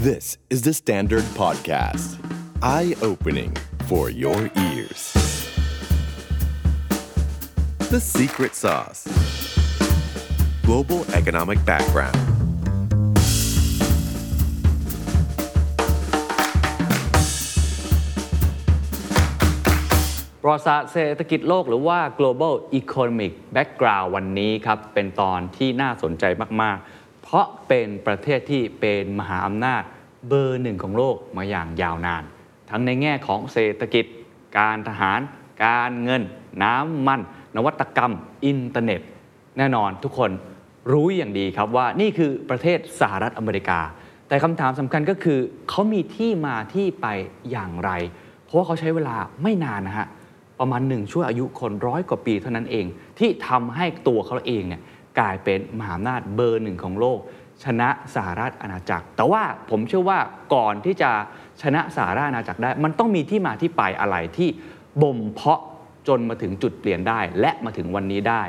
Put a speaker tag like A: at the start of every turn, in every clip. A: This is the Standard Podcast. Eye-opening for your ears. The Secret Sauce. Global Economic Background.
B: Broad ประวัติศาสตร์เศรษฐกิจโลกหรือว่า global economic background วันนี้ครับ เป็นตอนที่น่าสนใจมาก ๆ เพราะเป็นประเทศที่เป็นมหาอำนาจเบอร์หนึ่งของโลกมาอย่างยาวนาน ทั้งในแง่ของเศรษฐกิจ การทหาร การเงิน น้ำมัน นวัตกรรม อินเทอร์เน็ต แน่นอนทุกคนรู้อย่างดีครับว่านี่คือประเทศสหรัฐอเมริกา แต่คำถามสำคัญก็คือเขามีที่มาที่ไปอย่างไร เพราะว่าเขาใช้เวลาไม่นานนะฮะ ประมาณหนึ่งช่วอายุคนร้อยกว่าปีเท่านั้นเอง ที่ทำให้ตัวเขาเองเนี่ยกลายเป็นมหาอำนาจเบอร์หนึ่งของโลก ชนะสหรัฐอาณาจักร แต่ว่าผมเชื่อว่าก่อนที่จะชนะสหรัฐอาณาจักรได้ มันต้องมีที่มาที่ไปอะไรที่บ่มเพาะจนมาถึงจุดเปลี่ยนได้ และมาถึงวันนี้ได้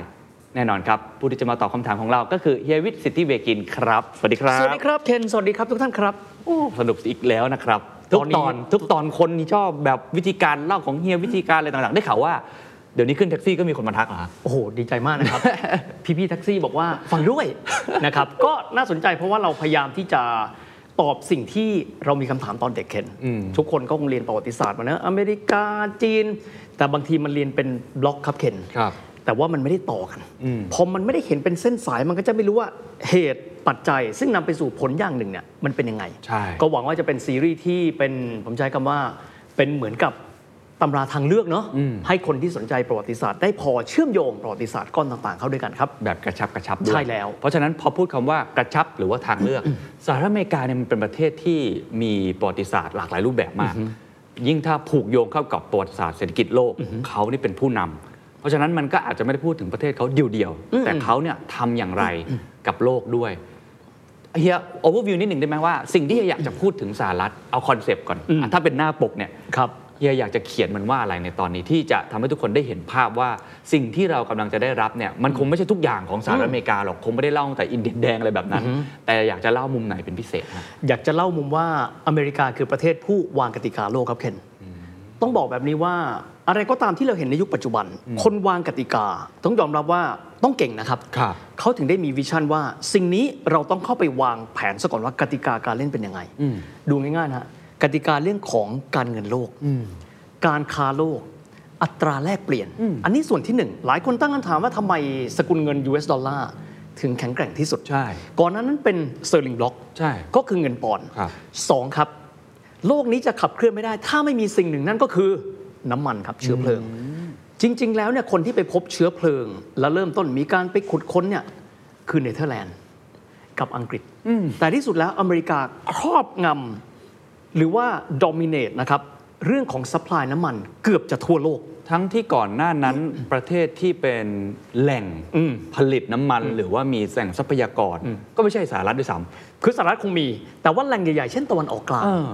B: แน่นอนครับ ผู้ที่จะมาตอบคำถามของเราก็คือเฮียวิทย์สิทธิเวกินครับ สวัสดีครับ
C: สวัสดีครับเคนสวัสดีครับทุกท่านครับ
B: โอ้สนุกอีกแล้วนะครับ ทุกต
C: ต
B: อ
C: อน นนี้
B: ทุกตอนคนนี่ชอบแบบวิธีการเล่าของเฮียวิธีการอะไรต่างๆ ได้ข่าวว่าเดี๋ยวนี้ขึ้นแท็กซี่ก็มีคนมาทักเหรอฮะ
C: โอ้โห ดีใจมาก นะครับ พี่พี่ๆแท็กซี่บอกว่าฟังด้วย นะครับ ก็น่าสนใจเพราะว่าเราพยายามที่จะตอบสิ่งที่เรามีคำถามตอนเด็กเคน
B: อืม
C: ทุกคนก็คงเรียนประวัติศาสตร์มาเนอะอเมริกาจีน แต่บางทีมันเรียนเป็นบล็อกครับเคน
B: ครับ
C: แต่ว่ามันไม่ได้ต่อกัน
B: อืม
C: พอมันไม่ได้เห็นเป็นเส้นสายมันก็จะไม่รู้ว่าเหตุปัจจัย ซึ่งนำไปสู่ผลอย่างหนึ่งเนี่ยมันเป็นยังไง
B: ใช่
C: ก็หวังว่าจะเป็นซีรีส์ที่เป็นผมใช้คำว่าเป็นเหมือนกับตำราทางเลือกเนาะ
B: อืม
C: ให้คนที่สนใจประวัติศาสตร์ได้พอเชื่อมโยงประวัติศาสตร์ก้อนต่างๆ เข้าด้วยกันครับ
B: แบบกระชับกระชับด้วย
C: ใช่แล้ว
B: เพราะฉะนั้นพอพูดคำว่ากระชับหรือว่าทางเลือก สหรัฐอเมริกาเนี่ยมันเป็นประเทศที่มีประวัติศาสตร์หลากหลายรูปแบบมาก ยิ่งถ้าผูกโยงเข้ากับประวัติศาสตร์เศรษฐกิจโลกเขานี่เป็นผู้นำเพราะฉะนั้นมันก็อาจจะไม่ได้พูดถึงประเทศเขาเดียวๆแต่เขาเนี่ยทำอย่างไรกับโลกด้วยเฮียโอเวอร์วิวนิดหนึ่งได้ไหมว่าสิ่งที่เฮียอยากจะพูดถึงสหรัฐเอาคอนเซปต์ก่อนอ่ะถ้าเป็นหน้าปกเนี่ย
C: ครับ
B: เฮียอยากจะเขียนมันว่าอะไรในตอนนี้ที่จะทำให้ทุกคนได้เห็นภาพว่าสิ่งที่เรากำลังจะได้รับเนี่ยมันคงไม่ใช่ทุกอย่างของสหรัฐอเมริกาหรอกคงไม่ได้เล่าตั้งแต่อินเดียนแดงอะไรแบบนั้น แต่อยากจะเล่ามุมไหนเป็นพิเศษฮะ
C: อยากจะเล่ามุมว่าอเมริกาคือประเทศผู้วางกติกาโลกครับเคนต้องบอกแบบนี้ว่าอะไรก็ตามที่เราเห็นในยุคปัจจุบัน คนวางกติกา ต้องยอมรับว่าต้องเก่งนะครับ
B: ครับ
C: เขาถึงได้มีวิชั่นว่า สิ่งนี้เราต้องเข้าไปวางแผนซะก่อนว่ากติกาการเล่นเป็นยังไง ดูง่ายๆนะฮะกติกาเรื่องของการเงินโลก การค้าโลก อัตราแลกเปลี่ยน อันนี้ส่วนที่หนึ่งหลายคนตั้งคำถามว่าทำไมสกุลเงิน US ดอลลาร์ถึงแข็งแกร่งที่สุด
B: ใช่
C: ก่อนหนั้านนั้นเป็นเซอร์ลิงบล็อก
B: ใช่
C: ก็คือเงินปอนด์
B: ครับ
C: สองครับ โลกนี้จะขับเคลื่อนไม่ได้ ถ้าไม่มีสิ่งหนึ่งนั่นก็คือน้ำมันครับเชื้อเพลิง จริง ๆ แล้วเนี่ยคนที่ไปพบเชื้อเพลิง และเริ่มต้นมีการไปขุดค้นเนี่ยคือเนเธอร์แลนด์กับอังกฤษ แต่ที่สุดแล้วอเมริกาครอบงำหรือว่า dominate นะครับเรื่องของ supply น้ำมันเกือบจะทั่วโลก
B: ทั้งที่ก่อนหน้านั้นประเทศที่เป็นแหล่ง
C: อืม
B: ผลิตน้ำมัน หรือว่ามีแหล่งทรัพยากร ก็ไม่ใช่สหรัฐด้วยซ้
C: คือสหรัฐคงมี แต่ว่าแหล่งใหญ่ๆ เช่นตะวันออกกลา
B: ำ
C: ง
B: เออ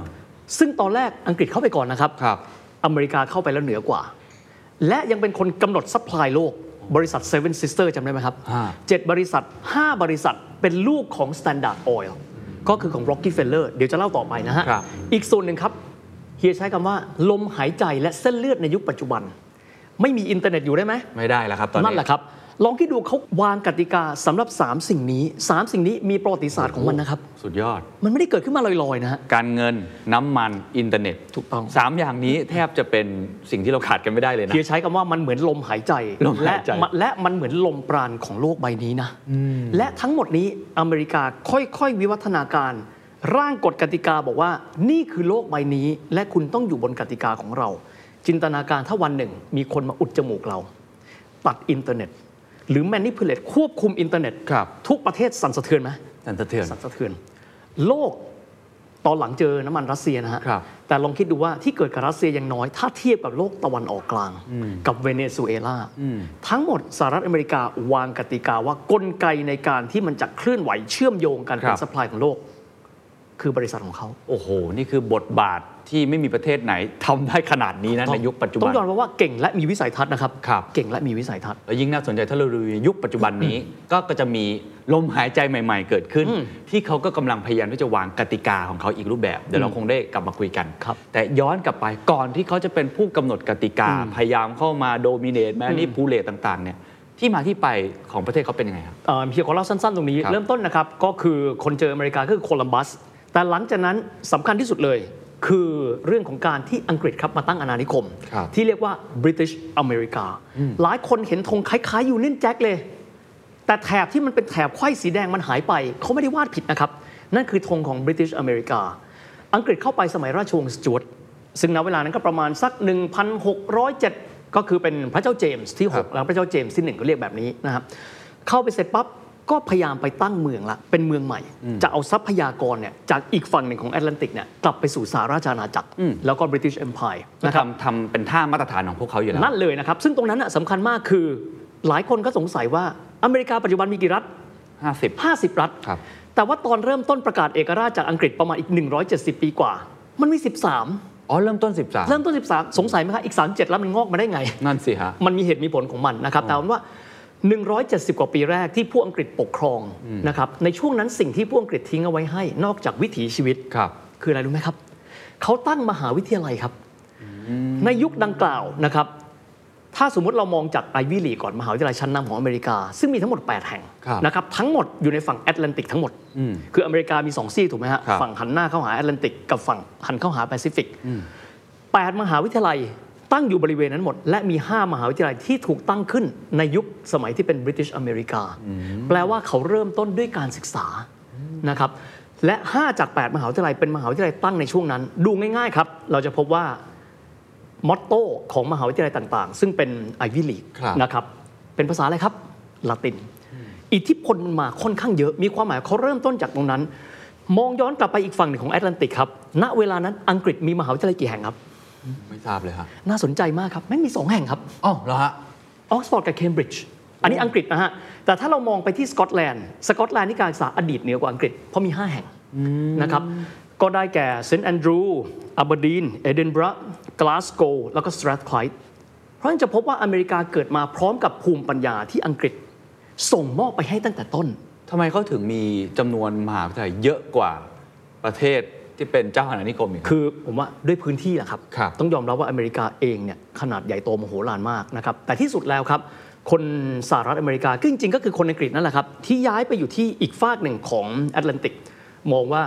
C: ซึ่งตอนแรกอังกฤษเข้าไปก่อนนะครับ
B: ครับ
C: อเมริกาเข้าไปแล้วเหนือกว่า และยังเป็นคนกำหนดซัพพลายโลก บริษัท Seven Sister จำได้ไหมครับ
B: ฮะ
C: 7 บริษัท 5 บริษัทเป็นลูกของ Standard Oil ก็คือของ Rockefeller เดี๋ยวจะเล่าต่อไปนะฮะ
B: ครับ
C: อีกส่วนหนึ่งครับ เฮียใช้คำว่า ลมหายใจและเส้นเลือดในยุคปัจจุบัน ไม่มีอินเทอร์เน็ตอยู่ได้ไหม
B: ไม่ได้แล้วครับตอนนี้
C: นั่นแหละครับ ลองคิดดูเขาวางกติกาสำหรับ 3 สิ่งนี้ 3 สิ่งนี้มีประวัติศาสตร์ของมันนะครับ
B: สุดยอด
C: มันไม่ได้เกิดขึ้นมาลอยๆนะฮะ
B: การเงินน้ำมันอินเทอร์เน็ต
C: ถูกต้อง
B: สามอย่างนี้แทบจะเป็นสิ่งที่เราขาดกันไม่ได้เลยนะ
C: เฮียใช้คำว่ามันเหมือนลมหายใจ
B: ลมหายใจ
C: และและมันเหมือนลมปราณของโลกใบนี้นะ และทั้งหมดนี้อเมริกาค่อยๆ วิวัฒนาการ ร่างกฎกติกาบอกว่านี่คือโลกใบนี้ และคุณต้องอยู่บนกติกาของเรา จินตนาการถ้าวันหนึ่ง มีคนมาอุดจมูกเรา ตัดอินเทอร์เน็ต หรือแมนิ p u l a t e ควบคุมอินเทอร์เน็ต
B: ครับ
C: ทุกประเทศสั่นสะเทือนไหม
B: สั่นสะเทือน
C: สั่นสะเทือนโลกตอนหลังเจอน้ำมันรัสเซียนะฮะ
B: ครับ
C: แต่ลองคิดดูว่าที่เกิดกับรัสเซียยังน้อย ถ้าเทียบกับโลกตะวันออกกลาง กับเวเนซุเอลา ทั้งหมดสหรัฐอเมริกาวางกติกาว่ากลไกในการที่มันจะเคลื่อนไหวเชื่อมโยงกันเป็
B: ครั
C: น
B: บ
C: สป라이ของโลก คือบริษัทของเขา
B: โอ้โห นี่คือบทบาทที่ไม่มีประเทศไหนทำได้ขนาดนี้นะในยุคปัจจุ
C: ต้อ
B: บัน
C: งยอมรับว่าเก่งและมีวิสัยทัศน์นะครับ
B: ครับ
C: เก่งและมีวิสัยทัศน์
B: แล้วยิ่งน่าสนใจถ้าเราดูในยุคปัจจุบันนี้ ก็ก็จะมีลมหายใจใหม่ ๆ เกิดขึ้น
C: อืม
B: ที่เขาก็กำลังพยายามที่จะวางกติกาของเขาอีกรูปแบบ เดี๋ยวเราคงได้กลับมาคุยกัน
C: ครับ
B: แต่ย้อนกลับไปก่อนที่เขาจะเป็นผู้กำหนดกติกา
C: อืม
B: พยายามเข้ามาโดมิเนตแมนี่พูเลตต่างๆเนี่ยที่มาที่ไปของประเทศเขาเป็นยังไงครับ
C: เอ่อเพียงขอเล่าสั้น ๆ ตรงนี้
B: ครับ
C: เริ่มต้นนะครับ ก็คือคนเจออเมริกาก็คือโคลัมบัส แต่หลังจากนั้นสำคัญที่สุดเลย คือเรื่องของการที่อังกฤษครับมาตั้งอาณานิคม
B: ครับ
C: ที่เรียกว่า British America หลายคนเห็นธงคล้ายๆยูเนี่ยนแจ็คเลย แต่แถบที่มันเป็นแถบไขว้สีแดงมันหายไป เขาไม่ได้วาดผิดนะครับ นั่นคือธงของ British America อังกฤษเข้าไปสมัยราชวงศ์สจวตซึ่งณเวลานั้นก็ประมาณสัก 1,607 ก็คือเป็นพระเจ้าเจมส์ที่
B: ครับ
C: 6 แล้วพระเจ้าเจมส์ที่หนึ่งก็เรียกแบบนี้นะครับเข้าไปเสร็จปั๊บก็พยายามไปตั้งเมืองละเป็นเมืองใหม่ จะเอาทรัพยากรเนี่ยจากอีกฝั่งหนึ่งของแอตแลนติกเนี่ยกลับไปสู่สหราชอาณาจักร
B: อืม
C: แล้วก็ British Empire
B: ทำทำเป็นท่ามาตรฐานของพวกเขาอยู่แล้ว
C: นั่นเลยนะครับ ซึ่งตรงนั้นน่ะสำคัญมากคือหลายคนก็สงสัยว่าอเมริกาปัจจุบันมีกี่รัฐ
B: 50
C: 50 รัฐ
B: ครับ
C: แต่ว่าตอนเริ่มต้นประกาศเอกราชจากอังกฤษประมาณอีก 170 ปีกว่า มันมี 13
B: อ๋อเริ่มต้น 13
C: เริ่มต้น 13 สงสัยไหมคะอีก 37แล้วมันงอกมาได้ไง
B: นั่นสิฮะ
C: มันมีเหตุมีผลของมันนะครับแต่ว่า 170 กว่าปีแรกที่พวกอังกฤษปกครองนะครับในช่วงนั้นสิ่งที่พวกอังกฤษทิ้งเอาไว้ให้ นอกจากวิถีชีวิต
B: ครับ
C: คืออะไรรู้ไหมครับ เขาตั้งมหาวิทยาลัยครับ ในยุคดังกล่าวนะครับ ถ้าสมมติเรามองจากไอวิลีก่อนมหาวิทยาลัยชั้นนำของอเมริกา ซึ่งมีทั้งหมด 8 แห่ง
B: ครับ
C: นะครับทั้งหมดอยู่ในฝั่งแอตแลนติกทั้งหมด
B: อืม
C: คืออเมริกามี 2 ซี่ถูกไหมฮะ
B: ครับ
C: ฝั่งหันหน้าเข้าหาแอตแลนติกกับฝั่งหันเข้าหาแปซิฟิกแปดมหาวิทยาลัยตั้งอยู่บริเวณนั้นหมด และมี 5 มหาวิทยาลัยที่ถูกตั้งขึ้นในยุคสมัยที่เป็นบริ i ิชอเมริกา แปลว่าเขาเริ่มต้นด้วยการศึกษานะครับและ 5 จาก 8 มหาวิทยาลัยเป็นมหาวิทยาลัยตั้งในช่วงนั้น ดูง่ายๆครับ เราจะพบว่า มอตโต้ของมหาวิทยาลัยต่างๆ ซึ่งเป็นไอวิลีก
B: ครับ
C: นะครับเป็นภาษาอะไรครับละติน อิทธิพลมันมาค่อนข้างเยอะ มีความหมายเขาเริ่มต้นจากตรงนั้น มองย้อนกลับไปอีกฝั่งหนึ่งของแอตแลนติกครับ ณเวลานั้นอังกฤษมีมหาวิทยาลัยกี่แห่งครับ
B: ไม่ทราบเลยฮะ
C: น่าสนใจมากครับ ไม่งมี 2 แห่งครับ
B: อ๋อเหรอฮะ
C: ออกซฟอร์ดกับเคมบริดจ์อันนี้อังกฤษนะฮะ แต่ถ้าเรามองไปที่สกอตแลนด์สกอตแลนด์นี่การศึกษาอดีตเหนือกว่าอังกฤษ เพราะมี 5 แห่งนะครับก็ได้แก่เซนต์แอนดรูว์อับเบอร์ดีนเอดินบะระกลาสโกแล้วก็สแตรทคลด์เพราะฉะนั้นจะพบว่าอเมริกาเกิดมาพร้อมกับภูมิปัญญาที่อังกฤษ ส่งมอบไปให้ตั้งแต่ต้น
B: ทำไมเขาถึงมีจำนวนมหาวิทยาลัยเยอะกว่าประเทศที่เป็นเจ้าอาณานิคมอีกครับ
C: คือผมว่าด้วยพื้นที่แหละครับ
B: ครับ
C: ต้องยอมรับว่าอเมริกาเองเนี่ยขนาดใหญ่โตมโหฬารมากนะครับ แต่ที่สุดแล้วครับ คนสหรัฐอเมริกาก็จริงๆ ก็คือคนอังกฤษนั่นแหละครับ ที่ย้ายไปอยู่ที่อีกฝากหนึ่งของแอตแลนติก มองว่า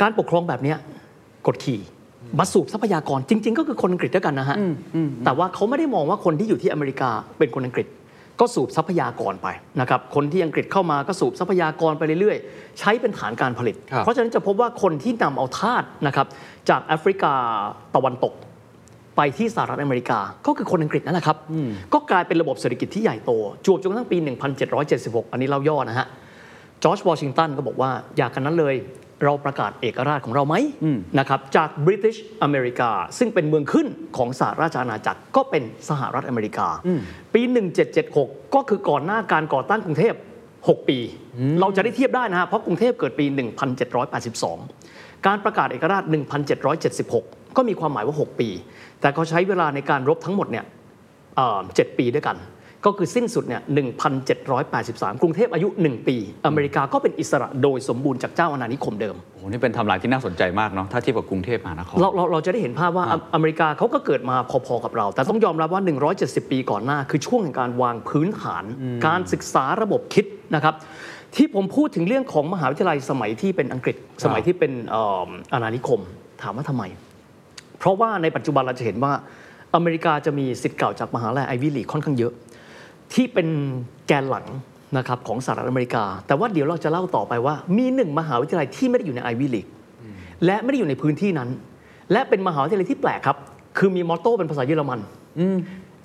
C: การปกครองแบบเนี้ยกดขี่บัสสูบทรัพยากรจริง ๆ ก็คือคนอังกฤษด้วยกันนะฮะ แต่ว่าเขาไม่ได้มองว่าคนที่อยู่ที่อเมริกาเป็นคนอังกฤษ ก็สูบทรัพยากรไปนะครับคนที่อังกฤษเข้ามาก็สูบทรัพยากรไปเรื่อยๆ ใช้เป็นฐานการผลิต
B: ครับ
C: เพราะฉะนั้นจะพบว่าคนที่นำเอาทาสนะครับจากแอฟริกาตะวันตก ไปที่สหรัฐอเมริกาก็คือคนอังกฤษนั่นแหละครับ ก็กลายเป็นระบบเศรษฐกิจที่ใหญ่โตจวบจนกระทั่งปี 1776 อันนี้เล่าย่อนะฮะ จอร์จวอชิงตันก็บอกว่า อยากกันนั้นเลยเราประกาศเอกราชของเราไหมนะครับจากบริเตนอเมริกาซึ่งเป็นเมืองขึ้นของสหราชอาณาจักรก็เป็นสหรัฐอเมริกา ปี 1776 ก็คือก่อนหน้าการก่อตั้งกรุงเทพ 6 ปี เราจะได้เทียบได้นะฮะเพราะกรุงเทพเกิดปี 1782 การประกาศเอกราช 1776 ก็มีความหมายว่า 6 ปี แต่เขาใช้เวลาในการรบทั้งหมดเนี่ย เอ่อ7ปีด้วยกัน ก็คือสิ้นสุดเนี่ย1,783 กรุงเทพอายุ 1 ปี อเมริกาก็เป็นอิสระโดยสมบูรณ์จากเจ้าอาณานิคมเดิม
B: โอ้โหนี่เป็นไทำลายที่น่าสนใจมากเนาะถ้าเทียบกับกรุงเทพมหานคร
C: เราเราเราจะได้เห็นภาพว่า
B: ครั
C: อบ อเมริกาเขาก็เกิดมาพอๆกับเรา แต่ต้องยอมรับว่า 170 ปีก่อนหน้า คือช่วงแห่งการวางพื้นฐาน การศึกษาระบบคิดนะครับ ที่ผมพูดถึงเรื่องของมหาวิทยาลัยสมัยที่เป็นอังกฤษ สมัยที่เป็นเอ่ออาณานิคม ถามว่าทำไม เพราะว่าในปัจจุบันเราจะเห็นว่าอเมริกาจะมีสิทธิ์เก่าจากมหาลัยไอวิลีค่อนข้างเยอะ ที่เป็นแกนหลังนะครับของสหรัฐอเมริกา แต่ว่าเดี๋ยวเราจะเล่าต่อไปว่า มีหนึ่งมหาวิทยาลัยที่ไม่ได้อยู่ในไอวิลีกและไม่ได้อยู่ในพื้นที่นั้น และเป็นมหาวิทยาลัยที่แปลกครับ คือมีมอตโต้เป็นภาษาเยอรมัน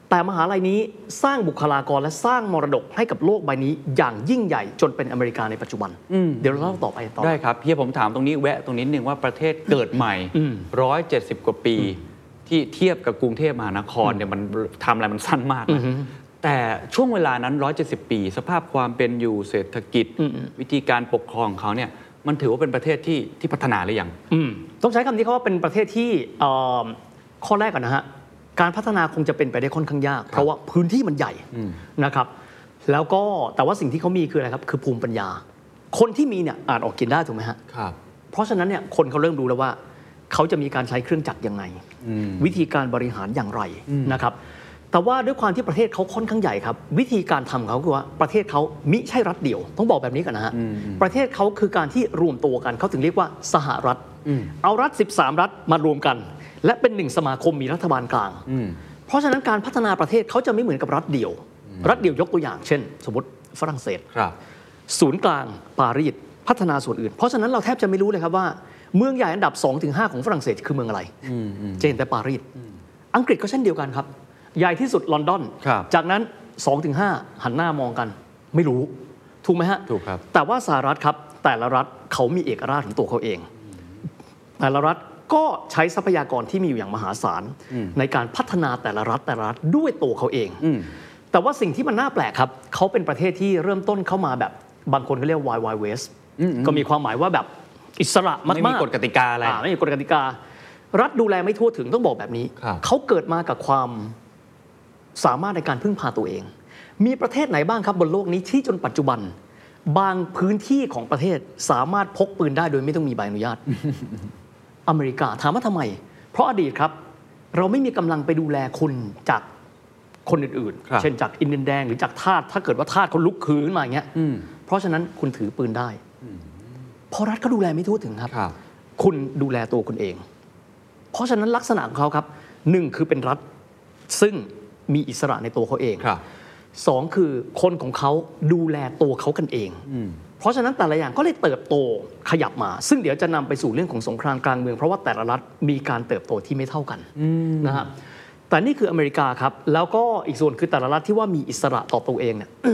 C: แต่มหาลัยนี้สร้างบุคลากรและสร้างมรดกให้กับโลกใบนี้อย่างยิ่งใหญ่จนเป็นอเมริกาในปัจจุบัน เดี๋ยวเราเล่าต่อไปต่อ
B: ได้ครับเฮียผมถามตรงนี้แวะตรงนี้นิดนึงว่าประเทศเกิดใหม่ 170 กว่าปี ที่เทียบกับกรุงเทพมหานครเนี่ยมันทำอะไรมันสั้นมากนะแต่ช่วงเวลานั้น 170 ปี สภาพความเป็นอยู่เศรษฐกิจ วิธีการปกครองของเขาเนี่ย มันถือว่าเป็นประเทศที่ที่พัฒนาหรือยัง
C: อืมต้องใช้คำนี้เขาว่าเป็นประเทศที่เอ่อข้อแรกก่อนนะฮะการพัฒนาคงจะเป็นไปได้ค่อนข้างยาก เพราะว่าพื้นที่มันใหญ่นะครับ แล้วก็แต่ว่าสิ่งที่เขามีคืออะไรครับ คือภูมิปัญญา คนที่มีเนี่ยอาจออกกินได้ถูกไหมฮะ
B: ครับ
C: เพราะฉะนั้นเนี่ยคนเขาเริ่มรู้แล้วว่า เขาจะมีการใช้เครื่องจักรยังไง วิธีการบริหารอย่างไรนะครับแต่ว่าด้วยความที่ประเทศเขาค่อนข้างใหญ่ครับ วิธีการทำเขาคือว่าประเทศเขามิใช่รัฐเดียว ต้องบอกแบบนี้กันนะฮะประเทศเขาคือการที่รวมตัวกันเขาถึงเรียกว่าสหรัฐ เอารัฐ 13 รัฐมารวมกัน และเป็นหนึ่งสมาคมมีรัฐบาลกลาง เพราะฉะนั้นการพัฒนาประเทศเขาจะไม่เหมือนกับรัฐเดียว รัฐเดียวยกตัวอย่าง เช่น สมมติฝรั่งเศส
B: ครับ
C: ศูนย์กลางปารีสพัฒนาส่วนอื่น เพราะฉะนั้นเราแทบจะไม่รู้เลยครับว่า เมืองใหญ่อันดับ 2-5 ของฝรั่งเศสคือเมืองอะไรจะเห็นแต่ปารีสอังกฤษก็เช่นเดียวกันครับ ใหญ่ที่สุดลอนดอน
B: ครับ
C: จากนั้น 2-5 หันหน้ามองกัน ไม่รู้ ถูกไหมฮะ
B: ถูกครับ
C: แต่ว่าสหรัฐครับ แต่ละรัฐเขามีเอกราชของตัวเขาเอง แต่ละรัฐก็ใช้ทรัพยากรที่มีอยู่อย่างมหาศาล ในการพัฒนาแต่ละรัฐแต่ละรัฐด้วยตัวเขาเอง แต่ว่าสิ่งที่มันน่าแปลกครับ เขาเป็นประเทศที่เริ่มต้นเข้ามาแบบบางคนเขาเรียก YY West ก็มีความหมายว่าแบบอิสระมากๆ
B: ไม่มีกฎกติกาอะไร
C: าไม่มีกฎกติกา รัฐดูแลไม่ทั่วถึงต้องบอกแบบนี้
B: ครับ
C: เขาเกิดมากับความสามารถในการพึ่งพาตัวเอง มีประเทศไหนบ้างครับบนโลกนี้ที่จนปัจจุบัน บางพื้นที่ของประเทศสามารถพกปืนได้โดยไม่ต้องมีใบอนุญาต อเมริกาถามว่าทำไม เพราะอดีตครับ เราไม่มีกำลังไปดูแลคนจากคนอื่น
B: ครับ
C: ๆ เช่นจากอินเดียนแดงหรือจากทาสถ้าเกิดว่าทาสเขาลุกคืนมาอย่างเงี้ย
B: อืม
C: เพราะฉะนั้นคุณถือปืนได้เพราะรัฐก็ดูแลไม่ทั่วถึงครับ
B: ครับ
C: คุณดูแลตัวคุณเอง เพราะฉะนั้นลักษณะของเขาครับหนึ่งคือเป็นรัฐซึ่งมีอิสระในตัวเขาเอง
B: ครับ
C: สองคือคนของเขาดูแลตัวเขากันเอง เพราะฉะนั้นแต่ละอย่างก็เลยเติบโตขยับมา ซึ่งเดี๋ยวจะนำไปสู่เรื่องของสงครามกลางเมือง เพราะว่าแต่ละรัฐมีการเติบโตที่ไม่เท่ากันนะฮะแต่นี่คืออเมริกาครับ แล้วก็อีกส่วนคือแต่ละรัฐที่ว่ามีอิสระต่อตัวเองเนี่ย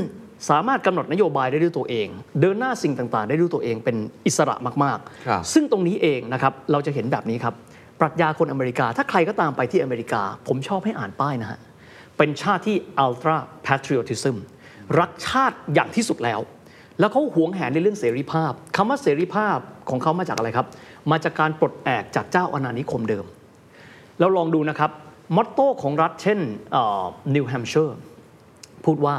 C: สามารถกำหนดนโยบายได้ด้วยตัวเอง เดินหน้าสิ่งต่างๆ ได้ด้วยตัวเองเป็นอิสระมาก
B: ครับ
C: ๆ ซึ่งตรงนี้เองนะครับเราจะเห็นแบบนี้ครับ ปรัชญาคนอเมริกาถ้าใครก็ตามไปที่อเมริกา ผมชอบให้อ่านป้ายนะฮะเป็นชาติที่ ultra patriotism รักชาติอย่างที่สุดแล้ว แล้วเขาหวงแหนในเรื่องเสรีภาพคำว่าเสรีภาพของเขามาจากอะไรครับ มาจากการปลดแอกจากเจ้าอาณานิคมเดิม แล้วลองดูนะครับมอตโต้ของรัฐเช่นนิวแฮมเชอร์พูดว่า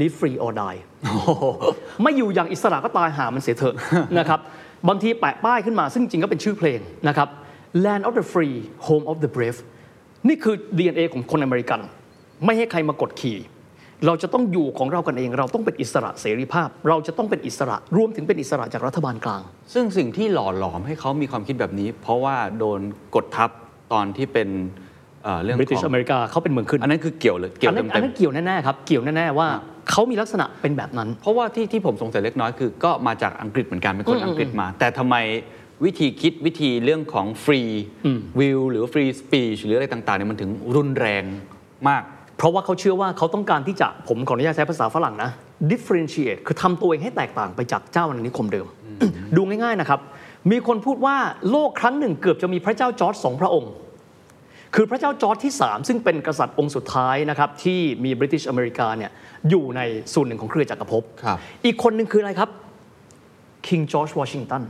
C: live free or die ไม่อยู่อย่างอิสระก็ตายหามันเสียเถอะ นะครับ บางทีแปะป้ายขึ้นมา ซึ่งจริงก็เป็นชื่อเพลงนะครับ land of the free home of the brave นี่คือ DNA ของคนอเมริกัน ไม่ให้ใครมากดขี่ เราจะต้องอยู่ของเรากันเอง เราต้องเป็นอิสระเสรีภาพ เราจะต้องเป็นอิสระ รวมถึงเป็นอิสระจากรัฐบาลกลาง
B: ซึ่งสิ่งที่หล่อหลอมให้เขามีความคิดแบบนี้ เพราะว่าโดนกดทับตอนที่เป็นเอ่อเรื่อง
C: บริ
B: ข
C: ติช
B: อง
C: อเมริกาเขาเป็นเมืองขึ้น
B: อันนั้นคือเกี่ยวเลยเกี่ยว
C: อัน
B: เต็
C: นั้น
B: ม
C: อัน
B: เต็ม
C: นั้นเกี่ยวแน่ๆครับ เกี่ยวแน่ๆว่าเขามีลักษณะเป็นแบบนั้น
B: เพราะว่าที่ที่ผมสงสัยเล็กน้อยคือ ก็มาจากอังกฤษเหมือนกันเป็นคนอังกฤษมา แต่ทำไมวิธีคิดวิธีเรื่องของฟรีวิวหรือฟรีสปีชหรืออะไรต่างๆเนี่ยมันถึงรุนแรงมาก
C: เพราะว่าเขาเชื่อว่าเขาต้องการที่จะผมขออนุญาตใช้ภาษาฝรั่งนะ differentiate คือทำตัวเองให้แตกต่างไปจากเจ้าอาณานิคมเดิม ดูง่ายๆนะครับ มีคนพูดว่าโลกครั้งหนึ่งเกือบจะมีพระเจ้าจอร์จสองพระองค์ คือพระเจ้าจอร์จที่ 3 ซึ่งเป็นกษัตริย์องค์สุดท้ายนะครับที่มีบริติชอเมริกาเนี่ยอยู่ในส่วนหนึ่งของเครือจักรภพ
B: ครับ
C: อีกคนหนึ่งคืออะไรครับคิงจอร์จวอชิงตัน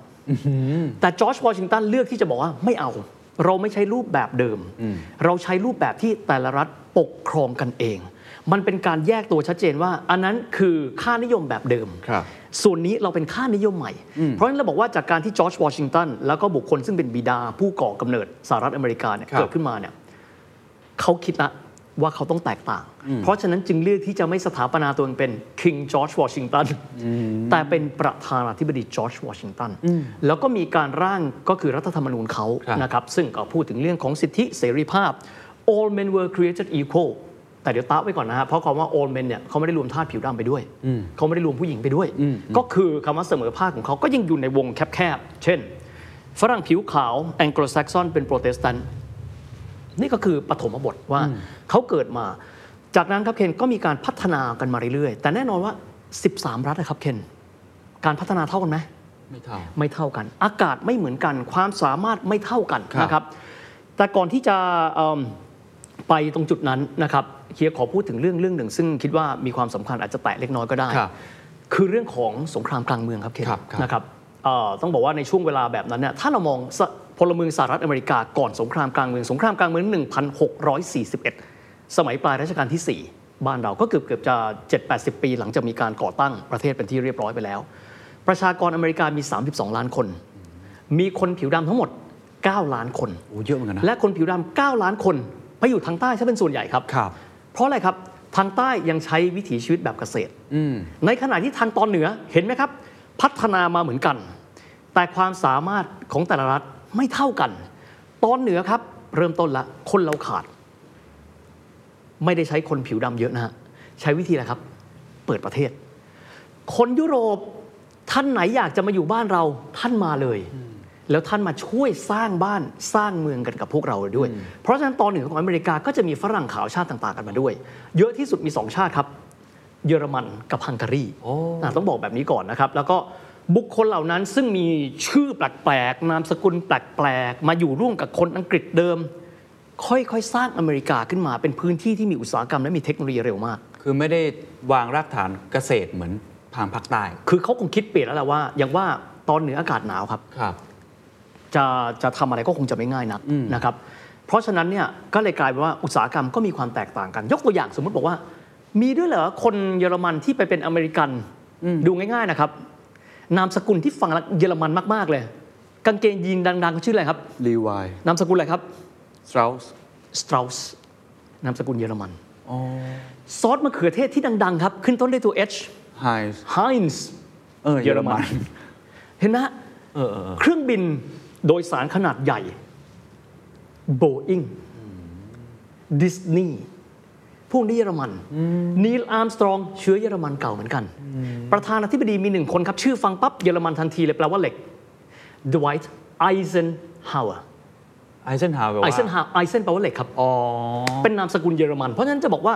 C: แต่จอร์จวอชิงตันเลือกที่จะบอกว่าไม่เอา เราไม่ใช่รูปแบบเดิม เราใช้รูปแบบที่แต่ละรัฐปกครองกันเอง มันเป็นการแยกตัวชัดเจนว่า อันนั้นคือค่านิยมแบบเดิม
B: ครับ
C: ส่วนนี้เราเป็นค่านิยมใหม่ เพราะฉะนั้นเราบอกว่าจากการที่จอร์จวอชิงตันแล้วก็บุคคลซึ่งเป็นบิดาผู้ก่อกำเนิดสหรัฐอเมริกาเนี่ย
B: ครับ
C: เกิดขึ้นมาเนี่ยเขาคิดละว่าเขาต้องแตกต่าง เพราะฉะนั้นจึงเลือกที่จะไม่สถาปนาตัวเองเป็นคิงจอร์จวอชิงตันแต่เป็นประธานาธิบดีจอร์จวอชิงตันแล้วก็มีการร่างก็คือรัฐธรรมนูญเขา
B: ครับ
C: นะครับซึ่งก็พูดถึงเรื่องของสิทธิเสรีภาพ all men were created equal แต่เดี๋ยวตะไว้ก่อนนะฮะเพราะคำว่า all men เนี่ยเขาไม่ได้รวมทาสผิวดำไปด้วย เขาไม่ได้รวมผู้หญิงไปด้วย ก็คือคำว่าเสมอภาคของเขาก็ยังอยู่ในวงแคบๆ เช่น ฝรั่งผิวขาวแองโกลแซกซอนเป็นโปรเตสแตนต์ นี่ก็คือปฐมบทว่าเขาเกิดมา จากนั้นครับเคนก็มีการพัฒนากันมาเรื่อยๆ แต่แน่นอนว่า 13 รัฐนะครับเคนการพัฒนาเท่ากันไหม
B: ไม่เท่า
C: ไม่เท่ากัน อากาศไม่เหมือนกัน ความสามารถไม่เท่ากัน
B: ครับ
C: นะครับ แต่ก่อนที่จะเอิ่มไปตรงจุดนั้นนะครับเฮียขอพูดถึงเรื่องเรื่องหนึ่ง ซึ่งคิดว่ามีความสำคัญอาจจะแตะเล็กน้อยก็ได้
B: ครับ
C: คือเรื่องของสงครามกลางเมืองครับเคน
B: ครับครับ
C: นะครับ เอ่อต้องบอกว่าในช่วงเวลาแบบนั้นเนี่ยถ้าเรามองสพลเมืองสหรัฐอเมริกาก่อนสงครามกลางเมืองสงครามกลางเมือง 1641 สมัยปลายรัชกาลที่ 4 บ้านเราก็เกือบเกือบๆจะ 7-80 ปี หลังจากมีการก่อตั้งประเทศเป็นที่เรียบร้อยไปแล้ว ประชากรอเมริกามี 32 ล้านคน มีคนผิวดำทั้งหมด 9 ล้านคน
B: โอ้เยอะเหมือนกันนะ
C: และคนผิวดำ9ล้านคนไปอยู่ทางใต้ใช่เป็นส่วนใหญ่ครับ
B: ครับ
C: เพราะอะไรครับ ทางใต้ยังใช้วิถีชีวิตแบบเกษตร
B: อืม
C: ในขณะที่ทางตอนเหนือเห็นไหมครับ พัฒนามาเหมือนกัน แต่ความสามารถของแต่ละรัฐไม่เท่ากัน ตอนเหนือครับ เริ่มต้นละคนเราขาด ไม่ได้ใช้คนผิวดำเยอะนะฮะใช้วิธีอะไรครับ เปิดประเทศ คนยุโรปท่านไหนอยากจะมาอยู่บ้านเราท่านมาเลย แล้วท่านมาช่วยสร้างบ้านสร้างเมืองกันกับพวกเราด้วย เพราะฉะนั้นตอนเหนือของอเมริกาก็จะมีฝรั่งขาวชาติต่างๆกันมาด้วย เยอะที่สุดมีสองชาติครับ เยอรมันกับฮังการี
B: โอ้
C: อ่ะต้องบอกแบบนี้ก่อนนะครับ แล้วก็บุคคลเหล่านั้นซึ่งมีชื่อแปลกๆนามสกุลแปลกๆ มาอยู่ร่วมกับคนอังกฤษเดิม ค่อยๆ สร้างอเมริกาขึ้นมาเป็นพื้นที่ที่มีอุตสาหกรรมและมีเทคโนโลยีเร็วมาก
B: คือไม่ได้วางรากฐานเกษตรเหมือนทางภาคใต้
C: คือเขาคงคิดเปลี่ยนแล้วแหละว่า อย่างว่าตอนเหนืออากาศหนาวครับ
B: ครับ
C: จะจะทำอะไรก็คงจะไม่ง่ายนัก
B: อืม
C: นะครับ เพราะฉะนั้นเนี่ยก็เลยกลายเป็นว่าอุตสาหกรรมก็มีความแตกต่างกัน ยกตัวอย่างสมมุติบอกว่า มีด้วยเหรอคนเยอรมันที่ไปเป็นอเมริกันดูง่ายๆนะครับ นามสกุลที่ฟังแล้วเยอรมันมากๆเลย กางเกงยีนดังๆเขาชื่ออะไรครับ
B: ลีวาย
C: นามสกุลอะไรครับ
B: สตราส
C: สตร u สนามสกุลเยอรมัน
B: อ๋อ
C: ซอสมะเขือเทศที่ดังๆครับขึ้นต้นด้วยตัว H
B: ไฮส์
C: Heinz
B: เออเยอรมัน
C: เห็นไหมฮะ
B: เออเออเออ
C: เครื่องบินโดยสารขนาดใหญ่ Boeing Disney พวกนี้เยอรมัน นีลอาร์มสตรองเชื้อเยอรมันเก่าเหมือนกัน ประธานาธิบดีมีหนึ่งคนครับ ชื่อฟังปั๊บเยอรมันทันทีเลยแปลว่าเหล็ก d w i g h t Eisenhower
B: ไอเซนฮาวแปลว่า
C: Eisenhower Eisen แปลว่าเหล็กครับ
B: อ๋อ
C: เป็นนามสกุลเยอรมัน เพราะฉะนั้นจะบอกว่า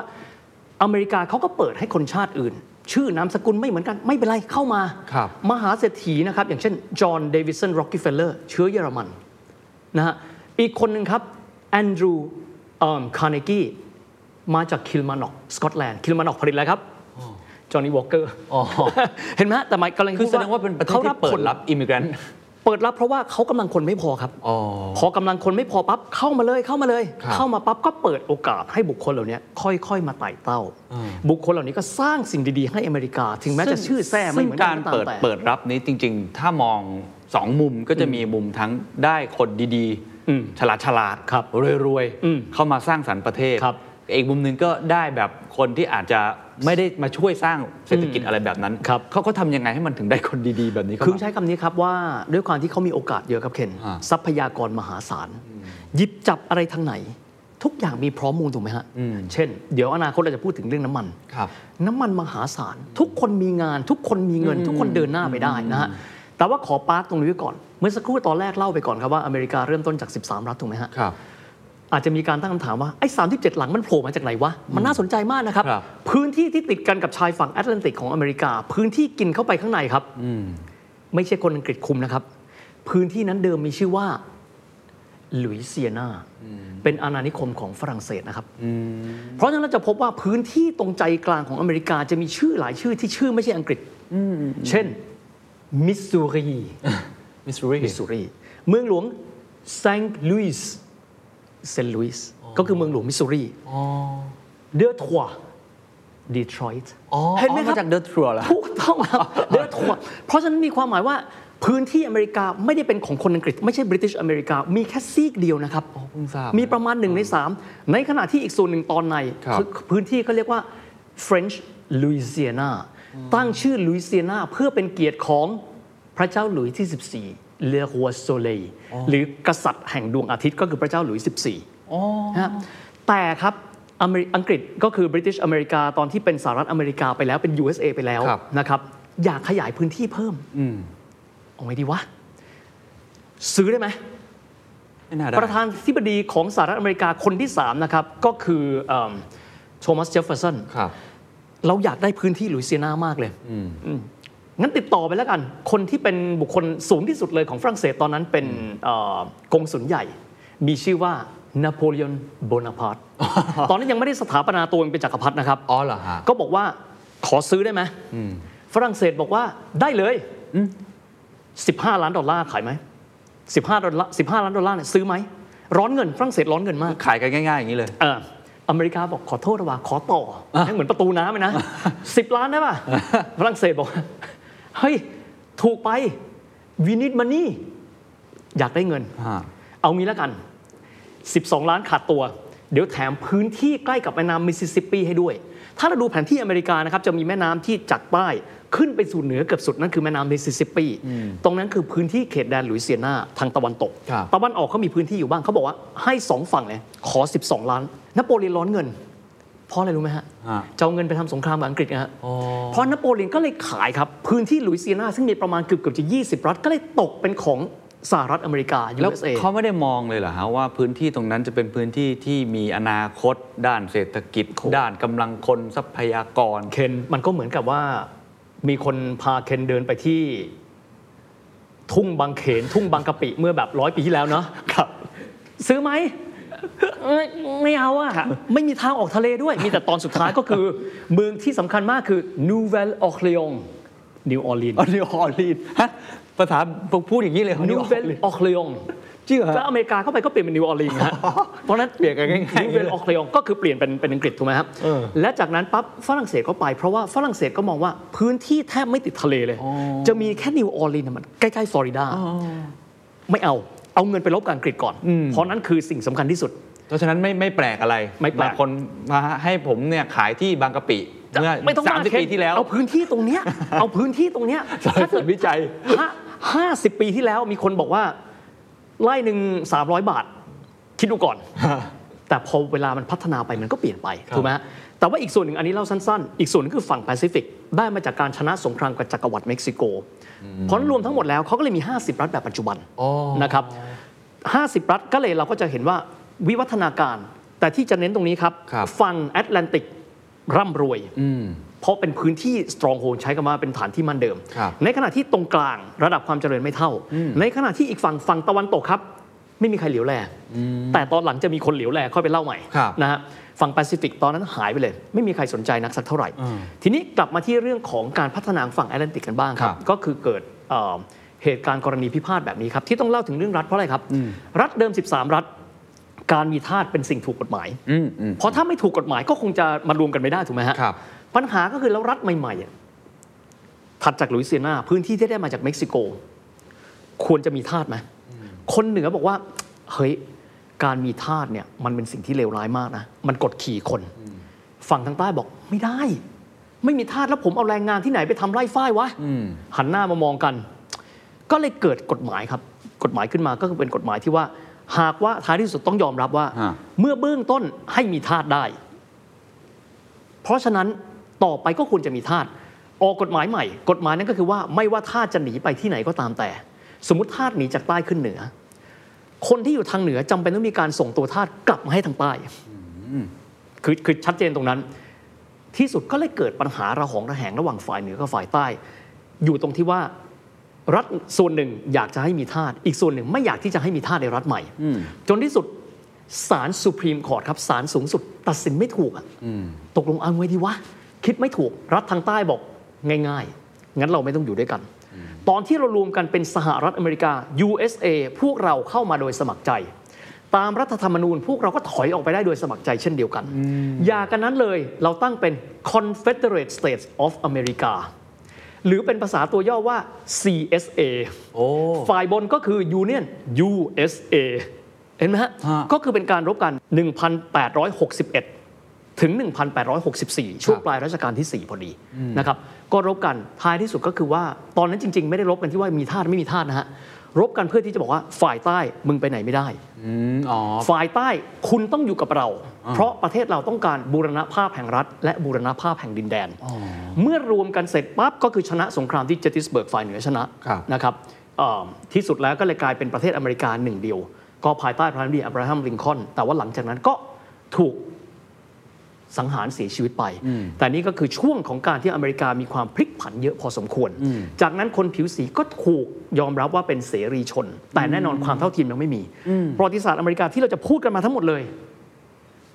C: อเมริกาเขาก็เปิดให้คนชาติอื่น ชื่อนามสกุลไม่เหมือนกันไม่เป็นไรเข้ามา
B: ครับ
C: มหาเศรษฐีนะครับ อย่างเช่น จอห์นเดวิสันโรก e เฟลเลอร์เชื้อเยอรมันนะฮะอีกคนหนึ่งครับแอนดรูคาร์เนกีมาจากคิลมานอกสกอตแลนด์คิลมานอกผลิตอะไรครับจอห์นนี่วอลเกอร์
B: อ๋อ
C: เห็นไหมฮะแต่หมายกำลัง
B: คือ
C: พู
B: แสดงว่าเป็นประเทศ
C: ขา
B: ที่เปิ
C: ค
B: ด
C: น
B: รับอิมิเกรนต์
C: เปิดรับเพราะว่าเขากำลังคนไม่พอครับ
B: อ๋อ
C: พอกำลังคนไม่พอปั๊บเข้ามาเลยเข้ามาเลย
B: ครับ
C: เข้ามาปั๊บก็เปิดโอกาสให้บุคคลเหล่านี้ค่อยๆ มาไต่เต้า
B: อืม
C: บุคคลเหล่านี้ก็สร้างสิ่งดีๆให้อเมริกา ถึงแม้จะชื่อแท้ไม่
B: ซึ่ง
C: เหมือน
B: การ
C: ก็ตม
B: เปิด
C: แต่
B: เปิดรับนี้จริง ๆ ถ้ามองสองมุมก็จะมีมุมทั้งได้คนดี
C: อืม
B: ๆ ฉลาดฉลาดๆ
C: ครับ
B: รวย
C: อืม
B: ๆ เข้ามาสร้างสรรค์ประเทศ
C: ครับ
B: อีกมุมหนึ่งก็ได้แบบคนที่อาจจะไม่ได้มาช่วยสร้างเศรษฐกิจอะไรแบบนั้น
C: ครับ
B: เขาก็ทำยังไงให้มันถึงได้คนดีๆ แบบนี้เข้า
C: คือ
B: มา
C: ใช้คำนี้ครับว่าด้วยความที่เขามีโอกาสเยอะครับเคน
B: ฮะ
C: ทรัพยากรมหาศาลหยิบจับอะไรทางไหน ทุกอย่างมีพร้อมมูลถูกไหมฮะเช่น เดี๋ยวอนาคตเราจะพูดถึงเรื่องน้ำมัน
B: ครับ
C: น้ำมันมหาศาล ทุกคนมีงานทุกคนมีเงิน ทุกคนเดินหน้าไปได้นะฮะแต่ว่าขอปาร์ตตรงนี้ไว้ก่อน เมื่อสักครู่ตอนแรกเล่าไปก่อนครับว่าอเมริกาเริ่มต้นจาก 13 รัฐถูกไหมฮะ
B: ครับ
C: อาจจะมีการตั้งคำถามว่า ไอ้ 37 หลังมันโผล่มาจากไหนวะ มันน่าสนใจมากนะครับ
B: ครับ
C: พื้นที่ที่ติดกันกับชายฝั่งแอตแลนติกของอเมริกา พื้นที่กินเข้าไปข้างในครับ
B: อืม
C: ไม่ใช่คนอังกฤษคุมนะครับ พื้นที่นั้นเดิมมีชื่อว่าลุยเซียนาเป็นอาณานิคมของฝรั่งเศสนะครับ
B: อืม
C: เพราะฉะนั้นเราจะพบว่าพื้นที่ตรงใจกลางของอเมริกาจะมีชื่อหลายชื่อที่ชื่อไม่ใช่อังกฤษ เช่น มิสซูรี
B: มิสซูรี
C: มิสซูรี เมืองหลวงเซนต์ลุยส์เซนต์ลุยส์ก็คือเมืองหลวงมิสซูรี
B: อ๋อ
C: เดอทัวดีทรอยต์
B: อ๋อ
C: เห็นไหมค
B: มา
C: รั
B: จาก
C: บ
B: เดอะทัวร์เหรอ
C: ถูกต้องครับ เดอทัวเพราะฉะนั้นมีความหมายว่าพื้นที่อเมริกาไม่ได้เป็นของคนอังกฤษ ไม่ใช่บริ t ิชอเมริกา มีแค่ซีกเดียวนะครับ
B: อ๋อเพิ่งทราบ
C: มีประมาณหนึ่งในสามในขณะที่อีกส่วนหนึ่งตอนใน
B: ครับ
C: อพื้นที่เขาเรียกว่า French Louisiana ตั้งชื่อ Louisiana เพื่อเป็นเกียรติของพระเจ้าหลุยส์ที่ 14 Le Roi Soleil หรือกษัตริย์แห่งดวงอาทิตย์ก็คือพระเจ้าหลุยส์14
B: อ๋อ
C: นะฮะแต่ครับอเมริอังกฤษก็คือบริ t ิชอเมริกาตอนที่เป็นสหรัฐอเมริกาไปแล้วเป็น USA ไปแล้ว
B: ครับ
C: นะครับ อยากขยายพื้นที่เพิ่ม
B: อืม
C: เอาไงดีวะ ซื้อได้ไหม
B: ไม่น่าได้
C: ประธานธิบดีของสหรัฐอเมริกาคนที่ 3 นะครับ ก็คือโทมัสเจฟเฟอร์สัน
B: ครับ
C: เราอยากได้พื้นที่ลุยเซียนามากเลยอืมงั้นติดต่อไปแล้วกัน คนที่เป็นบุคคลสูงที่สุดเลยของฝรั่งเศสตอนนั้นเป็นเอ่อกงสุลใหญ่ มีชื่อว่านโปเลียนโบนาปาร์ต ตอนนั้นยังไม่ได้สถาปนาตัวเองเป็นจักรพรรดินะครับ
B: อ๋อเหรอฮะ
C: ก็บอกว่าขอซื้อได้ไหมฝรั่งเศสบอกว่าได้เลย 15 ล้านดอลลาร์ขายไหม15ดอลลาร์15 ล้านดอลลาร์เนี่ยซื้อไหมร้อนเงินฝรั่งเศสร้อนเงินมาก
B: ขายกันง่ายๆอย่างนี้เลย
C: เอออเมริกาบอกขอโทษนะว่าขอต่อนั่นเหมือนประตูน้ำ เลยนะสิบล้านได้ป่ะ ฝรั่งเศสบอก เฮ้ย ถูกไปวินิ e มันนี่ อยากได้เงิน เอางี้แล้วกัน 12 ล้านขาดตัว เดี๋ยวแถมพื้นที่ใกล้กับแม่น้ำมิสซิสซิปปีให้ด้วย ถ้าเราดูแผนที่อเมริกานะครับ จะมีแม่น้ำที่จากใต้ขึ้นไปสู่เหนือเกือบสุดนั่นคือแม่น้ำมิสซิสซิปปี ตรงนั้นคือพื้นที่เขตแดนหลุยเซียนาทางตะวันตก
B: ครับ
C: ตะวันออกเขามีพื้นที่อยู่บ้างเขาบอกว่าให้สองฝั่งเลยขอ 12 ล้าน นโปเลียนร้อนเงิน เพราะอะไรรู้ไหมฮะ
B: ฮะ
C: จะเอาเงินไปทำสงครามกับอังกฤษนะฮะ
B: อ๋อ
C: เพราะนโปเลียนก็เลยขายครับ พื้นที่หลุยเซียนาซึ่งมีประมาณเกือบเกือบๆจะ 20 รัฐก็เลยตกเป็นของสหรัฐอเมริกา
B: แล้ว
C: USA
B: เขาไม่ได้มองเลยเหรอฮะว่าพื้นที่ตรงนั้นจะเป็นพื้นที่ที่มีอนาคต ด้านเศรษฐกิจ ด้านกำลังคนทรัพยากร
C: เคนมันก็เหมือนกับว่ามีคนพาเคนเดินไปที่ ทุ่งบางเขน ทุ่งบางกะปิเมื่อแบบร้อยปีที่แล้วเนาะครับ ซื้อไหมเอ้ยไม่เอาอะไม่มีทางออกทะเลด้วย มีแต่ตอนสุดท้ายก็คือ เมืองที่สำคัญมากคือนูเวลออคลีองนิวออร์ ลีน
B: ออนิวออร์ลีนฮะภาษาพูดอย่างนี้ เลยหรอ
C: นิวเวลออคลีอง
B: จริงเหรอ
C: แล้ว
B: ฮะ
C: อเมริกาเข้าไปก็เปลี่ยนเป็นนิวออร์ลีนส์ฮะ เพราะฉะนั้น
B: เปลี่ยนกันง่ายๆ
C: นิวเวลออคลีองก็คือเปลี่ยนเป็นเป็นอังกฤษถูกไหมครับ
B: เออ
C: และจากนั้นปั๊บฝรั่งเศสก็ไป เพราะว่าฝรั่งเศสก็มองว่าพื้นที่แทบไม่ติดทะเลเลย
B: อ๋อ
C: จะมีแค่นิวออร์ลีนส์นะมันใกล้ๆฟลอริดา
B: อ๋อ
C: ไม่เอา เอาเงินไปลบกับอังกฤษก่อน เพราะนั้นคือสิ่งสำคัญที่สุด
B: เพราะฉะนั้นไม่ไม่แปลกอะไร
C: ไม่แปลก
B: บางคนมาให้ผมเนี่ยขายที่บางกะปิเมื่อ
C: ไม่ต้อง
B: สามสิบ
C: เค้น
B: ปีที่แล้ว
C: เอาพื้นที่ตรง เนี้ย เอาพื้นที่ตรงเนี้ย
B: สายส่วนวิจัย
C: ห้าห้าสิบปีที่แล้วมีคนบอกว่าไล่หนึ่งสามร้อยบาท คิดดูก่อน แต่พอเวลามันพัฒนาไปมันก็เปลี่ยนไป
B: ครับ
C: ถูกไหมฮะแต่ว่าอีกส่วนหนึ่งอันนี้เล่าสั้นๆ อีกส่วนหนึงคือฝั่งแปซิฟิก ได้มาจากการชนะสงครามกับจักรวรรดิเม็กซิโก เพราะรวมทั้งหมดแล้วเขาก็เลยมี 50 รัฐแบบปัจจุบัน
B: อ๋อ
C: นะครับ 50 รัฐก็เลยเราก็จะเห็นว่าวิวัฒนาการ แต่ที่จะเน้นตรงนี้ครับ
B: ครับ
C: ฝั่งแอตแลนติกร่ำรวย
B: อืม
C: เพราะเป็นพื้นที่สตรองโฮ d ใช้คำว่าเป็นฐานที่มั่นเดิม
B: ครับ
C: ในขณะที่ตรงกลางระดับความเจริญไม่เท่า ในขณะที่อีกฝั่งฝั่งตะวันตกครับ ไม่มีใครเหลียวแล แต่ตอนหลังจะมีคนเหลียวแลค่อยไปเล่าใหม่
B: ครับ
C: นะฮะฝั่งแปซิฟิกตอนนั้นหายไปเลย ไม่มีใครสนใจนักสักเท่าไหร่
B: อืม
C: ทีนี้กลับมาที่เรื่องของการพัฒนาฝั่งแอตแลนติกกันบ้างค
B: ค
C: รั
B: รับ บ
C: ก็คือเกิดเอ่อเหตุการณ์กรณีพิพาทแบบนี้ครับที่ต้องเล่าถึงเรื่องรัฐเพราะอะไรครับ รัฐเดิม 13 รัฐ การมีทาสเป็นสิ่งถูกกฎหมาย
B: อืมอืม
C: เพราะถ้าไม่ถูกกฎหมายก็คงจะมารวมกันไม่ได้ถูกไหมฮะ
B: ครับ
C: ปัญหาก็คือแล้วรัฐใหม่ๆอะถัดจากหลุยเซียนา พื้นที่ที่ได้มาจากเม็กซิโก ควรจะมีทาสไหมคนเหนือบอกว่า เฮ้ย การมีทาสเนี่ยมันเป็นสิ่งที่เลวร้ายมากนะ มันกดขี่คน ฝั่งทางใต้บอกไม่ได้ ไม่มีทาสแล้วผมเอาแรงงานที่ไหนไปทำไร่ฝ้ายวะ
B: อืม
C: หันหน้ามามองกัน ก็เลยเกิดกฎหมายครับ กฎหมายขึ้นมาก็คือเป็นกฎหมายที่ว่า หากว่าท้ายที่สุดต้องยอมรับว่า
B: ฮะ
C: เมื่อเบื้องต้นให้มีทาสได้ เพราะฉะนั้นต่อไปก็ควรจะมีทาสออกกฎหมายใหม่ กฎหมายนั้นก็คือว่าไม่ว่าทาสจะหนีไปที่ไหนก็ตามแต่ สมมติทาสหนีจากใต้ขึ้นเหนือ คนที่อยู่ทางเหนือจำเป็นต้องมีการส่งตัวทาสกลับมาให้ทางใต้คือคือชัดเจนตรงนั้น ที่สุดก็เลยเกิดปัญหาระหองระแหงระหว่างฝ่ายเหนือกับฝ่ายใต้ อยู่ตรงที่ว่ารัฐส่วนหนึ่งอยากจะให้มีทาสอีกส่วนหนึ่งไม่อยากที่จะให้มีทาสในรัฐใหม่
B: อืม
C: จนที่สุดศาลสุพรีมคอร์ตครับศาลสูงสุด ตัดสินไม่ถูกอะ
B: อืม
C: ตกลงเอาไว้ดีวะ คิดไม่ถูก รัฐทางใต้บอกง่าย ๆ งั้นเราไม่ต้องอยู่ด้วยกัน ตอนที่เรารวมกันเป็นสหรัฐอเมริกา USA พวกเราเข้ามาโดยสมัครใจ ตามรัฐธรรมนูญ พวกเราก็ถอยออกไปได้โดยสมัครใจเช่นเดียวกัน อย่ากันนั้นเลยเราตั้งเป็น Confederate States of America หรือเป็นภาษาตัวย่อว่า CSA
B: โอ้
C: ฝ่ายบนก็คือ Union USA เห็นไหมฮะ
B: ฮะ
C: ก็คือเป็นการรบกัน 1,861 ถึง 1,864 ช่วง
B: ครับ
C: ปลายรัชกาลที่ 4 พอดีนะครับ ก็รบกันท้ายที่สุดก็คือว่า ตอนนั้นจริง ๆ ไม่ได้รบกันที่ว่ามีทาสไม่มีทาสนะฮะ รบกันเพื่อที่จะบอกว่าฝ่ายใต้มึงไปไหนไม่ได้
B: อืมอ๋อ
C: ฝ่ายใต้คุณต้องอยู่กับเรา เพราะประเทศเราต้องการบูรณภาพแห่งรัฐ และบูรณภาพแห่งดินแดน เมื่อรวมกันเสร็จปั๊บก็คือชนะสงครามที่เจติสเบิร์กฝ่ายเหนือชนะครับ นะครับเอ่อที่สุดแล้วก็เลยกลายเป็นประเทศอเมริกาหนึ่งเดียว ก็ภายใต้พระนาธิบดีอับราฮัมลิงคอล์นแต่ว่าหลังจากนั้นก็ถูกสังหารเสียชีวิตไป แต่นี่ก็คือช่วงของการที่อเมริกามีความพลิกผันเยอะพอสมควร จากนั้นคนผิวสีก็ถูกยอมรับว่าเป็นเสรีชน แต่แน่นอนความเท่าเทียมยังไม่มีประวัติศาสตร์อเมริกาที่เราจะพูดกันมาทั้งหมดเลย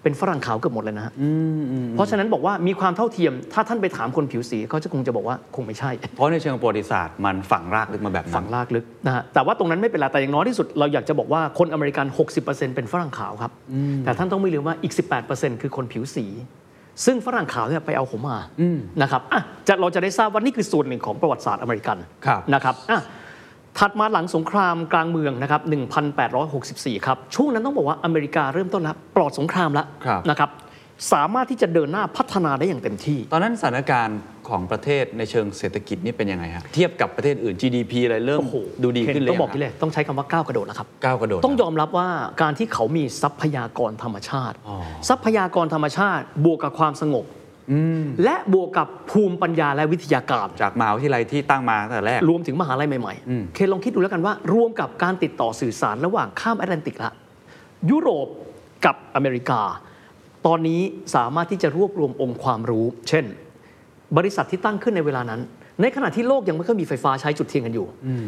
C: เป็นฝรั่งขาวเกือบหมดเลยนะฮะ
B: อืมอืม
C: เพราะฉะนั้นบอกว่ามีความเท่าเทียม ถ้าท่านไปถามคนผิวสีเขาจะคงจะบอกว่าคงไม่ใช่
B: เพราะในเชิงประวัติศาสตร์มันฝังรากลึกมาแบบนั้
C: ฝัง
B: น
C: ลากลึกนะฮะแต่ว่าตรงนั้นไม่เป็นไรแต่อย่างน้อยที่สุดเราอยากจะบอกว่าคนอเมริกัน 60%เป็นฝรั่งขาวครับ แต่ท่านต้องไม่ลืมว่าอีก 18%คือคนผิวสี ซึ่งฝรั่งขาวเนี่ยไปเอาผมมานะครับอ่ะจะเราจะได้ทราบว่านี่คือส่วนหนึ่งของประวัติศาสตร์อเมริกัน
B: ครับ
C: นะครับอ่ะถัดมาหลังสงครามกลางเมืองนะครับ 1864 ครับ ช่วงนั้นต้องบอกว่าอเมริกาเริ่มต้นแล้วปลอดสงครามแล้ว
B: ครับ
C: นะครับ สามารถที่จะเดินหน้าพัฒนาได้อย่างเต็มที่
B: ตอนนั้นสถานการณ์ของประเทศในเชิงเศรษฐกิจนี่เป็นยังไงฮะเทียบกับประเทศอื่น GDP อะไรเริ่ม
C: โอ้โห
B: ดูดีขึ้นเลย
C: ต้องบอก
B: ฮะ
C: ที่เลยต้องใช้คำว่าก้าวกระโดดแล้วครับ
B: ก้าวกระโดด
C: ต้องยอมรับว่าการที่เขามีทรัพยากรธรรมชาติ
B: อ๋อ
C: ทรัพยากรธรรมชาติ บวกกับความสงบ
B: อืม
C: และบวกกับภูมิปัญญาและวิทยาการ
B: จากมหาวิทยาลัยที่ตั้งมาตั้งแต่แรก
C: รวมถึงมหาลัยใหม่
B: อืม
C: ๆ เคนลองคิดดูแล้วกันว่า รวมกับการติดต่อสื่อสารระหว่างข้ามแอตแลนติกละ ยุโรปกับอเมริกา ตอนนี้สามารถที่จะรวบรวมองค์ความรู้ เช่น บริษัทที่ตั้งขึ้นในเวลานั้น ในขณะที่โลกยังไม่ค่อยมีไฟฟ้าใช้จุดเทียนกันอยู่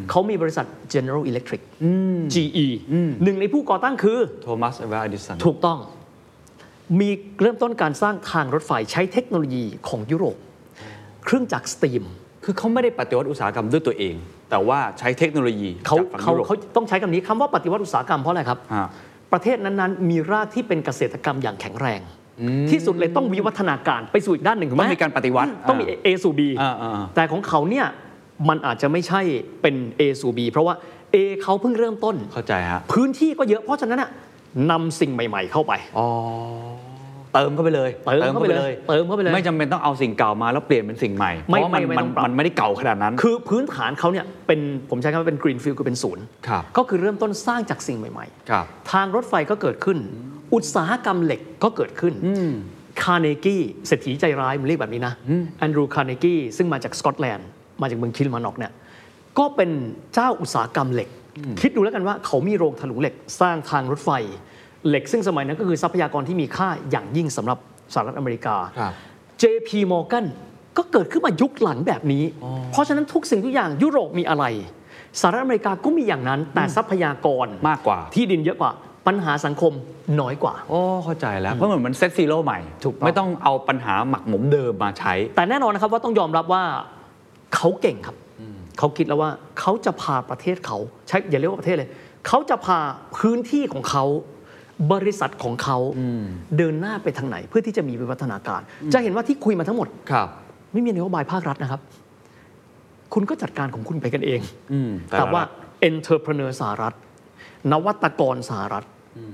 C: เขามีบริษัท General Electric GE หนึ่งในผู้ก่อตั้งคือ
B: โทมัสเอเวอร์ดิสัน
C: ถูกต้อง มีเริ่มต้นการสร้างทางรถไฟใช้เทคโนโลยีของยุโรป เครื่องจักรสตีม
B: คือเขาไม่ได้ปฏิวัติอุตสาหกรรมด้วยตัวเอง แต่ว่าใช้เทคโนโลยี
C: เขา
B: จากฝั่ง
C: เขา
B: ยุโรป
C: เขาต้องใช้คำนี้คำว่าปฏิวัติอุตสาหกรรมเพราะอะไรครับ
B: ฮะ
C: ประเทศนั้นๆ มีรากที่เป็นเกษตรกรรมอย่างแข็งแรง ที่สุดเลยต้องวิวัฒนาการไปสู่อีกด้านหนึ่งถูกไหม
B: ต้องมีการปฏิวัติ
C: อืมต้องมี A สู่ B
B: อ่าอ่าอ่า
C: แต่ของเขาเนี่ยมันอาจจะไม่ใช่เป็น A สู่ B เพราะว่า A เขาเพิ่งเริ่มต้น
B: เข้าใจฮะ
C: พื้นที่ก็เยอะเพราะฉะนั้นน่ะนำสิ่งใหม่ๆเข้าไป
B: อ๋อเติมเข้าไปเลย
C: เติมเข้าไปเลยเติมเข้าไปเลย
B: ไม่จำเป็นต้องเอาสิ่งเก่ามาแล้วเปลี่ยนเป็นสิ่งใหม่เพ
C: ไม่
B: ราะว่ามัน
C: ไม่ไม่
B: มั
C: ต้
B: น
C: องปรับ
B: มันไม่ได้เก่าขนาดนั้น
C: คือพื้นฐานเขาเนี่ยเป็นผมใช้คำว่าเป็นกรีนฟิลคือเป็นศูนย์
B: ครับ
C: ก็คือเริ่มต้นสร้างจากสิ่งใหม่ ๆ
B: ครับ
C: ทางรถไฟก็เกิดขึ้น อุตสาหกรรมเหล็กก็เกิดขึ้น คาร์เนกี้ เศรษฐีใจร้ายมันเรียกแบบนี้นะ แอนดรูคาร์เนกี้ ซึ่งมาจากสกอตแลนด์ มาจากเมืองคิลมานอกเนี่ย ก็เป็นเจ้าอุตสาหกรรมเหล็ก คิดดูแล้วกันว่าเขามีโรงถลุงเหล็กสร้างทางรถไฟ เหล็กซึ่งสมัยนั้นก็คือทรัพยากรที่มีค่าอย่างยิ่งสำหรับสหรัฐอเมริกา
B: ครับ
C: JP Morgan ก็เกิดขึ้นมายุคหลังแบบนี้ เพราะฉะนั้นทุกสิ่งทุกอย่างยุโรปมีอะไรสหรัฐอเมริกาก็มีอย่างนั้น แต่ทรัพยากร
B: มากกว่า
C: ที่ดินเยอะกว่าปัญหาสังคมน้อยกว่า
B: โอ้เข้าใจแล้ว เพราะเหมือนมันเซตซีโร่ใหม่
C: ถูกต้อง
B: ไม่ต้องเอาปัญหาหมักหมมเดิมมาใช้
C: แต่แน่นอนนะครับว่าต้องยอมรับว่าเขาเก่งครับ เขาคิดแล้วว่าเขาจะพาประเทศเขาใช้อย่าเรียกว่าประเทศเลย เขาจะพาพื้นที่ของเขาบริษัทของเขาเดินหน้าไปทางไหน เพื่อที่จะมีวิวัฒนาการ จะเห็นว่าที่คุยมาทั้งหมด
B: ครับ
C: ไม่มีนโยบายภาครัฐนะครับ คุณก็จัดการของคุณไปกันเอง
B: อืม
C: แต่ว่า
B: ละ
C: entrepreneur สหรัฐ นวัตกรสหรัฐ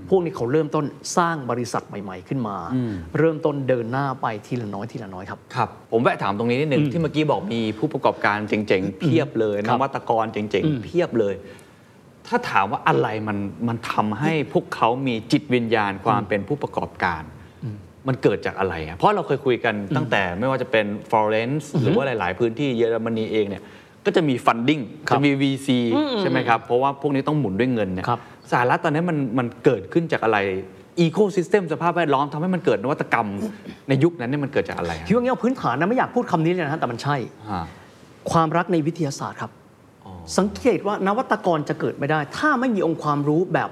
C: พวกนี้เขาเริ่มต้นสร้างบริษัทใหม่ ๆ ขึ้นมา เริ่มต้นเดินหน้าไปทีละน้อยทีละน้อยครับ
B: ครับ ผมแวะถามตรงนี้นิดนึง ที่เมื่อกี้บอกมีผู้ประกอบการเจ๋งๆ เพียบเลย
C: คน รับ
B: วัตกรเจ๋ง
C: อืม
B: ๆ เพียบเลย ถ้าถามว่าอะไรมันมันทำให้พวกเขามีจิตวิญญาณความเป็นผู้ประกอบการ มันเกิดจากอะไรอะเพราะเราเคยคุยกันตั้งแต่ไม่ว่าจะเป็นฟลอเรนซ์หรือว่าหลาย ๆ พื้นที่เยอรมนีเองเนี่ยก็จะมีฟันดิ้ง
C: ครับ
B: จะมี VC ใช่ไหมครับ เพราะว่าพวกนี้ต้องหมุนด้วยเงินเนี่ย
C: ครับ
B: สหรัฐตอนนี้มันมันเกิดขึ้นจากอะไรอีโคซิสเต็มสภาพแวดล้อมทำให้มันเกิดนวัตกรรมในยุคนั้นเนี่ยมันเกิดจากอะไรอะ
C: คิดว่าเงี้ยพื้นฐานนะไม่อยากพูดคำนี้เลยนะฮะแต่มันใช่
B: ฮะ
C: ความรักในวิทยาศาสตร์ครับ สังเกตว่านวัตกรจะเกิดไม่ได้ ถ้าไม่มีองค์ความรู้แบบ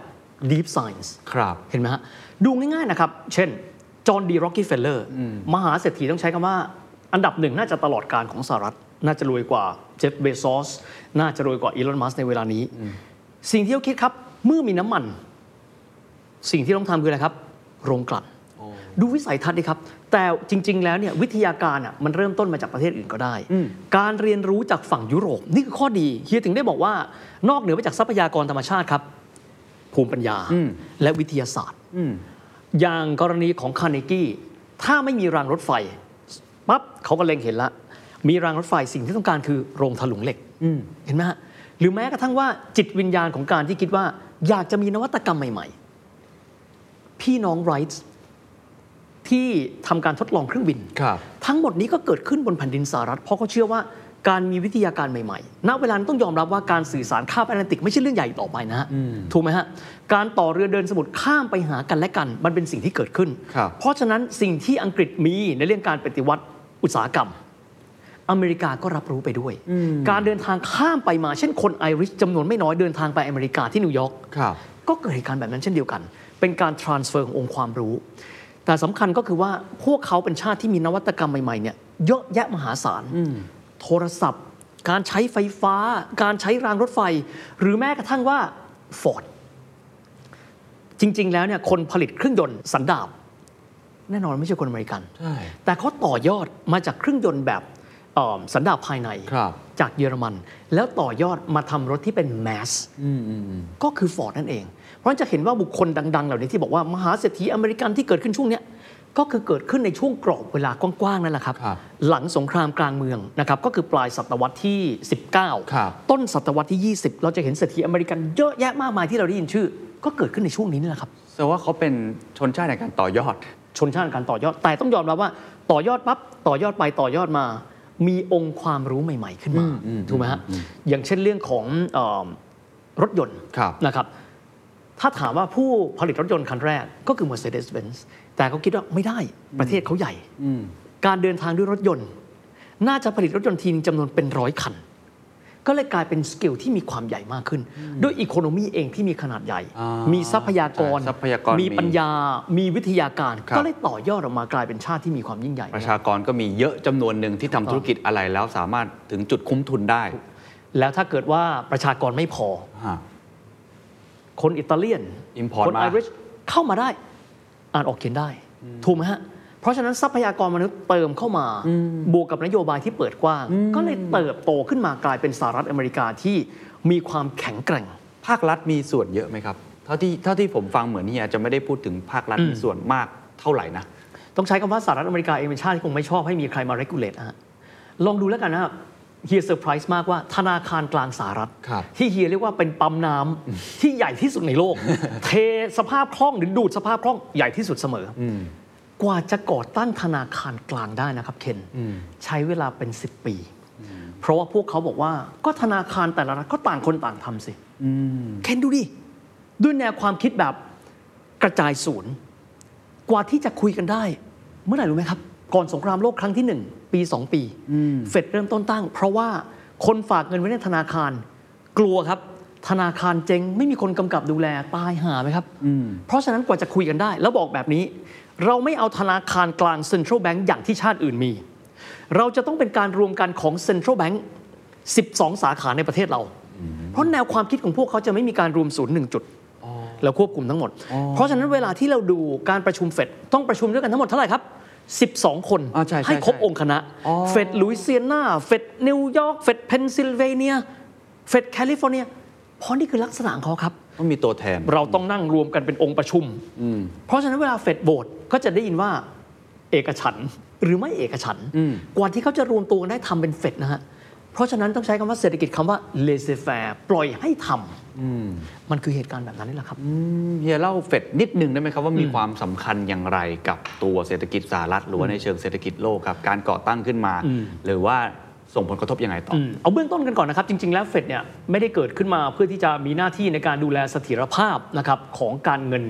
C: deep science
B: ครับ
C: เห็นไหมฮะ ดูง่ายๆนะครับ เช่น จอห์นดีร็อกกี้เฟลเลอร์ มหาเศรษฐีต้องใช้คำว่า อันดับหนึ่งน่าจะตลอดการของสหรัฐ น่าจะรวยกว่าเจฟเบซอส น่าจะรวยกว่าอีลอนมัสในเวลานี้ สิ่งที่เขาคิดครับ เมื่อมีน้ำมัน สิ่งที่ต้องทำคืออะไรครับ โรงกลั่น ดูวิสัยทัศน์ดิครับ แต่จริง ๆ แล้วเนี่ยวิทยาการอ่ะมันเริ่มต้นมาจากประเทศอื่นก็ได้ การเรียนรู้จากฝั่งยุโรป นี่คือข้อดีเฮียถึงได้บอกว่านอกเหนือไปจากทรัพยากรธรรมชาติครับ ภูมิปัญญา
B: อืม
C: และวิทยาศาสตร์
B: อืม
C: อย่างกรณีของคาร์เนกี้ถ้าไม่มีรางรถไฟปั๊บเขาก็เล็งเห็นละ มีรางรถไฟสิ่งที่ต้องการคือโรงถลุงเหล็ก
B: อืม
C: เห็นไหมฮะหรือแม้กระทั่งว่าจิตวิญญาณของการที่คิดว่า อยากจะมีนวัตกรรมใหม่ ๆ พี่น้องไรท์ที่ทำการทดลองเครื่องบิน
B: ครับ
C: ทั้งหมดนี้ก็เกิดขึ้นบนแผ่นดินสหรัฐ เพราะเขาเชื่อว่าการมีวิทยาการใหม่ๆ ณ เวลานั้นต้องยอมรับว่าการสื่อสารข้ามแอตแลนติกไม่ใช่เรื่องใหญ่ต่อไปนะฮะ ถูกไหมฮะ การต่อเรือเดินสมุทรข้ามไปหากันและกัน มันเป็นสิ่งที่เกิดขึ้น
B: ครับ
C: เพราะฉะนั้นสิ่งที่อังกฤษมีในเรื่องการปฏิวัติอุตสาหกรรม อเมริกาก็รับรู้ไปด้วย การเดินทางข้ามไปมา เช่นคนไอริชจำนวนไม่น้อยเดินทางไปอเมริกาที่นิวยอร์ก
B: ครับ
C: ก็เกิดเหตุการณ์แบบนั้นเช่นเดียวกัน เป็นการ transfer ขององค์ความรู้ แต่สำคัญก็คือว่าพวกเขาเป็นชาติที่มีนวัตกรรมใหม่ๆเนี่ยเยอะแยะมหาศาล โทรศัพท์ การใช้ไฟฟ้า การใช้รางรถไฟ หรือแม้กระทั่งว่า Ford จริง ๆ แล้วเนี่ยคนผลิตเครื่องยนต์สันดาปแน่นอนไม่ใช่คนอเมริกัน
B: ใช่
C: แต่เขาต่อยอดมาจากเครื่องยนต์แบบเอิ่มสันดาปภายใน
B: ครับ
C: จากเยอรมัน แล้วต่อยอดมาทำรถที่เป็นแมส
B: อืมอืมอืม
C: ก็คือฟอร์ดนั่นเอง เพราะฉะนั้นจะเห็นว่าบุคคลดัง ๆ เหล่านี้ที่บอกว่ามหาเศรษฐีอเมริกันที่เกิดขึ้นช่วงเนี้ยก็คือเกิดขึ้นในช่วงกรอบเวลากว้าง ๆ นั่นแหละครับ
B: ครับ
C: หลังสงครามกลางเมืองนะครับก็คือปลายศตวรรษที่
B: ครับ
C: 19 ต้นศตวรรษที่ 20 เราจะเห็นเศรษฐีอเมริกันเยอะแยะมากมายที่เราได้ยินชื่อ ก็เกิดขึ้นในช่วงนี้นี่แหละครับ
B: แสดงว่าเขาเป็นชนชาติในการต่อยอด
C: ชนชาติการต่อยอด แต่ต้องยอมรับว่าต่อยอดปั๊บต่อยอดไปต่อยอดมา มีองค์ความรู้ใหม่ ๆ ขึ้นมา
B: อืมอืม
C: ถูกไหมฮะอย่างเช่นเรื่องของเออรถยนต์
B: ครับ
C: นะครับถ้าถามว่าผู้ผลิตรถยนต์คันแรกก็คือ Mercedes-Benz แต่เขาคิดว่าไม่ได้ประเทศเขาใหญ่
B: อืม
C: การเดินทางด้วยรถยนต์ น่าจะผลิตรถยนต์ทีนึงจำนวนเป็นร้อยคัน ก็เลยกลายเป็นสเกิลที่มีความใหญ่มากขึ้น ด้วยอีโคโนมีเองที่มีขนาดใหญ่
B: อ่ามี
C: มีทรัพยากร
B: ใช่ทรัพยากร
C: มีปัญญา มีวิทยาการ
B: ครับ
C: ก็เลยต่อยอดออกมากลายเป็นชาติที่มีความยิ่งใหญ่
B: ประชากรก็มีเยอะจำนวนหนึ่งที่ทำธุรกิจอะไรแล้วสามารถถึงจุดคุ้มทุนได้
C: แล้วถ้าเกิดว่าประชากรไม่พอ
B: ฮะ
C: คนอิตาเลียน
B: Import
C: คน
B: มา
C: ไอริชเข้ามาได้ อ่านออกเขียนได้ ถูกไหมฮะ เพราะฉะนั้นทรัพยากรมนุษย์เติมเข้ามา บวกกับนโยบายที่เปิดกว้าง ก็เลยเติบโตขึ้นมากลายเป็นสหรัฐอเมริกาที่มีความแข็งแกร่ง
B: ภาครัฐมีส่วนเยอะไหมครับ เท่าที่เท่าที่ผมฟังเหมือนเฮียจะไม่ได้พูดถึงภาครัฐมีส่วนมากเท่าไหร่นะ
C: ต้องใช้คำว่าสหรัฐอเมริกาเองเป็นชาติที่คงไม่ชอบให้มีใครมา regulate ฮะลองดูแล้วกันนะครับเฮียเซอร์ไพรส์มากว่าธนาคารกลางสหรัฐ
B: ครับ
C: ที่เฮียเรียกว่าเป็นปั๊มน้ำที่ใหญ่ที่สุดในโล ก เทสภาพคล่องหรือดูดสภาพคล่องใหญ่ที่สุดเสมออกว่าจะก่อตั้งธนาคารกลางได้นะครับเคนใช้เวลาเป็น 10 ปี เพราะว่าพวกเขาบอกว่าก็ธนาคารแต่ละรัฐก็ต่างคนต่างทำสิเคนดูดิด้วยแนวความคิดแบบกระจายศูนย์ กว่าที่จะคุยกันได้ เมื่อไหร่รู้ไหมครับ ก่อนสงครามโลกครั้งที่ 1 ปี 2 ปี เฟดเริ่มต้นตั้ง เพราะว่าคนฝากเงินไว้ในธนาคาร กลัวครับ ธนาคารเจ๊งไม่มีคนกำกับดูแลตายหาไหมครับเพราะฉะนั้นกว่าจะคุยกันได้ แล้วบอกแบบนี้ เราไม่เอาธนาคารกลางเซ็นทรัลแบงก์อย่างที่ชาติอื่นมี เราจะต้องเป็นการรวมกันของเซ็นทรัลแบงก์12 สาขาในประเทศเรา เพราะแนวความคิดของพวกเขาจะไม่มีการรวมศูนย์หนึ่งจุด เราควบคุมทั้งหมด เพราะฉะนั้นเวลาที่เราดูการประชุมเฟดต้องประชุมด้วยกันทั้งหมดเท่าไหร่ครับ 12 คน
B: อ่าใช่ใช่
C: ครบ
B: ใช่
C: องค์คณะ
B: อ๋อ
C: เฟดลุยเซียนาเฟดนิวยอร์ก เฟดเพนซิลเวเนีย เฟดแคลิฟอร์เนีย เพราะนี่คือลักษณะของเขาครับ
B: ต้องมีตัวแทน
C: เราต้องนั่งรวมกันเป็นองค์ประชุม เพราะฉะนั้นเวลาเฟดโบสก็จะได้ยินว่าเอกฉันท์หรือไม่เอกฉันท์กว่าที่เขาจะรวมตัวกันได้ทำเป็นเฟดนะฮะ เพราะฉะนั้นต้องใช้คำว่าเศรษฐกิจคำว่าเลเซแฟร์ปล่อยให้ทำมันคือเหตุการณ์แบบนั้นนี่แหละครับ
B: เฮียเล่าเฟดนิดนึงได้ไหมครับว่ามีความสำคัญอย่างไรกับตัวเศรษฐกิจสหรัฐหรือว่าในเชิงเศรษฐกิจโลกครับ การก่อตั้งขึ้นมา หรือว่าส่งผลกระทบยังไงต่ออ
C: อืมเอาเบื้องต้นกันก่อนนะครับ จริง ๆ แล้วเฟดเนี่ยไม่ได้เกิดขึ้นมาเพื่อที่จะมีหน้าที่ในการดูแลเสถียรภาพนะครับของการเงิน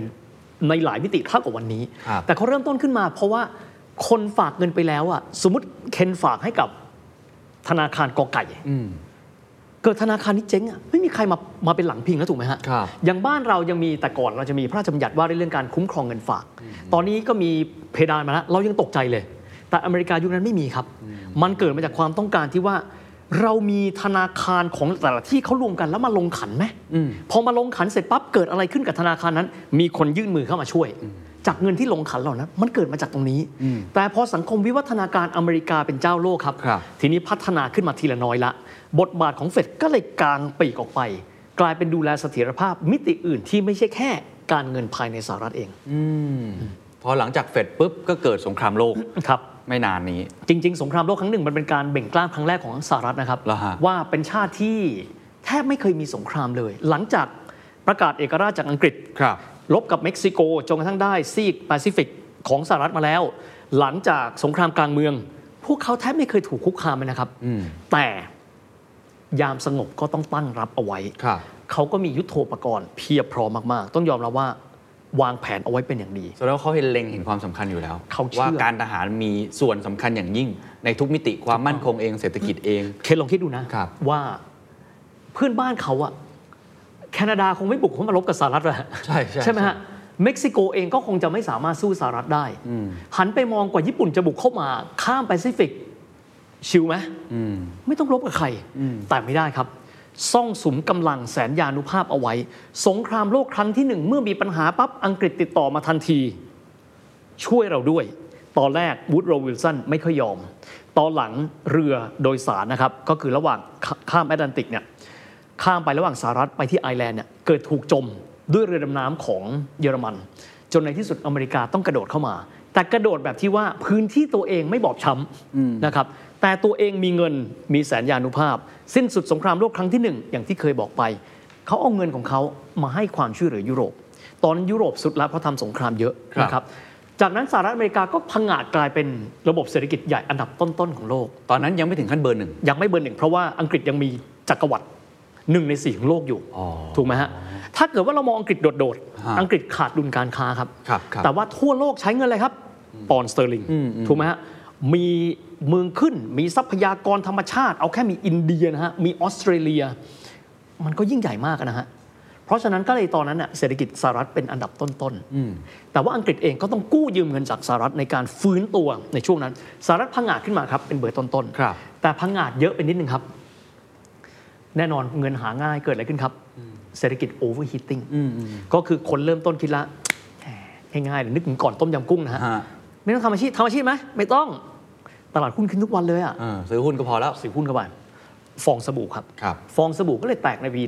C: ในหลายมิติเท่ากับวันนี้
B: ครับ
C: แต่เขาเริ่มต้นขึ้นมาเพราะว่าคนฝากเงินไปแล้วอะสมมติเคนฝากให้กับธนาคารกอไก่
B: อืม
C: เกิดธนาคารนี้เจ๊งอะไม่มีใครมามาเป็นหลังพิงแล้วถูกไหมฮะ
B: ครับ
C: อย่างบ้านเรายังมีแต่ก่อนเราจะมีพระราชบัญญัติว่าด้วยเรื่องการคุ้มครองเงินฝาก ตอนนี้ก็มีเพดานมาแล้วเรายังตกใจเลย แต่อเมริกายุคนั้นไม่มีครับ มันเกิดมาจากความต้องการที่ว่าเรามีธนาคารของแต่ละที่เขารวมกันแล้วมาลงขันไหม
B: อืม
C: พอมาลงขันเสร็จปั๊บเกิดอะไรขึ้นกับธนาคารนั้น มีคนยื่นมือเข้ามาช่วย จากเงินที่ลงขันเหล่านั้นมันเกิดมาจากตรงนี้ แต่พอสังคมวิวัฒนาการอเมริกาเป็นเจ้าโลกครับ
B: ครับ
C: ทีนี้พัฒนาขึ้นมาทีละน้อยละ บทบาทของเฟดก็เลยกางปีกออกไป กลายเป็นดูแลเสถียรภาพมิติอื่นที่ไม่ใช่แค่การเงินภายในสหรัฐเอง
B: พอหลังจากเฟดปุ๊บก็เกิดสงครามโลก
C: ครับ
B: ไม่นานนี้
C: จริง ๆ สงครามโลกครั้งหนึ่งมันเป็นการเบ่งกล้ามครั้งแรกของสหรัฐนะครับ
B: เหรอฮะ
C: ว่าเป็นชาติที่แทบไม่เคยมีสงครามเลย หลังจากประกาศเอกราชจากอังกฤษ
B: ครับ
C: ลบกับเม็กซิโกจนกระทั่งได้ซีกแปซิฟิกของสหรัฐมาแล้ว หลังจากสงครามกลางเมือง พวกเขาแทบไม่เคยถูกคุกคามเลยนะครับ
B: อืม
C: แต่ยามสงบก็ต้องตั้งรับเอาไว้
B: ครับ
C: เขาก็มียุทโธปกรณ์เพียบพร้อมมาก ๆ ต้องยอมรับว่าวางแผนเอาไว้เป็นอย่างดี
B: แสดงว่าเขาเห็นเล็งเห็นความสำคัญอยู่แล้ว
C: เขาเชื่อ
B: ว่าการทหารมีส่วนสำคัญอย่างยิ่ง ในทุกมิติความมั่นคงเองเศรษฐกิจเอง
C: เคนลองคิดดูนะครับ ว่าเพื่อนบ้านเขาอะแคนาดาคงไม่บุกเข้ามาลบกับสหรัฐหรอก
B: ใช่
C: ใช่ไหมฮะ เม็กซิโกเองก็คงจะไม่สามารถสู้สหรัฐได้ หันไปมองกว่าญี่ปุ่นจะบุกเข้ามาข้ามแปซิฟิก ชิลไหม
B: อืม
C: ไม่ต้องรบกับใคร แต่ไม่ได้ครับ ซ่องสุมกำลังแสนยานุภาพเอาไว้ สงครามโลกครั้งที่หนึ่ง เมื่อมีปัญหาปั๊บ อังกฤษติดต่อมาทันที ช่วยเราด้วย ตอนแรกวูดโรวิลสันไม่ค่อยยอม ตอนหลังเรือโดยสารนะครับ ก็คือระหว่างขข้ามแอตแลนติกเนี่ย ข้ามไประหว่างสหรัฐไปที่ไอร์แลนด์เนี่ยเกิดถูกจมด้วยเรือดำน้ำของเยอรมัน จนในที่สุดอเมริกาต้องกระโดดเข้ามา แต่กระโดดแบบที่ว่าพื้นที่ตัวเองไม่บอบช้ำนะครับแต่ตัวเองมีเงินมีแสนยานุภาพ สิ้นสุดสงครามโลกครั้งที่หนึ่งอย่างที่เคยบอกไป เขาเอาเงินของเขามาให้ความช่วยเหลือยุโรป ตอนนั้นยุโรปสุดแล้วเพราะทำสงครามเยอะ
B: ครับ
C: นะครับจากนั้นสหรัฐอเมริกาก็พังอาจกลายเป็นระบบเศรษฐกิจใหญ่อันดับต้นๆของโลก
B: ตอนนั้นยังไม่ถึงขั้นเบอร์หนึ่ง
C: ยังไม่เบอร์หนึ่งเพราะว่าอังกฤษยังมีจักรวรรดิหนึ่งในสี่ของโลกอยู่
B: อ๋อ
C: ถูกไหมฮะ ถ้าเกิดว่าเรามองอังกฤษโดด
B: ฮะ
C: ๆ อังกฤษขาดดุลการค้าครับ
B: ครับครับ
C: แต่ว่าทั่วโลกใช้เงินอะไรครับ ปอนด์สเตอร์ลิง
B: อืมอืม
C: ถูกไหมฮะ มีเมืองขึ้น มีทรัพยากรธรรมชาติ เอาแค่มีอินเดียนะฮะ มีออสเตรเลีย มันก็ยิ่งใหญ่มากนะฮะ เพราะฉะนั้นก็เลยตอนนั้นน่ะเศรษฐกิจสหรัฐเป็นอันดับต้นๆ แต่ว่าอังกฤษเองก็ต้องกู้ยืมเงินจากสหรัฐในการฟื้นตัวในช่วงนั้น สหรัฐพังงาดขึ้นมาครับเป็นเบอร์ต้นๆ
B: ครับ
C: แต่พังงาดเยอะไปนิดนึงครับ แน่นอนเงินหาง่ายเกิดอะไรขึ้นครับ เศรษฐกิจโอเวอร์ฮีตติ้งก็คือคนเริ่มต้นคิดละแหมง่ายๆเลยนึกถึงก่อนต้มยำกุ้งนะฮะ
B: ฮะ
C: ไม่ต้องทำอาชีพทำอาชีพไหมไม่ต้องตลาดหุ้นขึ้นทุกวันเลยอะ
B: เออซื้อหุ้นก็พอแล้ว
C: สิหุ้นเข้าไปฟองสบู่ครับ
B: ครับ
C: ฟองสบู่ก็เลยแตกในปี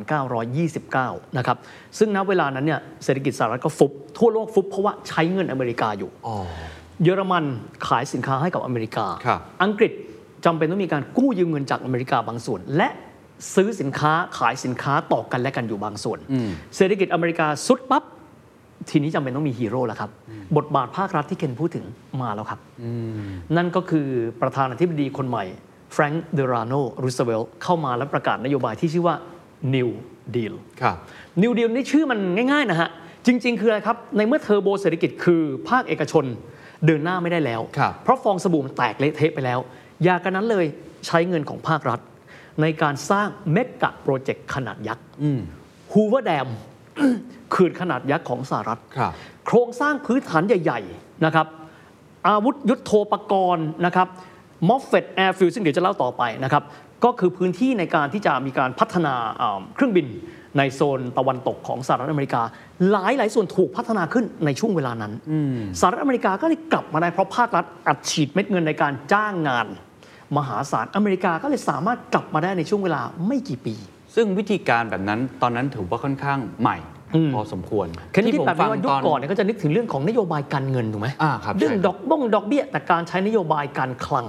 C: 1929 นะครับ ซึ่งณเวลานั้นเนี่ยเศรษฐกิจสหรัฐก็ฟุบ ทั่วโลกฟุบเพราะว่าใช้เงินอเมริกาอยู่
B: อ๋อ
C: เยอรมันขายสินค้าให้กับอเมริกา
B: ครับ
C: อังกฤษจำเป็นต้องมีการกู้ยืมเงินจากอเมริกาบางส่วน และซื้อสินค้าขายสินค้าต่อกันและกันอยู่บางส่วน เศรษฐกิจอเมริกาสุดปั๊บ ทีนี้จำเป็นต้องมีฮีโร่แล้วครับ บทบาทภาครัฐที่เคนพูดถึงมาแล้วครับ นั่นก็คือประธานาธิบดีคนใหม่แฟรงค์เดราโนรูสเวลเข้ามาและประกาศนโยบายที่ชื่อว่า New Deal
B: ครับ
C: นิวเดียนี่ชื่อมันง่าย ๆ นะฮะ จริง ๆ คืออะไรครับ ในเมื่อเทอร์โบเศรษฐกิจคือภาคเอกชนเดินหน้าไม่ได้แล้ว
B: ครับ
C: เพราะฟองสบู่มันแตกเละเทะไปแล้ว อยากันนั้นเลยใช้เงินของภาครัฐ ในการสร้างเมกะโปรเจกต์ขนาดยักษ์
B: อืม
C: ฮูเวอร์แดม เขื่อนขนาดยักษ์ของสหรัฐ
B: ครับ
C: โครงสร้างพื้นฐานใหญ่ ๆ นะครับ อาวุธยุโทโธปกรณ์นะครับมอฟเฟตแอร์ฟิลซึ่งเดี๋ยวจะเล่าต่อไปนะครับ ก็คือพื้นที่ในการที่จะมีการพัฒนาอ่าเครื่องบินในโซนตะวันตกของสหรัฐอเมริกา หลายหลายส่วนถูกพัฒนาขึ้นในช่วงเวลานั้นสหรัฐอเมริกาก็เลยกลับมาได้เพราะภาครัฐอัดฉีดเม็ดเงินในการจ้างงาน มหาศาลอเมริกาก็เลยสามารถกลับมาได้ในช่วงเวลาไม่กี่ปี
B: ซึ่งวิธีการแบบนั้นตอนนั้นถือว่าค่อนข้างใหม่
C: อืม
B: พอสมควร
C: เคนคิดแบบนี้ว่ายุคก่อน
B: น
C: เนี่ยก็จะนึกถึงเรื่องของนโยบายการเงินถูกไหม
B: อ่าครับ
C: เรื่อง
B: ใช่ครับ
C: ดอกบ้งดอกเบี้ยแต่การใช้นโยบายการคลัง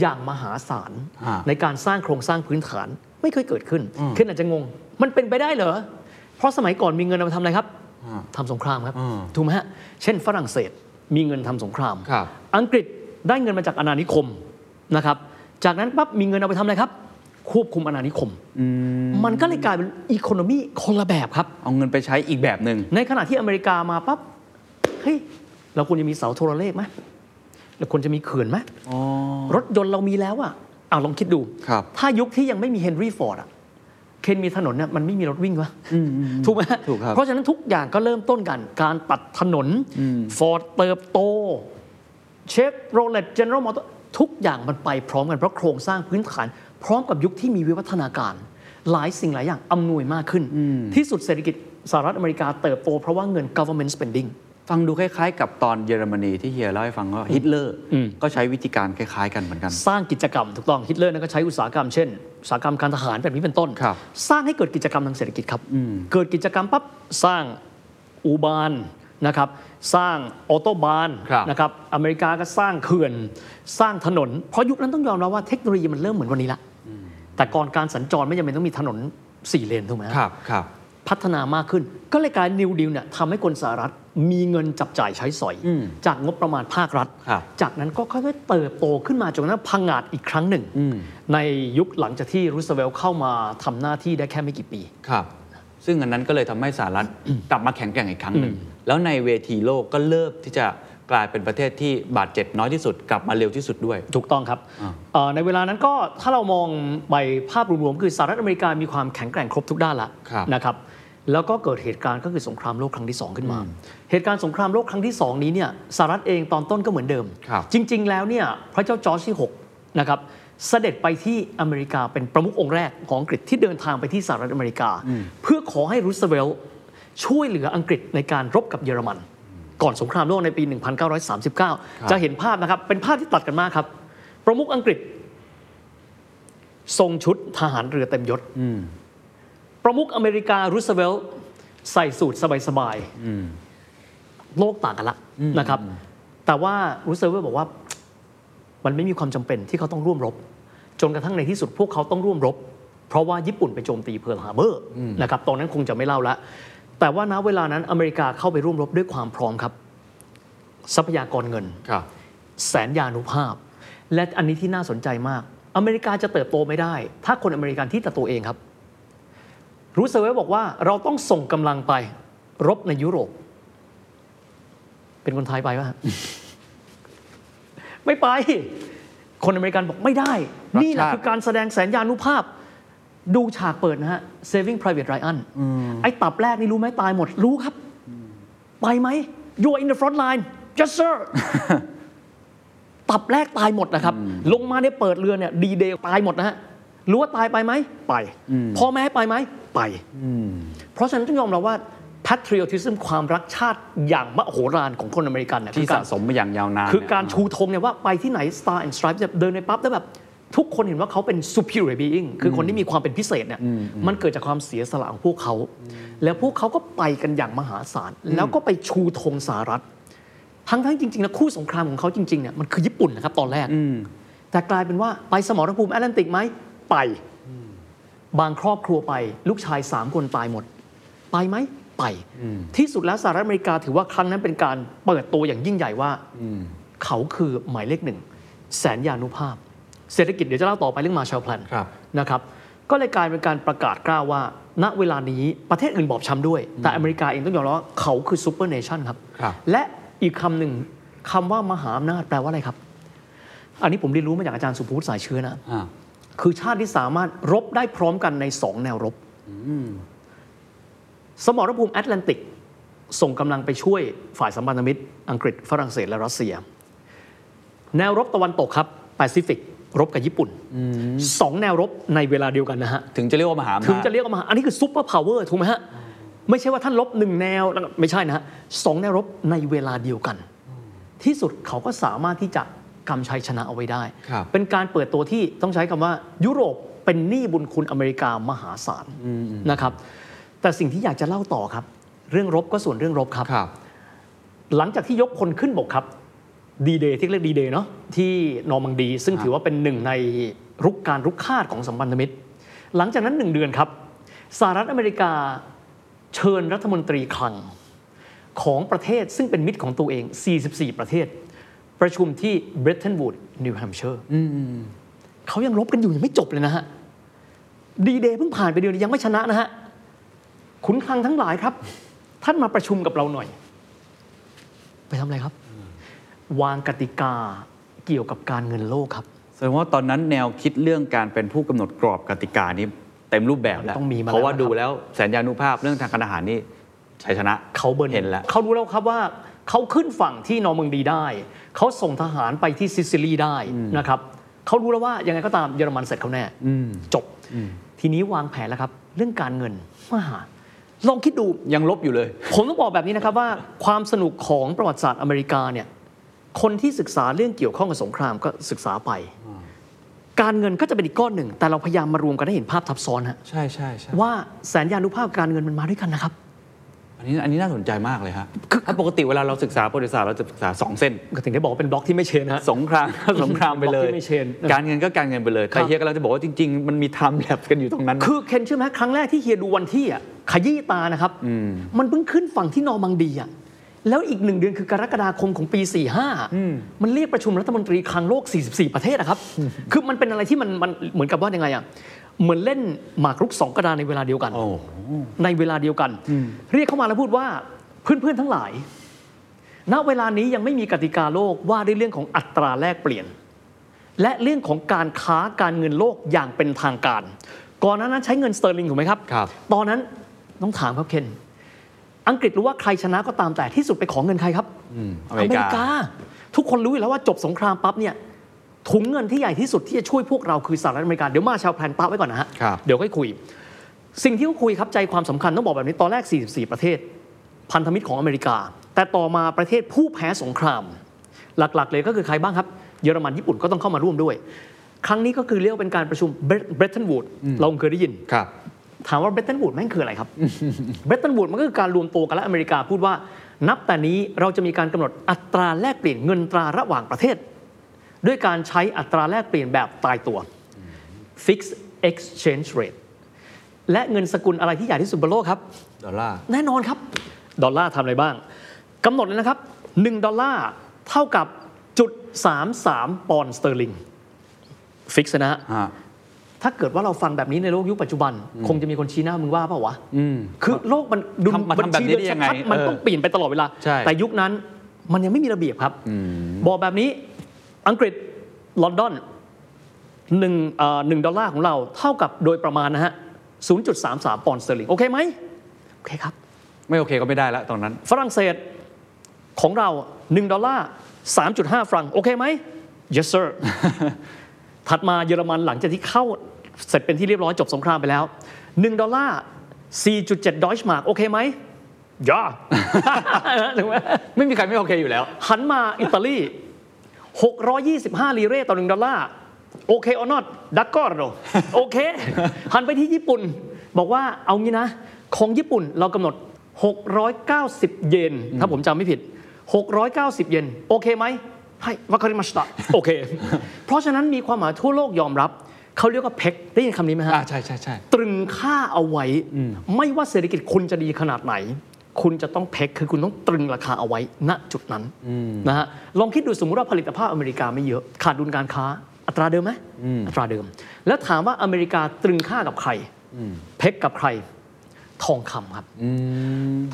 C: อย่างมหาศาล
B: อ่า
C: ในการสร้างโครงสร้างพื้นฐานไม่เคยเกิดขึ้นเคนอาจจะงง มันเป็นไปได้เหรอ เพราะสมัยก่อนมีเงินเอาไปทำอะไรครับ
B: อ่า
C: ทำสงครามครับ
B: อ่า
C: ถูกไหมฮะเช่นฝรั่งเศสมีเงินทำสงคราม
B: ครับ
C: อังกฤษได้เงินมาจากอาณานิคมนะครับ จากนั้นปั๊บมีเงินเอาไปทำอะไรครับ ควบคุมอาณานิคม มันก็เลยกลายเป็นอีโคโนมีคนละแบบครับ
B: เอาเงินไปใช้อีกแบบหนึ่ง
C: ในขณะที่อเมริกามาปั๊บ เฮ้ย เราควรจะมีเสาโทรเลขไหมเราควรจะมีเขื่อนไหมรถยนต์เรามีแล้วอะอ่ะลองคิดดู
B: ครับ
C: ถ้ายุคที่ยังไม่มีเฮนรี่ฟอร์ดอะเคนมีถนนเนี่ยมันไม่มีรถวิ่งวะถูกไหม
B: ถูกครับ
C: เพราะฉะนั้นทุกอย่างก็เริ่มต้นกัน การตัดถนนฟอร์ดเติบโต เชฟโรเลตเจน e r ร l ลมอเตอร์ทุกอย่างมันไปพร้อมกัน เพราะโครงสร้างพื้นฐาน พร้อมกับยุคที่มีวิวัฒนาการ หลายสิ่งหลายอย่างอำนวยมากขึ้น ที่สุดเศรษฐกิจสหรัฐอเมริกาเติบโตเพราะว่าเงิน government spending
B: ฟังดูคล้าย ๆ กับตอนเยอรมนีที่เฮียเล่าให้ฟังว่าฮิตเลอร์ก็ใช้วิธีการคล้าย ๆ กันเหมือนกัน
C: สร้างกิจกรรมถูกต้องฮิตเลอร์นั้นก็ใช้อุตสาหกรรมเช่นอุตสาหกรรมการทหารแบบนี้เป็นต้น
B: ครับ
C: สร้างให้เกิดกิจกรรมทางเศรษฐกิจครับเกิดกิจกรรมปั๊บสร้างอูบานนะครับสร้างออโตบาน
B: ครับ
C: นะครับอเมริกาก็สร้างเขื่อน สร้างถนน เพราะยุคนั้นต้องยอมรับว่าเทคโนโลยีมันเริ่มเหมือนวันนี้ละแต่ก่อนการสัญจรไม่จำเป็นต้องมีถนนสี่เลนถูกไหมฮะ
B: ครับครับ
C: พัฒนามากขึ้น ก็เลยการนิวดิวเนี่ยทำให้คนสหรัฐมีเงินจับจ่ายใช้สอย
B: อืม
C: จากงบประมาณภาครัฐ
B: ครับ
C: จากนั้นก็ค่อยๆเติบโตขึ้นมาจนกระทั่งพังงาดอีกครั้งหนึ่ง
B: อืม
C: ในยุคหลังจากที่รูสเวลต์เข้ามาทำหน้าที่ได้แค่ไม่กี่ปี
B: ครับ ซึ่งอันนั้นก็เลยทำให้สหรัฐ กลับมาแข็งแกร่งอีกครั้งหนึ่ง แล้วในเวทีโลกก็เริ่มที่จะกลายเป็นประเทศที่บาดเจ็บน้อยที่สุดกลับมาเร็วที่สุดด้วย
C: ถูกต้องครับเอ่อในเวลานั้นก็ถ้าเรามองไปภาพรวมๆคือสหรัฐอเมริกามีความแข็งแกร่งครบทุกด้านละ
B: ครับ
C: นะครับ แล้วก็เกิดเหตุการณ์ก็คือสงครามโลกครั้งที่ 2 ขึ้นมา เหตุการณ์สงครามโลกครั้งที่ 2 นี้เนี่ยสหรัฐเองตอนต้นก็เหมือนเดิม
B: ครับ
C: จริง ๆ แล้วเนี่ยพระเจ้าจอร์จที่6นะครับเสด็จไปที่อเมริกาเป็นประมุของค์แรกของอังกฤษที่เดินทางไปที่สหรัฐอเมริกา เพื่อขอให้รูสเวลต์ช่วยเหลืออังกฤษในการรบกับเยอรมัน ก่อนสงครามโลกในปี 1939 จะเห็นภาพนะครับ เป็นภาพที่ตัดกันมากครับ ประมุขอังกฤษ ทรงชุดทหารเรือเต็มยศ ประมุขอเมริการูสเวลต์ใส่สูทสบายๆโลกต่างกันละนะครับ แต่ว่ารูสเวลต์บอกว่า มันไม่มีความจำเป็นที่เขาต้องร่วมรบ จนกระทั่งในที่สุดพวกเขาต้องร่วมรบ เพราะว่าญี่ปุ่นไปโจมตีเพิร์ลฮาร์เบอร์นะครับตอนนั้นคงจะไม่เล่าละแต่ว่าณเวลานั้นอเมริกาเข้าไปร่วมรบด้วยความพร้อมครับ ทรัพยากรเงิน
B: ครับ
C: แสนยานุภาพ และอันนี้ที่น่าสนใจมาก อเมริกาจะเติบโตไม่ได้ ถ้าคนอเมริกันที่แต่ตัวเองครับ รูสเวลต์บอกว่าเราต้องส่งกำลังไป รบในยุโรป เป็นคนไทยไป ปะฮะ ไม่ไป คนอเมริกันบอกไม่ได้
B: รักชาติ
C: นี่แหละคือการแสดงแสนยานุภาพ ดูฉากเปิดนะฮะ Saving Private Ryan ไอ้ตับแรกนี่รู้ไหมตายหมดรู้ครับ ไปไหม You are in the front line Yes sir ตับแรกตายหมดนะครับ ลงมาเนี่ยเปิดเรือเนี่ยดีเดย์ตายหมดนะฮะรู้ว่าตายไปไหมไป พ่อแม่ไปไหมไป เพราะฉะนั้นต้องยอมรับว่า patriotism ความรักชาติอย่างมโหฬารของคนอเมริกันเนี่ย
B: ที่
C: คือ
B: สะ
C: การ
B: สมมาอย่างยาวนาน
C: คือการ
B: เนี่ย
C: ชูธงเนี่ยว่าไปที่ไหน Star and Stripes เนี่ยเดินไปปั๊บแล้วแบบ ทุกคนเห็นว่าเขาเป็น superior being คือคนที่มีความเป็นพิเศษเนี่ยมันเกิดจากความเสียสละของพวกเขา แล้วพวกเขาก็ไปกันอย่างมหาศาล แล้วก็ไปชูธงสหรัฐ ทั้งทั้งๆจริงๆนะคู่สงครามของเขาจริงๆเนี่ยมันคือญี่ปุ่นนะครับตอนแรก แต่กลายเป็นว่าไปสมรภูมิแอตแลนติกไหมไป บางครอบครัวไปลูกชาย 3 คนตายหมด ไปไหมไป ที่สุดแล้วสหรัฐอเมริกาถือว่าครั้งนั้นเป็นการเปิดตัวอย่างยิ่งใหญ่ว่า เขาคือหมายเลขหนึ่ง แสนยานุภาพ เศรษฐกิจเดี๋ยวจะเล่าต่อไปเรื่องมาชาลแพลน
B: ครับ
C: นะครับก็เลยกลายเป็นการประกาศกล้าวว่า ณเวลานี้ประเทศอื่นบอบช้ำด้วย แต่อเมริกาเองต้องยอมรับว่าเขาคือซูเปอร์เนชั่นครับ
B: ครับ
C: และอีกคำหนึ่งคำว่ามหาอำนาจแปลว่าอะไรครับ อันนี้ผมเรียนรู้มาจากอาจารย์สุภูตสายเชื้อนะ
B: อ่า
C: คือชาติที่สามารถรบได้พร้อมกันในสองแนวรบ สมรภูมิแอตแลนติก ส่งกำลังไปช่วยฝ่ายสัมพันธมิตร อังกฤษฝรั่งเศสและรัสเซีย แนวรบตะวันตกครับแปซิฟิก รบกับญี่ปุ่นสองแนวรบในเวลาเดียวกันนะฮะ
B: ถึงจะเรียกว่ามหาอำนาจ
C: ถึงจะเรียกว่ามาอันนี้คือซูเปอร์พาวเวอร์ถูกไหมฮะ ไม่ใช่ว่าท่านลบหนึ่งแนวแล้วก็ไม่ใช่นะฮะสองแนวรบในเวลาเดียวกัน ที่สุดเขาก็สามารถที่จะกำชัยชนะเอาไว้ได้
B: ครับ
C: เป็นการเปิดตัวที่ต้องใช้คำว่า ยุโรปเป็นหนี้บุญคุณอเมริกามหาศาลนะครับ แต่สิ่งที่อยากจะเล่าต่อครับ เรื่องรบก็ส่วนเรื่องรบครับ
B: ครับ
C: หลังจากที่ยกพลขึ้นบกครับดีเดย์ที่เรียกดีเดย์เนาะที่นอร์มังดี ซึ่งถือว่าเป็นหนึ่งในรุกการรุกคาตของสัมพันธมิตร หลังจากนั้นหนึ่งเดือนครับสหรัฐอเมริกาเชิญรัฐมนตรีคลังของประเทศซึ่งเป็นมิตรของตัวเอง 44 ประเทศ ประชุมที่เบร t เทนวูดนิวแฮมป์เชอร์เขายังรบกันอยู่ยังไม่จบเลยนะฮะดีเดย์เพิ่งผ่านไปเดือนเดียวยังไม่ชนะนะฮะขุนคลังทั้งหลายครับ ท่านมาประชุมกับเราหน่อย ไปทำอะไรครับ วางกติกาเกี่ยวกับการเงินโลกครับ
B: แสดงว่าตอนนั้นแนวคิดเรื่องการเป็นผู้กำหนดกรอบกติกานี้เต็มรูปแบบแล้ว
C: ต้องมีมาแล้ว
B: เพราะว่า
C: นะครับ
B: ดูแล้วแสนยานุภาพเรื่องทางการอาหารนี่ชัยชนะ
C: เขาเบิร์น
B: เห็นแล้ว
C: เขารู้แล้วครับว่าเขาขึ้นฝั่งที่นอร์มังดีได้ เขาส่งทหารไปที่ซิซิลีได้นะครับเขารู้แล้วว่ายังไงก็ตามเยอรมันเสร็จเขาแน่จบ ทีนี้วางแผนแล้วครับ เรื่องการเงินมาลองคิดดู
B: ยังลบอยู่เลย
C: ผมต้องบอกแบบนี้นะครับว่าความสนุกของประวัติศาสตร์อเมริกาเนี่ยคนที่ศึกษาเรื่องเกี่ยวข้องกับสงครามก็ศึกษาไป การเงินก็จะเป็นอีกก้อนหนึ่ง แต่เราพยายามมารวมกันให้เห็นภาพทับซ้อนฮะ
B: ใช่ใช่ใช่
C: ว่าแสนยานุภาพการเงินมันมาด้วยกันนะครับ
B: อันนี้อันนี้น่าสนใจมากเลยฮะถ้าปกติเวลาเราศึกษาประวัติศาสตร์เราจะศึกษาสองเส้น
C: ก็ถึงได้บอกว่าเป็นบล็อกที่ไม่เชนฮะ
B: สงคราม ก็สงครามไปเลย
C: บอกที่ไม่เชนนะครับ
B: การเงินก็การเงินไปเลย
C: ค
B: ใค
C: รั
B: ร
C: บ
B: เฮียก็เราจะบอกว่าจริง ๆ มันมีไทม์แลปกันอยู่ตรงนั้นนะ
C: คือเคนเชื่อไหมครั้งแรกที่เฮียดูวันที่อ่ะขยี้ตานะครับ มันเพิ่งขึ้นฝั่งที่นอร์มังดีอ่ะแล้วอีกหนึ่งเดือนคือกรกฎาคมของปี 45 มันเรียกประชุมรัฐมนตรีคลังโลก 44 ประเทศนะครับ คือมันเป็นอะไรที่มันมันเหมือนกับว่ายังไงอ่ะเหมือนเล่นหมากรุกสองกระดานในเวลาเดียวกัน
B: โอ้โห
C: ในเวลาเดียวกัน เรียกเข้ามาแล้วพูดว่าเพื่อนๆทั้งหลาย ณเวลานี้ยังไม่มีกติกาโลกว่าด้วยเรื่องของอัตราแลกเปลี่ยน และเรื่องของการค้าการเงินโลกอย่างเป็นทางการ ก่อนหนานั้นใช้เงินสเตอร์ลิงถูกไหมครับ
B: ครับ
C: ตอนนั้น ต้องถามครับเคน อังกฤษรู้ว่าใครชนะก็ตามแต่ที่สุดไปขอเงินใครครับ
B: อเมริกา
C: ทุกคนรู้อยู่แล้วว่าจบสงครามปั๊บเนี่ยถุงเงินที่ใหญ่ที่สุดที่จะช่วยพวกเราคือสหรัฐอเมริกา เดี๋ยวมาชาวแพลนป้าไว้ก่อนนะฮะ
B: ครับ
C: เดี๋ยวค่อยคุย สิ่งที่เขาคุยครับใจความสำคัญต้องบอกแบบนี้ ตอนแรก 44 ประเทศ พันธมิตรของอเมริกา แต่ต่อมาประเทศผู้แพ้สงคราม หลักๆ เลยก็คือใครบ้างครับ เยอรมันญี่ปุ่นก็ต้องเข้ามาร่วมด้วย ครั้งนี้ก็คือเรียกว่าเป็นการประชุมเบรตันวูดเราคงเคยได้ยิน
B: ครับ
C: ถามว่าเบรตันวูดแม่งคืออะไรครับ เบรตันวูดมันก็คือการรวมตัวกันและอเมริกาพูดว่า นับแต่นี้เราจะมีการกำหนดอัตราแลกเปลี่ยนเงินตราระหว่างประเทศ ด้วยการใช้อัตราแลกเปลี่ยนแบบตายตัว fixed exchange rate และเงินสกุลอะไรที่ใหญ่ที่สุดบนโลกครับ
B: ดอลลาร์
C: แน่นอนครับ ดอลลาร์ทำอะไรบ้างกำหนดเลยนะครับ 1 ดอลลาร์เท่ากับจุด33ปอนด์สเตอร์ลิงฟิกนะฮะ
B: ฮะ
C: ถ้าเกิดว่าเราฟังแบบนี้ในโลกยุคปัจจุบัน คงจะมีคนชี้หน้ามึงว่าเปล่าวะคือโลกมันดู
B: ทำมาทำแบบนี้ได้ยังไง
C: บัญชีเดินชัดๆมัน
B: เออ
C: ต้องเปลี่ยนไปตลอดเวลา
B: ใช่
C: แต่ยุคนั้นมันยังไม่มีระเบียบครับ บอกแบบนี้อังกฤษลอนดอนหนึ่งเอ่อหนึ่งดอลลาร์ของเราเท่ากับโดยประมาณนะฮะ 0.33 ปอนด์สเตอร์ลิงโอเคไหมโอเคครับ
B: ไม่โอเคก็ไม่ได้แล้วตอนนั้น
C: ฝรั่งเศสของเรา 1 ดอลลาร์ 3.5 ฟรังก์โอเคไหม yes sir ถัดมาเยอรมันหลังจากที่เข้าเสร็จเป็นที่เรียบร้อยจบสงครามไปแล้ว 1 ดอลลาร์ 4.7 ดอยช์มาร์กโอเคไหมย่า ถูกไหม
B: ไม่มีใครไม่โอเคอยู่แล้ว
C: หันมาอิตาลี 625 ลีเร่ต่อ 1 ดอลลาร์ โอเคออนอตดักกอร์โโอเค หันไปที่ญี่ปุ่น บอกว่าเอางี้นะ ของญี่ปุ่นเรากำหนด 690 เยน ถ้าผมจำไม่ผิด 690 เยน โอเคไหมให้วาคาริมาสตะโอเค เพราะฉะนั้นมีความหมายทั่วโลกยอมรับ เขาเรียกว่าเพกได้ยินคำนี้ไหมฮะ
B: อ่าใช่ใช่ใช่
C: ตรึงค่าเอาไว้ ไม่ว่าเศรษฐกิจคุณจะดีขนาดไหน คุณจะต้องเพกคือคุณต้องตรึงราคาเอาไว้ณจุดนั้นนะฮะลองคิดดูสมมุติว่าผลิตภาพอเมริกาไม่เยอะ ขาดดุลการค้า อัตราเดิมไหมอัตราเดิม แล้วถามว่าอเมริกาตรึงค่ากับใครเพกกับใคร ทองคำครับ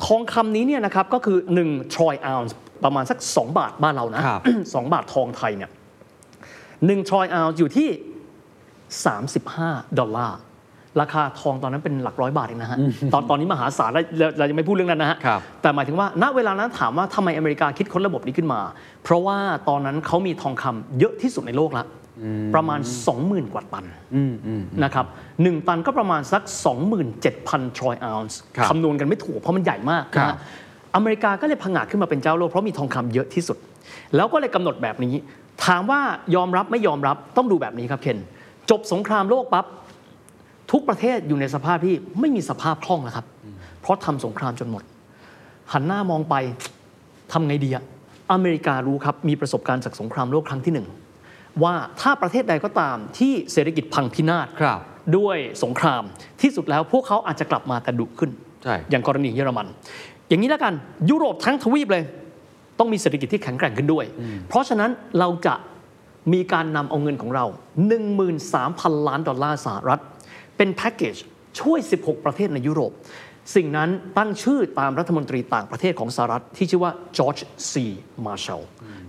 C: ทองคำนี้เนี่ยนะครับก็คือ1ทรอยออนซ์ประมาณสัก 2 บาทบ้านเรานะครับ สองบาททองไทยเนี่ยหนึ่งทรอยออนซ์อยู่ที่ 35 ดอลลาร์ ราคาทองตอนนั้นเป็นหลักร้อยบาทเองนะฮะ ตอนตอนนี้มหาศาลแล้วแล้วเรายังไม่พูดเรื่องนั้นนะฮะ
B: ครับ
C: แต่หมายถึงว่าณเวลานั้นถามว่าทำไมอเมริกาคิดค้นระบบนี้ขึ้นมา เพราะว่าตอนนั้นเขามีทองคำเยอะที่สุดในโลกละประมาณ 20,000 กว่าตันนะครับหนึ่งตันก็ประมาณสัก 27,000 ทรอยออนซ์
B: ครับ
C: คำนวณกันไม่ถูกเพราะมันใหญ่มากนะ
B: ครั
C: ฮะ
B: บ
C: อเมริกาก็เลยผงาดขึ้นมาเป็นเจ้าโลกเพราะมีทองคำเยอะที่สุด แล้วก็เลยกำหนดแบบนี้ ถามว่ายอมรับไม่ยอมรับต้องดูแบบนี้ครับเคนจบสงครามโลกปั๊บ ทุกประเทศอยู่ในสภาพที่ไม่มีสภาพคล่องนะครับ เพราะทำสงครามจนหมด หันหน้ามองไปทำไงดีอะอเมริการู้ครับ มีประสบการณ์จากสงครามโลกครั้งที่หนึ่งว่าถ้าประเทศใดก็ตามที่เศรษฐกิจพังพินาศ
B: ครับ
C: ด้วยสงครามที่สุดแล้วพวกเขาอาจจะกลับมาแต่ดุขึ้น
B: ใช่
C: อย่างกรณีเยอรมัน อย่างนี้แล้วกันยุโรปทั้งทวีปเลย ต้องมีเศรษฐกิจที่แข็งแกร่งขึ้นด้วย เพราะฉะนั้นเราจะมีการนำเอาเงินของเรา 13,000 ล้านดอลลาร์สหรัฐ เป็นแพ็กเกจช่วย 16 ประเทศในยุโรป สิ่งนั้นตั้งชื่อตามรัฐมนตรีต่างประเทศของสหรัฐ ที่ชื่อว่าจอร์จซีมาร์แชล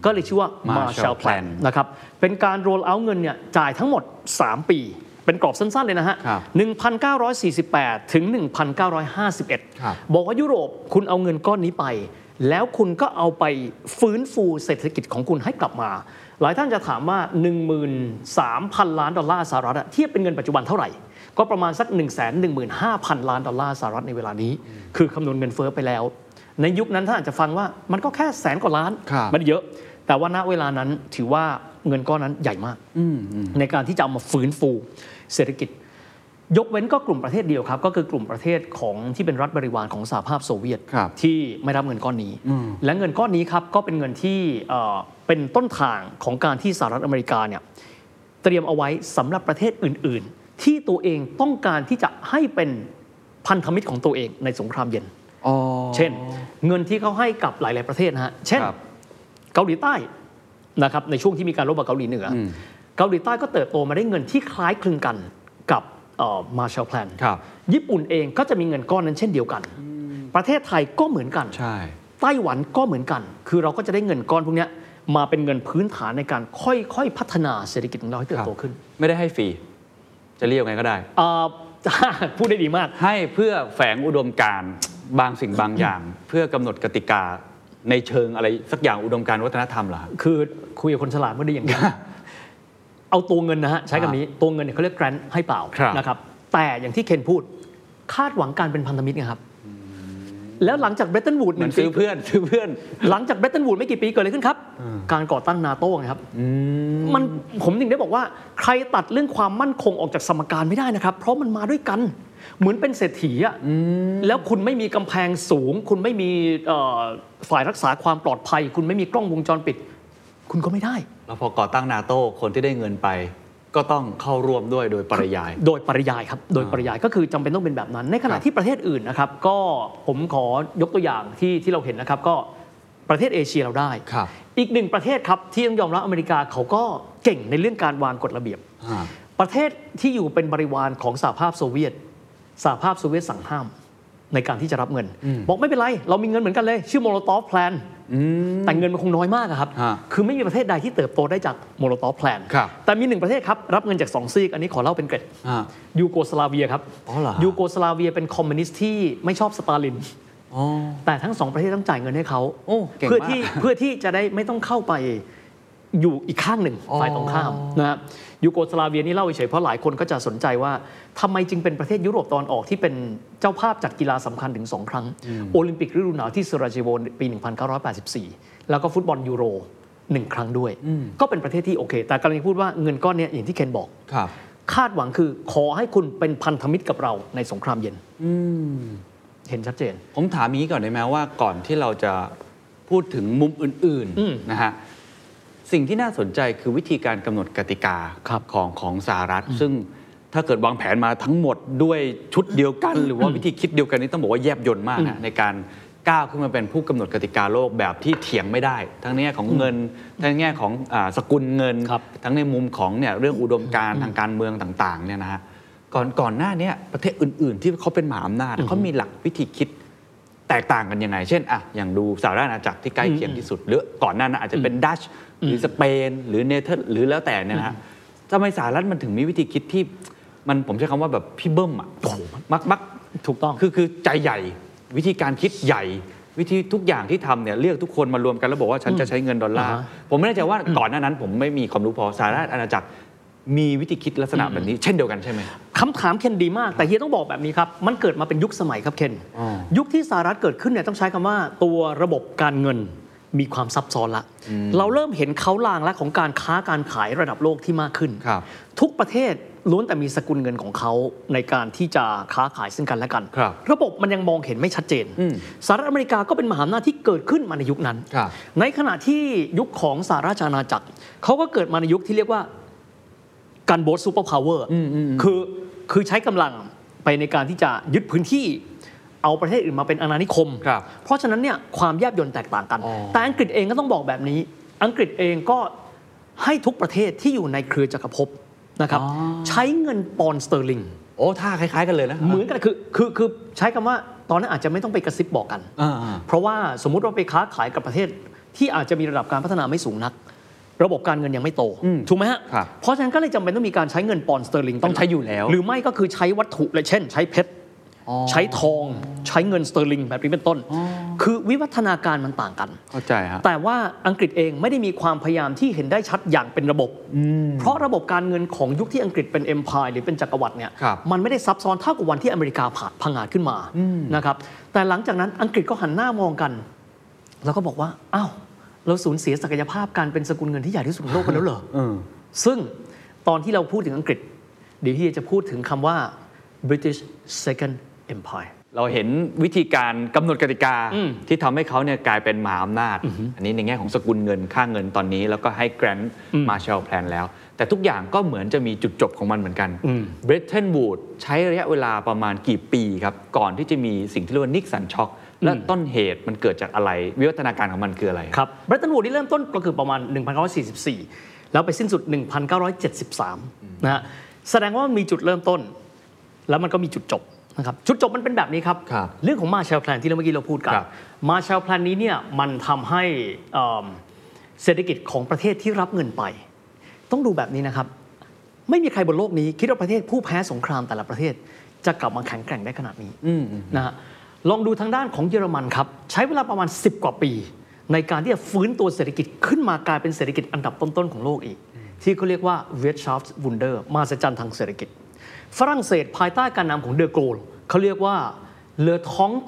C: ก็เลยชื่อว่า Marshall
B: Marshall Plan
C: Plan นะครับเป็นการ roll out เงินเนี่ยจ่ายทั้งหมด 3 ปี เป็นกรอบสั้น ๆ เลยนะฮะ
B: ครับ
C: 1,948 ถึง
B: ครับ
C: 1,951 บอกว่ายุโรปคุณเอาเงินก้อนนี้ไป แล้วคุณก็เอาไปฟื้นฟูเศรษฐกิจของคุณให้กลับมา หลายท่านจะถามว่า 13,000 ล้านดอลลาร์สหรัฐอะเทียบเป็นเงินปัจจุบันเท่าไหร่ ก็ประมาณสัก 115,000 ล้านดอลลาร์สหรัฐในเวลานี้ คือคำนวณเงินเฟ้อไปแล้ว ในยุคนั้นท่านอาจจะฟังว่ามันก็แค่แสนกว่าล้าน
B: ครับ
C: มันเยอะ แต่ว่าณเวลานั้นถือว่าเงินก้อนนั้นใหญ่มาก ในการที่จะเอามาฟื้นฟูเศรษฐกิจ ยกเว้นก็กลุ่มประเทศเดียวครับ ก็คือกลุ่มประเทศของที่เป็นรัฐบริวารของสหภาพโซเวียต
B: ครับ
C: ที่ไม่รับเงินก้อนนี้ และเงินก้อนนี้ครับก็เป็นเงินที่เอ่อเป็นต้นทางของการที่สหรัฐอเมริกาเนี่ยเตรียมเอาไว้สำหรับประเทศอื่น ๆ ที่ตัวเองต้องการที่จะให้เป็นพันธมิตรของตัวเองในสงครามเย็น
B: อ๋อ
C: เช่น เงินที่เขาให้กับหลาย ๆ ประเทศนะฮะเช่น
B: ครับ
C: เกาหลีใต้นะครับในช่วงที่มีการรบกับเกาหลีเหนืออ
B: ม
C: เกาหลีใต้ก็เติบโตมาได้เงินที่คล้ายคลึงกันกับมาร์แชลแพลน
B: ครับ
C: ญี่ปุ่นเองก็จะมีเงินก้อนนั้นเช่นเดียวกัน ประเทศไทยก็เหมือนกัน
B: ใช่
C: ไต้หวันก็เหมือนกัน คือเราก็จะได้เงินก้อนพวกเนี้ยมาเป็นเงินพื้นฐานในการค่อย ๆ พัฒนาเศรษฐกิจของเราให้เติบโตขึ้น
B: ไม่ได้ให้ฟรี จะเรียกไงก็ได้
C: เอ่อ จ้า พูดได้ดีมาก
B: ให้เพื่อแฝงอุดมการณ์บางสิ่งบางอย่าง เพื่อกำหนดกติกาในเชิงอะไรสักอย่างอุดมการณ์วัฒนธรรมเหรอฮะ
C: คือคุยกับคนฉลาดไม่ได้อย่างนี้ เอาตัวเงินนะฮะใช้คำนี้ตัวเงินเนี่ยเขาเรียกแกรนต์ให้เปล่า
B: ครับ
C: นะครับ แต่อย่างที่เคนพูดคาดหวังการเป็นพันธมิตรไงครับ แล้วหลังจากเบรตันวูด
B: เห
C: ห
B: มือ
C: นึ่
B: น
C: งปี
B: ซื้อเพื่อน ซื้อเพื่อน
C: หลังจากเบรตันวูดไม่กี่ปีเกิดอะไรขึ้นครับ การก่อตั้งนาโต้ไงครับ มันผมถึงได้บอกว่าใครตัดเรื่องความมั่นคงออกจากสมการไม่ได้นะครับ เพราะมันมาด้วยกัน เหมือนเป็นเศรษฐีอะแล้วคุณไม่มีกำแพงสูง คุณไม่มีเอ่อฝ่ายรักษาความปลอดภัย คุณไม่มีกล้องวงจรปิด คุณก็ไม่ได้
B: แล้วพอก่อตั้งนาโต้คนที่ได้เงินไป ก็ต้องเข้าร่วมด้วยโดยปริยาย
C: โดยปริยายครับ โดยปริยายก็คือจำเป็นต้องเป็นแบบนั้น ในขณะ
B: ครับ
C: ที่ประเทศอื่นนะครับ ก็ผมขอยกตัวอย่างที่ที่เราเห็นนะครับ ก็ประเทศเอเชียเราได้
B: ครับ
C: อีกหนึ่งประเทศครับที่ต้องยอมรับอเมริกาเขาก็เก่งในเรื่องการวางกฎระเบียบ
B: อ่า
C: ประเทศที่อยู่เป็นบริวารของสหภาพโซเวียต สหภาพโซเวียตสั่งห้าม ในการที่จะรับเงิน บอกไม่เป็นไร เรามีเงินเหมือนกันเลย ชื่อโมโลตอฟแพลน
B: อืม
C: แต่เงินมันคงน้อยมากอะครับ
B: ฮะ
C: คือไม่มีประเทศใดที่เติบโตได้จากโมโลตอฟแพลน
B: ครับ
C: แต่มีหนึ่งประเทศครับรับเงินจากสองซีกอันนี้ขอเล่าเป็นเกร็ด
B: อ่า
C: ยูโกสลาเวียครับ
B: อ๋อเหรอฮะ
C: ยูโกสลาเวียเป็นคอมมิวนิสต์ที่ไม่ชอบสตาลิน
B: อ๋อ
C: แต่ทั้งสองประเทศต้องจ่ายเงินให้เขา
B: โอ้เก่งมาก
C: เพื่อที่เพื่อที่จะได้ไม่ต้องเข้าไปอยู่อีกข้างหนึ่ง
B: อ๋อ
C: ฝ่ายตรงข้ามนะฮะยูโกสลาเวียนี่เล่าเฉยๆเพราะหลายคนก็จะสนใจว่าทำไมจึงเป็นประเทศยุโรปตอนออกที่เป็นเจ้าภาพจัดกีฬาสำคัญถึง 2 ครั้ง โอลิมปิกฤดูหนาวที่เซราเจโวปี 1984 แล้วก็ฟุตบอลยูโรหนึ่งครั้งด้วย ก็เป็นประเทศที่โอเค แต่กำลังจะพูดว่าเงินก้อนเนี้ยอย่างที่เคนบอก
B: ครับ
C: คาดหวังคือขอให้คุณเป็นพันธมิตรกับเราในสงครามเย็น
B: อืม
C: เห็นชัดเจน
B: ผมถามอย่างนี้ก่อนได้ไหมว่าก่อนที่เราจะพูดถึงมุมอื่น
C: อืม
B: นะฮะสิ่งที่น่าสนใจคือวิธีการกำหนดกติกา
C: ครับ
B: ของของสหรัฐ ซึ่งถ้าเกิดวางแผนมาทั้งหมดด้วยชุดเดียวกัน หรือว่าวิธีคิดเดียวกันนี้ต้องบอกว่าแยบยลมากนะในการก้าวขึ้นมาเป็นผู้กำหนดกติกาโลกแบบที่เถียงไม่ได้ ทั้งในแง่ของเงิน ทั้งในแง่ของอาสกุลเงิน
C: ครับ
B: ทั้งในมุมของเนี่ยเรื่องอุดมการณ์ทางการเมืองต่างๆเนี่ยนะฮะก่อนก่อนหน้าเนี้ประเทศอื่น ๆ ที่เขาเป็นมหาอำนาจเขามีหลักวิธีคิด แตกต่างกันยังไง เช่นอะอย่างดูสหรัฐอาณาจักรที่ใกล้เคียงที่สุด หรือก่อนหน้านั้นอาจจะเป็นดัชหรือสเปน หรือเนเธอร์หรือแล้วแต่เนี่ยนะฮะทำไมสหรัฐมันถึงมีวิธีคิดที่มันผมใช้คำว่าแบบพี่เบิ้มอะมักมัก
C: ถูกต้อง
B: คือคือใจใหญ่ วิธีการคิดใหญ่ วิธีทุกอย่างที่ทำเนี่ยเรียกทุกคนมารวมกันแล้วบอกว่าฉันจะใช้เงินดอลลาร์
C: อ่าฮะ
B: ผมไม่แน่ใจว่าก่อนหน้านั้น ผมไม่มีความรู้พอสหรัฐอาณาจักรมีวิธีคิดลักษณะแบบนี้ เช่นเดียวกันใช่ไหม
C: คำถามเคนดีมาก แต่เฮียต้องบอกแบบนี้ครับ มันเกิดมาเป็นยุคสมัยครับเคน
B: อ๋อ
C: ยุคที่สหรัฐเกิดขึ้นเนี่ยต้องใช้คำว่าตัวระบบการเงินมีความซับซ้อนละ เราเริ่มเห็นเขาลางและของการค้าการขายระดับโลกที่มากขึ้น
B: ครับ
C: ทุกประเทศล้วนแต่มีสกุลเงินของเขาในการที่จะค้าขายซึ่งกันและกัน
B: ครับ
C: บบมันยังมองเห็นไม่ชัดเจน
B: อืม
C: สหรัฐอเมริกาก็เป็นมหาอำนาจที่เกิดขึ้นมาในยุคนั้น
B: ครับ
C: ในขณะที่ยุคของสหราชอาณาจักรเขาก็เกิดมาในยุคที่เรียกว่า การโบสซูเปอร์พาวเวอร์คือคือใช้กำลังไปในการที่จะยึดพื้นที่ เอาประเทศอื่นมาเป็นอาณานิคม
B: ครับ
C: เพราะฉะนั้นเนี่ยความแยบยลแตกต่างกัน
B: อ๋อ
C: แต่อังกฤษเองก็ต้องบอกแบบนี้ อังกฤษเองก็ให้ทุกประเทศที่อยู่ในเครือจักรภพนะครับ ใช้เงินปอนด์สเตอร์ลิง
B: โอ้ท่าคล้าย ๆ กันเลยนะ
C: เหมือนกันคือคือคือใช้คำว่าตอนนั้นอาจจะไม่ต้องไปกระซิบบอกกัน
B: อ่าอ่า
C: เพราะว่าสมมุติว่าไปค้าขายกับประเทศที่อาจจะมีระดับการพัฒนาไม่สูงนัก ระบบการเงินยังไม่โต
B: อืม
C: ถูกไหมฮะ
B: ครับ
C: เพราะฉะนั้นก็เลยจำเป็นต้องมีการใช้เงินปอนด์สเตอร์ลิงเป็นหลัก
B: ต้องใช้อยู่แล้ว
C: หรือไม่ก็คือใช้วัตถุเลยเช่น ใช้เพชร
B: อ๋อ
C: ใช้ทองใช้เงินสเตอร์ลิงแบบนี้เป็นต้น
B: อ๋อ
C: คือวิวัฒนาการมันต่างกัน
B: เข้าใจฮะ
C: แต่ว่าอังกฤษเองไม่ได้มีความพยายามที่เห็นได้ชัดอย่างเป็นระบบ เพราะระบบการเงินของยุคที่อังกฤษเป็นเอ็มพายหรือเป็นจักรวรรดิเนี่ย
B: ครับ
C: มันไม่ได้ซับซ้อนเท่ากับวันที่อเมริกาผ่าพังอาจขึ้นมานะครับแต่หลังจากนั้นอังกฤษก็หันหน้ามองกัน แล้วก็บอกว่าอ้าวเราสูญเสียศักยภาพการเป็นสกุลเงินที่ใหญ่ที่สุดในโลกไปแล้วเหรอ
B: เออ
C: ซึ่งตอนที่เราพูดถึงอังกฤษ เดี๋ยวที่จะพูดถึงคำว่า British Second Empire
B: เราเห็นวิธีการกำหนดกติกา
C: อืม
B: ที่ทำให้เขาเนี่ยกลายเป็นมหาอำนาจ อันนี้ในแง่ของสกุลเงินค่าเงินตอนนี้ แล้วก็ให้แกรนด์มาเชลแพลนแล้ว แต่ทุกอย่างก็เหมือนจะมีจุดจบของมันเหมือนกัน
C: อืม
B: เบรตันวูดใช้ระยะเวลาประมาณกี่ปีครับ ก่อนที่จะมีสิ่งที่เรียกว่านิกสันช็อกและต้นเหตุมันเกิดจากอะไร วิวัฒนาการของมันคืออะไร
C: ครับเบรตันวูดที่เริ่มต้นก็คือประมาณ 1944 แล้วไปสิ้นสุด 1973 นะฮะ แสดงว่ามันมีจุดเริ่มต้น แล้วมันก็มีจุดจบนะครับ จุดจบมันเป็นแบบนี้ครับ
B: ครับ
C: เรื่องของมาแชลแพลนที่เราเมื่อกี้เราพูดกัน
B: ครับ
C: มาแชลแพลนนี้เนี่ยมันทำให้เอิ่มเศรษฐกิจของประเทศที่รับเงินไป ต้องดูแบบนี้นะครับ ไม่มีใครบนโลกนี้คิดว่าประเทศผู้แพ้สงครามแต่ละประเทศ จะกลับมาแข็งแกร่งได้ขนาดนี้
B: อืมอืม
C: นะฮะลองดูทางด้านของเยอรมันครับ ใช้เวลาประมาณ 10 กว่าปี ในการที่จะฟื้นตัวเศรษฐกิจขึ้นมากลายเป็นเศรษฐกิจอันดับต้น ๆ ของโลกอีก ที่เขาเรียกว่า w i r t s c h a f t w u n d e r มาสจันทางเศรษฐกิจ ฝรั่งเศสภายใต้การนำของเดอโกลเขาเรียกว่า Le t o n t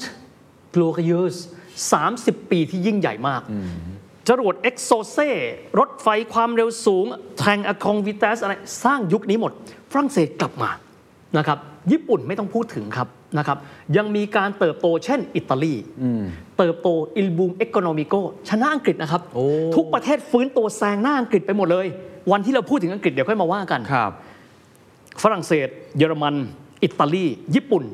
C: g l o r i e u s 30 ปีที่ยิ่งใหญ่มาก จรวดเอ็กโซเซรถไฟความเร็วสูง แทงอะคองวิตัสอะไร สร้างยุคนี้หมด ฝรั่งเศสกลับมา นะครับ ญี่ปุ่นไม่ต้องพูดถึงครับ นะครับ ยังมีการเติบโตเช่น อิตาลี เติบโตอิลบูมเอ o n โนมิโกชนะอังกฤษนะครับ
B: โอ้
C: ทุกประเทศฟื้นตัวแซงหน้าอังกฤษไปหมดเลย วันที่เราพูดถึงอังกฤษเดี๋ยวค่อยมาว่ากัน
B: ครับ
C: ฝรั่งเศส เยอรมัน อิตาลี ญี่ปุ่น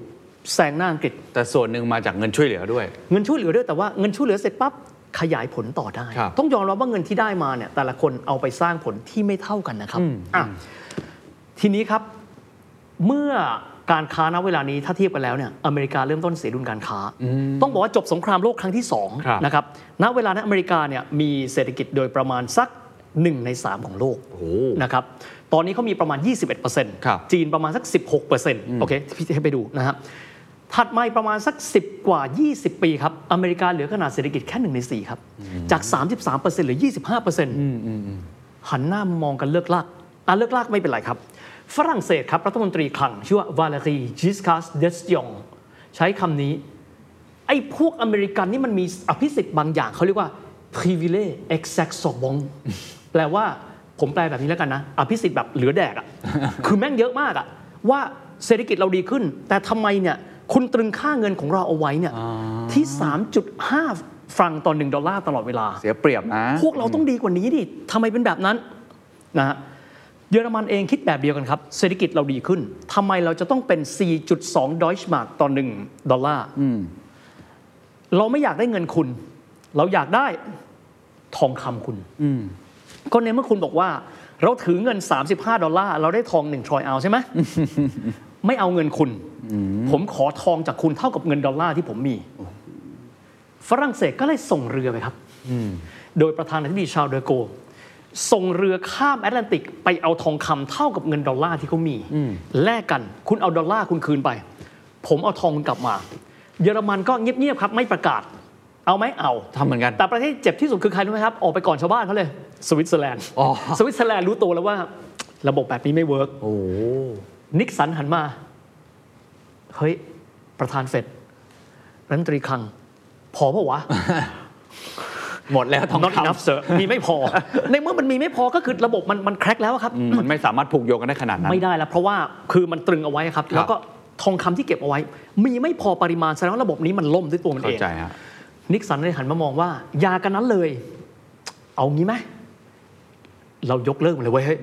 C: แซงหน้าอังกฤษ
B: แต่ส่วนหนึ่งมาจากเงินช่วยเหลือด้วย
C: เงินช่วยเหลือด้วยแต่ว่าเงินช่วยเหลือเสร็จปั๊บขยายผลต่อได้
B: ครับ
C: ต้องยอมรับว่าเงินที่ได้มาเนี่ยแต่ละคนเอาไปสร้างผลที่ไม่เท่ากันนะครับอ่ะทีนี้ครับเมื่อการค้าณเวลานี้ถ้าเทียบกันแล้วเนี่ยอเมริกาเริ่มต้นเสียดุลการค้า ต้องบอกว่าจบสงครามโลกครั้งที่สอง
B: ครับ
C: นะครับณเวลานั้นอเมริกาเนี่ยมีเศรษฐกิจโดยประมาณสัก 1 ใน 3 ของโลก
B: โอ้โห
C: นะครับ ตอนนี้เขามีประมาณ 21%
B: ครับ
C: จีนประมาณสัก 16%โอเค พี่ให้ไปดูนะครับ ถัดมาอีกประมาณสัก 10 กว่า 20 ปีครับ อเมริกาเหลือขนาดเศรษฐกิจแค่ 1 ใน 4 ครับ จาก 33%เหรือ 25%หันหน้ามองกันเลิกลากอ่ะเลิกลากไม่เป็นไรครับ ฝรั่งเศสครับ รัฐมนตรีคลัง ชื่อว่าวาเลรีจิสคัสเดสยองใช้คำนี้ ไอ้พวกอเมริกันนี่มันมีอภิสิทธิ์บางอย่างเขาเรียกว่า privilege e x a c t o b o n แปลว่าผมแปลแบบนี้แล้วกันนะ อภิสิทธิ์แบบเหลือแดกอะ คือแม่งเยอะมากอะว่าเศรษฐกิจเราดีขึ้น แต่ทำไมเนี่ยคุณตรึงค่าเงินของเราเอาไว้เนี่ยที่ 3.5 ฟรังก์ต่อ 1 ดอลลาร์ตลอดเวลา
B: เสียเปรียบนะ
C: พวกเราต้องดีกว่านี้ดิ ทำไมเป็นแบบนั้นนะฮะ เยอรมันเองคิดแบบเดียวกันครับ เศรษฐกิจเราดีขึ้น ทำไมเราจะต้องเป็น 4.2 ดอยช์มาร์กต่อ 1 ดอลลาร์ เราไม่อยากได้เงินคุณ เราอยากได้ทองคำคุณก็ในเมื่อคุณบอกว่า เราถือเงิน 35 ดอลลาร์ เราได้ทองหนึ่งทรอยเอาใช่ไหม ไม่เอาเงินคุณ ผมขอทองจากคุณเท่ากับเงินดอลลาร์ที่ผมมี ฝรั่งเศสก็เลยส่งเรือไปครับ โดยประธานาธิบดีชาร์ลเดอโกลส่งเรือข้ามแอตแลนติกไปเอาทองคำเท่ากับเงินดอลลาร์ที่เขามี แลกกันคุณเอาดอลลาร์คุณคืนไป ผมเอาทองคุณกลับมา เยอรมันก็เงียบๆครับ ไม่ประกาศ เอาไหมเอา
B: ทำเหมือนกัน
C: แต่ประเทศเจ็บที่สุดคือใครรู้ไหมครับ ออกไปก่อนชาวบ้านเขาเลย สวิตเซอร์แลนด์
B: อ๋อ
C: สวิตเซอร์แลนด์รู้ตัวแล้วว่า ระบบแบบนี้ไม่เวิร์ก
B: โอ้โห
C: นิกสันหันมา เฮ้ย ประธานเฟดรัฐมนตรีคลัง พอเปล่าวะ
B: หมดแล้วทอง
C: not
B: ค
C: enough sir มีไม่ พอ ในเมื่อมันมีไม่พอก็คือระบบมันมันแคร็กแล้วอะครับ
B: ำมันไม่สามารถผูกโยงกันได้ขนาดนั้น
C: ไม่ได้แล้วเพราะว่าคือมันตรึงเอาไว้ครับ แล้วก็ทองคำที่เก็บเอาไว้ มีไม่พอปริมาณแสดงว่าระบบนี้มันล่มด้วยตัวมันเอ
B: เข้าง ใจฮะ
C: นิกสันเลยหันมามองว่า ยากันนั้นเลย เอางี้ไหมเรายกเลิกมันเลยเว้ยเฮ้ย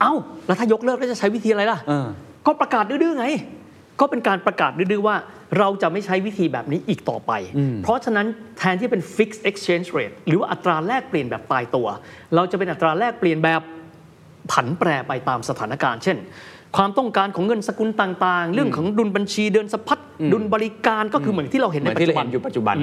C: เอ้า แล้วถ้ายกเลิกแล้วจะใช้วิธีอะไรล่ะ
B: เออ
C: ก็ประกาศดื้อๆไง ก็เป็นการประกาศดื้อๆว่า เราจะไม่ใช้วิธีแบบนี้อีกต่อไป เพราะฉะนั้นแทนที่จะเป็น fixed exchange rate หรือว่าอัตราแลกเปลี่ยนแบบตายตัว เราจะเป็นอัตราแลกเปลี่ยนแบบ ผันแปรไปตามสถานการณ์ เช่น ความต้องการของเงินสกุลต่างๆ เรื่องของดุลบัญชีเดินสะพัดดุลบริการก็คือเหมือนที่เราเห็น
B: เห
C: ใน
B: มือน
C: ปัจ
B: ที่เราเห็
C: จุบัน
B: นอยู่ปัจจุบัน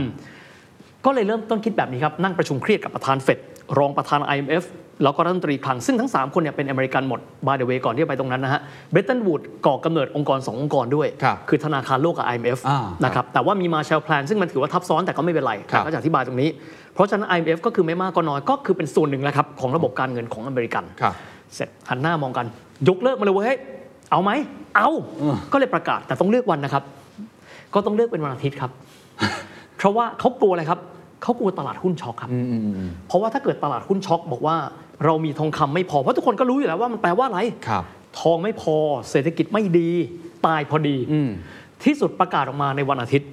C: ก็เลยเริ่มต้นคิดแบบนี้ครับ นั่งประชุมเครียดกับประธานเฟดรองประธาน IMF แล้วก็รัฐมนตรีคลังซึ่งทั้ง 3 คนเนี่ยเป็นอเมริกันหมด by the way ก่อนที่จะไปตรงนั้นนะฮะเบรตันวูดก่อกำเนิดองค์กร 2 องค์กรด้วย
B: ครับ
C: อธนาคารโลกกับ IMF
B: อ่า
C: นะครับแต่ว่ามีมาแชลแพลนซึ่งมันถือว่าทับซ้อนแต่ก็ไม่เป็นไร
B: ครับ
C: แต่ก็จะอธิบายตรงนี้ เพราะฉะนั้น IMF ก็คือไม่มากก็น้อยก็คือเป็นส่วนหนึ่งแหล้วครับของระบบการเงินของอเมริกัน
B: ครับ
C: เสร็จหันหน้ามองกัน ยกเลิกมาเลยเว้ยเฮ้ยเอาไหมเอาก็เลยประกาศแต่ต้องเลือกวันนะครับ ก็ต้องเลือกเป็นวันอาทิตย์ ครับ เพราะว่าเขากลัวอะไรครับเขากลัวตลาดหุ้นช็อกครับ เพราะว่าถ้าเกิดตลาดหุ้นช็อกบอกว่าเรามีทองคำไม่พอเพราะทุกคนก็รู้อยู่แล้วว่ามันแปลว่าอะไร
B: ครับ
C: ทองไม่พอเศรษฐกิจไม่ดี ตายพอดี
B: อืม
C: ที่สุดประกาศออกมาในวันอาทิตย์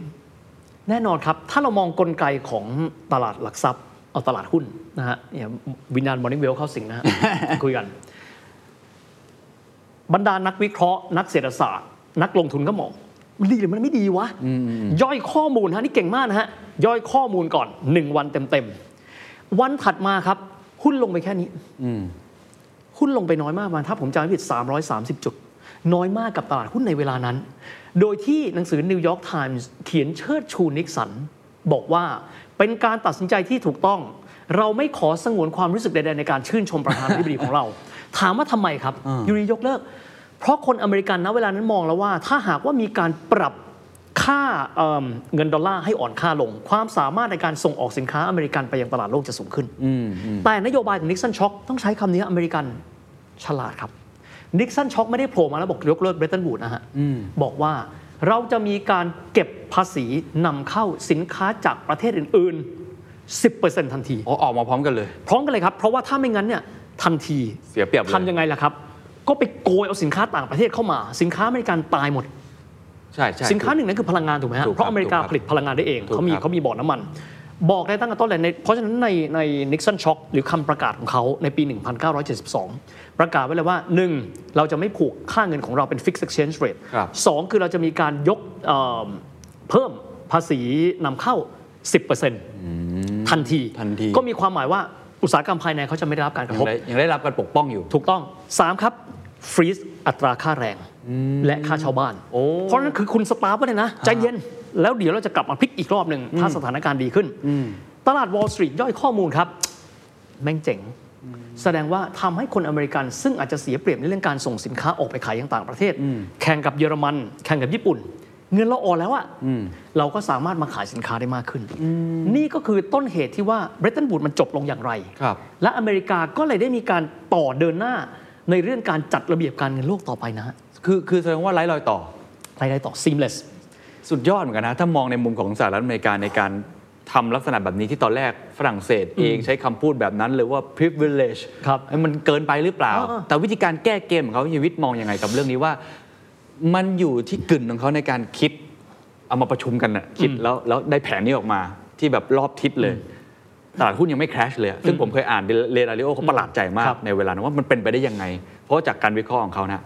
C: แน่นอนครับ ถ้าเรามองกลไกของตลาดหลักทรัพย์ เอาตลาดหุ้นนะฮะเนี่ยวิญญาณมอร์นิ่งเวลเข้าสิงนะฮ ะ คุยกัน บรรดานักวิเคราะห์ นักเศรษฐศาสตร์ นักลงทุนก็มองมันดีหรือมันไม่ดีวะ ย่อยข้อมูลฮะนี่เก่งมากนะฮะ ย่อยข้อมูลก่อนหนึ่งวันเต็มๆ วันถัดมาครับ หุ้นลงไปแค่นี้
B: อืม
C: หุ้นลงไปน้อยมากประมาณถ้าผมจำไม่ผิด 330 จุด น้อยมากกับตลาดหุ้นในเวลานั้น โดยที่หนังสือ New York Times เขียนเชิดชูนิกสัน บอกว่าเป็นการตัดสินใจที่ถูกต้อง เราไม่ขอส งวนความรู้สึกใดๆในการชื่นชมประธานาธิบดีของเรา ถามว่าทำไมครับ ยูรียกเลิก เพ เพราะคนอเมริกันนะเวลานั้นมองแล้วว่า ถ้าหากว่ามีการปรับค่าเอิ่มเงินดอลลาร์ให้อ่อนค่าลง ความสามารถในการส่งออกสินค้าอเมริกันไปยังตลาดโลกจะสูงขึ้น แต่นโยบายของนิกสันช็อคต้องใช้คำนี้อเมริกันฉลาดครับนิกสันช็อคไม่ได้โผล่มาแล้วบอกยกเลิกเบรตันบูดนะฮะบอกว่าเราจะมีการเก็บภาษีนำเข้าสินค้าจากประเทศอื่นๆ 10%ทันที
B: อ๋อออกมาพร้อมกันเลย
C: พร้อมกันเลยครับ เพราะว่าถ้าไม่งั้นเนี่ยทันที
B: เสียเปรียบเลย
C: ทำยังไงล่ะครับ ก็ไปโกยเอาสินค้าต่างประเทศเข้ามา สินค้าอเมริกันตายหมด
B: ใช่ใช่
C: สินค้าหนึ่งนั้นคือพลังงานถูกไหมฮะ
B: ถูกครับ
C: เพราะอเมริกา
B: ถูกครับ
C: ผลิตพลังงานได้เอง
B: ถูก
C: เขามี
B: ครับ
C: เขามีบ่อน้ำมัน บอกได้ตั้งแต่ต้นเลยในเพราะฉะนั้นในในนิกสันช็อคหรือคำประกาศของเขาในปี 1972 ประกาศไว้เลยว่า 1. เราจะไม่ผูกค่าเงินของเราเป็น fixed exchange rate
B: ครับ
C: สองคือเราจะมีการยกเอ่อเพิ่มภาษีนำเข้า 10%ทันที
B: ทันที
C: ก็มีความหมายว่าอุตสาหกรรมภายในเขาจะไม่ได้รับการกระท
B: ยัง
C: บ
B: ได้ยังได้รับการปกป้องอยู่
C: ถูกต้อง 3 ครับฟรีซอัตราค่าแรง และค่าชาวบ้าน
B: โอ้
C: เพราะฉะนั้นคือคุณสตาร์ฟไว้เลยนะ ใจเย็น แล้วเดี๋ยวเราจะกลับมาพลิกอีกรอบหนึ่งถ้าสถานการณ์ดีขึ้น ตลาดวอล l สตรีทย่อยข้อมูลครับ แม่งเจ๋ง แสดงว่าทำให้คนอเมริกัน ซึ่งอาจจะเสียเปรียบในเรื่องการส่งสินค้าออกไปขายยังต่างประเทศ แข่งกับเยอรมัน แข่งกับญี่ปุ่น เงินเราอ่อนแล้วอะเราก็สามารถมาขายสินค้าได้มากขึ้น นี่ก็คือต้นเหตุที่ว่าเบรตันบูดมันจบลงอย่างไร
B: ครับ
C: และอเมริกาก็เลยได้มีการต่อเดินหน้าในเรื่องการจัดระเบียบการเงินโลกต่อไปนะฮะ
B: คือคือแสดงว่าไร้รอยต่อ
C: รายได้ต่อ seamless
B: สุดยอดเหมือนกันนะ ถ้ามองในมุมของสหรัฐอเมริกาในการทำลักษณะแบบนี้ที่ตอนแรกฝรั่งเศสเองใช้คำพูดแบบนั้นเลยว่า privilege
C: ครับ
B: เอ้ยมันเกินไปหรือเปล่า
C: อ่าๆ
B: แต่วิธีการแก้เกมของเขาชีวิตมองยังไงกับเรื่องนี้ว่า มันอยู่ที่กึ่นของเขาในการคิด เอามาประชุมกันนะคิดแล้วแล้วได้แผนนี้ออกมาที่แบบรอบทิศเลย ตลาดหุ้นยังไม่ crash เลยอะซึ่งผมเคยอ่านเรดาริโอเขาประหลาดใจมาก
C: ครับ
B: ในเวลานั้นว่ามันเป็นไปได้ยังไง เพราะจากการวิเคราะห์ของเขานะ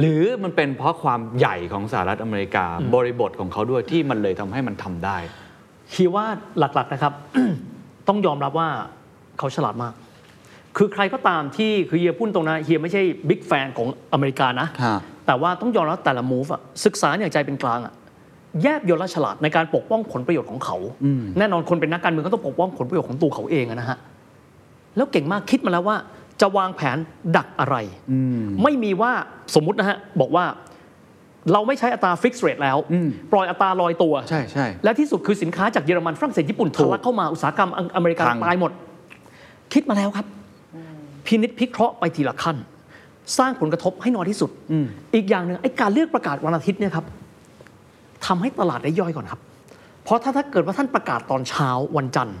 B: หรือมันเป็นเพราะความใหญ่ของสหรัฐอเมริกาบริบทของเขาด้วยที่มันเลยทำให้มันทำได้
C: คีย์ว่าร์ดหลัก ๆ นะครับ ต้องยอมรับว่าเขาฉลาดมาก คือใครก็ตามที่คือเฮียพุ่นตรงนะเฮียไม่ใช่บิ๊กแฟนของอเมริกานะ
B: ฮะ
C: แต่ว่าต้องยอมรับแต่ละ move อะศึกษาอย่างใจเป็นกลางอะแยบยลและฉลาดในการปกป้องผลประโยชน์ของเขา แน่นอนคนเป็นนักการเมืองก็ต้องปกป้องผลประโยชน์ของตัวเขาเองอะนะฮะ แล้วเก่งมากคิดมาแล้วว่าจะวางแผนดักอะไร ไม่มีว่าสมมุตินะฮะ บอกว่าเราไม่ใช้อัตราฟิกซ์เรทแล้ว ปล่อยอัตราลอยตัว
B: ใช่ใช่
C: และที่สุดคือสินค้าจากเยอรมันฝรั่งเศสญี่ปุ่น
B: ถู
C: ทะ
B: ก
C: ลักเข้ามาอุตสาหกรรมอังอเมริกา
B: พัง
C: ตายหมด คิดมาแล้วครับ พินิษพิเคราะห์ไปทีละขั้น สร้างผลกระทบให้น้อยที่สุด อีกอย่างหนึ่งไอ้การเลือกประกาศวันอาทิตย์เนี่ยครับทำให้ตลาดได้ย่อยก่อนครับ เพราะถ้าถ้าเกิดว่าท่านประกาศตอนเช้าวันจันทร์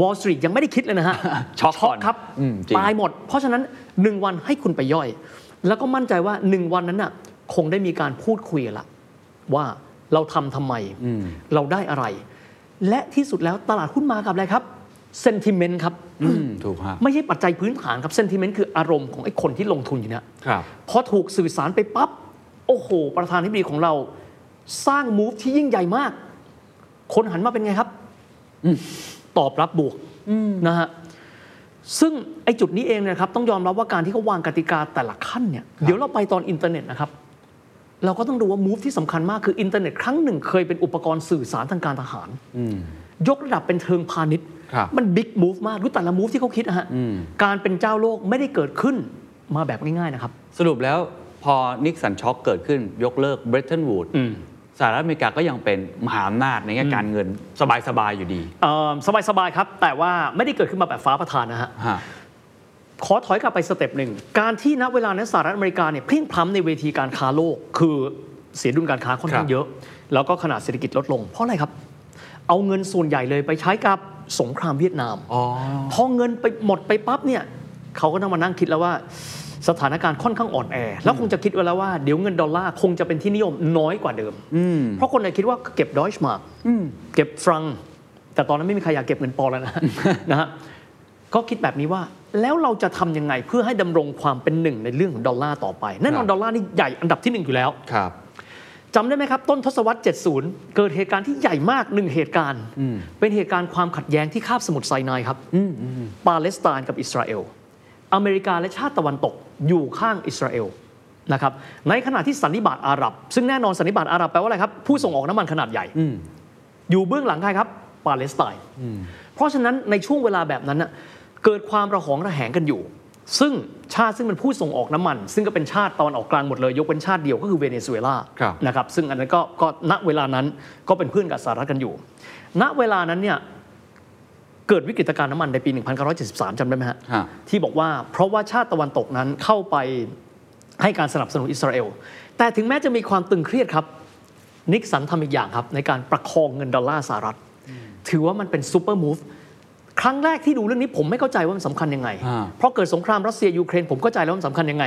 C: วอลสตรีทยังไม่ได้คิดเลยนะฮะ
B: ช็อกก่อน
C: ครับ
B: อืมจริง
C: ตายหมด เพราะฉะนั้น 1 วันให้คุณไปย่อย แล้วก็มั่นใจว่า 1 วันนั้นน่ะคงได้มีการพูดคุยกันละ ว่าเราทำทำไม เราได้อะไร และที่สุดแล้วตลาดหุ้นมากับอะไรครับ sentiment ครับ
B: อืมถูกฮะ
C: ไม่ใช่ปัจจัยพื้นฐานครับ sentiment คืออารมณ์ของไอ้คนที่ลงทุนอยู่เนี่ย
B: ครับ
C: พอถูกสื่อสารไปปั๊บ โอ้โห ประธานที่ดีของเรา สร้างมูฟที่ยิ่งใหญ่มาก คนหันมาเป็นไงครับ ตอบรับบวกนะฮะ ซึ่งไอ้จุดนี้เองเนยครับ ต้องยอมรับว่าการที่เขาวางกติกาแต่ละขั้นเนี่ย เดี๋ยวเราไปตอนอินเทอร์เน็ตนะครับ เราก็ต้องดูว่ามูฟที่สำคัญมากคืออินเทอร์เน็ตครั้งหนึ่งเคยเป็นอุปกรณ์สื่อสารทางการทหาร ยกระดับเป็นเทิงพาณิชย์
B: ครับ
C: มันบิ๊กมูฟมากรู้แต่ละมูฟที่เขาคิดนะฮะการเป็นเจ้าโลกไม่ได้เกิดขึ้นมาแบบง่ายๆนะครับ
B: สรุปแล้วพอนิกสันช็อคเกิดขึ้นยกเลิกเบรตันวูด
C: อืม
B: สหรัฐอเมริกาก็ยังเป็นมหาอำนาจในแง่การเงินสบายๆอยู่ดี
C: สบายสบายๆครับ แต่ว่าไม่ได้เกิดขึ้นมาแบบฟ้าประทานนะฮะ
B: ฮะ
C: ขอถอยกลับไปสเต็ปหนึ่ง การที่ณเวลานั้นสหรัฐอเมริกาเนี่ยเพลียงพล้ำในเวทีการค้าโลก คือเสียดุลการค้าค่อน
B: ค
C: ข้า
B: รั
C: ง
B: บ
C: เยอะ แล้วก็ขนาดเศรษฐกิจลดลง เพราะอะไรครับ เอาเงินส่วนใหญ่เลยไปใช้กับสงครามเวียดนาม
B: อ๋อ
C: พอเงินไปหมดไปปั๊บเนี่ยเขาก็ต้องมานั่งคิดแล้วว่าสถานการณ์ค่อนข้างอ่อนแอ แล้วคงจะคิดไว้แล้วว่าเดี๋ยวเงินดอลลาร์คงจะเป็นที่นิยมน้อยกว่าเดิม เพราะคนไทยคิดว่าเก็บดอยช์มาร์กเก็บฟรังก์แต่ตอนนั้นไม่มีใครอยากเก็บเงินปอนด์แล้ว นะ นะฮะก็คิดแบบนี้ว่าแล้วเราจะทำยังไงเพื่อให้ดำรงความเป็นหนึ่งในเรื่องของดอลลาร์ต่อไปแน่น
B: ค
C: อ
B: รั
C: น
B: บ
C: ดอลลาร์นี่ใหญ่อันดับที่หนึ่งอยู่แล้ว
B: ครับ
C: จำได้ไหมครับ ต้นทศวรรษ 70 เกิดเหตุการณ์ที่ใหญ่มากหนึ่งเหตุการณ์ เป็นเหตุการณ์ความขัดแย้งที่คาบสมุทรไซนายครับปาเลสไตน์กับอิสราเอล อเมริกาและชาติตะวันตกอยู่ข้างอิสราเอลนะครับในขณะที่สันนิบาตอาหรับ ซึ่งแน่นอนสันนิบาตอาหรับแปลว่าอะไรครับ ผู้ส่งออกน้ำมันขนาดใหญ่ อยู่เบื้องหลังใครครับ ปาเลสไตน์เพราะฉะนั้นในช่วงเวลาแบบนั้นน่ะเกิดความระหองระแหงกันอยู่ ซึ่งชาติซึ่งเป็นผู้ส่งออกน้ำมัน ซึ่งก็เป็นชาติตอนออกกลางหมดเลย ยกเป็นชาติเดียวก็คือเวเนซุเอลา
B: ครับ
C: นะครับซึ่งอันนั้นก็ก็ณเวลานั้นก็เป็นเพื่อนกับสหรัฐกันอยู่ ณเวลานั้นเนี่ยเกิดวิกฤตการณ์น้ำมันในปี 1973จำได้ไหมฮะ
B: ฮะ
C: ที่บอกว่าเพราะว่าชาติตะวันตกนั้นเข้าไปให้การสนับสนุนอิสราเอล แต่ถึงแม้จะมีความตึงเครียดครับ นิกสันทำอีกอย่างครับ ในการประคองเงินดอลลาร์สหรัฐ ถือว่ามันเป็นซูเปอร์มูฟครั้งแรกที่ดูเรื่องนี้ผมไม่เข้าใจว่ามันสำคัญยังไง
B: อ่า
C: เพราะเกิดสงครามรัสเซียยูเครนผมเข้าใจแล้วว่ามันสำคัญยังไง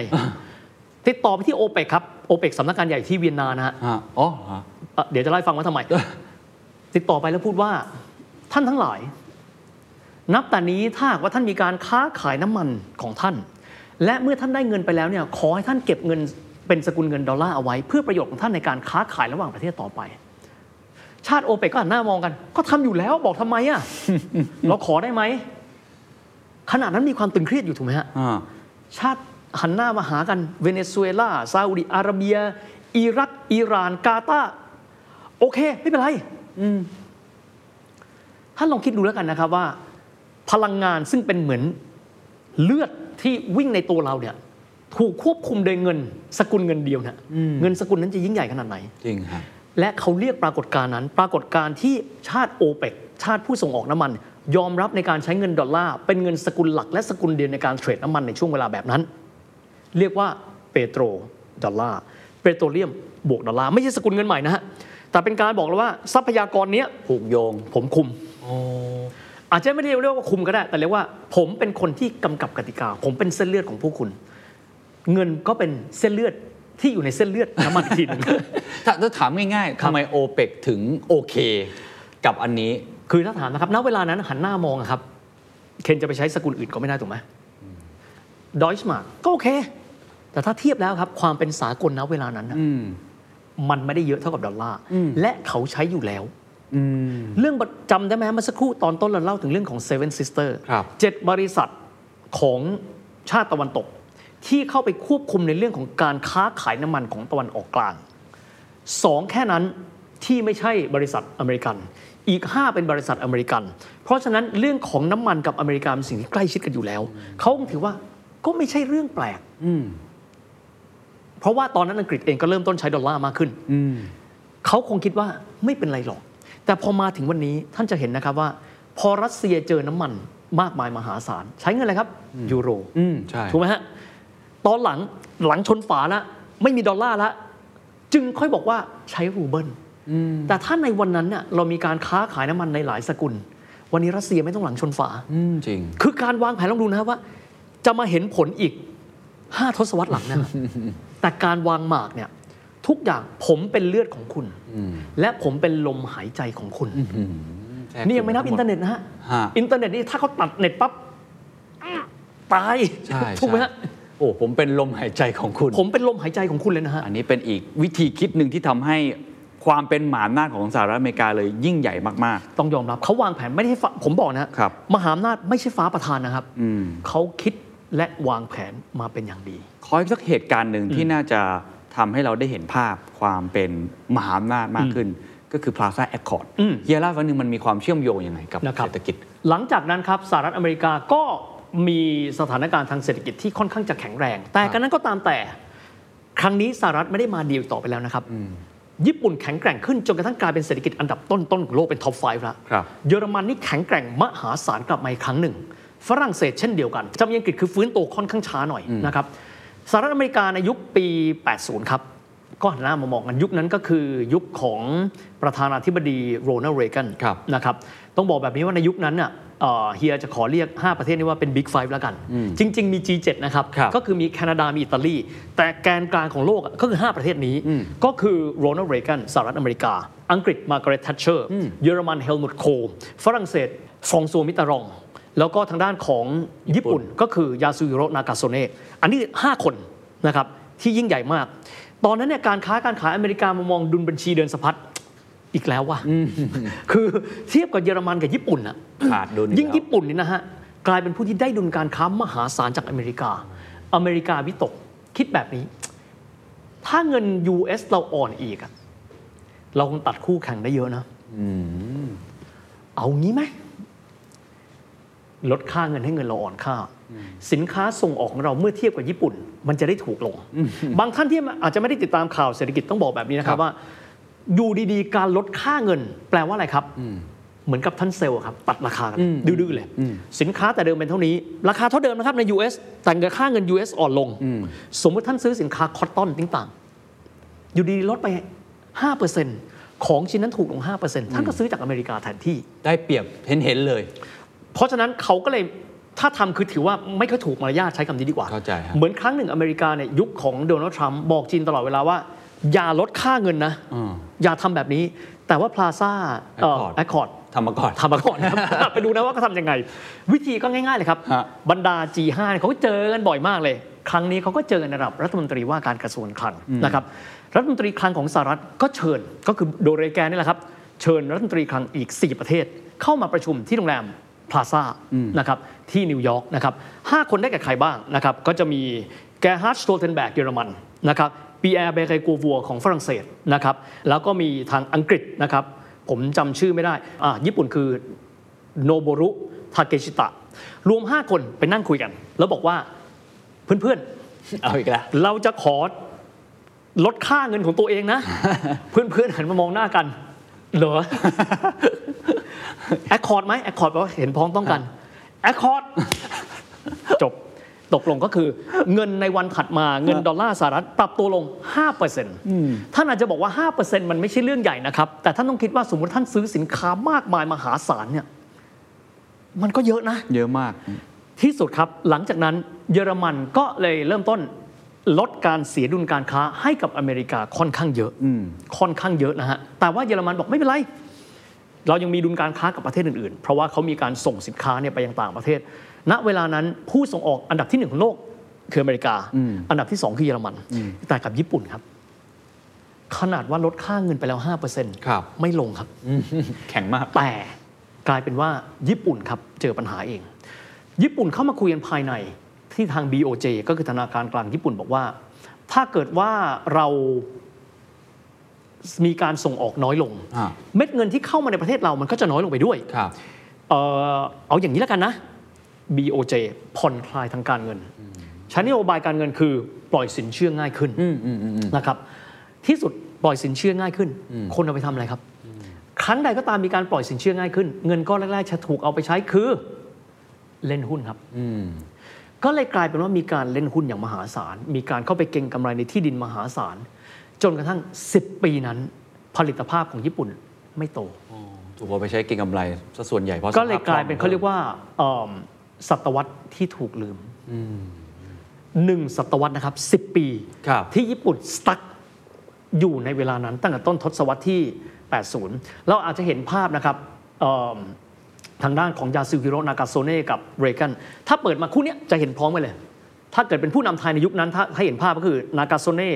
C: ติดต่อไปที่โอเปกครับโอเปกสำนักงานใหญ่ที่เวียนนานะฮะ
B: ฮะอ๋อฮะ
C: เอ่อเดี๋ยวจะเล่าให้ฟังว่าทำไม ติดต่อไปแล้วพูดว่า ท่านทั้งหลาย นับแต่นี้ถ้าหากว่าท่านมีการค้าขายน้ำมันของท่าน และเมื่อท่านได้เงินไปแล้วเนี่ยขอให้ท่านเก็บเงินเป็นสกุลเงินดอลลาร์เอาไว้ เพื่อประโยชน์ของท่านในการค้าขายระหว่างประเทศต่อไป ชาติโอเปกก็หันหน้ามองกัน ก็ทำอยู่แล้วบอกทำไม อะ่ะ เราขอได้ไหมขนาดนั้นมีความตึงเครียดอยู่ถูกไหมฮะ
B: อ่า
C: ชาติหันหน้ามาหากันเวเนซุเอลาซาอุดิอาระเบีย อิรัก อิหร่าน กาตาร์โอเค ไม่เป็นไรท่านลองคิดดูแล้วกันนะครับว่า พลังงานซึ่งเป็นเหมือนเลือดที่วิ่งในตัวเราเนี่ย ถูกควบคุมโดยเงิน สกุลเงินเดียวเนี่ย
B: อืม
C: เงินสกุลนั้นจะยิ่งใหญ่ขนาดไหน
B: จริงฮะ
C: และเขาเรียกปรากฏการณ์นั้น ปรากฏการณ์ที่ชาติโอเปกชาติผู้ส่งออกน้ำมัน ยอมรับในการใช้เงินดอลลาร์ เป็นเงินสกุลหลักและสกุลเดียวในการเทรดน้ำมันในช่วงเวลาแบบนั้น เรียกว่าเปโตรดอลลาร์เปโตรเลียมบวกดอลลาร์ไม่ใช่สกุลเงินใหม่นะฮะแต่เป็นการบอกเลยว่าทรัพยากรเนี้ย
B: ผูกโยง
C: ผมคุม
B: โอ้
C: อาจจะไม่ได้เรียกว่าคุมก็ได้ แต่เรียกว่า ผมเป็นคนที่กำกับกติกา ผมเป็นเส้นเลือดของพวกคุณ เงินก็เป็นเส้นเลือดที่อยู่ในเส้นเลือดน้ำมันอีกทีหนึง
B: ถ้าถ้าถามง่ายๆ ทำไมโอเปกถึงโอเค กับอันนี้
C: คือถ้าถามนะครับ ณ เวลานั้นหันหน้ามองอะครับ เคนจะไปใช้สกุลอื่นก็ไม่ได้ถูกไหมดอยช์มาร์กก็โอเค แต่ถ้าเทียบแล้วครับ ความเป็นสากลณเวลานั้นน่ะ
B: อืม
C: มันไม่ได้เยอะเท่ากับดอลลาร์
B: อืม
C: และเขาใช้อยู่แล้ว
B: อืม
C: เรื่องบัตรจำได้ไหมฮะเมื่อสักครู่ตอนต้นเราเล่าถึงเรื่องของ Seven Sister
B: ครับ
C: เจ็ดบริษัทของชาติตะวันตก ที่เข้าไปควบคุมในเรื่องของการค้าขายน้ำมันของตะวันออกกลางสองแค่นั้นที่ไม่ใช่บริษัทอเมริกัน อีก 5 เป็นบริษัทอเมริกัน เพราะฉะนั้นเรื่องของน้ำมันกับอเมริกาเป็นสิ่งที่ใกล้ชิดกันอยู่แล้ว เขาคงถือว่าก็ไม่ใช่เรื่องแปลก
B: อืม
C: เพราะว่าตอนนั้นอังกฤษเองก็เริ่มต้นใช้ดอลลาร์มากขึ้น
B: อืม
C: เขาคงคิดว่าไม่เป็นไรหรอก แต่พอมาถึงวันนี้ท่านจะเห็นนะครับว่า พอรัสเซียเจอน้ำมันมากมายมหาศาล ใช้เงินอะไรครับ ยูโร
B: อืม ใช่
C: ถูกไหมฮะ ตอนหลังหลังชนฝาละไม่มีดอลลาร์ละจึงค่อยบอกว่าใช้รูเบิล
B: อืม
C: แต่ถ้าในวันนั้นเน่ยเรามีการค้าขายน้ำมันในหลายสกุล วันนี้รัสเซียไม่ต้องหลังชนฝา
B: อืม จริง
C: คือการวางแผนลองดูนะครับว่า จะมาเห็นผลอีก 5 ทศวรรษหลังนะ แต่การวางหมากเนี่ยทุกอย่างผมเป็นเลือดของคุณ
B: อืม
C: และผมเป็นลมหายใจของคุณ
B: อืมแท
C: นี่ยังไม่นับอินเทอร์เน็ตนะฮะ
B: ฮะ
C: อินเทอร์เน็ตนี่ถ้าเขาตัดเน็ตปั๊บตาย
B: ใช่
C: ถูกไหม
B: ใช่
C: ฮะ
B: โอ้ ผมเป็นลมหายใจของคุณ
C: ผมเป็นลมหายใจของคุณเลยนะฮะ
B: อันนี้เป็นอีกวิธีคิดหนึ่งที่ทำให้ความเป็นหมหาอำนาจของสหรัฐอเมริกาเลยยิ่งใหญ่มาก
C: ต้องยอมรับเขาวางแผนไม่ได้ฟ้าผมบอกนะฮะ
B: ครับ
C: มหาอำนาจไม่ใช่ฟ้าประธานนะครับ
B: ๆ อืม
C: เขาคิดและวางแผนมาเป็นอย่างดี
B: ขออีกสักเหตุการณ์หนึ่งที่น่าจะทำให้เราได้เห็นภาพความเป็นมหาอำนาจมากขึ้น ก็คือ Plaza Accord
C: อืม
B: เฮียเล่าวันหนึ่งมันมีความเชื่อมโยงยังไงกับ
C: นะครับ
B: เศรษฐกิจ
C: หลังจากนั้นครับสหรัฐอเมริกาก็มีสถานการณ์ทางเศรษฐกิจที่ค่อนข้างจะแข็งแรง แต่กันนั้นก็ตามแต่ ครั้งนี้สหรัฐไม่ได้มาเดียวต่อไปแล้วนะครับ ญี่ปุ่นแข็งแกร่งขึ้นจนกระทั่งกลายเป็นเศรษฐกิจอันดับต้นๆของโลกเป็นท็อป5แล้ว
B: ครับ
C: เยอรมันนี่แข็งแกร่งมหาศาลกลับมาอีกครั้งหนึ่ง ฝรั่งเศสเช่นเดียวกันจำเนียงอังกฤษคือฟื้นตัวค่อนข้างช้าหน่อยนะครับสหรัฐอเมริกาในยุคปี 80 ครับ ก็หันหน้ามามองกันยุคนั้นก็คือยุคของประธานาธิบดีโรนัลด์เรแกน
B: ครับ
C: นะครับต้องบอกแบบนี้ว่าในยุคนั้นน่ะเอ่อเฮียจะขอเรียก 5 ประเทศนี้ว่าเป็น Big Five แล้วกัน จริง ๆ มี G7 นะครับ
B: ครับ
C: ก็คือมีแคนาดามีอิตาลี แต่แกนกลางของโลกอะก็คือ 5 ประเทศนี้ ก็คือโรนัลด์เรแกนสหรัฐอเมริกา อังกฤษมาร์กาเร็ตทัชเชอร์ เยอรมันเฮลมุตโคลฝรั่งเศสฟรองซัวมิตตารอง แล้วก็ทางด้านของญี่ปุ่นก็คือยาสุฮิโระนากาโซเนะอันนี้ 5 คนนะครับ ที่ยิ่งใหญ่มาก ตอนนั้นเนี่ยการค้าการขายอเมริกามามองดุลบัญชีเดินสะพัดอีกแล้วว่ะคือเทียบกับเยอรมันกับญี่ปุ่นอะ
B: ขาดดุล
C: ยิ่ง
B: แล้ว
C: ญี่ปุ่นนี่นะฮะ กลายเป็นผู้ที่ได้ดุลการค้ามหาศาลจากอเมริกา อเมริกาวิตกคิดแบบนี้ ถ้าเงิน US เราอ่อนอีกอะเราคงตัดคู่แข่งได้เยอะนะ
B: อืม
C: เอางี้ไหม ลดค่าเงินให้เงินเราอ่อนค่า สินค้าส่งออกของเราเมื่อเทียบกับญี่ปุ่น มันจะได้ถูกลง บางท่านที่อาจจะไม่ได้ติดตามข่าวเศรษฐกิจต้องบอกแบบนี้นะค
B: ครั
C: รับบ ว่า อยู่ดีๆ การลดค่าเงิน แปลว่าอะไรครับ เหมือนกับท่านเซลล์อะครับตัดราคากันดื้อๆเลย สินค้าแต่เดิมเป็นเท่านี้ ราคาเท่าเดิมนะครับใน US แต่เงินค่าเงิน US อ่อนลง สมมติท่านซื้อสินค้าคอตตอนติ้งต่าง อยู่ดีๆลดไป 5%ของชิ้นนั้นถูกลง 5%ท่านก็ซื้อจากอเมริกาแทนที่
B: ได้เปรียบเห็นเห็นๆเลย
C: เพราะฉะนั้นเขาก็เลยถ้าทำคือถือว่าไม่ค่อยถูกมารยาทใช้คำนี้ดีกว่า
B: เข้าใจครับ
C: เหมือนครั้งหนึ่งอเมริกาเนี่ยยุคของโดนัลด์ทรัมป์บอกจีนตลอดเวลาว่า อย่าลดค่าเงินนะ
B: อืม
C: อย่าทำแบบนี้ แต่ว่าพลาซ่า
B: Accord
C: แอคคอร์ด
B: ทำมาก่อน
C: ทำมาก่อนนะครับ ไปดูนะว่าเขาทำยังไง วิธีก็ง่ายๆเลยครับ
B: ฮะ
C: บรรดา G5 เนี่ยเขาก็เจอกันบ่อยมากเลย ครั้งนี้เขาก็เจอกันในระดับรัฐมนตรีว่าการกระทรวงคลังนะครับรัฐมนตรีคลังของสหรัฐก็เชิญก็คือโดเรแกนนี่แหละครับเชิญรัฐมนตรีคลังอีก 4 ประเทศ เข้ามาประชุมที่โรงแรมพลาซ่านะครับที่นิวยอร์กนะครับห้าคนได้แก่ใครบ้างนะครับก็จะมีแกฮาร์ดสโตเทนแบกเยอรมันนะครับปีแอร์เบเกกัววัวของฝรั่งเศสนะครับแล้วก็มีทางอังกฤษนะครับผมจำชื่อไม่ได้อ่าญี่ปุ่นคือ โนโบรุ ทาเกชิตะ รวม 5 คนไปนั่งคุยกัน แล้วบอกว่าเพื่อน
B: เอาอีกแล้ว
C: ๆ เราจะขอลดค่าเงินของตัวเองนะ เพื่อนๆ หันมามองหน้ากัน เหรอ แอคคอร์ดไหมแอคคอร์ดแปลว่าเห็นพ้องต้องกันแอคคอร์ด จบตกลงก็คือเงินในวันถัดมาเงินดอลลาร์สหรัฐปรับตัวลง 5%ท่านอาจจะบอกว่า 5%มันไม่ใช่เรื่องใหญ่นะครับ แต่ท่านต้องคิดว่าสมมติท่านซื้อสินค้ามากมายมหาศาลเนี่ยมันก็เยอะนะ
B: เยอะมาก
C: ที่สุดครับหลังจากนั้นเยอรมันก็เลยเริ่มต้นลดการเสียดุลการค้าให้กับอเมริกาค่อนข้างเยอะค่อนข้างเยอะนะฮะแต่ว่าเยอรมันบอกไม่เป็นไร เรายังมีดุลการค้ากับประเทศอื่นๆ เพราะว่าเขามีการส่งสินค้าเนี่ยไปยังต่างประเทศ ณเวลานั้นผู้ส่งออกอันดับที่หนึ่งของโลกคืออเมริกา อันดับที่สองคือเยอรมัน แต่กับญี่ปุ่นครับ ขนาดว่าลดค่าเงินไปแล้ว5%
B: ครับ
C: ไม่ลงครับ
B: แข็งมาก
C: แต่กลายเป็นว่าญี่ปุ่นครับเจอปัญหาเอง ญี่ปุ่นเข้ามาคุยกันภายในที่ทาง BOJ ก็คือธนาคารกลางญี่ปุ่นบอกว่า ถ้าเกิดว่าเรามีการส่งออกน้อยลง
B: อ่า
C: เม็ดเงินที่เข้ามาในประเทศเรามันก็จะน้อยลงไปด้วย
B: ครับ
C: เอ่อเอาอย่างนี้แล้วกันนะ BOJ ผ่อนคลายทางการเงิน ใช้นโยบายการเงินคือปล่อยสินเชื่อง่ายขึ้นนะครับ ที่สุดปล่อยสินเชื่อง่ายขึ้น คนเอาไปทำอะไรครับ ครั้งใดก็ตามมีการปล่อยสินเชื่อง่ายขึ้น เงินก้อนแรกๆจะถูกเอาไปใช้คือเล่นหุ้นครับ ก็เลยกลายเป็นว่ามีการเล่นหุ้นอย่างมหาศาล มีการเข้าไปเก็งกำไรในที่ดินมหาศาล จนกระทั่ง 10 ปีนั้น ผลิตภาพของญี่ปุ่นไม่โต
B: ถูกเอาไปใช้เก็งกำไรซะส่วนใหญ่เพราะ
C: ก็เลย
B: สภ
C: กลายเป็นเขาเรียกว่าเอิ่มศตวรรษที่ถูกลืมหนึ่งศตวรรษนะครับสิบปี
B: ครับ
C: ที่ญี่ปุ่นสตั๊กอยู่ในเวลานั้นตั้งแต่ต้นทศวรรษที่ 80 เราอาจจะเห็นภาพนะครับเอิ่มทางด้านของยาซิฮิโรนากาโซเน่กับเร a ก a นถ้าเปิดมาคู่เนี้ยจะเห็นพร้อมกันเลย ถ้าเกิดเป็นผู้นำไทยในยุคนั้นถ้าให้เห็นภาพก็คือนากาโซเน่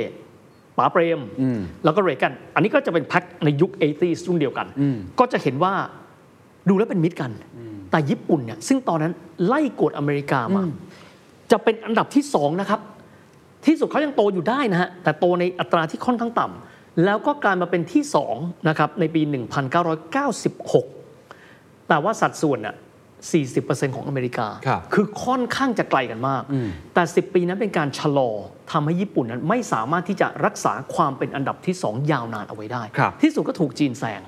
C: ป๋าเปรม แล้วก็เร a ก a นอันนี้ก็จะเป็นแพ็คในยุค 80 รุ่นเดียวกัน ก็จะเห็นว่าดูแล้วเป็นมิตรกัน แต่ญี่ปุ่นเนี่ยซึ่งตอนนั้นไล่กดอเมริกามา จะเป็นอันดับที่สองนะครับ ที่สุดเขายังโตอยู่ได้นะฮะ แต่โตในอัตราที่ค่อนข้างต่ำแล้วก็กลายมาเป็นที่2นะครับในปี 1996 แต่ว่าสัดส่วนน่ะ40%ของอเมริกา
B: ครับ
C: อค่อนข้างจะไกลกันมาก แต่ 10 ปีนั้นเป็นการชะลอทำให้ญี่ปุ่นนั้นไม่สามารถที่จะรักษาความเป็นอันดับที่ 2 ยาวนานเอาไว้ได้
B: ครับ
C: ที่สุดก็ถูกจีนแซง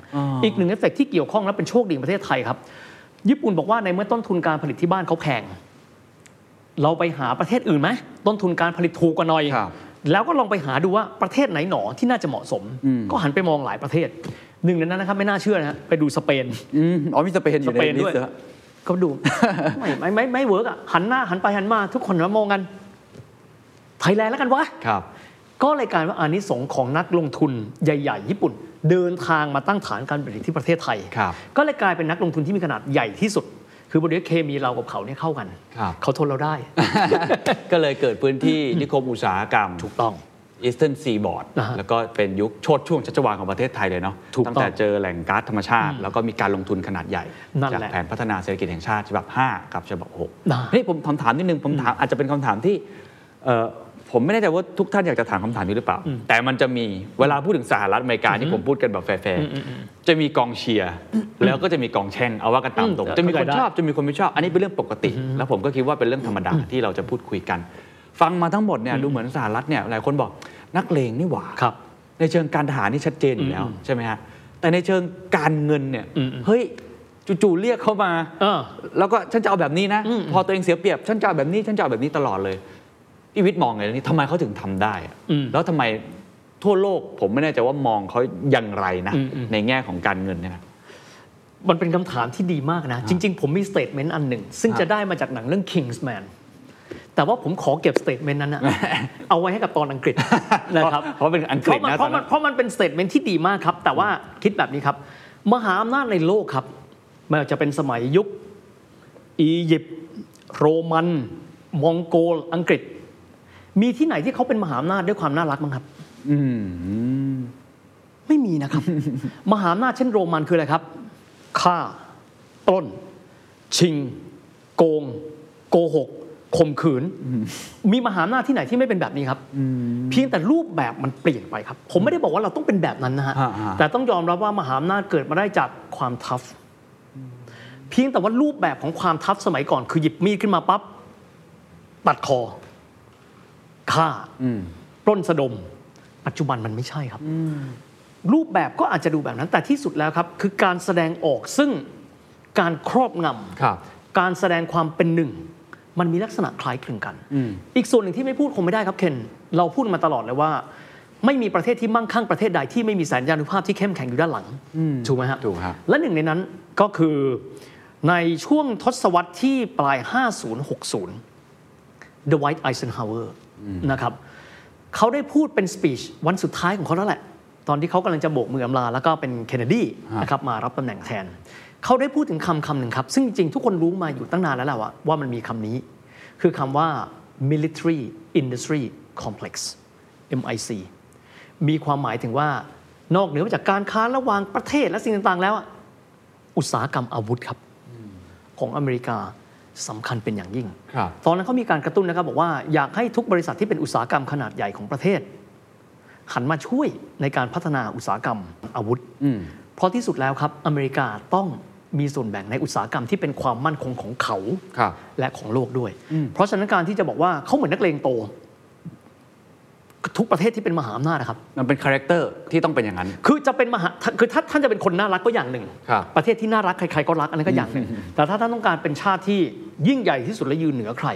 C: อีกหนึ่งเอฟเฟกต์ที่เกี่ยวข้องและเป็นโชคดีของประเทศไทยครับ ญี่ปุ่นบอกว่าในเมื่อต้นทุนการผลิตที่บ้านเขาแพง เราไปหาประเทศอื่นไหมต้นทุนการผลิตถูกกว่าหน่อย
B: ครับ
C: แล้วก็ลองไปหาดูว่าประเทศไหนหนอที่น่าจะเหมาะสม ก็หันไปมองหลายประเทศ หนึ่งในนั้นนะครับไม่น่าเชื่อนะฮะไปดูสเปน
B: ืมอ๋อมีสเปนอยู่ใน
C: สเปน
B: ลิ
C: ด้
B: ส
C: วย
B: ต์เหรอ
C: ก็ดู ไม่ไม่ไม่ไม่เวิร์กอ่ะหันหน้าหันไปหันมา ทุกคนมามองกันไทยแลนด์แล้วกันวะ
B: ครับ
C: ก็เลยกลายว่าอานิสงส์ของนักลงทุนใหญ่ๆ ญี่ปุ่น เดินทางมาตั้งฐานการผลิตที่ประเทศไทย
B: ครับ
C: ก็เลยกลายเป็นนักลงทุนที่มีขนาดใหญ่ที่สุด คือบริเวณเคมีเรากับเขาเนี่ยเข้ากัน
B: ครับ
C: เขาทนเราได้
B: ก็เลยเกิดพื้นที่นิคมอุตสาหกรรม
C: ถูกต้อง
B: Eastern Seaboard
C: นะฮะ
B: แล้วก็เป็นยุคโชดช่วงชัชวาลของประเทศไทยเลยเนาะ
C: ถูกต้
B: ตั้ง
C: อง
B: แต่เจอแหล่งก๊าซธรรมชาติ แล้วก็มีการลงทุนขนาดใหญ่
C: นั่น
B: จาก
C: แหละ
B: แผนพัฒนาเศรษฐกิจแห่งชาติฉบับ 5 กับฉบับ
C: นะ
B: 6นี่ผมคำถามนิดนึงผมถามอาจจะเป็นคำถามที่เอ่อผ ผมไม่แน่ใจว่าทุกท่านอยากจะถามคำถามนี้หรือเปล่า แต่มันจะมีเวลาพูดถึงสหรัฐอเมริกาที่ผมพูดกันแบบแฟร์ๆจะมีกองเชียร์แล้วก็จะมีกองแช่งเอาว่ากันตามตรง
D: อืม
B: จะมีคน
D: เข้าใจได้
B: ชอบจะมีคนไม่ชอบ อันนี้เป็นเรื่องปกติ แล้วผมก็คิดว่าเป็นเรื่องธรรมดาที่เราจะพูดคุยกัน ฟังมาทั้งหมดเนี่ยดูเหมือนสหรัฐเนี่ยหลายคนบอกนักเลงนี่หว่า
C: ครับ
B: ในเชิงการทหารนี่ชัดเจนอยู่แล้วใช่ไหมฮะแต่ในเชิงการเงินเนี่ย
D: อืมอืม
B: เฮ้ยจู่ๆเรียกเข้ามา
D: เออ
B: แล้วก็ฉันจะเอาแบบนี้นะ พอตัวเองเสียเปรียบ ฉันจะเอาแบบนี้ฉันจะเอาแบบนี้ตลอดเลยพี่วิทย์มองไงเรื่องนี้ทำไมเขาถึงทำได้อะ
D: อืม
B: แล้วทำไมทั่วโลกผมไม่แน่ใจว่ามองเขาอย่างไรนะ
D: อืมอืม
B: ในแง่ของการเงินเนี่ยนะ
C: มันเป็นคำถามที่ดีมากนะ จริง ๆ ผมมีสเตทเมนต์อันหนึ่ง ซึ่งจะได้มาจากหนังเรื่อง Kingsman แต่ว่าผมขอเก็บสเตทเมน ต์นั้นนะ เอาไว้ให้กับตอนอังกฤษ นะครับ
B: เพราะเป็นอังกฤษนะ
C: เพ
B: ต
C: ราะมันเพราะ
B: อนนั้
C: มัน
B: น
C: เพราะมันเป็นสเตทเมนต์ที่ดีมากครับ แต่ว่าคิดแบบนี้ครับ มหาอำนาจในโลกครับไม่ว่าจะเป็นสมัยยุค อียิปต์โรมัน มองโกลอังกฤษ มีที่ไหนที่เขาเป็นมหาอำนาจด้วยความน่ารักมั้างครับ
B: อืม
C: ไม่มีนะครับ มหาอำนาจเช่นโรมันคืออะไรครับฆ่าปล้น ชิง โกง โกหกข่มขืน มีมหาอำนาจที่ไหนที่ไม่เป็นแบบนี้ครับเพียงแต่รูปแบบมันเปลี่ยนไปครับ ผมไม่ได้บอกว่าเราต้องเป็นแบบนั้นนะฮะ
B: อ่าๆ
C: แต่ต้องยอมรับว่ามหาอำนาจเกิดมาได้จากความทัฟเพียงแต่ว่ารูปแบบของความทัฟสมัยก่อน คือหยิบมีดขึ้นมาปั๊บตัดคอฆ่า
B: อืม
C: ปล้นสะดม ปัจจุบันมันไม่ใช่ครับ รูปแบบก็อาจจะดูแบบนั้นแต่ที่สุดแล้วครับ คือการแสดงออกซึ่งการครอบง
B: ครับ
C: ำการแสดงความเป็นหนึ่ง มันมีลักษณะคล้ายคลึงกัน
B: อืม
C: อีกส่วนหนึ่งที่ไม่พูดคงไม่ได้ครับเคนเราพูดมาตลอดเลยว่า ไม่มีประเทศที่มั่งคั่งประเทศใดที่ไม่มีสัญญาณุภาพที่เข้มแข็งอยู่ด้านหลังถูกไหมฮะ
B: ถูกครับ
C: และหนึ่งในนั้นก็คือในช่วงทศวรรษที่ปลาย 5060 The White Eisenhower นะครับเขาได้พูดเป็นสปีชวันสุดท้ายของเขาแล้วแหละ ตอนที่เขากำลังจะโบกมืออำลา แล้วก็เป็นเคนเนดีนะครับมารับตำแหน่งแทน เขาได้พูดถึงคำคำหนึ่งครับ ซึ่งจริงๆทุกคนรู้มาอยู่ตั้งนานแล้วแหละว่าว่ามันมีคำนี้ คือคำว่า military industry complex MIC มีความหมายถึงว่านอกเหนือจากการค้าระหว่างประเทศและสิ่งต่างๆ แล้วอะอุตสาหกรรมอาวุธครับ ของอเมริกาสำคัญเป็นอย่างยิ่ง
B: ครับ
C: ตอนนั้นเขามีการกระตุ้นนะครับ บอกว่าอยากให้ทุกบริษัทที่เป็นอุตสาหกรรมขนาดใหญ่ของประเทศ หันมาช่วยในการพัฒนาอุตสาหกรรมอาวุธ
B: อืม
C: เพราะที่สุดแล้วครับ อเมริกาต้องมีส่วนแบ่งในอุตสาหกรรมที่เป็นความมั่นคงของเขา
B: ครับ
C: และของโลกด้วย เพราะฉะนั้นการที่จะบอกว่าเขาเหมือนนักเลงโต ทุกประเทศที่เป็นมหาอำนาจนะครับ
B: มันเป็นคาแรคเตอร์ที่ต้องเป็นอย่างนั้น
C: คือจะเป็นมหาคือถ้าท่านจะเป็นคนน่ารักก็อย่างหนึ่ง
B: ครับ
C: ประเทศที่น่ารักใครๆก็รักอันนั้นก็อย่างหนึ่ง แต่ถ้าท่านต้องการเป็นชาติที่ยิ่งใหญ่ที่สุดและยืนเหนือใคร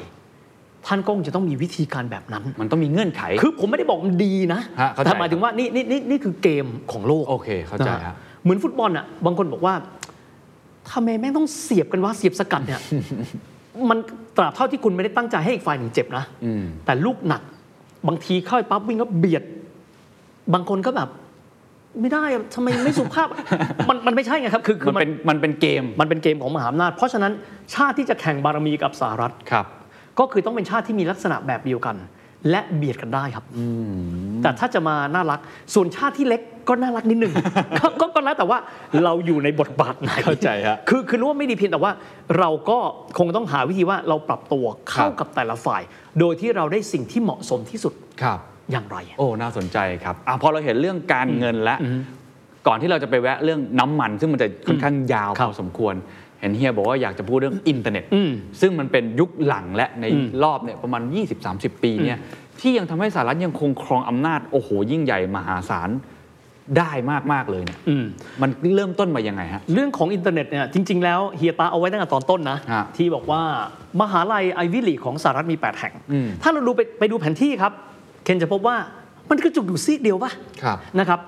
C: ท่านก็คงจะต้องมีวิธีการแบบนั้น
B: มันต้องมีเงื่อนไข
C: คือผมไม่ได้บอกมันดีนะ
B: ฮะเข้าใจ
C: แต่หมายถึงว่านี่นี่นี่นี่คือเกมของโลก
B: โอเคเข้าใจ
C: นะ
B: ฮะ
C: เหมือนฟุตบอลอ่ะบางคนบอกว่าทำไมแม่งต้องเสียบกันว่าเสียบสกัดเนี่ย มันตราบเท่าที่คุณไม่ได้ตั้งใจให้อีกฝ่ายหนึ่งเจ็บนะ
B: อืม
C: แต่ลูกหนัก บางทีเข้าไปปั๊บวิ่งก็เบียด บางคนก็แบบ ไม่ได้อะทำไมไม่สุภาพ มันมันไม่ใช่ไงครับ คือคื
B: มั
C: อนมัน
B: เป็นมันเป็นเกม
C: มันเป็นเกมของมหาอำนาจ เพราะฉะนั้นชาติที่จะแข่งบารมีกับสหรัฐ
B: ครับ
C: ก็คือต้องเป็นชาติที่มีลักษณะแบบเดียวกัน และเบียดกันได้ครับแต่ถ้าจะมาน่ารัก ส่วนชาติที่เล็กก็น่ารักนิดหนึ่ง ก็ก็ก็แล้วแต่ว่าเราอยู่ในบทบาทไหน
B: เข้าใจฮะ
C: คือคือรู้ว่าไม่ดีเพียงแต่ว่า เราก็คงต้องหาวิธีว่าเราปรับตัวเข้า
B: ครับ
C: กับแต่ละฝ่าย โดยที่เราได้สิ่งที่เหมาะสมที่สุด
B: ครับ
C: อย่างไร
B: โอ้ น่าสนใจครับอะพอเราเห็นเรื่องการเงินและ ก่อนที่เราจะไปแวะเรื่องน้ำมัน ซึ่งมันจะค่อนข้างยาวพอสมควร เห็นเฮียบอกว่าอยากจะพูดเรื่องอินเทอร์เน็ต
C: อืม
B: ซึ่งมันเป็นยุคหลังและในรอบเนี่ยประมาณ 20-30 ปีเนี่ยที่ยังทำให้สหรัฐยังคงครองอำนาจ โอ้โห ยิ่งใหญ่มหาศาลได้มาก ๆ เลยเนี่ย
C: อืม
B: มันเริ่มต้นมายังไงฮะ
C: เรื่องของอินเทอร์เน็ตเนี่ยจริง ๆ แล้วเฮียตาเอาไว้ตั้งแต่ตอนต้นนะ
B: ฮะ
C: ที่บอกว่ามหาลัยไอวิลีของสหรัฐมี 8 แห่ง
B: อืม
C: ถ้าเราดูไปไปดูแผนที่ครับ เคนจะพบว่ามันกระจุกอยู่ซีกเดียวปะ
B: ครับ
C: นะครับ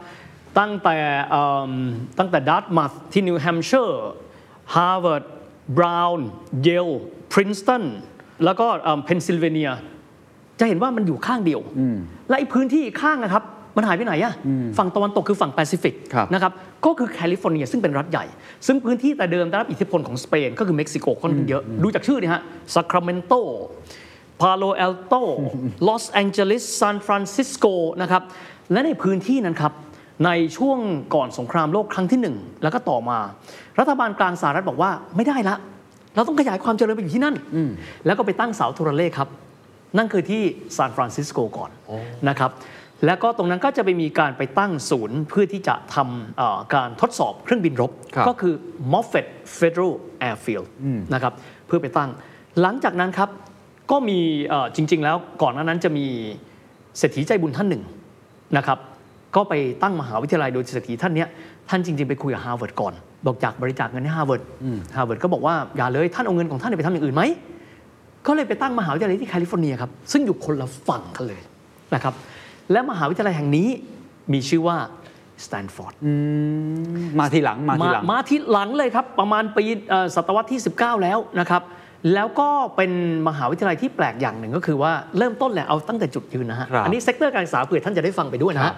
C: ตั้งแต่เอิ่มตั้งแต่ดัตมัธที่นิวแฮมป์เชอร์ฮาร์วาร์ดบราวน์เยลพรินสตันแล้วก็เพนซิลเวเนีย จะเห็นว่ามันอยู่ข้างเดียว และไอ้พื้นที่อีกข้างนะครับ มันหายไปไหนอะฝั่งตะวันตกคือฝั่งแปซิฟิก
B: ครับ
C: นะครับก็คือแคลิฟอร์เนียซึ่งเป็นรัฐใหญ่ ซึ่งพื้นที่แต่เดิมได้รับอิทธิพลของสเปน ก็คือเม็กซิโกค่อนข้างเยอะ ดูจากชื่อนี่ฮะซัคราเมนโต พาโล a อล โต ลอสแองเจลิส ซานฟรานซิสโก นะครับ และในพื้นที่นั้นครับ ในช่วงก่อนสงครามโลกครั้งที่หนึ่ง แล้วก็ต่อมา รัฐบาลกลางสหรัฐบอกว่าไม่ได้ละ เราต้องขยายความเจริญไปอยู่ที่นั่น แล้วก็ไปตั้งเสาโทรเลขครับ นั่นคือที่ซานฟรานซิสโกก่อนนะครับแล้วก็ตรงนั้นก็จะไปมีการไปตั้งศูนย์เพื่อที่จะทำเอ่อการทดสอบเครื่องบินรบ
B: ครับ
C: ก็คือ Moffett Federal Airfield นะครับเพื่อไปตั้ง หลังจากนั้นครับก็มีเอ่อจริง ๆ แล้วก่อนหน้านั้นจะมีเศรษฐีใจบุญท่านหนึ่งนะครับก็ไปตั้งมหาวิทยาลัยโดยเศรษฐีท่านเนี้ยท่านจริง ๆ ไปคุยกับฮาร์วาร์ดก่อน บอกอยากบริจาคเงินให้ฮาร์วาร์ดฮาร์วาร์ดก็บอกว่าอย่าเลยท่านเอาเงินของท่านไปทำอย่างอื่นไหม ก็เลยไปตั้งมหาวิทยาลัยที่แคลิฟอร์เนียครับ ซึ่งอยู่คนละฝั่งกันเลยนะครับ และมหาวิทยาลัยแห่งนี้มีชื่อว่าสแตนฟอร์ด
B: มาทีหลังมาทีหลัง
C: มาที่หลังเลยครับ ประมาณปีเอ่อศตวรรษที่ 19 แล้วนะครับ แล้วก็เป็นมหาวิทยาลัยที่แปลกอย่างหนึ่งก็คือว่าเริ่มต้นแหละเอาตั้งแต่จุดยืนนะฮะ
B: ครับ
C: อันี้เซกเตอร์การศึกษาเผื่อท่านจะได้ฟังไปด้วยนะฮะ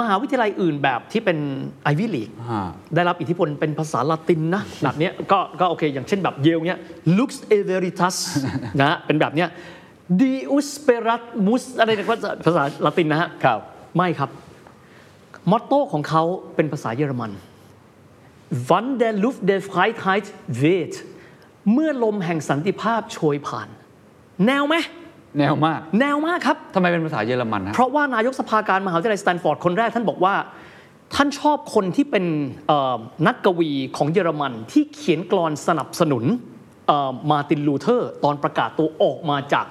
C: มหาวิทยาลัยอื่นแบบที่เป็นไอวิลีก
B: อ่า
C: ได้รับอิทธิพลเป็นภาษาละติน นะ แบบเนี้ยก็ก็โอเค อย่างเช่นแบบเยลเนี้ย lux e veritas นะฮะเป็นแบบเนี้ย deus speramus อะไรเนี่ยภาษาภาษาละตินนะฮะ
B: ครับ
C: ไม่ครับ มอตโต้ของเขาเป็นภาษาเยอรมัน Wann der Luft der Freiheit weht เมื่อลมแห่งสันติภาพโชยผ่าน แนวไหม
B: แนวมาก
C: แนวมากครับ
B: ทำไมเป็นภาษาเยอรมันฮะ
C: เพราะว่านายกสภาการมหาวิทยาลัยสแตนฟอร์ดคนแรกท่านบอกว่า ท่านชอบคนที่เป็นเอ่อนักกวีของเยอรมันที่เขียนกลอนสนับสนุนเอ่อมาร์ตินลูเทอร์ ตอนประกาศตัวออกมาจาก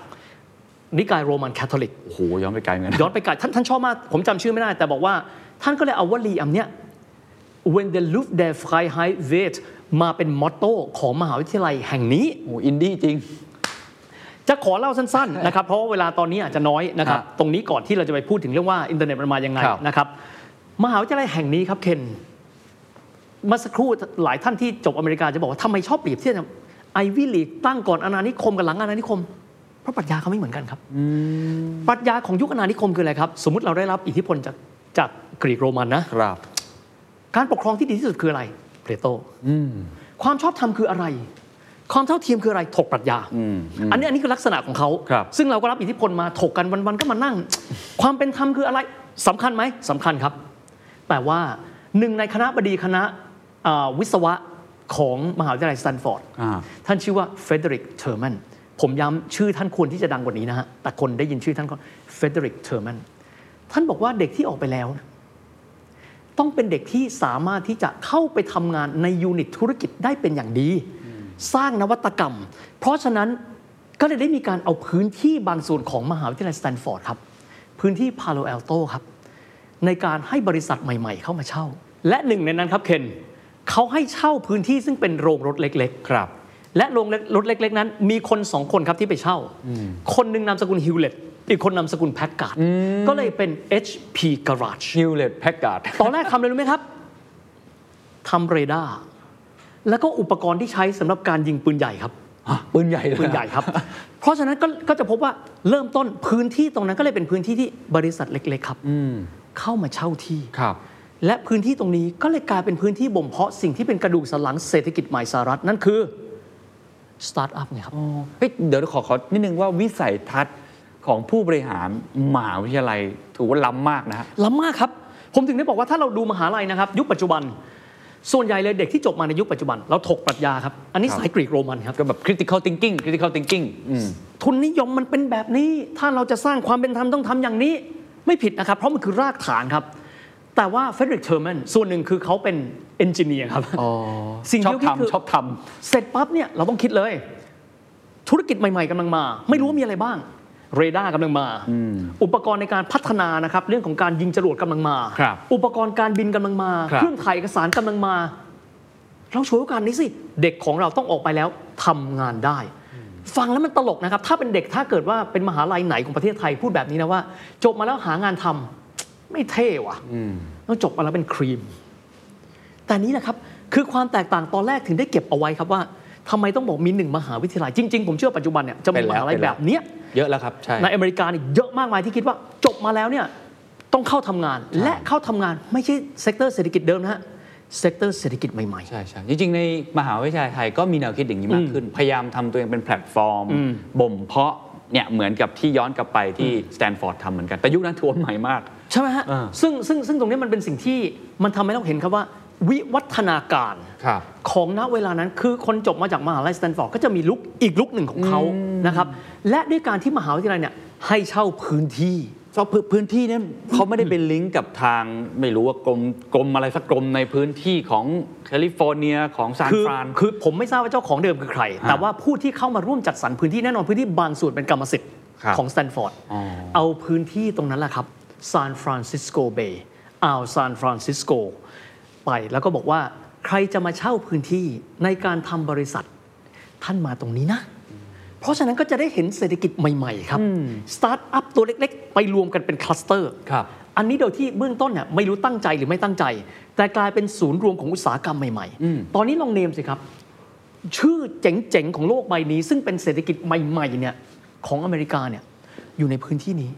C: นิกายโรมันคาทอลิก
B: โอ้โหย้อนไปไกลเหมือนกัน
C: ย้อนไปไกลท่านท่านชอบมาก ผมจำชื่อไม่ได้ แต่บอกว่าท่านก็เลยเอาวลีอันเนี้ย when the luft der Freiheit weht มาเป็นมอตโต้ของมหาวิทยาลัยแห่งนี้
B: โอ้โหอินดี้จริง
C: จะขอเล่าสั้นๆ นะครับ เพราะว่าเวลาตอนนี้อาจจะน้อยนะครั
B: ค
C: บ
B: รับ
C: ตรงนี้ก่อนที่เราจะไปพูดถึงเรื่องว่าอินเทอร์เน็ตมันมายังไง
B: ครับ
C: นะครับ มหาวิทยาลัยแห่งนี้ครับเคนเมื่อสักครู่หลายท่านที่จบอเมริกาจะบอกว่าทำไมชอบเปรียบเทียบไอวิลีกตั้งก่อนอาณานิคมกับหลังอาณานิคม เพราะปรัชญาเขาไม่เหมือนกันครับปรัชญาของยุคอาณานิคมคืออะไรครับ สมมติเราได้รับอิทธิพลจากจากกรีกโรมันนะ
B: ครับ
C: การปกครองที่ดีที่สุดคืออะไรเพลโตความชอบธรรมคืออะไร ความเท่าเทียมคืออะไรถกปรัชญาอันนี้อันนี้คือลักษณะของเขา
B: ครับ
C: ซึ่งเราก็รับอิทธิพลมาถกกันวันๆก็มานั่ง ความเป็นธรรมคืออะไรสำคัญไหมสำคัญครับ แต่ว่าหนึ่งในคณะบดีคณะเอ่อวิศวะของมหาวิทยาลัยสแตนฟอร์ด
B: อ่า
C: ท่านชื่อว่าเฟเดริกเทอร์แมนผมย้ำชื่อท่านควรที่จะดังกว่านี้นะฮะแต่คนได้ยินชื่อท่านก็เฟเดริกเทอร์แมนท่านบอกว่าเด็กที่ออกไปแล้ว ต้องเป็นเด็กที่สามารถที่จะเข้าไปทำงานในยูนิตธุรกิจได้เป็นอย่างดี สร้างนวัตกรรม เพราะฉะนั้นก็เลยได้มีการเอาพื้นที่บางส่วนของมหาวิทยาลัยสแตนฟอร์ดครับ พื้นที่พาโล a อลโตครับ ในการให้บริษัทใหม่ ๆ เข้ามาเช่า และหนึ่งในนั้นครับเคนเขาให้เช่าพื้นที่ซึ่งเป็นโรงรถเล็ก ๆ
B: ครับ
C: และโรงรถเล็ก ๆ นั้น มีคนสองคนครับที่ไปเช่า คนหนึ่งนามสกุลฮิวเลตอีกคนนามสกุลแพ็กการ์ดก็เลยเป็น HP Garage
B: ฮิวเลตแพ็กการ์ด
C: ตอนแรกทำอะไรรู้ไหมครับ ทำเรดาร์ แล้วก็อุปกรณ์ที่ใช้สำหรับการยิงปืนใหญ่ครับ
B: ปืนใหญ่เลย
C: ปืนใหญ่ครับ เพราะฉะนั้นก็ก็จะพบว่าเริ่มต้นพื้นที่ตรงนั้นก็เลยเป็นพื้นที่ที่บริษัทเล็ก ๆ ครับ เข้ามาเช่าที่
B: ครับ
C: และพื้นที่ตรงนี้ก็เลยกลายเป็นพื้นที่บ่มเพาะสิ่งที่เป็นกระดูกสันหลังเศรษฐกิจใหม่สหรัฐนั่นคือสตาร์ทอัพไงครับ
B: เฮ้ยเดี๋ยวขอขอนิดนึงว่าวิสัยทัศน์ของผู้บริหารมหาวิทยาลัยถือว่าล้ำมากนะฮะ
C: ล้ำมากครับ ผมถึงได้บอกว่าถ้าเราดูมหาลัยนะครับ ยุคปัจจุบัน ส่วนใหญ่เลยเด็กที่จบมาในยุคปัจจุบัน เราถกปรัชญาครับ อันนี้
B: ครับ
C: สายกรีกโรมันครับ
B: ก็แบบ critical thinking critical thinking อืม
C: ทุนนิยมมันเป็นแบบนี้ ถ้าเราจะสร้างความเป็นธรรมต้องทำอย่างนี้ ไม่ผิดนะครับ เพราะมันคือรากฐานครับ แต่ว่าเฟ d ดริกเทอร์แมนส่วนหนึ่งคือเขาเป็นเอนจิเนียร์ครับ สิ่ง
B: ชอ
C: ที่
B: บ
C: เขาคิดคือ
B: ทำชอบท
C: เสร็จปั๊บเนี่ยเราต้องคิดเลย ธุรกิจใหม่ๆกำลังมา ไม่รู้ว่ามีอะไรบ้าง เรดาร์กำลังมา อุปกรณ์ในการพัฒนานะครับ เรื่องของการยิงจรวดกำลังมา
B: ครับ
C: อุปกรณ์การบินกำลังมา
B: ครับ
C: เครื่องถ่ายเอกสารกำลังมา เราช่วยโอกาสนี้สิ เด็กของเราต้องออกไปแล้วทำงานได้ ฟังแล้วมันตลกนะครับ ถ้าเป็นเด็กถ้าเกิดว่าเป็นมหาลัยไหนของประเทศไทยพูดแบบนี้นะว่า จบมาแล้วหางานทำไม่เท่ว่ะต้องจบมาแล้วเป็นครีม แต่นี้แหละครับคือความแตกต่างตอนแรกถึงได้เก็บเอาไว้ครับว่าทำไมต้องบอกมีหนึ่งมหาวิทยาลัยจริงๆ ผมเชื่อปัจจุบันเนี่ยจะมี
B: เป็น
C: ม
B: แล้ว
C: หาลัย
B: เป็น
C: แบ
B: แล้ว
C: บเนี้ย
B: เยอะแล้วครับ ใช่
C: ในอเมริกานี่เยอะมากมายที่คิดว่าจบมาแล้วเนี่ยต้องเข้าทำงานและเข้าทำงานไม่ใช่เซกเตอร์เศรษฐกิจเดิมนะฮะเซกเตอร์เศรษฐกิจใหม่
B: ใช่ใช่จริง ๆ ในมหาวิทยาลัยไทยก็มีแนวคิดอย่างนี้มากขึ้น พยายามทำตัวเองเป็นแพลตฟอร์ม บ่มเพาะเนี่ยเหมือนกับที่ย้อนกลับไปที่สแตนฟอร์ดทำเหมือนกัน แต่ยุคนั้นทัวร์ใหม่มาก
C: ๆ ใช่ไหมฮะ
B: อ่า
C: ซึ่งซึ่งซึ่งตรงนี้มันเป็นสิ่งที่มันทำให้เราเห็นครับว่า วิวัฒนาการ
B: ครับ
C: ของณเวลานั้นคือคนจบมาจากมหาลัยสแตนฟอร์ดก็จะมีลุกอีกลุกหนึ่งของเขานะครับและด้วยการที่มหาวิทยาลัยเนี่ยให้เช่าพื้นที่
B: เพราะพื้นพื้นที่นั้นเขาไม่ได้เป็นลิงก์กับทางไม่รู้ว่ากรมกรมอะไรสักกรมในพื้นที่ของแคลิฟอร์เนียของซาน
C: คือ
B: ฟราน
C: คือผมไม่ทราบว่าเจ้าของเดิมคือใคร
B: ฮะ
C: แต่ว่าผู้ที่เข้ามาร่วมจัดสรรพื้นที่แน่นอนพื้นที่บางส่วนเป็นกรรมสิทธิ์
B: ครับ
C: ของสแตนฟอร์ด
B: อ๋อ
C: เอาพื้นที่ตรงนั้นแหละครับซานฟรานซิสโกเบย์อ่าวซานฟรานซิสโกไปแล้วก็บอกว่าใครจะมาเช่าพื้นที่ในการทำบริษัทท่านมาตรงนี้นะ เพราะฉะนั้นก็จะได้เห็นเศรษฐกิจใหม่ ๆ ครับสตาร์ทอัพตัวเล็ก ๆ ไปรวมกันเป็นคลัสเตอร์
B: ครับ
C: อันนี้โดยที่เบื้องต้นเนี่ยไม่รู้ตั้งใจหรือไม่ตั้งใจ แต่กลายเป็นศูนย์รวมของอุตสาหกรรมใหม่
B: อืม
C: ๆ ตอนนี้ลองเนมสิครับ ชื่อเจ๋ง ๆ ของโลกใบนี้ ซึ่งเป็นเศรษฐกิจใหม่ ๆ เนี่ยของอเมริกาเนี่ยอยู่ในพื้นที่นี้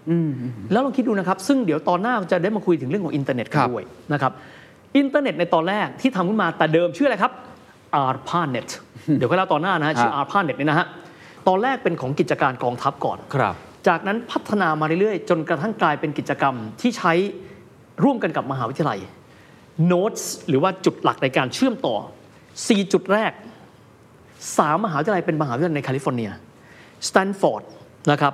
C: แล้วลองคิดดูนะครับ ซึ่งเดี๋ยวตอนหน้าจะได้มาคุยถึงเรื่องของอินเทอร์เน็ตกัน
B: ครับ
C: ด้วยนะครับอินเทอร์เน็ตในตอนแรกที่ทำขึ้นมาแต่เดิมชื่ออะไรครับ ARPANET เดี๋ยวก็เล่าตอนหน้านะฮะชื่อ
B: ฮะ
C: ARPANET เนี่ยนะฮะตอนแรกเป็นของกิจการกองทัพก่อน
B: ครับ
C: จากนั้นพัฒนามาเรื่อยๆ จนกระทั่งกลายเป็นกิจกรรมที่ใช้ร่วมกันกับมหาวิทยาลัย โน้ตหรือว่าจุดหลักในการเชื่อมต่อ 4 จุดแรก 3 มหาวิทยาลัยเป็นมหาวิทยาลัยในแคลิฟอร์เนียสแตนฟอร์ดนะครับ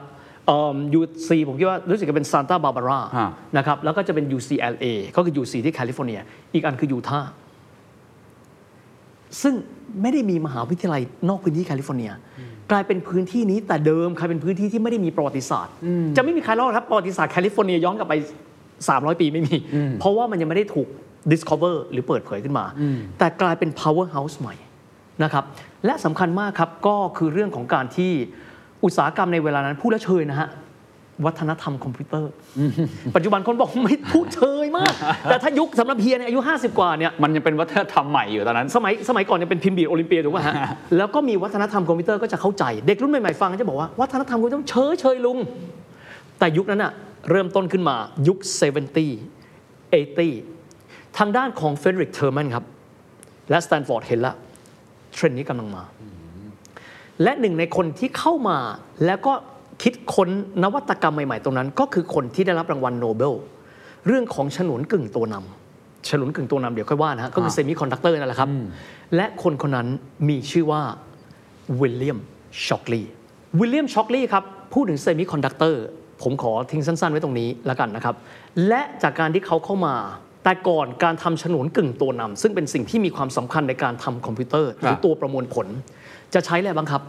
C: ยูซีผมคิดว่ารู้สึกจะเป็นซานตาบาบาร่า
B: ฮะ
C: นะครับแล้วก็จะเป็น UCLA ก็คือ UC ที่แคลิฟอร์เนีย อีกอันคือยูทาห์ ซึ่งไม่ได้มีมหาวิทยาลัยนอกพื้นที่แคลิฟอร์เนีย กลายเป็นพื้นที่นี้แต่เดิมกลายเป็นพื้นที่ที่ไม่ได้มีประวัติศาสตร์ จะไม่มีใครรอดครับประวัติศาสตร์แคลิฟอร์เนียย้อนกลับไป 300 ปีไม่มี เพราะว่ามันยังไม่ได้ถูก discover หรือเปิดเผยขึ้นมา แต่กลายเป็น powerhouse ใหม่นะครับและสำคัญมากครับก็คือเรื่องของการที่อุตสาหกรรมในเวลานั้นพูดแล้วเชยนะฮะ วัฒนธรรมคอม พิวเตอร์ ปัจจุบันคนบอกไม่พูดเชยมาก แต่ถ้ายุคสำหรับเฮียเนี่ยอายุ 50 กว่าเนี่ย
B: มันยังเป็นวัฒนธรรมใหม่อยู่ตอนนั้น
C: สมัยสมัยก่อนเนี่ยเป็นพิมพ์ดีดโอลิมเปียถูกป่ะฮะ แล้วก็มีวัฒนธรรมคอมพิวเตอร์ก็จะเข้าใจ เด็กรุ่นใหม่ๆฟังก็จะบอกว่าวัฒนธรรมคอมพิวเตอร์เชยเชยลุง แต่ยุคนั้นอะเริ่มต้นขึ้นมายุค 70 80 ทางด้านของเฟเดริกเทอร์แมนครับ และสแตนฟอร์ดเห็นละเทรนด์นี้กำลังมา และหนึ่งในคนที่เข้ามาแล้วก็คิดค้นนวัตกรรมใหม่ ๆ ตรงนั้น ก็คือคนที่ได้รับรางวัลโนเบล เรื่องของฉนวนกึ่งตัวนำฉนวนกึ่งตัวนำเดี๋ยวค่อยว่านะฮะก็คือเซมิคอนดักเตอร์นั่นแหละครับ และคนคนนั้นมีชื่อว่าวิลเลียมช็อกลีวิลเลียมช็อกลีครับ พูดถึงเซมิคอนดักเตอร์ผมขอทิ้งสั้น ๆ ไว้ตรงนี้แล้วกันนะครับ และจากการที่เขาเข้ามา แต่ก่อนการทำฉนวนกึ่งตัวนำซึ่งเป็นสิ่งที่มีความสำคัญในการทำคอมพิวเตอร์ ห
B: ครั
C: รือบ ตัวประมวลผล จะใช้อะไรบ้างครับ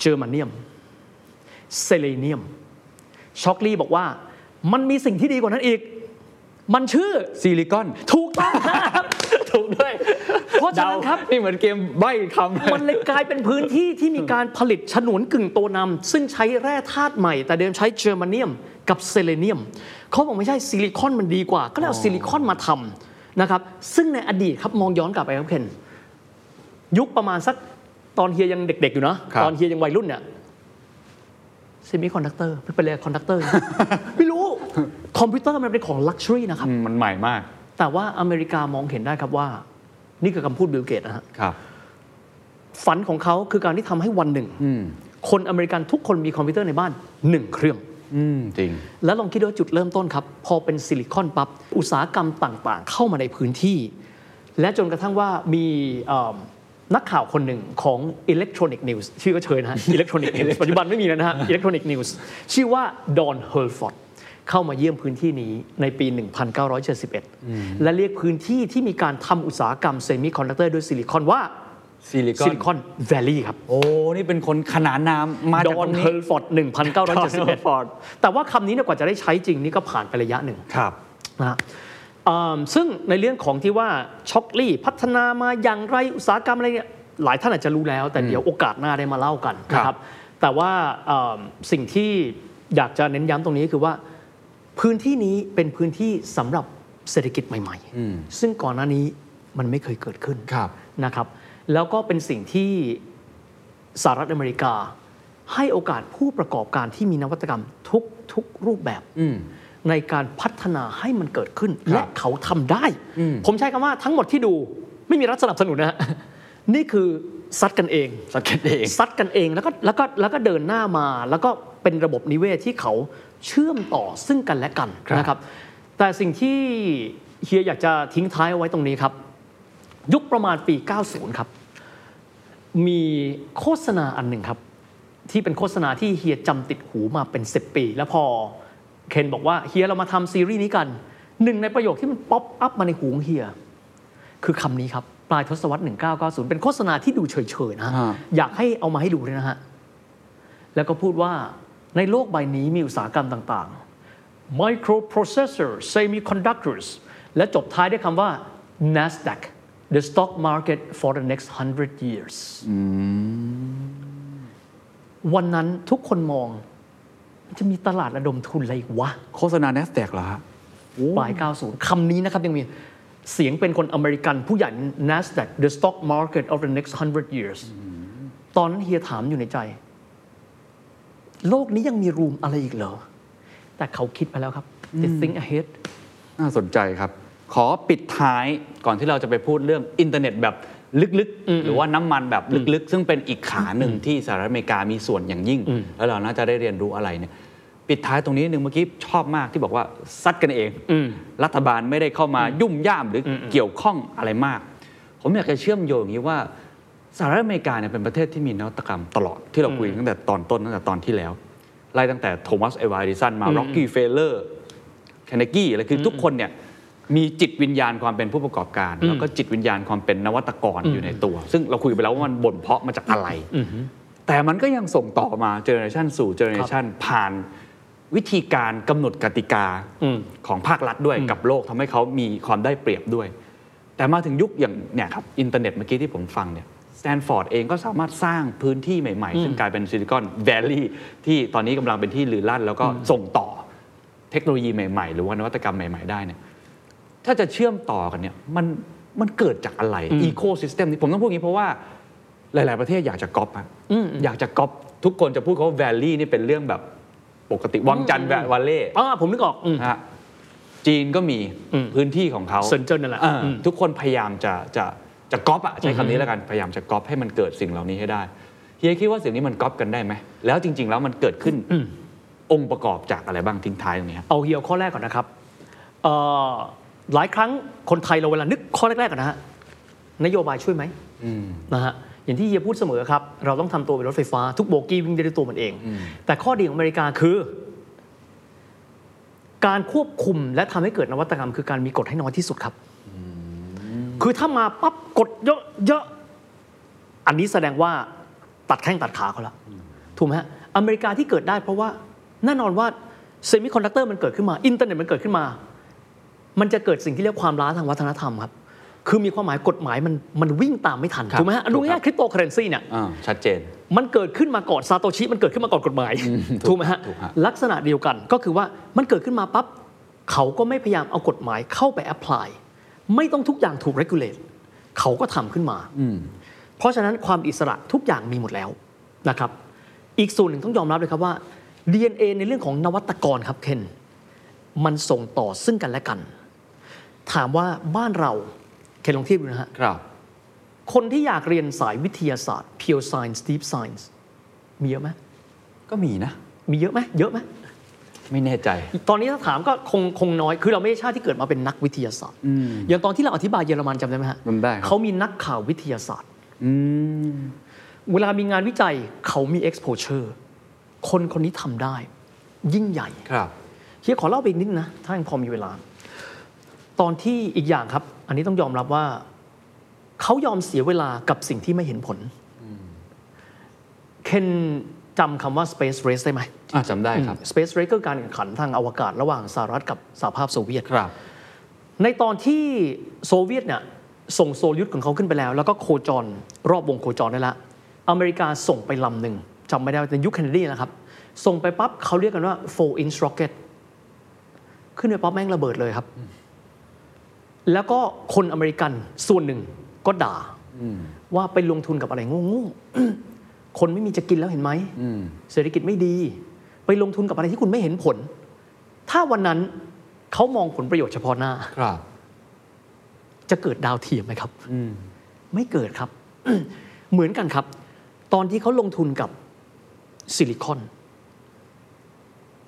C: เจอร์มาเนียม เซเลเนียม ช็อกลีบอกว่า มันมีสิ่งที่ดีกว่านั้นอีก มันชื่อ
B: ซิลิคอน
C: ถูกต้องครับ ถูกด้วย เพราะฉะนั้นครับ
B: นี่เหมือนเกมใบ้คำ
C: มันเลยกลายเป็นพื้นที่ที่มีการผลิตฉนวนกึ่งตัวนำซึ่งใช้แร่ธาตุใหม่ แต่เดิมใช้เจอร์มาเนียมกับเซเลเนียม เขาบอกไม่ใช่ซิลิคอนมันดีกว่า ก็เลยเอาซิลิคอนมาทำนะครับ ซึ่งในอดีตครับมองย้อนกลับไปครับเคนยุคประมาณสักตอนเฮียยังเด็ก ๆ อยู่เนอะ
B: ครับ
C: ตอนเฮียยังวัยรุ่นเนี่ยเซมิคอนดักเตอร์เป็นเลยคอนดักเตอร์ ไม่รู้คอมพิวเตอร์มันเป็นของลักชัวรี่นะครับ
B: อืมมันใหม่มาก
C: แต่ว่าอเมริกามองเห็นได้ครับว่า นี่คือคำพูดบิลเกตนะฮะ
B: ครับ
C: ฝันของเขาคือการที่ทำให้วันหนึ่ง
B: อืม
C: คนอเมริกันทุกคนมีคอมพิวเตอร์ในบ้านหนึ่งเครื่อง
B: อืมจริง
C: แล้วลองคิดดูว่าจุดเริ่มต้นครับ พอเป็นซิลิคอนปับ๊บอุตสาหกรรมต่างๆ เข้ามาในพื้นที่ และจนกระทั่งว่ามีเอิ่มนักข่าวคนหนึ่งของอิเล็กทรอนิกส์นิวส์ชื่อก็เชยนะฮะอิเล็กทรอนิกส์นิวส์ปัจจุบันไม่มีแล้วนะฮะอิเล็กทรอนิกส์นิวส์ชื่อว่าดอนเฮลฟอร์ดเข้ามาเยี่ยมพื้นที่นี้ในปี 1971 และเรียกพื้นที่ที่มีการทำอุตสาหกรรมเซมิคอนดักเตอร์ด้วยซิลิคอนว่า
B: ซิลิคอน
C: ซิลิคอนแวลลีย์ครับ
B: โอ้ นี่เป็นคนขนานนามมา
C: ด
B: จาก
C: อ
B: ต
C: น
B: รง
C: เฮ
B: นี้
C: ลฟอร์ด1971 แต่ว่าคำนี้เนี่ยกว่าจะได้ใช้จริงนี่ก็ผ่านไประยะหนึ่ง
B: ครับ
C: นะฮะอ่าซึ่งในเรื่องของที่ว่าช็อกลี่พัฒนามาอย่างไรอุตสาหกรรมอะไรเนี่ยหลายท่านอาจจะรู้แล้ว แต่เดี๋ยวโอกาสหน้าได้มาเล่ากันนะค
B: ครั
C: รับ
B: บ
C: แต่ว่าอ่าสิ่งที่อยากจะเน้นย้ำตรงนี้คือว่า พื้นที่นี้เป็นพื้นที่สำหรับเศรษฐกิจใหม่ ๆ ซึ่งก่อนหน้านี้มันไม่เคยเกิดขึ้น
B: ครับ
C: นะครับแล้วก็เป็นสิ่งที่สหรัฐอเมริกา ให้โอกาสผู้ประกอบการที่มีนวัตกรรมทุกทุกรูปแบบ
B: อืม
C: ในการพัฒนาให้มันเกิดขึ้น
B: ครับ
C: และเขาทำได้
B: อืม
C: ผมใช้คำว่าทั้งหมดที่ดูไม่มีรัฐสนับสนุนนะฮะ นี่คือซัดกันเอง
B: สักเก็ตเอง
C: ซัดกันเองแล้วก็แล้วก็แล้วก็เดินหน้ามา แล้วก็เป็นระบบนิเวศที่เขาเชื่อมต่อซึ่งกันและกัน
B: ครับ
C: นะครับ แต่สิ่งที่ เฮียอยากจะทิ้งท้ายเอาไว้ตรงนี้ครับ ยุคประมาณปี 90 ครับ มีโฆษณาอันหนึ่งครับ ที่เป็นโฆษณาที่เฮียจำติดหูมาเป็น 10 ปี แล้วพอเคนบอกว่าเฮียเรามาทำซีรีส์นี้กัน หนึ่งในประโยคที่มันป๊อปอัพมาในหูของเฮีย คือคำนี้ครับ ปลายทศวรรษ 1990 เป็นโฆษณาที่ดูเฉยๆนะฮะ
B: อ่า
C: อยากให้เอามาให้ดูเลยนะฮะ แล้วก็พูดว่าในโลกใบนี้มีอุตสาหกรรมต่างๆ microprocessor semiconductors และจบท้ายด้วยคำว่า Nasdaq the stock market for the next 100 years วันนั้นทุกคนมอง จะมีตลาดระดมทุนอะไรอีกวะ
B: โฆษณา NASDAQ เหรอฮะ
C: ปลาย 90 คำนี้นะครับยังมีเสียงเป็นคนอเมริกันผู้ใหญ่ NASDAQ the stock market of the next 100 years ตอนนั้นเฮียถามอยู่ในใจ โลกนี้ยังมีรูมอะไรอีกเหรอ แต่เขาคิดไปแล้วครับ they think ahead
B: น่าสนใจครับ ขอปิดท้ายก่อนที่เราจะไปพูดเรื่องอินเทอร์เน็ตแบบลึกๆ หรือว่าน้ำมันแบบลึกๆ ซึ่งเป็นอีกขาหนึ่งที่สหรัฐอเมริกามีส่วนอย่างยิ่ง แล้วเราน่าจะได้เรียนรู้อะไรเนี่ยปิดท้ายตรงนี้หนึ่งเมื่อกี้ชอบมากที่บอกว่าซัดกันเอง รัฐบาลไม่ได้เข้ามายุ่มย่ามหรืออเกี่ยวข้องอะไรมาก ผมอยากจะเชื่อมโยงอย่างนี้ว่าสหรัฐอเมริกาเนี่ยเป็นประเทศที่มีนวัตกรรมตลอดที่เราคุยตั้งแต่ตอนต้นตั้งแต่ตอนที่แล้วไล่ตั้งแต่โทมัสเอวาดิสันมาล็อกกี้เฟลเลอร์ แคนเนกี้อะไรคืออทุกคนเนี่ยมีจิตวิญญาณความเป็นผู้ประกอบการ แล้วก็จิตวิญญาณความเป็นนวัตกรอยู่ในตัว ซึ่งเราคุยไปแล้วว่ามันบ่นเพาะมาจากอะไร แต่มันก็ยังส่งต่อมาเจเนอเรชันสู่เจเนอเรชันผ่านวิธีการกำหนดกติกา
C: อืม
B: ของภาครัฐด้วยกับโลกทำให้เขามีความได้เปรียบด้วย แต่มาถึงยุคอย่างเนี่ยครับอินเทอร์เน็ตเมื่อกี้ที่ผมฟังเนี่ยสแตนฟอร์ดเองก็สามารถสร้างพื้นที่ใหม่ๆ ซึ่งกลายเป็นซิลิคอนแวลลีย์ที่ตอนนี้กำลังเป็นที่ลือลั่น แล้วก็ส่งต่อเทคโนโลยีใหม่ ๆ หรือว่านวัตกรรมใหม่ ๆ ได้เนี่ยถ้าจะเชื่อมต่อกันเนี่ยมันมันเกิดจากอะไรอีโคซิสเต็มนี้ผมต้องพูดอย่างนี้เพราะว่า หลาย ๆ ประเทศอยากจะก๊อปอะอยากจะก๊อปทุกคนจะพูดเขาว่าแวลลี่นี่เป็นเรื่องแบบปกติวังจันทร์แวะวัลเล่
C: อ่าผมนึกออกอืม
B: ฮะจีนก็มี
C: อืม
B: พื้นที่ของเขา
C: เซินเจิ้นนั่นแหละ
B: อ่า
C: อืม
B: ทุกคนพยายามจะจะจะก๊อปอะใช้คำนี้แล้วกันพยายามจะก๊อปให้มันเกิดสิ่งเหล่านี้ให้ได้เฮียคิดว่าสิ่งนี้มันก๊อปกันได้ไหมแล้วจริง ๆ แล้วมันเกิดขึ้น
C: อืม
B: องค์ประกอบจากอะไรบ้างทิ้งท้ายตรงนี้ครับ
C: เอาเฮียข้อแรกก่อนนะครับเอ่อหลายครั้งคนไทยเราเวลานึกข้อแรกๆก่อนนะฮะนโยบายช่วยไหม
B: อืม
C: นะฮะอย่างที่เฮียพูดเสมอครับ เราต้องทำตัวเป็นรถไฟฟ้า ทุกโบกี้วิ่งได้ด้วยตัวมันเอง แต่ข้อดีของอเมริกาคือ การควบคุมและทำให้เกิดนวัตกรรม คือการมีกฎให้น้อยที่สุดครับ คือถ้ามาปั๊บกดเยอะเยอะอันนี้แสดงว่าตัดแข้งตัดขาเขาละถูกไหมฮะอเมริกาที่เกิดได้เพราะว่าแน่นอนว่าเซมิคอนดักเตอร์มันเกิดขึ้นมา อินเทอร์เน็ตมันเกิดขึ้นมา มันจะเกิดสิ่งที่เรียกความล้าทางวัฒนธรรมครับ คือมีความหมายกฎหมายมันมันวิ่งตามไม่ทัน
B: ครับ
C: ถูกไหมฮะ
B: ถูกครับ
C: ดูง่ายๆคริปโตเคอเรนซีเนี่ย
B: อ่าชัดเจน
C: มันเกิดขึ้นมาก่อนซาโตชิ มันเกิดขึ้นมาก่อนกฎหมาย ถูกไหมฮะ
B: ถูกฮะ
C: ลักษณะเดียวกันก็คือว่ามันเกิดขึ้นมาปั๊บเขาก็ไม่พยายามเอากฎหมายเข้าไปแอพพลายไม่ต้องทุกอย่างถูก regulate เขาก็ทำขึ้นมา
B: อืม
C: เพราะฉะนั้นความอิสระทุกอย่างมีหมดแล้วนะครับ อีกส่วนหนึ่งต้องยอมรับเลยครับว่า DNA ในเรื่องของนวัตกรครับเคนมันส่งต่อซึ่งกันและกัน ถามว่าบ้านเราเคนลองเทียบดูนะฮะ
B: ครับ
C: คนที่อยากเรียนสายวิทยาศาสตร์ pure science deep science มีเยอะไหม
B: ก็มีนะ
C: มีเยอะไหมเยอะไหม
B: ไม่แน่ใจ
C: ตอนนี้ถ้าถามก็คงคงน้อย คือเราไม่ใช่ชาติที่เกิดมาเป็นนักวิทยาศาสตร์
B: อืม
C: อย่างตอนที่เราอธิบายเยอรมันจำได้ไหมฮะ
B: จำได้ครับ
C: เขามีนักข่าววิทยาศาสตร์
B: อืม
C: เวลามีงานวิจัยเขามี exposure คนคนนี้ทำได้ ยิ่งใหญ่
B: ครับ
C: เฮียขอเล่าไปอีกนิดนะ ถ้ายังพอมีเวลา ตอนที่อีกอย่างครับ อันนี้ต้องยอมรับว่า เขายอมเสียเวลากับสิ่งที่ไม่เห็นผลเคนจำคำว่า space race ได้ไหม
B: อ่าจำได้ครับ
C: space race ก็คือการแข่งขันทางอวกาศระหว่างสหรัฐกับสหภาพโซเวียต
B: ครับ
C: ในตอนที่โซเวียตเนี่ยส่งโซยุทธของเขาขึ้นไปแล้ว แล้วก็โคจรรอบวงโคจรได้ละ อเมริกาส่งไปลำหนึ่งจำไม่ได้ว่าเป็นยุคเคนเนดีนะครับ ส่งไปปั๊บเขาเรียกกันว่า four inch rocket ขึ้นไปปั๊บแม่งระเบิดเลยครับ แล้วก็คนอเมริกันส่วนหนึ่งก็ด่าว่าไปลงทุนกับอะไรโง่ๆ คนไม่มีจะกินแล้วเห็นไหม
B: อืม
C: เศรษฐกิจไม่ดี ไปลงทุนกับอะไรที่คุณไม่เห็นผล ถ้าวันนั้นเขามองผลประโยชน์เฉพาะหน้า
B: ครับ
C: จะเกิดดาวเทียมไหมครับ
B: อืม
C: ไม่เกิดครับ เหมือนกันครับ ตอนที่เขาลงทุนกับซิลิคอน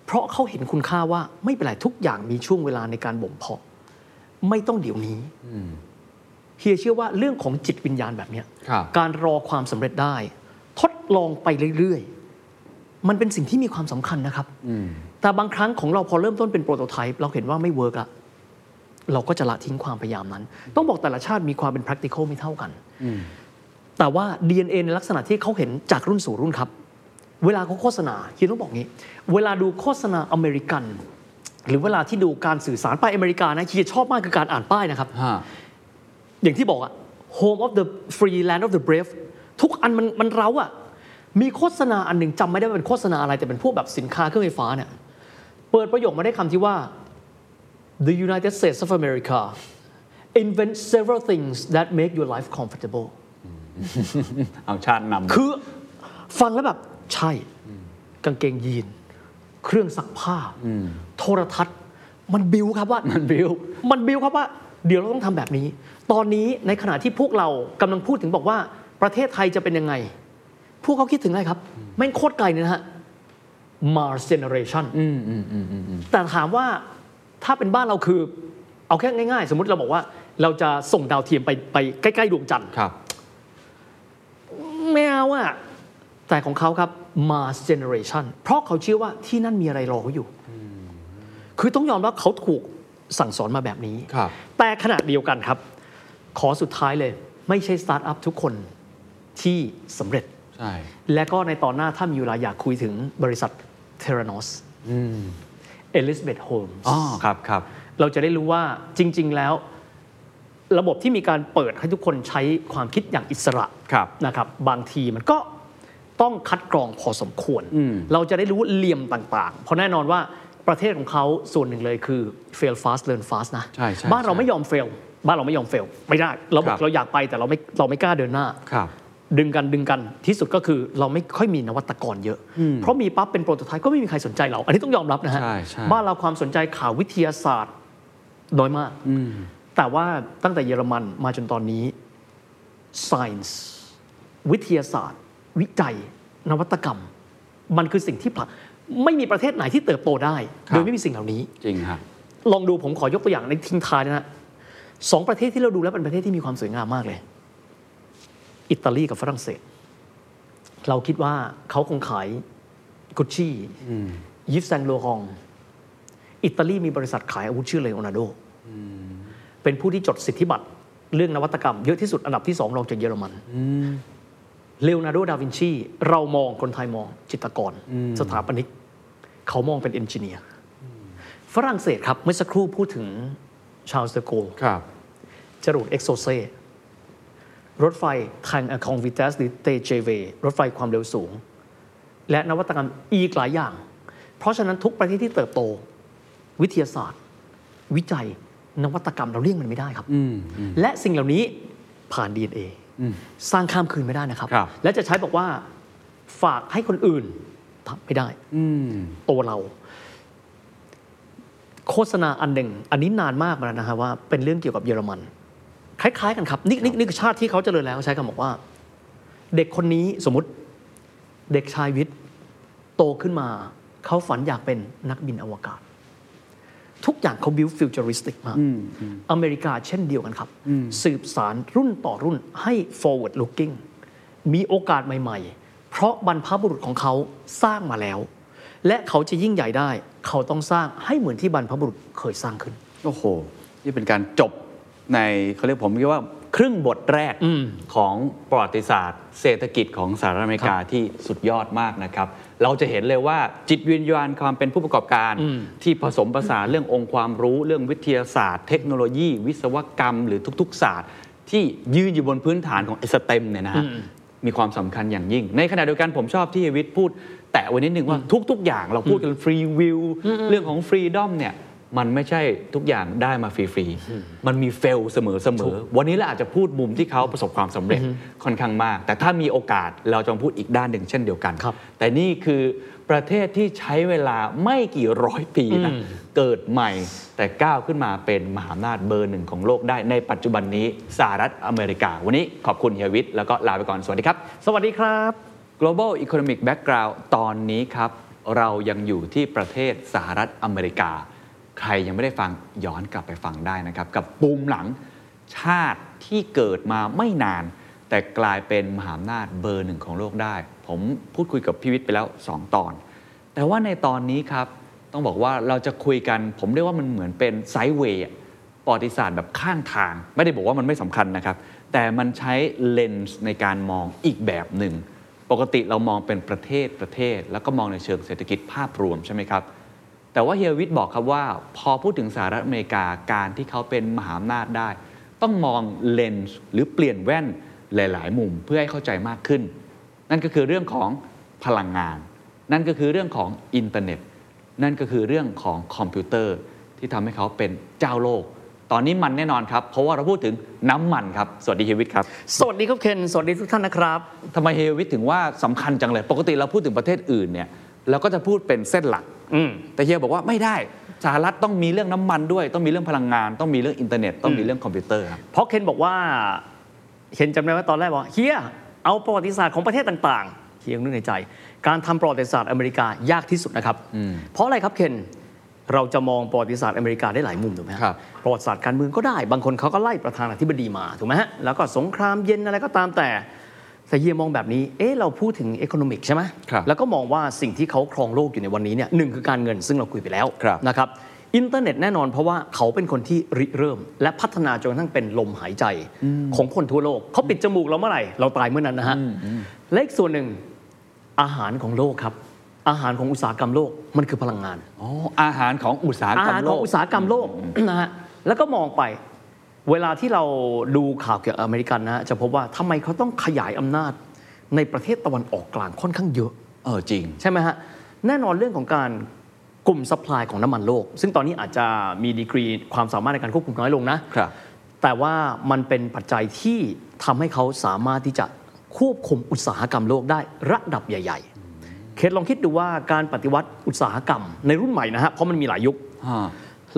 C: เพราะเขาเห็นคุณค่าว่าไม่เป็นไรทุกอย่างมีช่วงเวลาในการบ่มเพาะ ไม่ต้องเดี๋ยวนี้เฮียเชื่อว่าเรื่องของจิตวิญญาณแบบเนี้ย
B: ครับ
C: การรอความสำเร็จได้ ทดลองไปเรื่อยๆ มันเป็นสิ่งที่มีความสำคัญนะครับ
B: อืม
C: แต่บางครั้งของเราพอเริ่มต้นเป็นโปรโตไทป์เราเห็นว่าไม่เวิร์กละเราก็จะละทิ้งความพยายามนั้น ต้องบอกแต่ละชาติมีความเป็น practical ไม่เท่ากัน แต่ว่า DNA ในลักษณะที่เขาเห็นจากรุ่นสู่รุ่นครับ เวลาเขาโฆษณาคิดต้องบอกงี้ เวลาดูโฆษณาอเมริกัน หรือเวลาที่ดูการสื่อสารป้ายอเมริกานะเฮียชอบมากคือการอ่านป้ายนะครับ
B: ฮะ
C: อย่างที่บอกอะ Home of the Free Land of the Brave ทุกอันมันมันเร้าอะมีโฆษณาอันหนึ่งจำไม่ได้ว่าเป็นโฆษณาอะไรแต่เป็นพวกแบบสินค้าเครื่องไฟฟ้าเนี่ยเปิดประโยคมาได้คำที่ว่า The United States of America invent several things that make your life comfortable
B: เอาชาตินำ
C: คือฟังแล้วแบบ ใช่ กางเกงยีน เครื่องซักผ้า โทรทัศน์ มันบิวครับว่า
B: มันบิ้ว
C: มันบิวครับว่าเดี๋ยวเราต้องทำแบบนี้ ตอนนี้ในขณะที่พวกเรากำลังพูดถึงบอกว่าประเทศไทยจะเป็นยังไง พวกเขาคิดถึงอะไรครับ แม่งโคตรไกลเลยนะฮะ Mars Generation แต่ถามว่าถ้าเป็นบ้านเราคือ เอาแค่ง่ายๆ สมมติเราบอกว่าเราจะส่งดาวเทียมไปไปใกล้ๆดวงจันทร์
B: ครับ
C: ไม่เอาอะแต่ของเขาครับ Mars Generation เพราะเขาเชื่อว่าที่นั่นมีอะไรรอเขาอยู่ คือต้องยอมรับเขาถูกสั่งสอนมาแบบนี้
B: ครับ
C: แต่ขณะเดียวกันครับ ขอสุดท้ายเลย ไม่ใช่สตาร์ทอัพทุกคนที่สำเร็จ
B: ใช่
C: และก็ในตอนหน้าถ้ามีเวลาอยากคุยถึงบริษัทเทเรนอสเอลิซเบธโฮมส์
B: อ๋อ ครับครับ
C: เราจะได้รู้ว่าจริง ๆ แล้ว ระบบที่มีการเปิดให้ทุกคนใช้ความคิดอย่างอิสระ
B: ครับ
C: นะครับ บางทีมันก็ต้องคัดกรองพอสมควร
B: อืม
C: เราจะได้รู้เหลี่ยมต่างๆ เพราะแน่นอนว่าประเทศของเขาส่วนหนึ่งเลยคือ fail fast learn fast นะ
B: ใช่ใช่
C: บ้านเรา
B: ใช่
C: ไม่ยอม fail บ้านเราไม่ยอม fail ไม่ได้ เรา
B: ค
C: บอ
B: รั
C: ก
B: บ
C: เราอยากไปแต่เราไม่เราไม่กล้าเดินหน้า
B: ครับ
C: ดึงกันดึงกันที่สุดก็คือเราไม่ค่อยมีนวัตกรเยอะ เพราะมีปั๊บเป็นโปรโตไทป์ก็ไม่มีใครสนใจเรา อันนี้ต้องยอมรับนะฮะ
B: ใช่ใช่
C: บ้านเราความสนใจข่าววิทยาศาสตร์น้อยมาก แต่ว่าตั้งแต่เยอรมันมาจนตอนนี้ science วิทยาศาสตร์ วิจัย นวัตกรรม มันคือสิ่งที่ผลักไม่มีประเทศไหนที่เติบโตได้ โดยไม่มีสิ่งเหล่านี้
B: จริงฮะ
C: ลองดูผมขอยกตัวอย่างในทิ้งท้ายนะฮะสองประเทศที่เราดูแล้วเป็นประเทศที่มีความสวยงามมากเลย อิตาลีกับฝรั่งเศส เราคิดว่าเขาคงขายกุชชี่ยิฟแซงโลฮอง อิตาลีมีบริษัทขายอาวุธชื่อเลโอนาร์โดเป็นผู้ที่จดสิทธิบัตรเรื่องนวัตกรรมเยอะที่สุดอันดับที่สองรองจากเยอรมันเลโอนาร์โดดาวินชีเรามองคนไทยมองจิตรกร สถาปนิก เขามองเป็นเอนจิเนียร์ ฝรั่งเศสครับ เมื่อสักครู่พูดถึงชาลส์เดอโกล
B: ครับ
C: จรวดเอ็กโซเซรถไฟทางคองวิตัสหรือเตเจเวรถไฟความเร็วสูง และนวัตกรรมอีกหลายอย่าง เพราะฉะนั้นทุกประเทศที่เติบโต วิทยาศาสตร์ วิจัยนวัตกรรมเราเลี่ยงมันไม่ได้ครับ
B: อืม
C: และสิ่งเหล่านี้ผ่าน DNA สร้างข้ามคืนไม่ได้นะครับ
B: ครับ
C: และจะใช้บอกว่าฝากให้คนอื่นทำไม่ได้
B: อืม
C: ตัวเรา โฆษณาอันหนึ่ง อันนี้นานมากมาแล้วนะฮะว่าเป็นเรื่องเกี่ยวกับเยอรมัน คล้าย ๆ กันครับ นี่นี่นี่คือชาติที่เขาเจริญแล้วใช้คำบอกว่า เด็กคนนี้สมมติเด็กชายวิทย์ โตขึ้นมา เขาฝันอยากเป็นนักบินอวกาศ ทุกอย่างเขาบิวฟิวเจอริสติกมาก อเมริกาเช่นเดียวกันครับ สืบสารรุ่นต่อรุ่นให้ forward looking มีโอกาสใหม่ ๆ เพราะบรรพบุรุษของเขาสร้างมาแล้ว และเขาจะยิ่งใหญ่ได้ เขาต้องสร้างให้เหมือนที่บรรพบุรุษเคยสร้างขึ้น
B: โอ้โห นี่เป็นการจบในเขาเรียกผมเรียกว่า ครึ่งบทแรกของประวัติศาสตร์ เศรษฐกิจของสหรัฐอเมริกาที่สุดยอดมากนะครับ เราจะเห็นเลยว่าจิตวิญญาณความเป็นผู้ประกอบการ ที่ผสมผสานเรื่ององค์ความรู้เรื่องวิทยาศาสตร์ เทคโนโลยี วิศวกรรม หรือทุก ๆ ศาสตร์ ที่ยืนอยู่บนพื้นฐานของสเต็มเนี่ยนะฮะ มีความสำคัญอย่างยิ่ง ในขณะเดียวกันผมชอบที่เฮวิทพูด แต่วันนี้หนึ่งว่าทุก ๆ อย่างเราพูดกันฟรีวิวเรื่องของฟรีดอมเนี่ย มันไม่ใช่ทุกอย่างได้มาฟรีๆ มันมีเฟลเสมอๆ วันนี้เราอาจจะพูดมุมที่เขาประสบความสำเร็จค่อนข้างมาก แต่ถ้ามีโอกาสเราจะมาพูดอีกด้านหนึ่งเช่นเดียวกัน
C: ครับ
B: แต่นี่คือประเทศที่ใช้เวลาไม่กี่ร้อยปีนะ เกิดใหม่แต่ก้าวขึ้นมาเป็นมหาอำนาจเบอร์หนึ่งของโลกได้ในปัจจุบันนี้สหรัฐอเมริกา วันนี้ขอบคุณเฮียวิทย์แล้วก็ลาไปก่อน สวัสดีครับ
C: สวัสดีครับ
B: global economic background ตอนนี้ครับ เรายังอยู่ที่ประเทศสหรัฐอเมริกา ใครยังไม่ได้ฟังย้อนกลับไปฟังได้นะครับ กับปูมหลังชาติที่เกิดมาไม่นาน แต่กลายเป็นมหาอำนาจเบอร์หนึ่งของโลกได้ ผมพูดคุยกับพี่วิทย์ไปแล้ว 2 ตอน แต่ว่าในตอนนี้ครับ ต้องบอกว่าเราจะคุยกัน ผมเรียกว่ามันเหมือนเป็นไซด์เวย์อะประวัติศาสตร์แบบข้างทาง ไม่ได้บอกว่ามันไม่สำคัญนะครับ แต่มันใช้เลนส์ในการมองอีกแบบหนึ่ง ปกติเรามองเป็นประเทศประเทศ แล้วก็มองในเชิงเศรษฐกิจภาพรวมใช่ไหมครับ แต่ว่าเฮียวิทย์บอกครับว่า พอพูดถึงสหรัฐอเมริกาการที่เขาเป็นมหาอำนาจได้ ต้องมองเลนส์หรือเปลี่ยนแว่นหลาย ๆ มุมเพื่อให้เข้าใจมากขึ้น นั่นก็คือเรื่องของพลังงาน นั่นก็คือเรื่องของอินเทอร์เน็ต นั่นก็คือเรื่องของคอมพิวเตอร์ที่ทำให้เขาเป็นเจ้าโลก ตอนนี้มันแน่นอนครับ เพราะว่าเราพูดถึงน้ำมันครับ สวัสดีเฮียวิทย์ครับ
C: สวัสดีครับเคนสวัสดีทุกท่านนะครับ
B: ทำไมเฮียวิทย์ถึงว่าสำคัญจังเลย ปกติเราพูดถึงประเทศอื่นเนี่ยเราก็จะพูดเป็นเส้นหลัก
C: อืม
B: แต่เฮียบอกว่าไม่ได้สหรัฐต้องมีเรื่องน้ำมันด้วย ต้องมีเรื่องพลังงาน ต้องมีเรื่องอินเทอร์เน็ต ต้องมีเรื่องคอมพิวเตอร์ครับ
C: เพราะเคนบอกว่าเคนจำได้ว่าตอนแรกบอกเฮียเอาประวัติศาสตร์ของประเทศต่างๆเฮียนึกในใจ การทำประวัติศาสตร์อเมริกายากที่สุดนะครับ
B: อืม
C: เพราะอะไรครับเคนเราจะมองประวัติศาสตร์อเมริกาได้หลายมุมถูกไหมฮะ
B: ครับ
C: ประวัติศาสตร์การเมืองก็ได้ บางคนเขาก็ไล่ประธานาธิบดีมาถูกไหมฮะแล้วก็สงครามเย็นอะไรก็ตามแต่แต่เฮียมองแบบนี้เอ๊ะเราพูดถึงอีโคโนมิกใช่ไหม
B: ครับ
C: แล้วก็มองว่าสิ่งที่เขาครองโลกอยู่ในวันนี้เนี่ยหนึ่งคือการเงินซึ่งเราคุยไปแล้ว
B: ครับ
C: นะครับอินเทอร์เน็ตแน่นอนเพราะว่าเขาเป็นคนที่ริเริ่ม และพัฒนาจนกระทั่งเป็นลมหายใจของคนทั่วโลก เขาปิดจมูกเราเมื่อไหร่ เราตายเมื่อนั้นนะฮะและอีกส่วนหนึ่งอาหารของโลกครับ อาหารของอุตสาหกรรมโลกมันคือพลังงาน
B: อ๋ออาหารของอุตสาห
C: อาก
B: รร
C: หาม ร
B: โล
C: ของ
B: ก
C: อุตสาหกรรมโลกนะฮะ แล้วก็มองไป เวลาที่เราดูข่าวเกี่ยวกับอเมริกันนะฮะจะพบว่าทำไมเขาต้องขยายอำนาจในประเทศตะวันออกกลางค่อนข้างเยอะ
B: เออจริง
C: ใช่ไหมฮะ แน่นอนเรื่องของการกลุ่ม supply ของน้ำมันโลก ซึ่งตอนนี้อาจจะมีดีกรีความสามารถในการควบคุมน้อยลงนะ
B: ครับ
C: แต่ว่ามันเป็นปัจจัยที่ทำให้เขาสามารถที่จะควบคุมอุตสาหกรรมโลกได้ระดับใหญ่ ๆ เคสลองคิดดูว่าการปฏิวัติอุตสาหกรรมในรุ่นใหม่นะฮะ เพราะมันมีหลายยุค
B: อ่า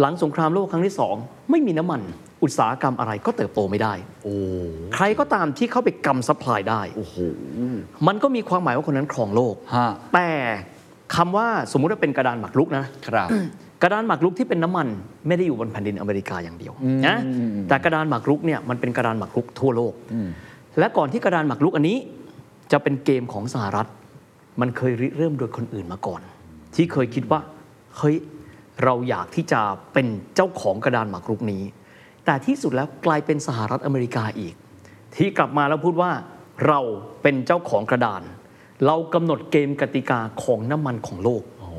C: หลังสงครามโลกครั้งที่ 2 ไม่มีน้ำมัน อุตสาหกรรมอะไรก็เติบโตไม่ได้
B: โอ้
C: ใครก็ตามที่เข้าไปกำซัพพลายได้
B: โอ้โห
C: มันก็มีความหมายว่าคนนั้นครองโลก
B: ฮะ
C: แต่คำว่าสมมุติว่าเป็นกระดานหมากรุกนะ
B: ครับ
C: กระดานหมากรุกที่เป็นน้ำมันไม่ได้อยู่บนแผ่นดินอเมริกาอย่างเดียวนะ
B: อืม
C: แต่กระดานหมากรุกเนี่ยมันเป็นกระดานหมากรุกทั่วโลก และก่อนที่กระดานหมากรุกอันนี้ จะเป็นเกมของสหรัฐ มันเคยริเริ่มโดยคนอื่นมาก่อน ที่เคยคิดว่าเฮ้ยเราอยากที่จะเป็นเจ้าของกระดานหมากรุกนี้ แต่ที่สุดแล้วกลายเป็นสหรัฐอเมริกาอีก ที่กลับมาแล้วพูดว่าเราเป็นเจ้าของกระดาน เรากำหนดเกมกติกาของน้ำมันของโลก
B: โอ้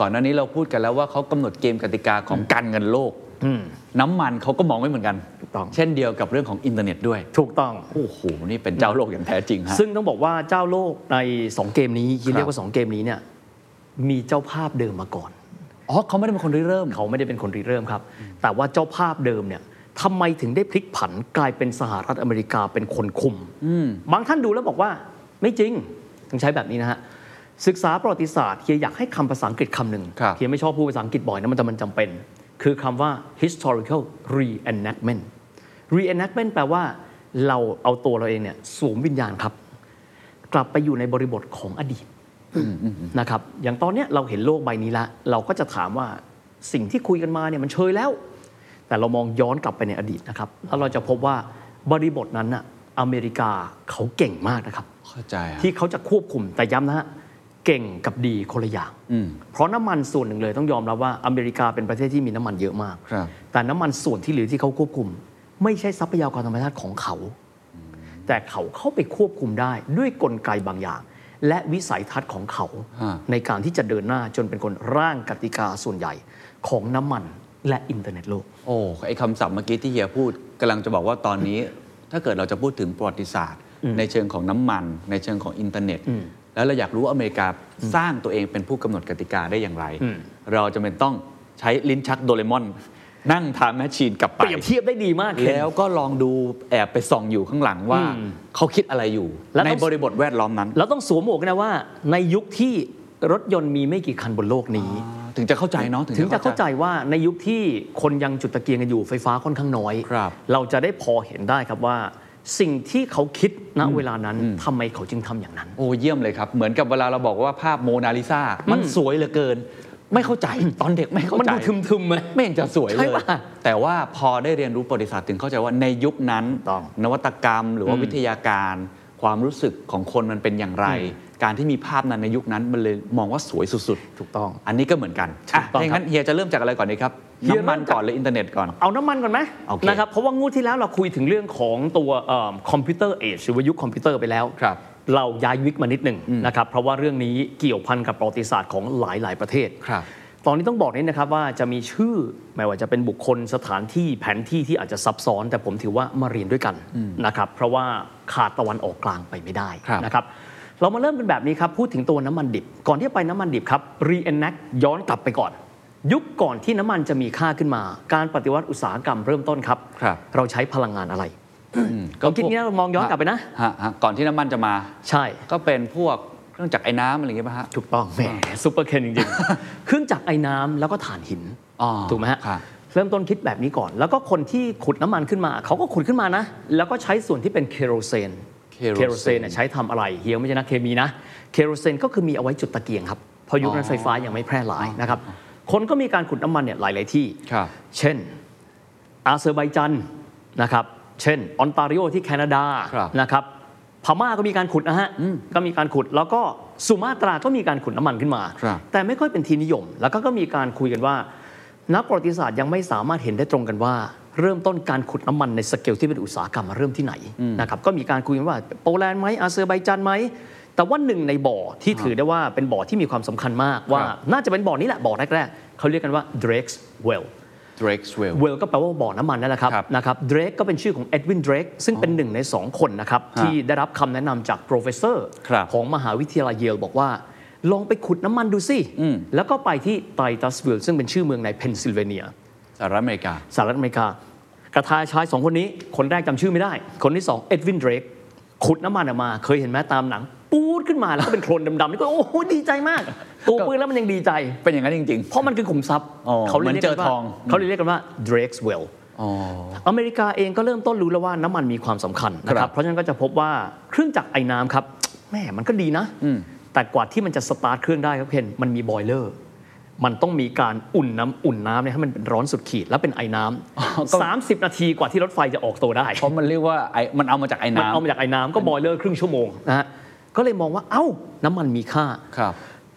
B: ก่อนหน้านี้เราพูดกันแล้วว่าเขากำหนดเกมกติกาของการเงินโลก
C: อืม
B: น้ำมันเขาก็มองไม่เหมือนกัน
C: ถูกต้อง
B: เช่นเดียวกับเรื่องของอินเทอร์เน็ตด้วย
C: ถูกต้อง
B: โอ้โห นี่เป็นเจ้าโลกอย่างแท้จริงฮะ
C: ซึ่งต้องบอกว่าเจ้าโลกใน 2 เกมนี้
B: ครั
C: ที่
B: บ
C: เรียกว่า 2 เกมนี้เนี่ยมีเจ้าภาพเดิมมาก่อน
B: อ๋อเขาไม่ได้เป็นคนริเริ่ม
C: เขาไม่ได้เป็นคนริเริ่มครับ แต่ว่าเจ้าภาพเดิมเนี่ยทำไมถึงได้พลิกผันกลายเป็นสหรัฐอเมริกาเป็นคนคุม
B: อืม
C: บางท่านดูแล้วบอกว่าไม่จริงต้องใช้แบบนี้นะฮะ ศึกษาประวัติศาสตร์เฮียอยากให้คำภาษาอังกฤษคำหนึ่ง
B: ครับ
C: เฮียไม่ชอบพูดภาษาอังกฤษบ่อยนะมันแต่มันจำเป็น คือคำว่า historical reenactment reenactment แปลว่าเราเอาตัวเราเองเนี่ยสวมวิญญาณครับ กลับไปอยู่ในบริบทของอดีตนะครับ อย่างตอนเนี้ยเราเห็นโลกใบนี้ละ เราก็จะถามว่าสิ่งที่คุยกันมาเนี่ยมันเชยแล้ว แต่เรามองย้อนกลับไปในอดีตนะครับ แล้วเราจะพบว่าบริบทนั้นน่ะอเมริกาเขาเก่งมากนะครับ
B: เข้าใจฮะ
C: ที่เขาจะควบคุมแต่ย้ำนะฮะเก่งกับดีคนละอย่าง
B: อืม
C: เพราะน้ำมันส่วนหนึ่งเลยต้องยอมรับว่าอเมริกาเป็นประเทศที่มีน้ำมันเยอะมาก
B: ครับ
C: แต่น้ำมันส่วนที่เหลือที่เขาควบคุม ไม่ใช่ทรัพยากรธรรมชาติของเขา แต่เขาเข้าไปควบคุมได้ด้วยกลไกบางอย่าง และวิสัยทัศน์ของเขา
B: ฮะ
C: ในการที่จะเดินหน้าจนเป็นคนร่างกติกาส่วนใหญ่ของน้ำมันและอินเทอร์เน็ตโลก
B: โอ้ไอคำศัพท์เมื่อกี้ที่เฮียพูดกำลังจะบอกว่าตอนนี้ ถ้าเกิดเราจะพูดถึงประวัติศาสตร์ ในเชิงของน้ำมัน ในเชิงของอินเทอร์เน็ต
C: อืม
B: แล้วเราอยากรู้ว่าอเมริกาสร้างตัวเองเป็นผู้กำหนดกติกาได้อย่างไร
C: อืม
B: เราจะเป็นต้องใช้ลิ้นชักโดเรมอน นั่งทำแมชชีนกลับไป
C: เปรียบเทียบได้ดีมากเคน
B: แล้วก็ลองดูแอบไปส่องอยู่ข้างหลังว่า
C: อืม
B: เขาคิดอะไรอยู่
C: แล้ว
B: ใน
C: ต้อง
B: บริบทแวดล้อมนั้น
C: เราต้องสวมหมวกนะว่าในยุคที่รถยนต์มีไม่กี่คันบนโลกนี้
B: ถึงจะเข้าใจเนาะถึ
C: ถึงจะเข้าใจว่าในยุคที่คนยังจุดตะเกียงกันอยู่ไฟฟ้าค่อนข้างน้อย
B: ครับ
C: เราจะได้พอเห็นได้ครับว่า สิ่งที่เขาคิดณเวลานั้นทำไมเขาจึงทำอย่างนั้น
B: โอ้เยี่ยมเลยครับ เหมือนกับเวลาเราบอกว่าภาพโมนาลิซามันสวยเหลือเกิน ไม่เข้าใจ ตอนเด็กไม่เข้าใจ
C: มันดูทึมๆไหม
B: ไม่เห็นจะสวยเล
C: ใช่
B: ย
C: ป่ะ
B: แต่ว่าพอได้เรียนรู้ประวัติศาสตร์ถึงเข้าใจว่าในยุคนั้น
C: ต้อง
B: นวัตกรรมหรือว่า
C: อืม
B: วิทยาการ ความรู้สึกของคนมันเป็นอย่างไร การที่มีภาพนั้นในยุคนั้นมันเลยมองว่าสวยสุดๆ
C: ถูกต้อง
B: อันนี้ก็เหมือนกัน
C: ถูกต้อง
B: ะถ้าย่างั้นเฮียจะเริ่มจากอะไรก่อนดีครับ
C: เฮีย
B: น้ำมัน
C: เริ่มจาก
B: ก่อนหรืออินเทอร์เน็ตก่อน
C: เอาน้ำมันก่อนไหม
B: โอเค
C: นะครับเพราะว่างวดที่แล้วเราคุยถึงเรื่องของตัวคอมพิวเตอร์เอชหรือว่ายุคคอมพิวเตอร์ไปแล้ว
B: ครับ
C: เราย้ายวิกมานิดหนึ่งนะครับเพราะว่าเรื่องนี้เกี่ยวพันกับประวัติศาสตร์ของหลาย ๆ ประเทศ
B: ครับ
C: ตอนนี้ต้องบอกนิดนะครับว่าจะมีชื่อไม่ว่าจะเป็นบุคคลสถานที่แผนที่ที่อาจจะซับซ้อน แต่ผมถือว่ามาเรียนด้วยกันนะครับเพราะว่าขาดตะวันออกกลางไปไม่ได้
B: ครับ
C: นะครับเรามาเริ่มกันแบบนี้ครับพูดถึงตัวน้ำมันดิบ ก่อนที่จะไปน้ำมันดิบครับ reenact ย้อนกลับไปก่อน ยุคก่อนที่น้ำมันจะมีค่าขึ้นมา การปฏิวัติอุตสาหกรรมเริ่มต้นครับ
B: ครับ
C: เราใช้พลังงานอะไร
B: อืม
C: ก็คิดเนี้ยเรามองย้อนกลับไปนะ
B: ฮฮะก่อนที่น้ำมันจะมา
C: ใช่
B: ก็เป็นพวกเครื่องจักรไอ้น้ำอะไรอย่างเงี้ยป่ะฮะ
C: ถูกต้องแหมซูเปอร์เคนจริงๆ เครื่องจักรไอ้น้ำแล้วก็ถ่านหิน
B: อ๋อ
C: ถูกไหมฮะ
B: ครับ
C: เริ่มต้นคิดแบบนี้ก่อน แล้วก็คนที่ขุดน้ำมันขึ้นมา เขาก็ขุดขึ้นมานะ แล้วก็ใช้ส่วนที่เป็นเคโรเซน
B: เคโรเซน
C: เซนเนี่ยใช้ทำอะไร เฮียไม่ใช่นักเคมีนะ เคโรเซนก็คือมีเอาไว้จุดตะเกียงครับ เพราะยุคนั้นไฟฟ้ายังไม่แพร่หลายนะครับ คนก็มีการขุดน้ำมันเนี่ยหลาย ๆ ที่
B: ครับ
C: เช่น อาเซอร์ไบจันนะครับ เช่น ออนตาริโอที่แคนาดา
B: ครับ
C: นะครับ พม่าก็มีการขุดนะฮะ ก็มีการขุด แล้วก็สุมาตราก็มีการขุดน้ำมันขึ้นมา
B: ครับ
C: แต่ไม่ค่อยเป็นที่นิยม แล้วก็ก็มีการคุยกันว่า นักประวัติศาสตร์ยังไม่สามารถเห็นได้ตรงกันว่า เริ่มต้นการขุดน้ำมันในสเกลที่เป็นอุตสาหกรรมมาเริ่มที่ไหนนะครับ ก็มีการคุยกันว่าโปแลนด์ไหมอาเซอร์ไบจันไหม แต่ว่าหนึ่งในบ่อที่ถือได้ว่าเป็นบ่อที่มีความสำคัญมาก ว่า
B: ครับ
C: น่าจะเป็นบ่อนี้แหละบ่อแรกๆเขาเรียกกันว่า Drake's Well
B: Drakeswell
C: เวลก็แปลว่าบ่อน้ำมันนั่นแหละครับ
B: ครับ
C: นะครับเดรกก็เป็นชื่อของเอ็ดวินเดรกซึ่งเป็นหนึ่งในสองคนนะครับ
B: ฮะ
C: ที่ได้รับคำแนะนำจาก professor
B: ครับ
C: ของมหาวิทยาลัยเยลบอกว่า ลองไปขุดน้ำมันดูสิ แล้วก็ไปที่ไตตัสวิลซึ่งเป็นชื่อเมืองในเพนซิลเวเนีย
B: สหรัฐอเมริกา
C: สหรัฐอเมริกา กระทาชายสองคนนี้ คนแรกจำชื่อไม่ได้ คนที่สองเอ็ดวินเดรกขุดน้ำมันออกมา เคยเห็นไหมตามหนัง ปูดขึ้นมาแล้วก็เป็นโคลนดำๆนี่ก็โอ้โหดีใจมากตัวปืนแล้วมันยังดีใจ
B: เป็นอย่างนั้นจริง
C: เพราะมันคือขุมทรัพย์
B: อ๋อ
C: ลย
B: เหมือนเจอ
C: ว่า
B: ทอง
C: เขาเลยเรียกกันว่า Drake's Well
B: ๆอ๋อ
C: อเมริกาเองก็เริ่มต้นรู้แล้วว่าน้ำมันมีความสำคัญนะค
B: ครั
C: รับ
B: บ
C: เพราะฉะนั้นก็จะพบว่าเครื่องจักรไอ้น้ำครับแหม่มันก็ดีนะ แต่กว่าที่มันจะสตาร์ทเครื่องได้ครับเพนมันมีบอยเลอร์ มันต้องมีการอุ่นน้ำอุ่นน้ำเนี่ยให้มันเป็นร้อนสุดขีดแล้วเป็นไอ้น้
B: ก็
C: ำสามสิบนาทีกว่าที่รถไฟจะออกตัวได้
B: เพราะมันเรียกว่าไอมันเอามาจากไอ้
C: มันเอา
B: น้ำ
C: มาจากไอ้น้ำก็บอยเลอร์ครึ่งชั่วโมงนะฮะก็เลยมองว่าเอ้าน้ำมันมีค่า
B: ครับ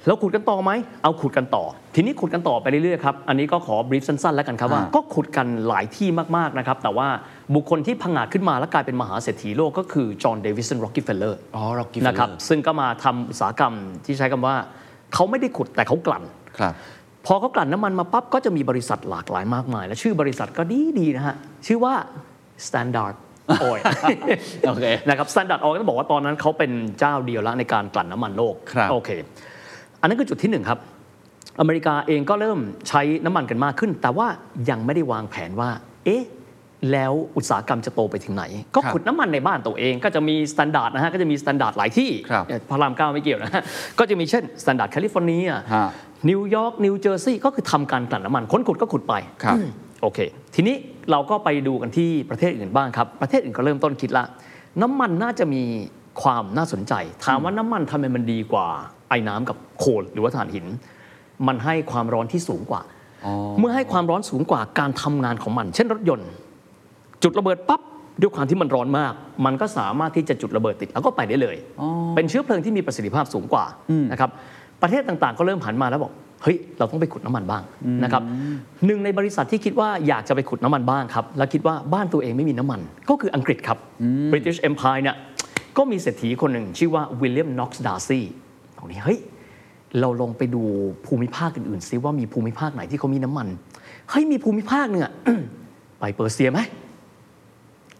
C: แล้วขุดกันต่อไหม เอาขุดกันต่อ ทีนี้ขุดกันต่อไปเรื่อยๆครับ อันนี้ก็ขอบรีฟสั้นๆ แล้วกันครับว่า
B: อ่า
C: ก็ขุดกันหลายที่มากๆนะครับ แต่ว่าบุคคลที่พังอาจขึ้นมาและกลายเป็นมหาเศรษฐีโลกก็คือจอห์นเดวิสันร็อกกี้เฟลเลอร์
B: อ๋อ Rocky
C: นะครับ ซึ่งก็มาทำอุตสาหกรรมที่ใช้คำว่า เขาไม่ได้ขุดแต่เขากลั่น
B: ครับ
C: พอเขากลั่นน้ำมันมาปั๊บก็จะมีบริษัทหลากหลายมากมาย และชื่อบริษัทก็ดีดีๆนะฮะ ชื่อว่า Standard Oil
B: โอเค
C: นะครับ Standard Oil ต้องบอกว่าตอนนั้นเขาเป็นเจ้าเดียวละในการกลั่นน้ำมันโลก
B: ครับ
C: โอเค อันนั้นคือจุดที่หนึ่งครับ อเมริกาเองก็เริ่มใช้น้ำมันกันมากขึ้น แต่ว่ายังไม่ได้วางแผนว่า เอ๊ะ แล้วอุตสาหกรรมจะโตไปถึงไหน ก็
B: ครับ
C: ขุดน้ำมันในบ้านตัวเอง ก็จะมีสแตนดาร์ดนะฮะ ก็จะมีสแตนดาร์ดหลายที่
B: ครับ
C: เอ่อพระรามเก้าไม่เกี่ยวนะ ฮะ ก็จะมีเช่นสแตนดาร์ดแคลิฟอร์เนีย
B: ฮะ
C: นิวยอร์ก นิวเจอร์ซีย์ก็คือทำการกลั่นน้ำมัน ค้นขุดก็ขุดไป
B: ครับ
C: โอเค ทีนี้เราก็ไปดูกันที่ประเทศอื่นบ้างครับ ประเทศอื่นก็เริ่มต้นคิดละ น้ำมันน่าจะมีความน่าสนใจ ถามว่าน้ำมันทำไมมันดีกว่าไอ้น้ำกับโคลหรือว่าถ่านหิน มันให้ความร้อนที่สูงกว่า
B: อ๋อ
C: เมื่อให้ความร้อนสูงกว่าการทำงานของมัน เช่นรถยนต์ จุดระเบิดปั๊บด้วยความที่มันร้อนมาก มันก็สามารถที่จะจุดระเบิดติดแล้วก็ไปได้เลย
B: อ๋อ
C: เป็นเชื้อเพลิงที่มีประสิทธิภาพสูงกว่านะครับประเทศต่างๆ ก็เริ่มหันมาแล้วบอกเฮ้ยเราต้องไปขุดน้ำมันบ้างนะครับหนึ่งในบริษัทที่คิดว่าอยากจะไปขุดน้ำมันบ้างครับแล้วคิดว่าบ้านตัวเองไม่มีน้ำมัน ก็คืออังกฤษครับ British Empire เนี่ยก็มีเศรษฐีคนหนึ่งชื่อว่าวิลเลียมน็อกซ์ดาร์ซี่ตรงนี้เฮ้ย เราลองไปดูภูมิภาคอื่นๆซิว่ามีภูมิภาคไหนที่เขามีน้ำมันเฮ้ยมีภูมิภาคเนี่ย ไปเปอร์เซียไหม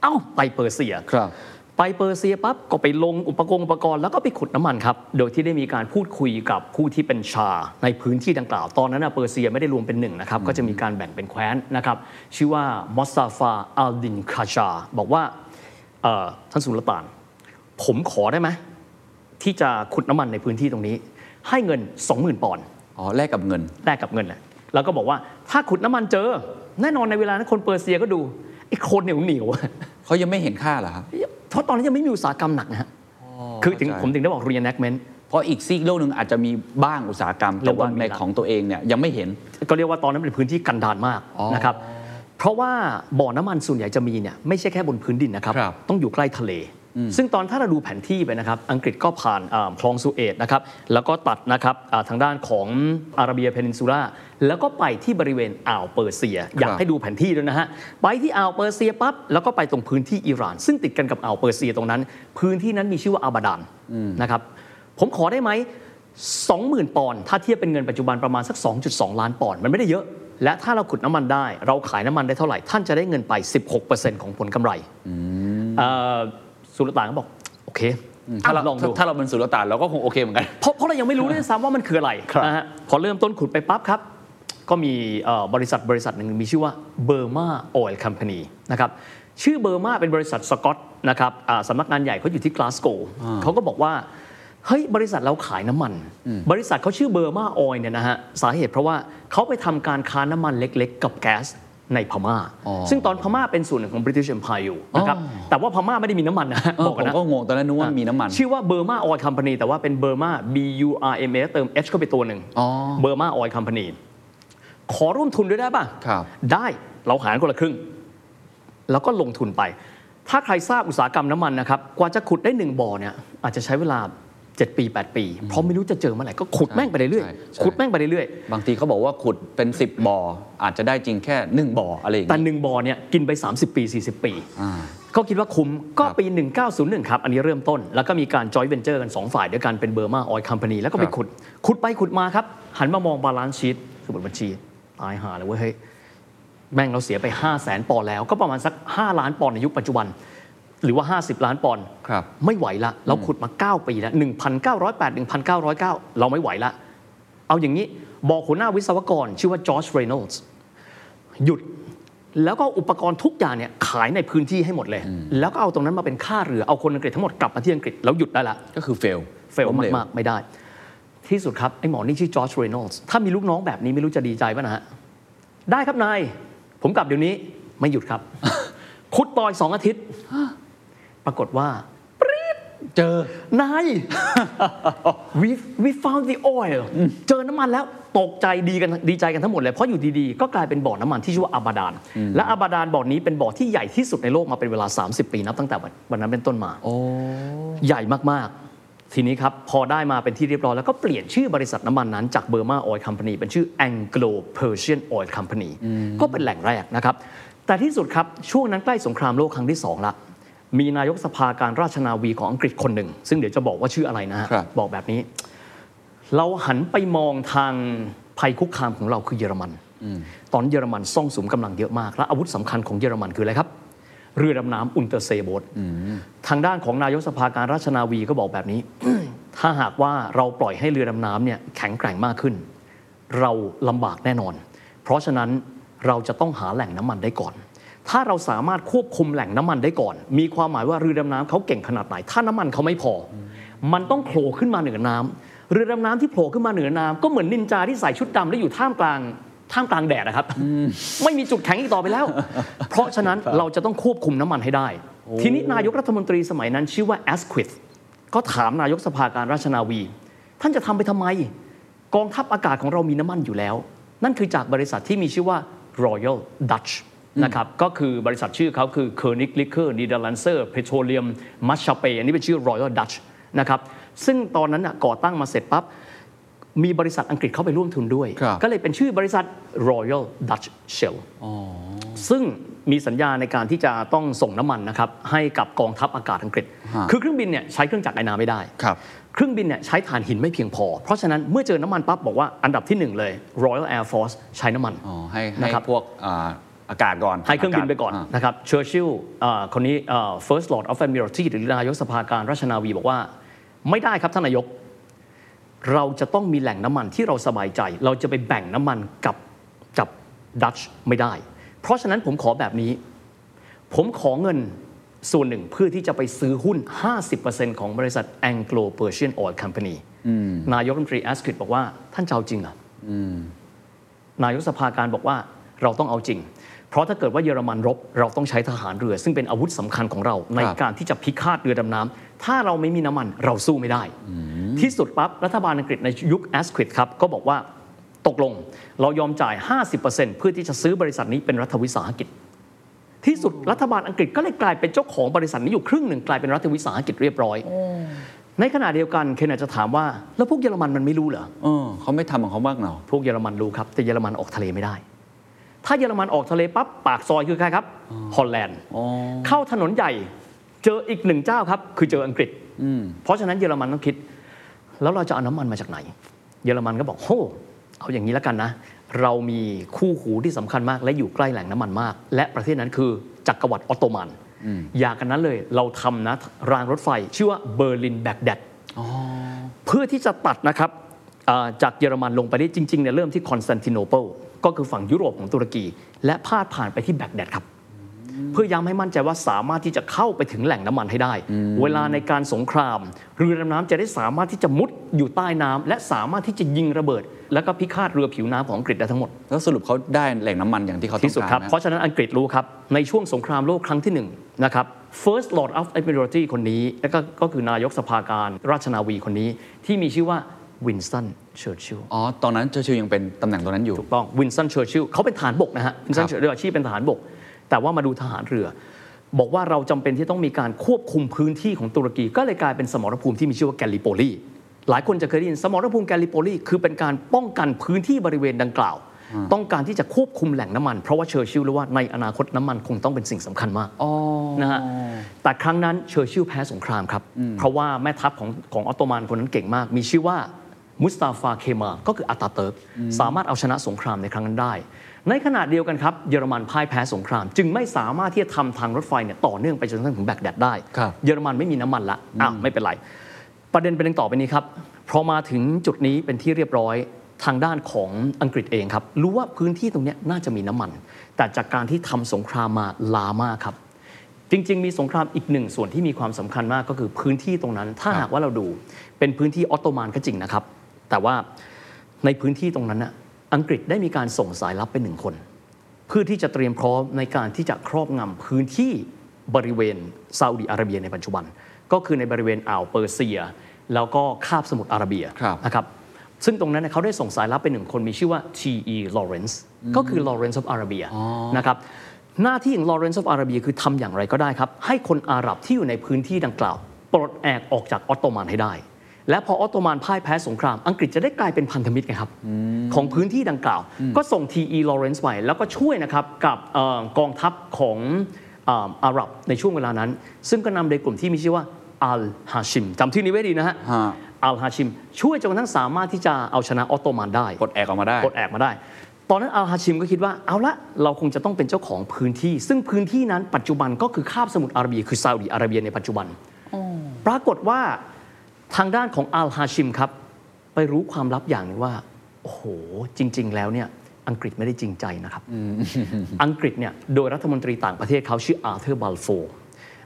C: เอ้าไปเปอร์เซีย
B: ครับ
C: ไปเปอร์เซียปั๊บก็ไปลงอุปกรณ์อุปกรณ์แล้วก็ไปขุดน้ำมันครับ โดยที่ได้มีการพูดคุยกับผู้ที่เป็นชาในพื้นที่ดังกล่าว ตอนนั้นนะเปอร์เซียไม่ได้รวมเป็นหนึ่งนะครับ ก็จะมีการแบ่งเป็นแคว้นนะครับ ชื่อว่ามอสซาฟาอัลดินคาชา บอกว่าเอ่อท่านสุลต่าน ผมขอได้ไหมที่จะขุดน้ำมันในพื้นที่ตรงนี้ ให้เงิน 20,000ปอนด์
B: อ๋อ แลกกับเงิน
C: แลกกับเงินแหละแล้วก็บอกว่าถ้าขุดน้ำมันเจอ แน่นอนในเวลานั้นคนเปอร์เซียก็ดูไอ้โคลนเหนียวเหนียวๆอะ
B: เขายังไม่เห็นค่าเหรอครับ
C: เพราะตอนนั้นยังไม่มีอุตสาหกรรมหนักนะฮะ คือถึง
B: เข้าใจ
C: ผมถึงได้บอก reenactment
D: ราะอีกซีกโลกหนึ่งอาจจะมีบ้างอุตสาหกรรม แต่ว่า
C: เริ่มต้นมี
D: ใน
C: ละ
D: ของตัวเองเนี่ยยังไม่เห็น
C: ก็เรียกว่าตอนนั้นเป็นพื้นที่กันดารมาก
D: อ๋อ
C: นะครับ เพราะว่าบ่อน้ำมันส่วนใหญ่จะมีเนี่ยไม่ใช่แค่บนพื้นดินนะครับ
D: ครับ
C: ต้องอยู่ใกล้ทะเล ซึ่งตอนถ้าเราดูแผนที่ไปนะครับ อังกฤษก็ผ่านอ่าคลองสุเอตนะครับ แล้วก็ตัดนะครับอ่าทางด้านของอาระเบียเพนินซูล่า แล้วก็ไปที่บริเวณอ่าวเปอร์เซีย อยากให้ดูแผนที่ด้วยนะฮะ ไปที่อ่าวเปอร์เซียปั๊บ แล้วก็ไปตรงพื้นที่อิหร่าน ซึ่งติดกันกับอ่าวเปอร์เซียตรงนั้น พื้นที่นั้นมีชื่อว่าอาบาดานนะครับ ผมขอได้ไหม 20,000 ปอนด์ถ้าเทียบเป็นเงินปัจจุบันประมาณสัก 2.2 ล้านปอนด์มันไม่ได้เยอะ และถ้าเราขุดน้ำมันได้ เราขายน้ำมันได้เท่าไหร่ ท่านจะได้เงินไป 16%ของผลกำไรเอ่อสุลต่านก็บอก โอเค
D: ถ้าเรา
C: อ่ะลองดู
D: ถ้าเราเป็นสุลต่านเราก็คงโอเคเหมือนกัน
C: เพราะเพราะเรายังไม่รู้ด้วยซ้ำว่ามันคืออะไร
D: ครับ
C: นะฮะพอเริ่มต้นขุดไปปั๊บครับ ก็มีเอ่อบริษัทบริษัทหนึ่งมีชื่อว่าเบอร์มาออยล์ค p มพานีนะครับชื่อเบอร์มาเป็นบริษัทสกอตนะครับอ่าสำนักงานใหญ่เขาอยู่ที่กลาสโกเขาก็บอกว่าเฮ้ยบริษัทเราขายน้ำมัน บริษัทเขาชื่อเบอร์มาออยล์เนี่ยนะฮะสาเหตุเพราะว่าเขาไปทำการค้าน้ำมันเล็กๆ กับแก๊สในพม่า
D: อ๋อ
C: ซึ่งตอนพม่าเป็นส่วนหนึ่งของบริเตนเอ็มพายอยู่นะครับแต่ว่าพม่าไม่ได้มีน้ำมันนะฮะ
D: เออบ
C: อ
D: ผ
C: กอน
D: ม
C: นะ
D: ก็งงตอนนั้นนึกว่ามีน้ำมัน
C: ชื่อว่าเบอร์มาออยคัมพานีแต่ว่าเป็นเบอร์มา B U R M A เติม H เข้าไปตัวหนึ่ง
D: อ๋อ
C: เบอร์มาออยคัมพานีขอร่วมทุนด้วยได้ป่ะ
D: ครับ
C: ได้เราหารคนละครึ่ง แล้วก็ลงทุนไป ถ้าใครทราบอุตสาหกรรมน้ำมันนะครับ กว่าจะขุดได้หนึ่งบ่อเนี่ยอาจจะใช้เวลา 7 ปี 8 ปี เพราะไม่รู้จะเจอเมื่อไหร่ก็ขุดแม่งไปเรื่อย
D: ใช่ใช่
C: ๆขุดแม่งไปเรื่อย
D: บางทีเขาบอกว่าขุดเป็น 10 บ่อ อาจจะได้จริงแค่ 1 บ่ออะไรอย่าง
C: ๆแต่
D: เงี้ย
C: หนึ่งบ่อเนี่ยกินไป 30 ปี 40 ปี
D: อ่า
C: ก็คิดว่าคุ้มก็
D: ครับ
C: ปี 1901 ครับ อันนี้เริ่มต้น แล้วก็มีการจอยเวนเจอร์กัน 2 ฝ่ายด้วยกันเป็นเบอร์มาออยคัมพานีแล้วก็ไป
D: ครับ
C: ขุด ขุดไปขุดมาครับ หันมามองบาลานซ์ชีตสมุดบัญชี ตายหาเลยเว้ยเฮ้ย แม่งเราเสียไป 5 0 0แสนปอนด์แล้วก็ประมาณสัก 5 ล้านปอนด์ในยุคปัจจุบัน หรือว่า 50 ล้านปอนด์
D: ครับ
C: ไม่ไหวละ เราขุดมา 9 ปีแล้ว 1,908 1,909 เราไม่ไหวละ เอาอย่างนี้บอกหัวหน้าวิศวกร ชื่อว่าจอร์จเรโนลด์หยุดแล้วก็อุปกรณ์ทุกอย่างเนี่ยขายในพื้นที่ให้หมดเลย แล้วก็เอาตรงนั้นมาเป็นค่าเรือ เอาคนอังกฤษทั้งหมดกลับมาที่อังกฤษแล้วหยุดได้ละ
D: ก็คือเฟล
C: เฟลมาก ๆ ไม่ได้ ที่สุดครับ ไอ้หมอนี่ชื่อจอร์จเรโนลด์ถ้ามีลูกน้องแบบนี้ไม่รู้จะดีใจป่ะนะฮะ ได้ครับนาย ผมกลับเดี๋ยวนี้ ไม่หยุด ครับ ขุดต่อยสองอาทิตย์ ปรากฏว่า
D: เจอ
C: นาย we we found the oil เจอน้ำมันแล้วตกใจดีกันดีใจกันทั้งหมดเลย เพราะอยู่ดีๆ ก็กลายเป็นบ่อน้ำมันที่ชื่อว่าอาบาดาน และอาบาดานบ่อนี้เป็นบ่อที่ใหญ่ที่สุดในโลกมาเป็นเวลา 30 ปีนับตั้งแต่วันวันนั้นเป็นต้นมา
D: โอ้
C: ใหญ่มาก ๆ ทีนี้ครับ พอได้มาเป็นที่เรียบร้อย แล้วก็เปลี่ยนชื่อบริษัทน้ำมันนั้นจากเบอร์มาออยล์คัมพานีเป็นชื่อ Anglo Persian Oil Company ก็เป็นแหล่งแรกนะครับ แต่ที่สุดครับ ช่วงนั้นใกล้สงครามโลกครั้งที่ 2 ละ มีนายกสภาการราชนาวีของอังกฤษคนหนึ่ง ซึ่งเดี๋ยวจะบอกว่าชื่ออะไรนะฮะ
D: ครับ
C: บอกแบบนี้ เราหันไปมองทางภัยคุกคามของเราคือเยอรมัน ตอนเยอรมันซ่องสุมกำลังเยอะมาก และอาวุธสำคัญของเยอรมันคืออะไรครับ เรือดำน้ำอุนเตอร์เซโบททางด้านของนายกสภาการราชนาวีก็บอกแบบนี้ ถ้าหากว่าเราปล่อยให้เรือดำน้ำเนี่ยแข็งแกร่งมากขึ้น เราลำบากแน่นอน เพราะฉะนั้นเราจะต้องหาแหล่งน้ำมันได้ก่อน ถ้าเราสามารถควบคุมแหล่งน้ำมันได้ก่อน มีความหมายว่าเรือดำน้ำเขาเก่งขนาดไหน ถ้าน้ำมันเขาไม่พออมันต้องโผล่ขึ้นมาเหนือน้ำเรือดำน้ำที่โผล่ขึ้นมาเหนือน้ำก็เหมือนนินจาที่ใส่ชุดดำแล้วอยู่ท่ามกลางท่ามกลางแดดนะครับ ไม่มีจุดแข็งอีกต่อไปแล้ว เพราะฉะนั้นเราจะต้องควบคุมน้ำมันให้ได้ ทีนี้นายกรัฐมนตรีสมัยนั้นชื่อว่าแอสควิ h ก็ถามนายกสภาการราชนาวี ท่านจะทำไปทำไม กองทัพอากาศของเรามีน้ำมันอยู่แล้ว นั่นคือจากบริษัทที่มีชื่อว่า Royal Dutch นะครับ ก็คือบริษัทชื่อเขาคือ k e r n i g l i k e r n e d e r l a n d s e r Petroleum m a s h a p e อันนี้เป็นชื่อ Royal Dutch นะครับ ซึ่งตอนนั้นน่ะก่อตั้งมาเสร็จปั๊บ มีบริษัทอังกฤษเข้าไปร่วมทุนด้วย
D: ครับ
C: ก็เลยเป็นชื่อบริษัท Royal Dutch Shell ซึ่งมีสัญญาในการที่จะต้องส่งน้ำมันนะครับให้กับกองทัพอากาศอังกฤษ
D: ฮะ
C: คือเครื่องบินเนี่ยใช้เครื่องจักรไอน้ำไม่ได้
D: ครับ
C: เครื่องบินเนี่ยใช้ถ่านหินไม่เพียงพอ เพราะฉะนั้นเมื่อเจอน้ำมันปั๊บบอกว่าอันดับที่หนึ่งเลย Royal Air Force ใช้น้ำมัน
D: อ๋อ ให้ให้
C: นะครับ
D: พวกอ่าอากาศก่อน
C: ให้เครื่องบินไปก่อนา นะครับเชอร์ชิลคนนี้อ่า First Lord of Admiralty หรือนายกสภาการราชนาวีบอกว่า ไม่ได้ครับท่านนายก เราจะต้องมีแหล่งน้ำมันที่เราสบายใจ เราจะไปแบ่งน้ำมันกับกับดัชไม่ได้ เพราะฉะนั้นผมขอแบบนี้ ผมขอเงินส่วนหนึ่งเพื่อที่จะไปซื้อหุ้น 50%ของบริษัท Anglo Persian Oil Company นายกรัฐมนตรีแอสคิดบอกว่าท่านจะเอาจริงเหรอ นายกสภาการบอกว่าเราต้องเอาจริง เพราะถ้าเกิดว่าเยอรมันรบ เราต้องใช้ทหารเรือ ซึ่งเป็นอาวุธสำคัญของเรา ในการที่จะพิฆาตเรือดำน้ำถ้าเราไม่มีน้ำมันเราสู้ไม่ได้ ที่สุดปั๊บรัฐบาลอังกฤษในยุคแอสควิดครับ ก็บอกว่าตกลงเรายอมจ่าย 50%เพื่อที่จะซื้อบริษัทนี้เป็นรัฐวิสาหกิจ ที่สุดรัฐบาลอังกฤษก็เลยกลายเป็นเจ้าของบริษัทนี้อยู่ครึ่งหนึ่งกลายเป็นรัฐวิสาหกิจเรียบร้อย ในขณะเดียวกันเคนอาจจะถามว่า แล้วพวกเยอรมันมันไม่รู้เหรอ
D: เออเขาไม่ทำของเขาบ้างเหรอ
C: พวกเยอรมันรู้ครับ แต่เยอรมันออกทะเลไม่ได้ ถ้าเยอรมันออกทะเลปั๊บปากซอยคือใครครับฮอลแลนด์
D: อ๋อ
C: เข้าถนนใหญ่เจออีกหนึ่งเจ้าครับ คือเจออังกฤษ
D: อืม
C: เพราะฉะนั้นเยอรมันต้องคิด แล้วเราจะเอาน้ำมันมาจากไหน เยอรมันก็บอกโอ้เอาอย่างนี้แล้วกันนะ เรามีคู่หูที่สำคัญมาก และอยู่ใกล้แหล่งน้ำมันมาก และประเทศนั้นคือจักรวรรดิออตโตมัน อย่ากันนั้นเลยเราทำนะรางรถไฟ ชื่อว่าเบอร์ลินแบกแดด
D: อ๋อ
C: เพื่อที่จะตัดนะครับอ่าจากเยอรมันลงไปได้จริงๆเนี่ยเริ่มที่คอนสแตนติโนเปิลก็คือฝั่งยุโรปของตุรกี และพาดผ่านไปที่แบกแดดครับ เพื่อย้ำให้มั่นใจว่าสามารถที่จะเข้าไปถึงแหล่งน้ำมันให้ได้ เวลาในการสงคราม เรือดำน้ำจะได้สามารถที่จะมุดอยู่ใต้น้ำและสามารถที่จะยิงระเบิด แล้วก็พิฆาตเรือผิวน้ำของอังกฤษได้ทั้งหมด
D: แล้วสรุปเขาได้แหล่งน้ำมันอย่างที่เขาต้องการ
C: ที่สุดครับ
D: นะ
C: เพราะฉะนั้นอังกฤษรู้ครับ ในช่วงสงครามโลกครั้งที่หนึ่งนะครับ First Lord of Admiralty คนนี้ และก็ก็คือนายกสภาการราชนาวีคนนี้ ที่มีชื่อว่าวินสตันเชอร์ชิล
D: อ๋อ ตอนนั้นเชอร์ชิลยังเป็นตำแหน่งตรงนั้นอยู่
C: ถูกต้องวินสตันเชอร์ชิลเขาเป็นทหารบกนะฮะวินสตันเชอร์ชิลอาชีพเป็นทหารบก แต่ว่ามาดูทหารเรือ บอกว่าเราจำเป็นที่ต้องมีการควบคุมพื้นที่ของตุรกี ก็เลยกลายเป็นสมรภูมิที่มีชื่อว่าแกลลิโปลีหลายคนจะเคยได้ยินสมรภูมิแกลลิโปลีคือเป็นการป้องกันพื้นที่บริเวณดังกล่าว ต้องการที่จะควบคุมแหล่งน้ำมัน เพราะว่าเชอร์ชิลรู้ว่าในอนาคตน้ำมันคงต้องเป็นสิ่งสำคัญมาก
D: อ๋อ
C: นะฮะแต่ครั้งนั้นเชอร์ชิลแพ้สงครามครับ เพราะว่าแม่ทัพของของออตโตมันคนนั้นเก่งมาก มีชื่อว่ามุสตาฟาเคมาก็คืออาตาเติร์กสามารถเอาชนะสงครามในครั้งนั้นได้ ในขณะเดียวกันครับ เยอรมันพ่ายแพ้สงคราม จึงไม่สามารถที่จะทำทางรถไฟเนี่ยต่อเนื่องไปจนกระทั่งถึงแบกแดดได้
D: ครับ
C: เยอรมันไม่มีน้ำมันละอ้าวไม่เป็นไร ประเด็นเป็นดังต่อไปนี้ครับพอมาถึงจุดนี้เป็นที่เรียบร้อยทางด้านของอังกฤษเองครับ รู้ว่าพื้นที่ตรงเนี้ยน่าจะมีน้ำมัน แต่จากการที่ทำสงครามมาลามากครับ จริง ๆ มีสงครามอีกหนึ่งส่วนที่มีความสำคัญมากก็คือพื้นที่ตรงนั้น ถ้าหากว่าเราดูเป็นพื้นที่ออตโตมันก็จริงนะครับ แต่ว่าในพื้นที่ตรงนั้นน่ะอังกฤษได้มีการส่งสายลับไปหนึ่งคน เพื่อที่จะเตรียมพร้อมในการที่จะครอบงำพื้นที่บริเวณซาอุดิอาระเบียในปัจจุบัน ก็คือในบริเวณอ่าวเปอร์เซีย แล้วก็คาบสมุทรอาระเบีย
D: ครับ
C: นะครับซึ่งตรงนั้นเนยเขาได้ส่งสายลับไปหนึ่งคนมีชื่อว่า T.E. Lawrence ก็คือ Lawrence of Arabia นะครับหน้าที่ของ Lawrence of Arabia คือทำอย่างไรก็ได้ครับ ให้คนอาหรับที่อยู่ในพื้นที่ดังกล่าว ปลดแอกออกจากออตโตมันให้ได้ และพอออตโตมันพ่ายแพ้สงคราม อังกฤษจะได้กลายเป็นพันธมิตรไงครับ ของพื้นที่ดังกล่าว ก็ส่ง T.E. Lawrence ไปแล้วก็ช่วยนะครับกับเอ่อกองทัพของเอ่ออาหรับในช่วงเวลานั้น ซึ่งก็นำโดยกลุ่มที่มีชื่อว่าอัลฮาชิมจำชื่อนี้ไว้ดีนะฮะ
D: ฮะ
C: อัลฮาชิมช่วยจนกระทั่งสามารถที่จะเอาชนะออตโตมันได้
D: ปลดแอกออกมาได้
C: ปลดแอกมาได้ ตอนนั้นอัลฮาชิมก็คิดว่าเอาละเราคงจะต้องเป็นเจ้าของพื้นที่ ซึ่งพื้นที่นั้นปัจจุบันก็คือคาบสมุทรอาระเบีย คือซาอุดิอาระเบียในปัจจุบัน ปรากฏว่าทางด้านของอัลฮาชิมครับ ไปรู้ความลับอย่างหนึงว่า โอ้โห จริง ๆ แล้วเนี่ยอังกฤษไม่ได้จริงใจนะครับ อังกฤษเนี่ยโดยรัฐมนตรีต่างประเทศเขาชื่ออาเธอร์บัลโฟร์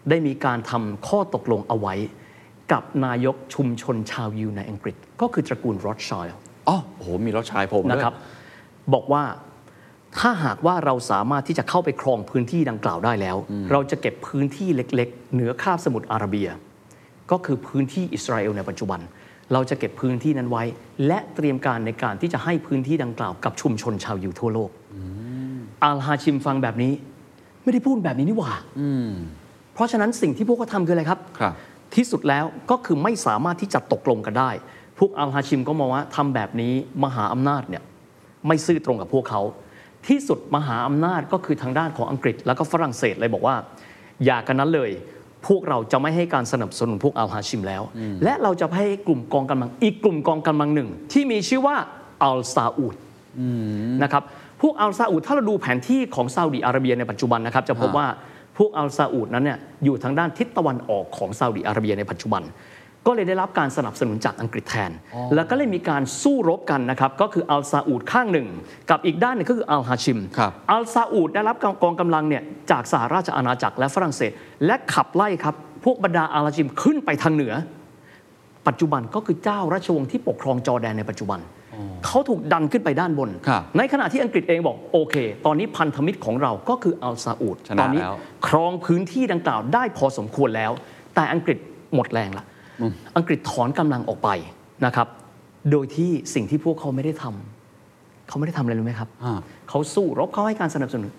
C: ได้มีการทำข้อตกลงเอาไว้ กับนายกชุมชนชาวยิวในอังกฤษ ก็คือตระกูลโรดชัย
D: อ๋อ โอ้โห มีรถชายผมด้วย
C: นะครับบอกว่าถ้าหากว่าเราสามารถที่จะเข้าไปครองพื้นที่ดังกล่าวได้แล้ว เราจะเก็บพื้นที่เล็กๆ เหนือคาบสมุทรอาระเบีย ก็คือพื้นที่อิสราเอลในปัจจุบัน เราจะเก็บพื้นที่นั้นไว้ และเตรียมการในการที่จะให้พื้นที่ดังกล่าวกับชุมชนชาวยิวทั่วโลกอัลฮาชิมฟังแบบนี้ ไม่ได้พูดแบบนี้นี่หว่าเพราะฉะนั้นสิ่งที่พวกเขาทำคืออะไรครับ
D: ครับ
C: ที่สุดแล้วก็คือไม่สามารถที่จะตกลงกันได้ พวกอัลฮาชิมก็มองว่าทำแบบนี้มหาอำนาจเนี่ยไม่ซื่อตรงกับพวกเขา ที่สุดมหาอำนาจก็คือทางด้านของอังกฤษ แล้วก็ฝรั่งเศสเลยบอกว่า อย่ากันนั้นเลย พวกเราจะไม่ให้การสนับสนุนพวกอัลฮาชิมแล้ว และเราจะให้กลุ่มกองกำลังอีกกลุ่มกองกำลังหนึ่ง ที่มีชื่อว่าอัลซาอุด นะครับพวกอัลซาอุดถ้าเราดูแผนที่ของซาอุดิอาระเบียในปัจจุบันนะครับจะพบว่าพวกอัลซาอุดนั้นเนี่ยอยู่ทางด้านทิศตะวันออกของซาอุดิอาระเบียในปัจจุบัน ก็เลยได้รับการสนับสนุนจากอังกฤษแทน แล้วก็เลยมีการสู้รบกันนะครับก็คืออัลซาอุดข้างหนึ่ง กับอีกด้านหนึงก็คืออัลฮาชิม
D: ครับ
C: อัลซาอุดได้รับกองกำลังเนี่ยจากสหราชอาณาจักรและฝรั่งเศส และขับไล่ครับพวกบรรดาอัลฮาชิมขึ้นไปทางเหนือ ปัจจุบันก็คือเจ้าราชวงศ์ที่ปกครองจอร์แดนในปัจจุบัน เขาถูกดันขึ้นไปด้านบน
D: ครับ
C: ในขณะที่อังกฤษเองบอก โอเค ตอนนี้พันธมิตรของเราก็คืออัลซาอุด
D: ชนะ
C: ตอนนี้
D: แล้ว
C: ครองพื้นที่ดังกล่าวได้พอสมควรแล้ว แต่อังกฤษหมดแรงละ อังกฤษถอนกำลังออกไปนะครับ โดยที่สิ่งที่พวกเขาไม่ได้ทำเขาไม่ได้ทำอะไรรู้ไหมครับ
D: อ่า
C: เขาสู้รบเขาให้การสนับสนุน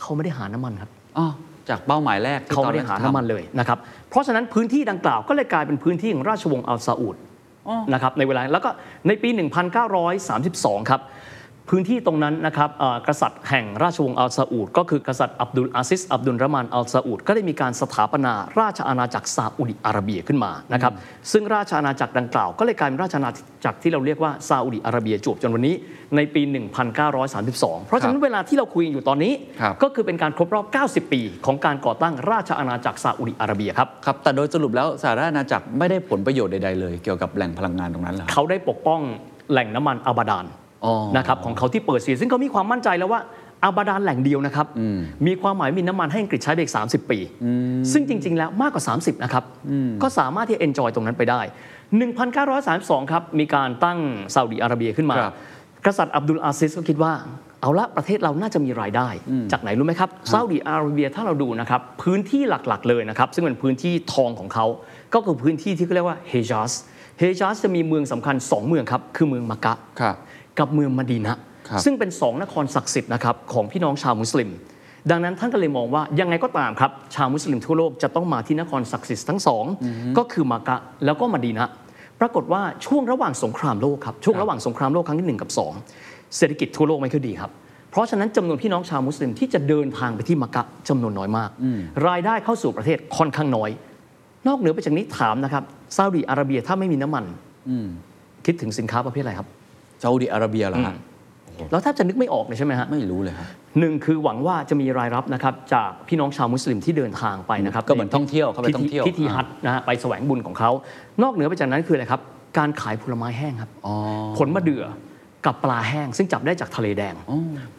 C: เขาไม่ได้หาน้ำมันครับ
D: อ้าวจากเป้าหมายแรกที่
C: เขาไม่
D: ตอ
C: ได้
D: แก
C: หา
D: จะท
C: น้ำมันเลยนะครับ เพราะฉะนั้นพื้นที่ดังกล่าวก็เลยกลายเป็นพื้นที่ของราชวงศ์อัลซาอุด
D: อ๋อ
C: นะครับในเวลาแล้วก็ในปี 1932 ครับ พื้นที่ตรงนั้นนะครับเอ่อกษัตริย์แห่งราชวงศ์อัลซาอุดก็คือกษัตริย์อับดุลอาซิสอับดุลรามานอัลซาอุดก็ได้มีการสถาปนาราชอาณาจักรซาอุดิอาระเบียขึ้นมานะครับซึ่งราชอาณาจักรดังกล่าว ก็เลยกลายเป็นราชอาณาจักรที่เราเรียกว่าซาอุดิอาระเบียจวบจนวันนี้ในปี 1932 เพราะฉะนั้นเวลาที่เราคุยกันอยู่ตอนนี้
D: ครับ
C: ก็คือเป็นการครบรอบ 90 ปี ของการก่อตั้งราชอาณาจักรซาอุดิอาระเบียครับ
D: ครับ แต่โดยสรุปแล้วสหราชอาณาจักรไม่ได้ผลประโยชน์ใดๆเลย เกี่ยวกับแหล่งพลังงานตรงนั้นเหรอครับ
C: เขาได้ปกป้องแหล่งน้ำมันอาบาดาน
D: อ๋อ
C: นะครับของเขาที่เปิดเสียซึ่งเขามีความมั่นใจแล้วว่าอาบาดานแหล่งเดียวนะครับ มีความหมายมีน้ำมันให้อังกฤษใช้ไปอีก 30 ปี ซึ่งจริง ๆ แล้วมากกว่า 30 นะครับ ก็สามารถที่จะ enjoy ตรงนั้นไปได้ 1932 ครับ มีการตั้งซาอุดิอาระเบียขึ้นมา
D: ครับ
C: กษัตริย์อับดุลอาซิสก็คิดว่า เอาละประเทศเราน่าจะมีรายได้ จากไหนรู้ไหมครับซาอุดิอาระเบียถ้าเราดูนะครับพื้นที่หลักๆเลยนะครับ ซึ่งเป็นพื้นที่ทองของเขา ก็คือพื้นที่ที่เขาเรียกว่าเฮจัสเฮจัสจะมีเมืองสำคัญ 2 เมืองครับ คือเมืองมักกะ
D: ครับ
C: กับเมืองมะดีนะครับ ซึ่งเป็นสองนครศักดิ์สิทธิ์นะครับของพี่น้องชาวมุสลิม ดังนั้นท่านก็เลยมองว่ายังไงก็ตามครับ ชาวมุสลิมทั่วโลกจะต้องมาที่นครศักดิ์สิทธิ์ทั้งสองก็คือมากะแล้วก็มะดีนะปรากฏว่าช่วงระหว่างสงครามโลกครับช่วงระหว่างสงครามโลกครั้งที่หนึ่งกับสองเศรษฐกิจทั่วโลกไม่ค่อยดีครับเพราะฉะนั้นจำนวนพี่น้องชาวมุสลิมที่จะเดินทางไปที่มากะจำนวนน้อยมาก รายได้เข้าสู่ประเทศค่อนข้างน้อย นอกเหนือไปจากนี้ถามนะครับซาอุดีอาระเบียถ้าไม่มีน้ำมัน
D: อืม
C: คิดถึงสินค้าประเภทอะไรครับ
D: ซาอุดิอาระเบียเหรอฮะ
C: เราแทบจะนึกไม่ออกเลยใช่ไหมฮะ
D: ไม่รู้เลยครับ
C: หนึ่งคือหวังว่าจะมีรายรับนะครับจากพี่น้องชาวมุสลิมที่เดินทางไปนะครับ
D: ก็เหมือนท่องเที่ยวเขาไปท่องเที่ยว
C: พิธีฮัทนะฮะไปแสวงบุญของเขา นอกเหนือไปจากนั้นคืออะไรครับ การขายผลไม้แห้งครับ
D: อ๋อ
C: ผลมะเดื่อกับปลาแห้ง ซึ่งจับได้จากทะเลแดง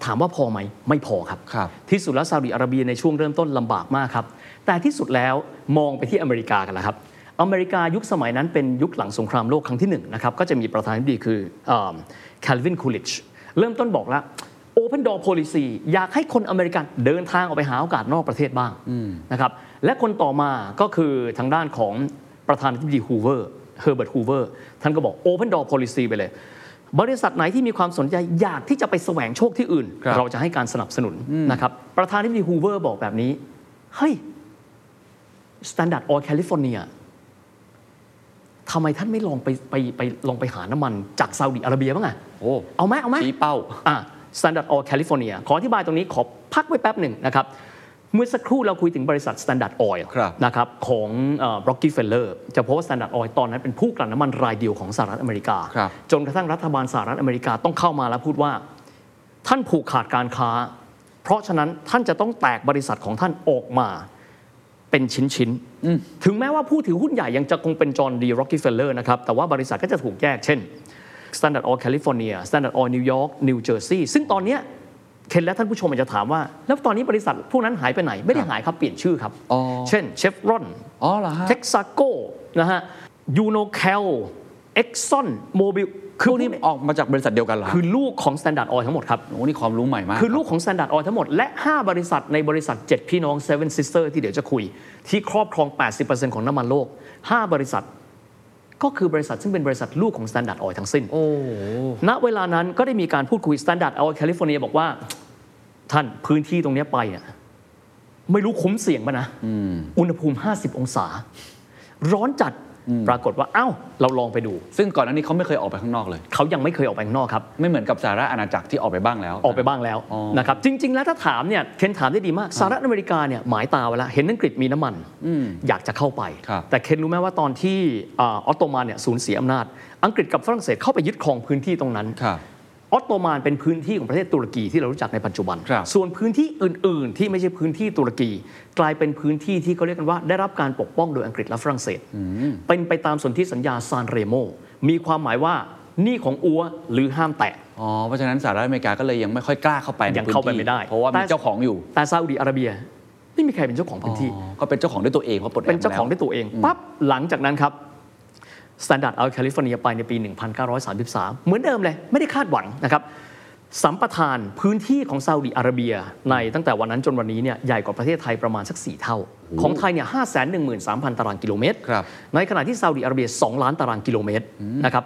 C: ถามว่าพอไหมไม่พอครับ
D: ครับ
C: ที่สุดแล้วซาอุดิอาระเบียในช่วงเริ่มต้นลำบากมากครับ แต่ที่สุดแล้วมองไปที่อเมริกากันแล้วครับ อเมริกายุคสมัยนั้นเป็นยุคหลังสงครามโลกครั้งที่หนึ่งนะครับก็จะมีประธานาธิบดีคือแคลวินคูลิชเริ่มต้นบอกแล้ว Open Door Policy อยากให้คนอเมริกันเดินทางออกไปหาโอกาสนอกประเทศบ้างนะครับและคนต่อมาก็คือทางด้านของประธานาธิบดีฮูเวอร์เฮอร์เบิร์ตฮูเวอร์ท่านก็บอก Open Door Policy ไปเลย บริษัทไหนที่มีความสนใจอยากที่จะไปแสวงโชคที่อื่น
D: ครับ
C: เราจะให้การสนับสนุนนะครับ ประธานที่ดีฮูเวอร์บอกแบบนี้ เฮ้ย Standard Oil California ทำไมท่านไม่ลองไปไปไปลองไปหาน้ำมันจากซาอุดิอาระเบียบ้างอะ
D: โอ้
C: เอาไหมเอาไหม
D: ชี้เป้า
C: อ่า Standard Oil California ขออธิบายตรงนี้ขอพักไว้แป๊บหนึ่งนะครับ เมื่อสักครู่เราคุยถึงบริษัท Standard Oil
D: ครับ
C: นะครับของเอ่อ Rockefeller จะพบว่า Standard Oil ตอนนั้นเป็นผู้กลั่นน้ำมันรายเดียวของสหรัฐอเมริกา
D: ครับ
C: จนกระทั่งรัฐบาลสหรัฐอเมริกาต้องเข้ามาแล้วพูดว่า ท่านผูกขาดการค้า เพราะฉะนั้นท่านจะต้องแตกบริษัทของท่านออกมาเป็นชิ้นๆ ถึงแม้ว่าผู้ถือหุ้นใหญ่ยังจะคงเป็นจอห์นดีโร c กิเฟลเลอร์นะครับ แต่ว่าบริษัทก็จะถูกแยกเช่น Standard Oil California Standard Oil New York New Jersey ซึ่งตอนเนี้ยเคนและท่านผู้ชมอาจจะถามว่า แล้วตอนนี้บริษัทพวกนั้นหายไปไหนไม่ได้หายครับเปลี่ยนชื่อครับ
D: อ๋อ
C: เช่นเชฟรอน
D: อ๋อเหรอฮะ
C: เท็กซัโกนะฮะยูโนแคลเอ็กซอนโมบิลคื
D: พ
C: อ
D: วกนี้ออกมาจากบริษัทเดียวกันเหรอฮะ
C: คือลูกของ Standard Oil ทั้งหมดครับ
D: โอ้นี่ความรู้ใหม่มาก
C: คือลูกของ Standard Oil ทั้งหมด และ 5 บริษัทในบริษัท 7 พี่น้อง Seven Sister ที่เดี๋ยวจะคุย ที่ครอบครอง 80%ของน้ำมันโลก 5 บริษัท ก็คือบริษัทซึ่งเป็นบริษัทลูกของ Standard Oil ทั้งสิ้น
D: โอ้
C: ณเวลานั้นก็ได้มีการพูดคุย Standard Oil California บอกว่า ท่านพื้นที่ตรงเนี้ยไปอะไม่รู้คุ้มเสี่ยงปะนะ อุณหภูมิ 50 องศา ร้อนจัดปรากฏว่า เอ้า เราลองไปดู
D: ซึ่งก่อนหน้านี้เขาไม่เคยออกไปข้างนอกเลย
C: เขายังไม่เคยออกไปข้างนอกครับ
D: ไม่เหมือนกับสหราชอาณาจักรที่ออกไปบ้างแล้ว
C: ออกไปบ้างแล้ว
D: อ๋อ
C: นะครับจริง ๆ แล้วถ้าถามเนี่ยเคนถามได้ดีมากสหรัฐอเมริกาเนี่ยหมายตาไว้แล้วเห็นอังกฤษมีน้ำมัน อยากจะเข้าไป
D: ครับ
C: แต่เคนรู้ไหมว่าตอนที่อาออตโตมันเนี่ยสูญเสียอำนาจ อังกฤษกับฝรั่งเศสเข้าไปยึดครองพื้นที่ตรงนั้น
D: ครับ
C: ออตโตมันเป็นพื้นที่ของประเทศตุรกีที่เรารู้จักในปัจจุบัน
D: ครับ
C: ส่วนพื้นที่อื่น ๆ ที่ไม่ใช่พื้นที่ตุรกี กลายเป็นพื้นที่ที่เขาเรียกกันว่าได้รับการปกป้องโดยอังกฤษและฝรั่งเศส เป็นไปตามสนธิสัญญาซานเรโมมีความหมายว่านี่ของอัวหรือห้ามแตะ
D: อ๋อเพราะฉะนั้นสหรัฐอเมริกาก็เลยยังไม่ค่อยกล้าเข้าไปใน
C: ยัง
D: พื้น
C: เข้าไป
D: ที่
C: ไม่ได้
D: เพราะว่ามี
C: แต่
D: เจ้าของอยู่
C: แต่ซาอุดีอาระเบียไม่มีใครเป็นเจ้าของพื้นที่
D: อ๋อก็เป็นเจ้าของด้วยตัวเองเพราะปลดแอก
C: เป็นเจ้าของ
D: แล้ว
C: ด้วยตัวเองปั๊บหลังจากนั้นครับ Standard Oil California ไปในปี 1933 เหมือนเดิมเลย ไม่ได้คาดหวังนะครับ สัมปทานพื้นที่ของซาอุดิอาระเบีย ในตั้งแต่วันนั้นจนวันนี้เนี่ยใหญ่กว่าประเทศไทยประมาณสัก 4 เท่า ของไทยเนี่ย 513,000 ตารางกิโลเมตร
B: ครับ
C: ในขณะที่ซาอุดิอาระเบีย 2 ล้านตารางกิโลเมตรนะครับ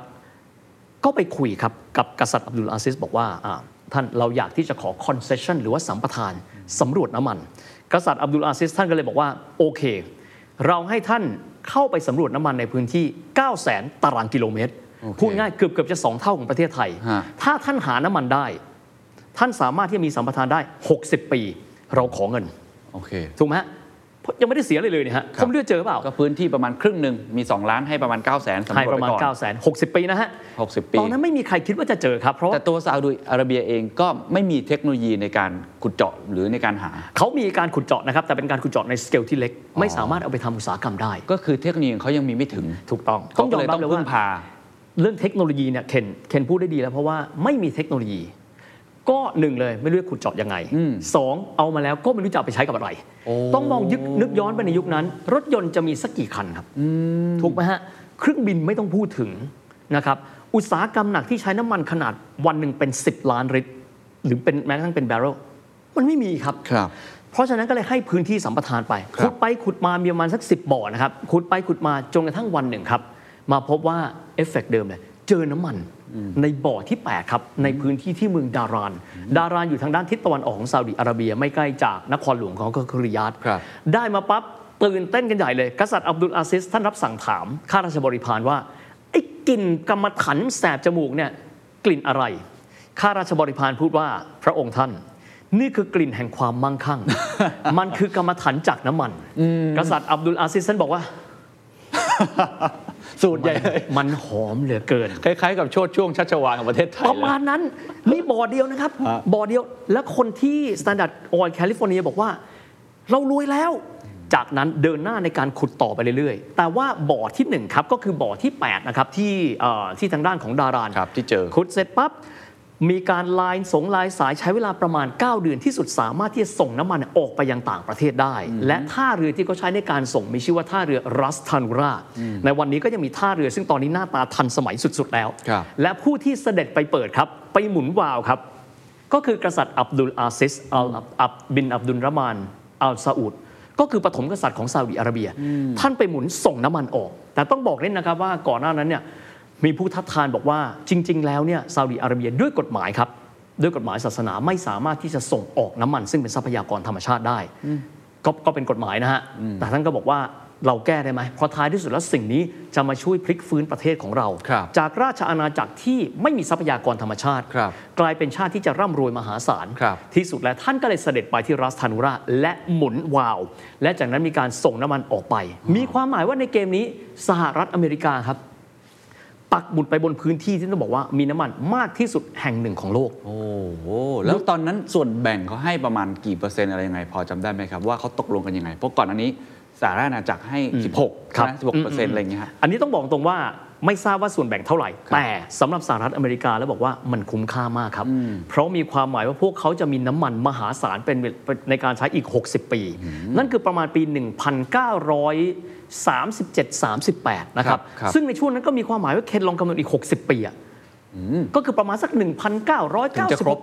C: ก็ไปคุยครับ กับกษัตริย์อับดุลอาซิสบอกว่าอ่า ท่านเราอยากที่จะขอคอนเซชันหรือว่าสัมปทานสำรวจน้ำมัน กษัตริย์อับดุลอาซิสท่านก็เลยบอกว่า โอเค เราให้ท่านเข้าไปสำรวจน้ำมันในพื้นที่ 9 0 0 0 0 0 ตารางกิโลเมตร
B: โอเค
C: พูดง่ายเกือบเกือบจะสองเท่าของประเทศไทย
B: ฮะ
C: ถ้าท่านหาน้ำมันได้ ท่านสามารถที่จะมีสัมปทานได้ 60 ปี เราขอเงิน
B: โอเค
C: ถูกไหมฮะเพราะยังไม่ได้เสียอะไรเลยเนี่ยฮะ
B: ครับ
C: ผมเลือกเจอเปล่า
B: ก็พื้นที่ประมาณครึ่งหนึ่งมี 2 ล้านให้ประมาณ 9 0 0 0 0 0สำร
C: ให้
B: วจ
C: ป
B: ไประ
C: มาณ
B: ก่อ
C: 9 0
B: น
C: 0 0 60 ปีนะฮะ
B: 60 ปี
C: ตอนนั้นไม่มีใครคิดว่าจะเจอครับเพราะว่า
B: แต่ตัวซาอุดิอาระเบียเองก็ไม่มีเทคโนโลยีในการขุดเจาะหรือในการหา
C: เขามีการขุดเจาะนะครับ แต่เป็นการขุดเจาะในสเกลที่เล็ก ไม่สามารถเอาไปทำอุตสาหกรรมได้
B: ก็คือเทคโนโลยีของเขายังมีไม่ถึง
C: ถูกต้อง
B: เขาก็เลย
C: รั
B: ต้อง
C: เลย
B: พึ่
C: ว่าง
B: พา
C: เรื่องเทคโนโลยีเนี่ยเคนเคนพูดได้ดีแล้วเพราะว่าไม่มีเทคโนโลยี ก็หนึ่งเลยไม่รู้จะขุดเจาะยังไง
B: อืม
C: สองเอามาแล้วก็ไม่รู้จะเอาไปใช้กับอะไร
B: โอ้
C: ต้องมองยึกนึกย้อนไปในยุคนั้น รถยนต์จะมีสักกี่คันครับถูกไหมฮะเครื่องบินไม่ต้องพูดถึงนะครับอุตสาหกรรมหนักที่ใช้น้ำมันขนาดวันหนึ่งเป็น 10 ล้านลิตรหรือเป็นแม้กระทั่งเป็นแบเรลมันไม่มีครับ
B: ครับ
C: เพราะฉะนั้นก็เลยให้พื้นที่สัมปทานไป
B: ครับ
C: ขุดไปขุดมามีประมาณสัก 10 บ่อนะครับ ขุดไปขุดมาจนกระทั่งวันหนึ่งครับ มาพบว่าเอฟเฟกต์เดิมเลยเจอน้ำมันในบ่อที่ 8 ครับ ในพื้นที่ที่เมืองดาราน ดารานอยู่ทางด้านทิศตะวันออกของซาอุดิอาระเบียไม่ใกล้จากนครหลวงของก็คือริยาด
B: ครับ
C: ได้มาปั๊บตื่นเต้นกันใหญ่เลย กษัตริย์อับดุลอาซิสท่านรับสั่งถามข้าราชบริพารว่าไอ้กลิ่นกรรมฐานแสบจมูกเนี่ยกลิ่นอะไรข้าราชบริพารพูดว่าพระองค์ท่าน นี่คือกลิ่นแห่งความมั่ง คั่ง มันคือกรรมฐานจากน้ำมัน กษัตริย์อับดุลอาซิสท่าน บอกว่า
B: สูตรใหญ่
C: มันหอมเหลือเกิน
B: คล้ายๆกับโชดช่วงชัชวาลของประเทศไทย
C: ประมาณนั้น นี่บ่อเดียวนะครับ บ่อเดียวและคนที่ Standard Oil California บอกว่า เรารวยแล้ว จากนั้นเดินหน้าในการขุดต่อไปเรื่อยๆ แต่ว่าบ่อทีหนึ่1 ครับ ก็คือบ่อที่ 8 นะครับ ที่เอ่อที่ทางด้านของดาราน
B: ครับที่เจอ
C: ขุดเสร็จปั๊บ มีการไลน์สงไลน์สายใช้เวลาประมาณ 9 เดือนที่สุดสามารถที่จะส่งน้ำมันออกไปยังต่างประเทศได้ และท่าเรือที่เขาใช้ในการส่งมีชื่อว่าท่าเรือรัสทานุรา ในวันนี้ก็ยังมีท่าเรือซึ่งตอนนี้หน้าตาทันสมัยสุดๆแล้ว
B: ครับ
C: และผู้ที่เสด็จไปเปิดครับ ไปหมุนวาล์วครับ ก็คือกษัตริย์อับดุลอาซิสอัลอับบินอับดุลรามานอัลซาอุดก็คือปฐมกษัตริย์ของซาอุดิอาระเบีย ท่านไปหมุนส่งน้ำมันออก แต่ต้องบอกเล่นนะครับว่าก่อนหน้านั้นเนี่ยมีผู้ทัดทานบอกว่าจริง ๆ แล้วเนี่ยซาอุดิอาระเบียด้วยกฎหมายครับ ด้วยกฎหมายศาสนาไม่สามารถที่จะส่งออกน้ำมัน ซึ่งเป็นทรัพยากรธรรมชาติได้ ก็ก็เป็นกฎหมายนะฮะ แต่ท่านก็บอกว่าเราแก้ได้ไหม เพราะท้ายที่สุดแล้วสิ่งนี้จะมาช่วยพลิกฟื้นประเทศของเรา
B: ครับ
C: จากราชอาณาจักรที่ไม่มีทรัพยากรธรรมชาติ
B: ครับ
C: กลายเป็นชาติที่จะร่ำรวยมหาศาล
B: ครับ
C: ที่สุดแล้วท่านก็เลยเสด็จไปที่รัสทานุราและหมุนวาล์วและจากนั้นมีการส่งน้ำมันออกไป มีความหมายว่าในเกมนี้สหรัฐอเมริกาครับ ปักบุดไปบนพื้นที่ที่ต้องบอกว่ามีน้ำมันมากที่สุดแห่งหนึ่งของโลก
B: โอ้โหแล้วตอนนั้นส่วนแบ่งเขาให้ประมาณกี่เปอร์เซ็นต์อะไรยังไง พอจำได้ไหมครับ ว่าเขาตกลงกันยังไง เพราะก่อนอันนี้สหรัฐอาณาจักรให้ 16
C: ครับ
B: สิบหกเปอร์เซ็นต์อะไรอย่างเงี้ยฮะ
C: อันนี้ต้องบอกตรงว่าไม่ทราบว่าส่วนแบ่งเท่าไหร่
B: ครับ
C: แต่สำหรับสหรัฐอเมริกาแล้วบอกว่ามันคุ้มค่ามากครับ
B: อืม
C: เพราะมีความหมายว่าพวกเขาจะมีน้ำมันมหาศาลเป็นเป็นในการใช้อีก 60 ปี นั่นคือประมาณปี 1937-38 นะครับ
B: ครับ
C: ซึ่งในช่วงนั้นก็มีความหมายว่าเคนลองคำนวณอีก 60 ปีอะก็คือประมาณสัก
B: ถึงจะครบ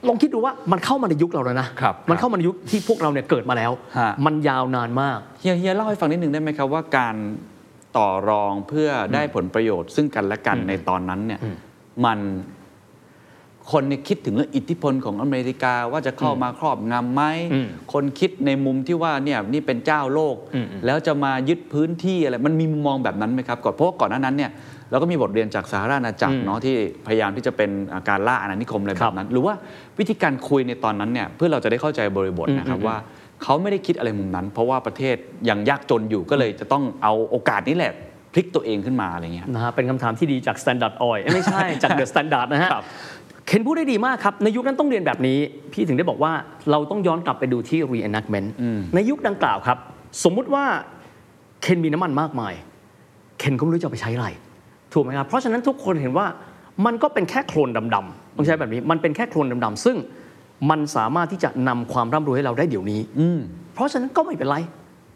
C: 1,990ลองคิดดูว่ามันเข้ามาในยุคเราแล้วนะครับ มันเข้ามาในยุคที่พวกเราเนี่ยเกิดมาแล้ว
B: ฮะ
C: มันยาวนานมาก
B: เฮียเฮียเล่าให้ฟังนิดนึงได้ไหมครับว่าการต่อรองเพื่อได้ผลประโยชน์ซึ่งกันและกันในตอนนั้นเนี่ยมันคนเนี่ยคิดถึงเรื่องอิทธิพลของอเมริกาว่าจะเข้ามาครอบงำไหม
C: อืม
B: คนคิดในมุมที่ว่าเนี่ยนี่เป็นเจ้าโลก
C: อืมอืม
B: แล้วจะมายึดพื้นที่อะไรมันมีมุมมองแบบนั้นไหมครับก่อนเพราะว่าก่อนหน้านั้นเนี่ยเราก็มีบทเรียนจากสหราชอาณาจักรเนาะที่พยายามที่จะเป็นอ่าการล่าอาณานิคมอะไรแบบนั้น หรือว่าวิธีการคุยในตอนนั้นเนี่ยเพื่อเราจะได้เข้าใจบริบทนะครับว่า เขาไม่ได้คิดอะไรมุมนั้น เพราะว่าประเทศยังยากจนอยู่ก็เลยจะต้องเอาโอกาสนี้แหละพลิกตัวเองขึ้นมาอะไรเงี้ย
C: นะฮะเป็นคำถามที่ดีจาก Standard Oil เอ้ยไม่ ใช่ จาก The Standard นะฮะ
B: ครับ
C: เคนพูดได้ดีมากครับ ในยุคนั้นต้องเรียนแบบนี้ พี่ถึงได้บอกว่าเราต้องย้อนกลับไปดูที่ reenactment ในยุคดังกล่าวครับ สมมุติว่าเคนมีน้ำมันมากมาย เคนก็ไม่รู้จะเอาไปใช้อะไรถูกไหมครับ เพราะฉะนั้นทุกคนเห็นว่ามันก็เป็นแค่โคลนดำๆต้องใช้แบบนี้มันเป็นแค่โคลนดำๆซึ่งมันสามารถที่จะนำความร่ำรวยให้เราได้เดี๋ยวนี้ เพราะฉะนั้นก็ไม่เป็นไร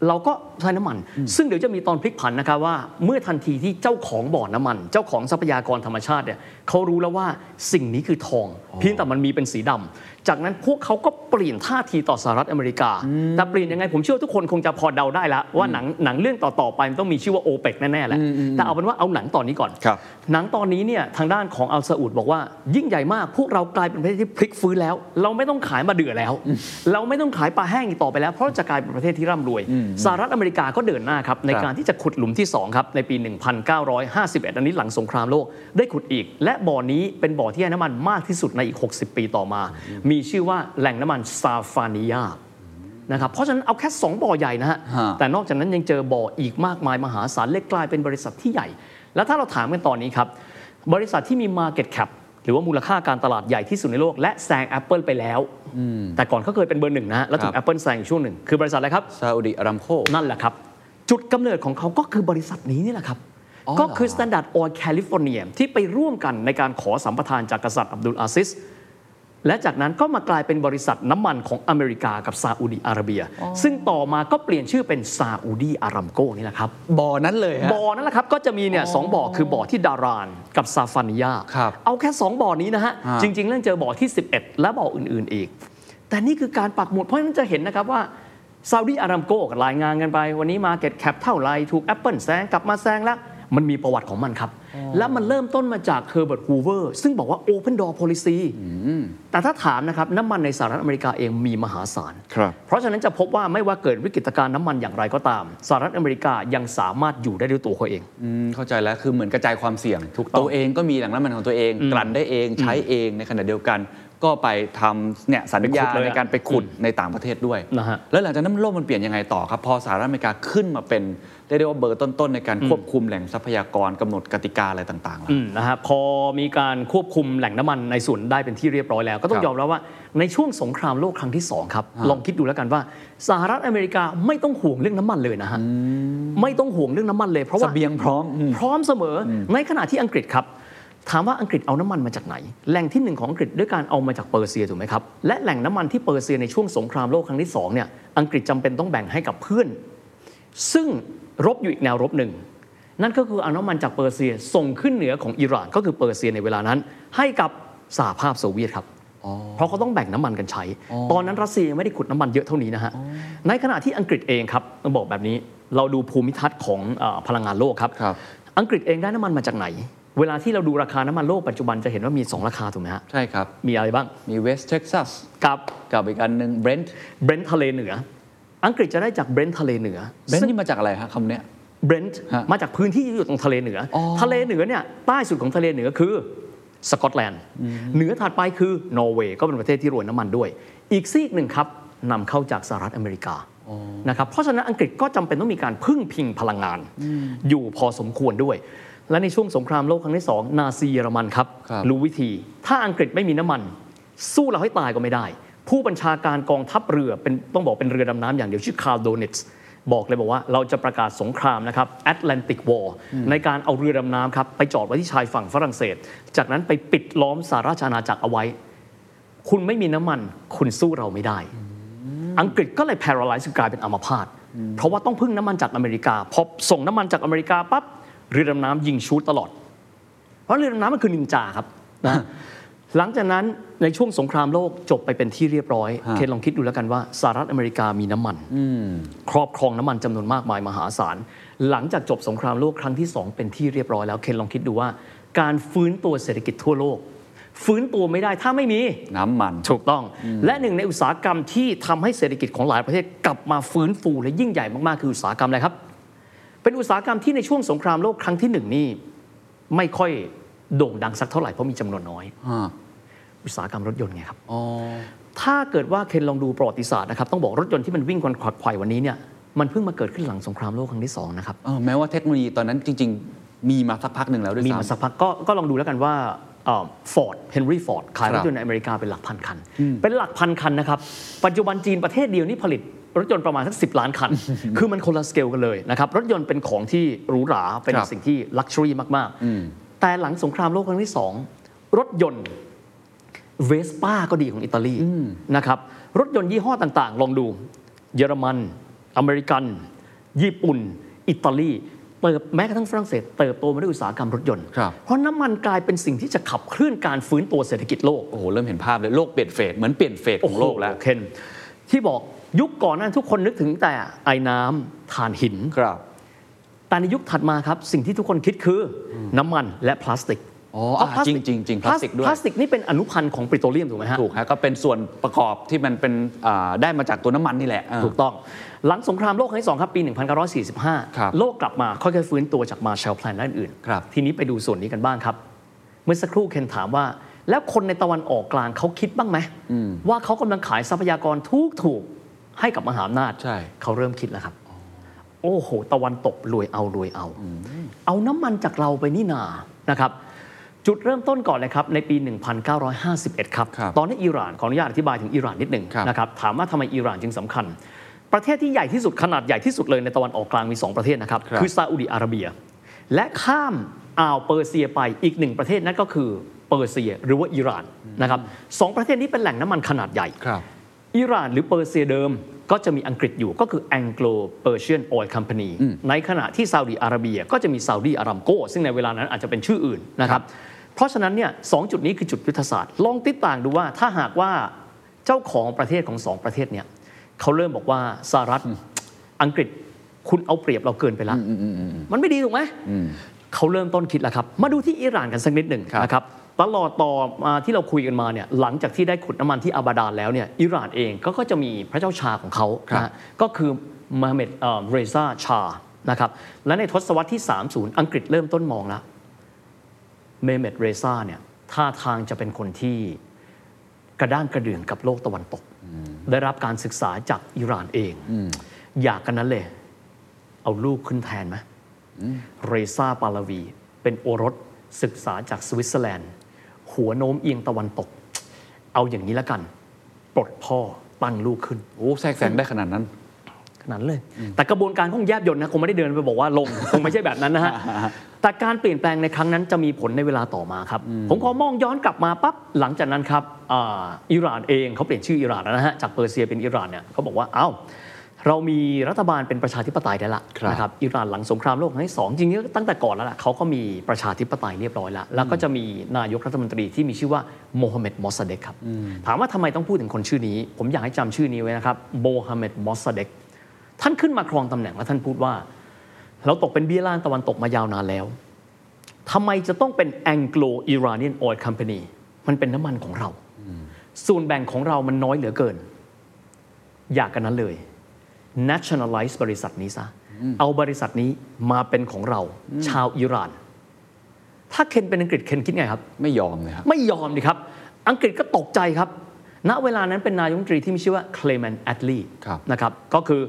C: เราก็ใช้น้ำมัน ซึ่งเดี๋ยวจะมีตอนพลิกผันนะครับว่า เมื่อทันทีที่เจ้าของบ่อน้ำมัน เจ้าของทรัพยากรธรรมชาติเนี่ยเขารู้แล้วว่าสิ่งนี้คือทอง เพียงแต่มันมีเป็นสีดำจากนั้นพวกเขาก็เปลี่ยนท่าทีต่อสหรัฐอเมริกาแต่เปลี่ยนยังไงผมเชื่อว่าทุกคนคงจะพอเดาได้ละว่าหนังหนังเรื่องต่อๆไปมันต้องมีชื่อว่าโอเปกแน่ๆแหละแต่เอาเป็นว่าเอาหนังตอนนี้ก่อน
D: ครับ
C: หนังตอนนี้เนี่ยทางด้านของอัลซาอุดบอกว่า ยิ่งใหญ่มากพวกเรากลายเป็นประเทศที่พลิกฟื้นแล้ว เราไม่ต้องขายมาเดือแล้ว เราไม่ต้องขายปลาแห้งอีกต่อไปแล้ว เพราะจะกลายเป็นประเทศที่ร่ำรวยสหรัฐอเมริกาก็เดินหน้าครับ ในการที่จะขุดหลุมที่ 2 ครับ ในปี 1951 อันนี้หลังสงครามโลกได้ขุดอีก และบ่อนี้เป็นบ่อที่ให้น้ำมันมากที่สุดในอีก 60 ปีต่อมา มีชื่อว่าแหล่งน้ำมันซาฟานิยา นะครับเพราะฉะนั้นเอาแค่ 2 บ่อใหญ่นะฮะ
D: ฮะ
C: แต่นอกจากนั้นยังเจอบ่ออีกมากมายมหาศาลเล็กกลายเป็นบริษัทที่ใหญ่ แล้วถ้าเราถามกันตอนนี้ครับ บริษัทที่มี Market Cap หรือว่ามูลค่าการตลาดใหญ่ที่สุดในโลก และแซง Apple ไปแล้ว แต่ก่อนเขาเคยเป็นเบอร์หนึ่งนะฮะแล้วถูก Apple แซงอยู่ช่วงหนึ่ง คือบริษัทอะไรครับ
D: ซาอุดิอารามโค
C: นั่นแหละครับ จุดกำเนิดของเขาก็คือบริษัทนี้นี่แหละครับ
D: อ๋อเหรอ
C: ก็คือ Standard Oil California ที่ไปร่วมกันในการขอสัมปทานจากกษัตริย์อับดุลอาซิส และจากนั้นก็มากลายเป็นบริษัทน้ำมันของอเมริกากับซาอุดีอาระเบีย ซึ่งต่อมาก็เปลี่ยนชื่อเป็นซาอุดีอารัมโกนี่แหละครับ
D: บ่อนั้นเลยฮะ
C: บ่อนั่นแหละครับ ก็จะมีเนี่ยสองบ่อคือบ่อที่ดารานกับซาฟานิยา
D: ครับ
C: เอาแค่ 2 บ่อนี้นะฮะ
D: ฮะ
C: จริง ๆ เรื่องเจอบ่อที่ 11 และบ่ออื่น ๆ อีก แต่นี่คือการปักหมุดเพราะฉะนั้นจะเห็นนะครับว่าซาอุดีอารามโกกับรายงานกันไป วันนี้มาเก็ตแคปเท่าไหรถูก Apple แซงกลับมาแซงแล้ว มันมีประวัติของมันครับ และมันเริ่มต้นมาจากเฮอร์เบิร์ตฮูเวอร์ซึ่งบอกว่า Open Door Policy แต่ถ้าถามนะครับน้ำมันในสหรัฐอเมริกาเองมีมหาศาล
A: ครับ
C: เพราะฉะนั้นจะพบว่าไม่ว่าเกิดวิกฤตการณ์น้ำมันอย่างไรก็ตามสหรัฐอเมริกายังสามารถอยู่ได้ด้วยตัวเขาเอง
D: อืมเข้าใจแล้วคือเหมือนกระจายความเสี่ยง
C: ถูกต้อง
D: ตัวเองก็มีแหล่งน้ำมันของตัวเองกลั่นได้เองใช้เองในขณะเดียวกัน ก็ไปทำเนี่ยสัญญา
C: ไปขุดเลยอะ
D: ในการไปขุดในต่างประเทศด้วย
C: นะฮะ
D: แล้วหลังจากนั้นโลกมันเปลี่ยนยังไงต่อครับ พอสหรัฐอเมริกาขึ้นมาเป็นเรียกได้ว่าเบอร์ต้นๆในการควบคุมแหล่งทรัพยากรกำหนดกติกาอะไรต่างๆแล้ว
C: อืมนะฮะพอมีการควบคุมแหล่งน้ำมันในส่วนได้เป็นที่เรียบร้อยแล้ว ก็ต้
D: ค
C: อ
D: รั
C: ง
D: บ
C: ยอมรับว่าในช่วงสงครามโลกครั้งที่สองครับลองคิดดูแล้วกันว่าสหรัฐอเมริกาไม่ต้องห่วงเรื่องน้ำมันเลยนะฮะไม่ต้องห่วงเรื่องน้ำมันเลยเพราะว่า
D: เสบียงพร้อมอืม
C: พร้อมเสมออในขณะที่อังกฤษครับ ถามว่าอังกฤษเอาน้ำมันมาจากไหน แหล่งที่หนึ่งของอังกฤษด้วยการเอามาจากเปอร์เซียถูกไหมครับและแหล่งน้ำมันที่เปอร์เซียในช่วงสงครามโลกครั้งที่สองเนี่ยอังกฤษจำเป็นต้องแบ่งให้กับเพื่อน ซึ่งรบอยู่อีกแนวรบหนึ่ง นั่นก็คือเอาน้ำมันจากเปอร์เซียส่งขึ้นเหนือของอิหร่านก็คือเปอร์เซียในเวลานั้น ให้กับสหภาพโซเวียตครับ เพราะเขาต้องแบ่งน้ำมันกันใช้ ตอนนั้นรัสเซียยังไม่ได้ขุดน้ำมันเยอะเท่านี้นะฮะ ในขณะที่อังกฤษเองครับต้องบอกแบบนี้เราดูภูมิทัศน์ของเออพลังงานโลกครับ
D: ครับ
C: อังกฤษเองได้น้ำมันมาจากไหน เวลาที่เราดูราคาน้ำมันโลกปัจจุบันจะเห็นว่ามีสองราคาถูกไหมฮะ
D: ใช่ครับ
C: มีอะไรบ้าง
D: มีเวสเท็กซัส
C: กับ
D: กับอีกอันหนึ่งเบรนท์
C: เบรนท์ทะเลเหนือ อังกฤษจะได้จากเบรนท์ทะเลเหนือ
D: เบรนท์นี่มาจากอะไรฮะคำเนี้ย
C: เบรนท์
D: ฮะ
C: มาจากพื้นที่ที่อยู่ตรงทะเลเหนืออ
D: อ
C: ทะเลเหนือเนี่ยใต้สุดของทะเลเหนือคือสกอตแลนด์เหนือถัดไปคือนอร์เวย์ก็เป็นประเทศที่รวยน้ำมันด้วย อีกซีกหนึ่งครับนำเข้าจากสหรัฐอเมริกานะครับเพราะฉะนั้นอังกฤษก็จำเป็นต้องมีการพึ่งพิงพลังงาน อยู่พอสมควรด้วย และในช่วงสงครามโลกครั้งที่สองนาซีเยอรมันครับ
D: ครับ
C: รู้วิธี ถ้าอังกฤษไม่มีน้ำมัน สู้เราให้ตายก็ไม่ได้ ผู้บัญชาการกองทัพเรือเป็นต้องบอกเป็นเรือดำน้ำอย่างเดียวชื่อคาร์ลโดเนตส์บอกเลยบอกว่าเราจะประกาศสงครามนะครับแอตแลนติกวอร์ในการเอาเรือดำน้ำครับ ไปจอดไว้ที่ชายฝั่งฝรั่งเศส จากนั้นไปปิดล้อมสหราชอาณาจักรเอาไว้ คุณไม่มีน้ำมัน คุณสู้เราไม่ได้ อังกฤษก็เลย paralyze กลายเป็นอัมพาตเพราะว่าต้องพึ่งน้ำมันจากอเมริกาพอส่งน้ำมันจากอเมริกาปั๊บเรือดำน้ำยิงชูตตลอด เพราะเรือดำน้ำมันคือนินจาครับนะหลังจากนั้นในช่วงสงครามโลกจบไปเป็นที่เรียบร้อย
D: ฮะ
C: เคนลองคิดดูแล้วกันว่าสหรัฐอเมริกามีน้ำมัน ครอบครองน้ำมันจำนวนมากมายมหาศาล หลังจากจบสงครามโลกครั้งที่ 2 เป็นที่เรียบร้อยแล้ว เคนลองคิดดูว่า การฟื้นตัวเศรษฐกิจทั่วโลก ฟื้นตัวไม่ได้ถ้าไม่มี
D: น้ำมัน
C: ถูกต้องและหนึ่งในอุตสาหกรรมที่ทำให้เศรษฐกิจของหลายประเทศกลับมาฟื้นฟูและยิ่งใหญ่มาก ๆ คืออุตสาหกรรมอะไรครับ เป็นอุตสาหกรรมที่ในช่วงสงครามโลกครั้งที่หนึ่งนี่ไม่ค่อยโด่งดังสักเท่าไหร่ เพราะมีจำนวนน้อย
D: อ่า
C: อุตสาหกรรมรถยนต์ไงครับ
D: อ๋อ
C: ถ้าเกิดว่าเคนลองดูประวัติศาสตร์นะครับ ต้องบอกรถยนต์ที่มันวิ่งกันขวักไขว่วันนี้เนี่ยมันเพิ่งมาเกิดขึ้นหลังสงครามโลกครั้งที่สองนะครับ
D: เออแม้ว่าเทคโนโลยีตอนนั้นจริง ๆ มีมาสักพักหนึ่งแล้วด้วย
C: มี
D: ซ้ำ
C: มาสักพักก็ก็ลองดูแล้วกันว่าฟอร์ดเฮนรี่ฟอร์ดขา
D: ค
C: ย
D: รั
C: ร
D: บ
C: ถยนต์ในอเมริกาเป็นหลักพันคัน เป็นหลักพันคันนะครับ ปัจจุบันจีนประเทศเดียวนี่ผลิตรถยนต์ประมาณสักสิล้านคัน คือมันคนละสเกลกันเลยนะครับ รถยนต์เป็นของที่หรูหรา เป็นสิ่งที่ลักชัวรี่มาก ๆ แต่หลังสงครามโลกครั้งที่ 2 รถยนต์เวสป้าก็ดีของอิตาลีนะครับ รถยนต์ยี่ห้อต่าง ๆ ลองดู เยอรมัน อเมริกัน ญี่ปุ่น อิตาลีเติบแม้กระทั่งฝรั่งเศสเติบโตมาด้วยอุตสาหกรรมรถยนต์
D: ครับ
C: เพราะน้ำมันกลายเป็นสิ่งที่จะขับเคลื่อนการฟื้นตัวเศรษฐกิจโลก
D: โอ้โหเริ่มเห็นภาพเลยโลกเปลี่ยนเฟสเหมือนเปลี่ยนเฟสของโลกแล้ว
C: เคนที่บอกยุคก่อนหนั้นทุกคนนึกถึงแต่ไอ้น้ำถ่านหิน
D: ครับ
C: แต่ในยุคถัดมาครับ สิ่งที่ทุกคนคิดคืออน้ำมันและพลาสติก
D: อ๋อ
C: เพาะพลาสติก
D: จริงๆจริงพลาสติกด้วย
C: พลาสติกนี่เป็นอนุพันธ์ของปิโตรเลียมถูกไหมฮะ
D: ถูกฮะก็เป็นส่วนประกอบที่มันเป็นอ่าได้มาจากตัวน้ำมันนี่แหละเออ
C: ถูกต้อง หลังสงครามโลกครั้งที่สองครับ ปี
D: ครับ
C: 1945 โลกกลับมาค่อยๆฟื้นตัวจากมาแชลแพลนด้านอื่น
D: ครับ
C: ทีนี้ไปดูส่วนนี้กันบ้างครับ เมื่อสักครู่เคนถามว่า แล้วคนในตะวันออกกลางเขาคิดบ้างไหม ว่าเขากำลังขายทรัพยากรทุกถูกๆให้กับมหาอำนาจ
D: ใช่
C: เขาเริ่มคิดแล้วครับ โอ้โห ตะวันตกรวยเอารวยเอา เอาน้ำมันจากเราไปนี่นานะครับ จุดเริ่มต้นก่อนเลยครับ ในปี 1951 ครับ
D: ครับ
C: ตอนนี้อิหร่านขออนุญาตอธิบายถึงอิหร่านนิดหนึ่ง
D: ครับ
C: นะครับ ถามว่าทำไมอิหร่านจึงสำคัญ ประเทศที่ใหญ่ที่สุดขนาดใหญ่ที่สุดเลยในตะวันออกกลางมี 2 ประเทศนะครับ คือซาอุดิอาระเบีย และข้ามอ่าวเปอร์เซียไปอีกหนึ่งประเทศนั่นก็คือเปอร์เซียหรือว่าอิหร่านนะครับสองประเทศนี้เป็นแหล่งน้ำมันขนาดใหญ่
D: ครับ
C: อิหร่านหรือเปอร์เซียเดิมก็จะมีอังกฤษอยู่ก็คือ Anglo Persian Oil Company ในขณะที่ซาอุดีอาระเบียก็จะมีซาอุดีอารามโกซึ่งในเวลานั้นอาจจะเป็นชื่ออื่นนะครับ เพราะฉะนั้นเนี่ยสองจุดนี้คือจุดยุทธศาสตร์ ลองติดต่างดูว่าถ้าหากว่าเจ้าของประเทศของสองประเทศเนี่ยเขาเริ่มบอกว่าสหรัฐอังกฤษคุณเอาเปรียบเราเกินไปละมันไม่ดีถูกไหม เขาเริ่มต้นคิดแล้วครับ มาดูที่อิหร่านกันสักนิดหนึ่ง
D: ครับ
C: นะครับ ตลอดต่อมาที่เราคุยกันมาเนี่ย หลังจากที่ได้ขุดน้ำมันที่อาบาดานแล้วเนี่ย อิหร่านเองก็ก็จะมีพระเจ้าชาของเขานะฮะก็คือมาเมดเอ่อเรซาชา นะครับ และในทศวรรษที่ 30 อังกฤษเริ่มต้นมองแล้วเมเมดเรซาเนี่ย ท่าทางจะเป็นคนที่กระด้างกระเดื่องกับโลกตะวันตก ได้รับการศึกษาจากอิหร่านเอง อยากกันนั้นเลย เอาลูกขึ้นแทนไหม เรซาปาลาวี เป็นโอรสศึกษาจากสวิตเซอร์แลนด์ หัวโน้มเอียงตะวันตก เอาอย่างนี้ละกัน ปลดพ่อตั้งลูกขึ้น
D: โอ้แทรกแซงได้ขนาดนั้น
C: ขนาดนั้นเลย แต่กระบวนการคงแยบยนต์นะคงไม่ได้เดินไปบอกว่าลง คงไม่ใช่แบบนั้น นะฮะ แต่การเปลี่ยนแปลงในครั้งนั้นจะมีผลในเวลาต่อมาครับ ผมขอมองย้อนกลับมาปั๊บหลังจากนั้นครับอ่าอิหร่านเองเขาเปลี่ยนชื่ออิหร่านแล้วนะฮะจากเปอร์เซียเป็นอิหร่านเนี่ยเขาบอกว่าเอ้าเรามีรัฐบาลเป็นประชาธิปไตยได้ละ
D: ครับ
C: นะครับอิหร่านหลังสงครามโลกครั้งที่สองจริงๆตั้งแต่ก่อนแล้วล่ะเขาก็มีประชาธิปไตยเรียบร้อยแล้วแล้วก็จะมีนายกรัฐมนตรีที่มีชื่อว่าโมฮัมเหม็ดมอสซาเดกครับถามว่าทำไมต้องพูดถึงคนชื่อนี้ ผมอยากให้จำชื่อนี้ไว้นะครับโมฮัมเหม็ดมอสซาเดก ท่านขึ้นมาครองตำแหน่งแล้วท่านพูดว่า เราตกเป็นเบี้ยล่างตะวันตกมายาวนานแล้วทำไมจะต้องเป็น Anglo Iranian Oil Company มันเป็นน้ำมันของเรา ส่วนแบ่งของเรามันน้อยเหลือเกิน อยากกันนั้นเลย nationalize บริษัทนี้ซะ เอาบริษัทนี้มาเป็นของเรา ชาวอิหร่าน ถ้าเคนเป็นอังกฤษเคนคิดไงครับ
D: ไม่ยอมเลยครับ
C: ไม่ยอมดิครับ อังกฤษก็ตกใจครับ ณ เวลานั้นเป็นนายกรัฐมนตรีที่มีชื่อว่าเคลเมนแอดลี
D: ครับ
C: นะครับ ก็คือ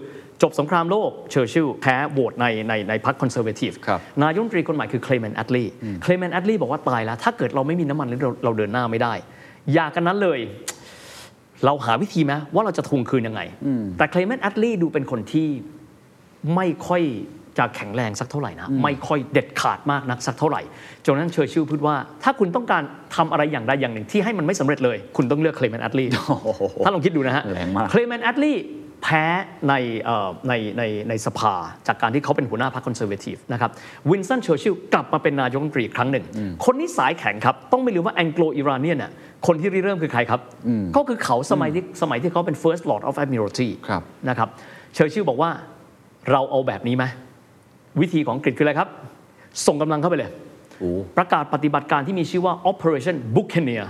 C: จบสงครามโลกเชอร์ชิลแพ้โหวตในในในพรรคคอนเซอร์เวทีฟ
D: ครับ
C: นายกรัฐมนตรีคนใหม่คือเคลเมนแอดลีเคลเมนแอดลีบอกว่าตายแล้ว ถ้าเกิดเราไม่มีน้ำมันเราเราเดินหน้าไม่ได้ อยากันนั้นเลย เราหาวิธีไหมว่าเราจะทวงคืนยังไง แต่เคลเมนแอดลีดูเป็นคนที่ ไม่ค่อยจะแข็งแรงสักเท่าไหร่นะ ไม่ค่อยเด็ดขาดมากนักสักเท่าไหร่จนนั้นเชอร์ชิลพูดว่า ถ้าคุณต้องการทำอะไรอย่างใดอย่างหนึ่งที่ให้มันไม่สำเร็จเลย คุณต้องเลือกเคลเมนแอดลีถ้าลองคิดดูนะฮะ
D: แรงมาก
C: เคลเมนแอดลีแพ้ในเอ่อในในในสภา จากการที่เขาเป็นหัวหน้าพรรคคอนเซอร์เวทีฟนะครับวินสันเชอร์ชิลกลับมาเป็นนายกรัฐมนตรีอีกครั้งหนึ่ง คนนี้สายแข็งครับ ต้องไม่ลืมว่าแองโกลอิรานเนียนน่ะคนที่ริเริ่มคือใครครับ ก็คือเขาสมัยที่สมัยที่เขาเป็น First Lord of Admiralty
D: ครับ
C: นะครับเชอร์ชิลบอกว่าเราเอาแบบนี้ไหมวิธีของอังกฤษคืออะไรครับ ส่งกำลังเข้าไปเลย
D: โอ้
C: ประกาศปฏิบัติการที่มีชื่อว่า Operation Buccaneer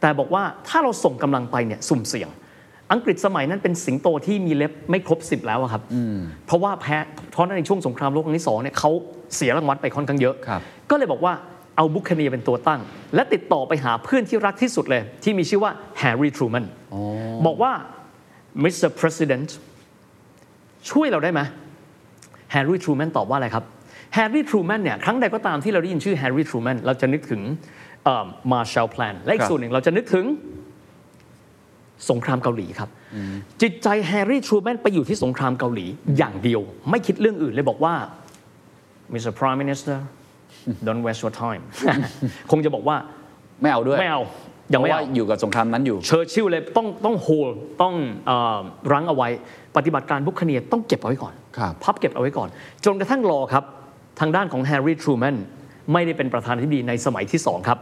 C: แต่บอกว่าถ้าเราส่งกำลังไปเนี่ยสุ่มเสี่ยง อังกฤษสมัยนั้นเป็นสิงโตที่มีเล็บไม่ครบ 10 แล้วอะครับเพราะว่าแพ้เพราะในช่วงสงครามโลกครั้งที่สองเนี่ยเขาเสียรางวัลไปค่อนข้างเยอะ
D: ครับ
C: ก็เลยบอกว่าเอาบุคเนียเป็นตัวตั้ง และติดต่อไปหาเพื่อนที่รักที่สุดเลย ที่มีชื่อว่าแฮร์รี่ทรูแมนบอกว่า Mr. President ช่วยเราได้ไหมแฮร์รี่ทรูแมนตอบว่าอะไรครับแฮร์รี่ทรูแมนเนี่ยครั้งใดก็ตามที่เราได้ยินชื่อแฮร์รี่ทรูแมนเราจะนึกถึงมาร์แชลแพลนและอี
D: ค
C: ก
D: รับ
C: ส่วนหนึ่งเราจะนึกถึงสงครามเกาหลีครับ จิตใจแฮร์รี่ทรูแมนไปอยู่ที่สงครามเกาหลีอย่างเดียว ไม่คิดเรื่องอื่นเลยบอกว่า Mr. Prime Minister don't waste your time คงจะบอกว่า
D: ไม่เอาด้วย
C: ไม่เอา
D: เพ
C: ยัง
D: ราะ
C: ไม่
D: ว่า
C: เอา
D: อยู่กับสงครามนั้นอยู่
C: เชอร์ชิลเลยต้องต้องโฮลต้องเอ่อรั้งเอาไว้ ปฏิบัติการบุคเนียร์ต้องเก็บเอาไว้ก่อน
D: ครับ
C: พับเก็บเอาไว้ก่อน จนกระทั่งรอครับ ทางด้านของแฮร์รี่ทรูแมนไม่ได้เป็นประธานาธิบดีในสมัยที่ 2 ครับ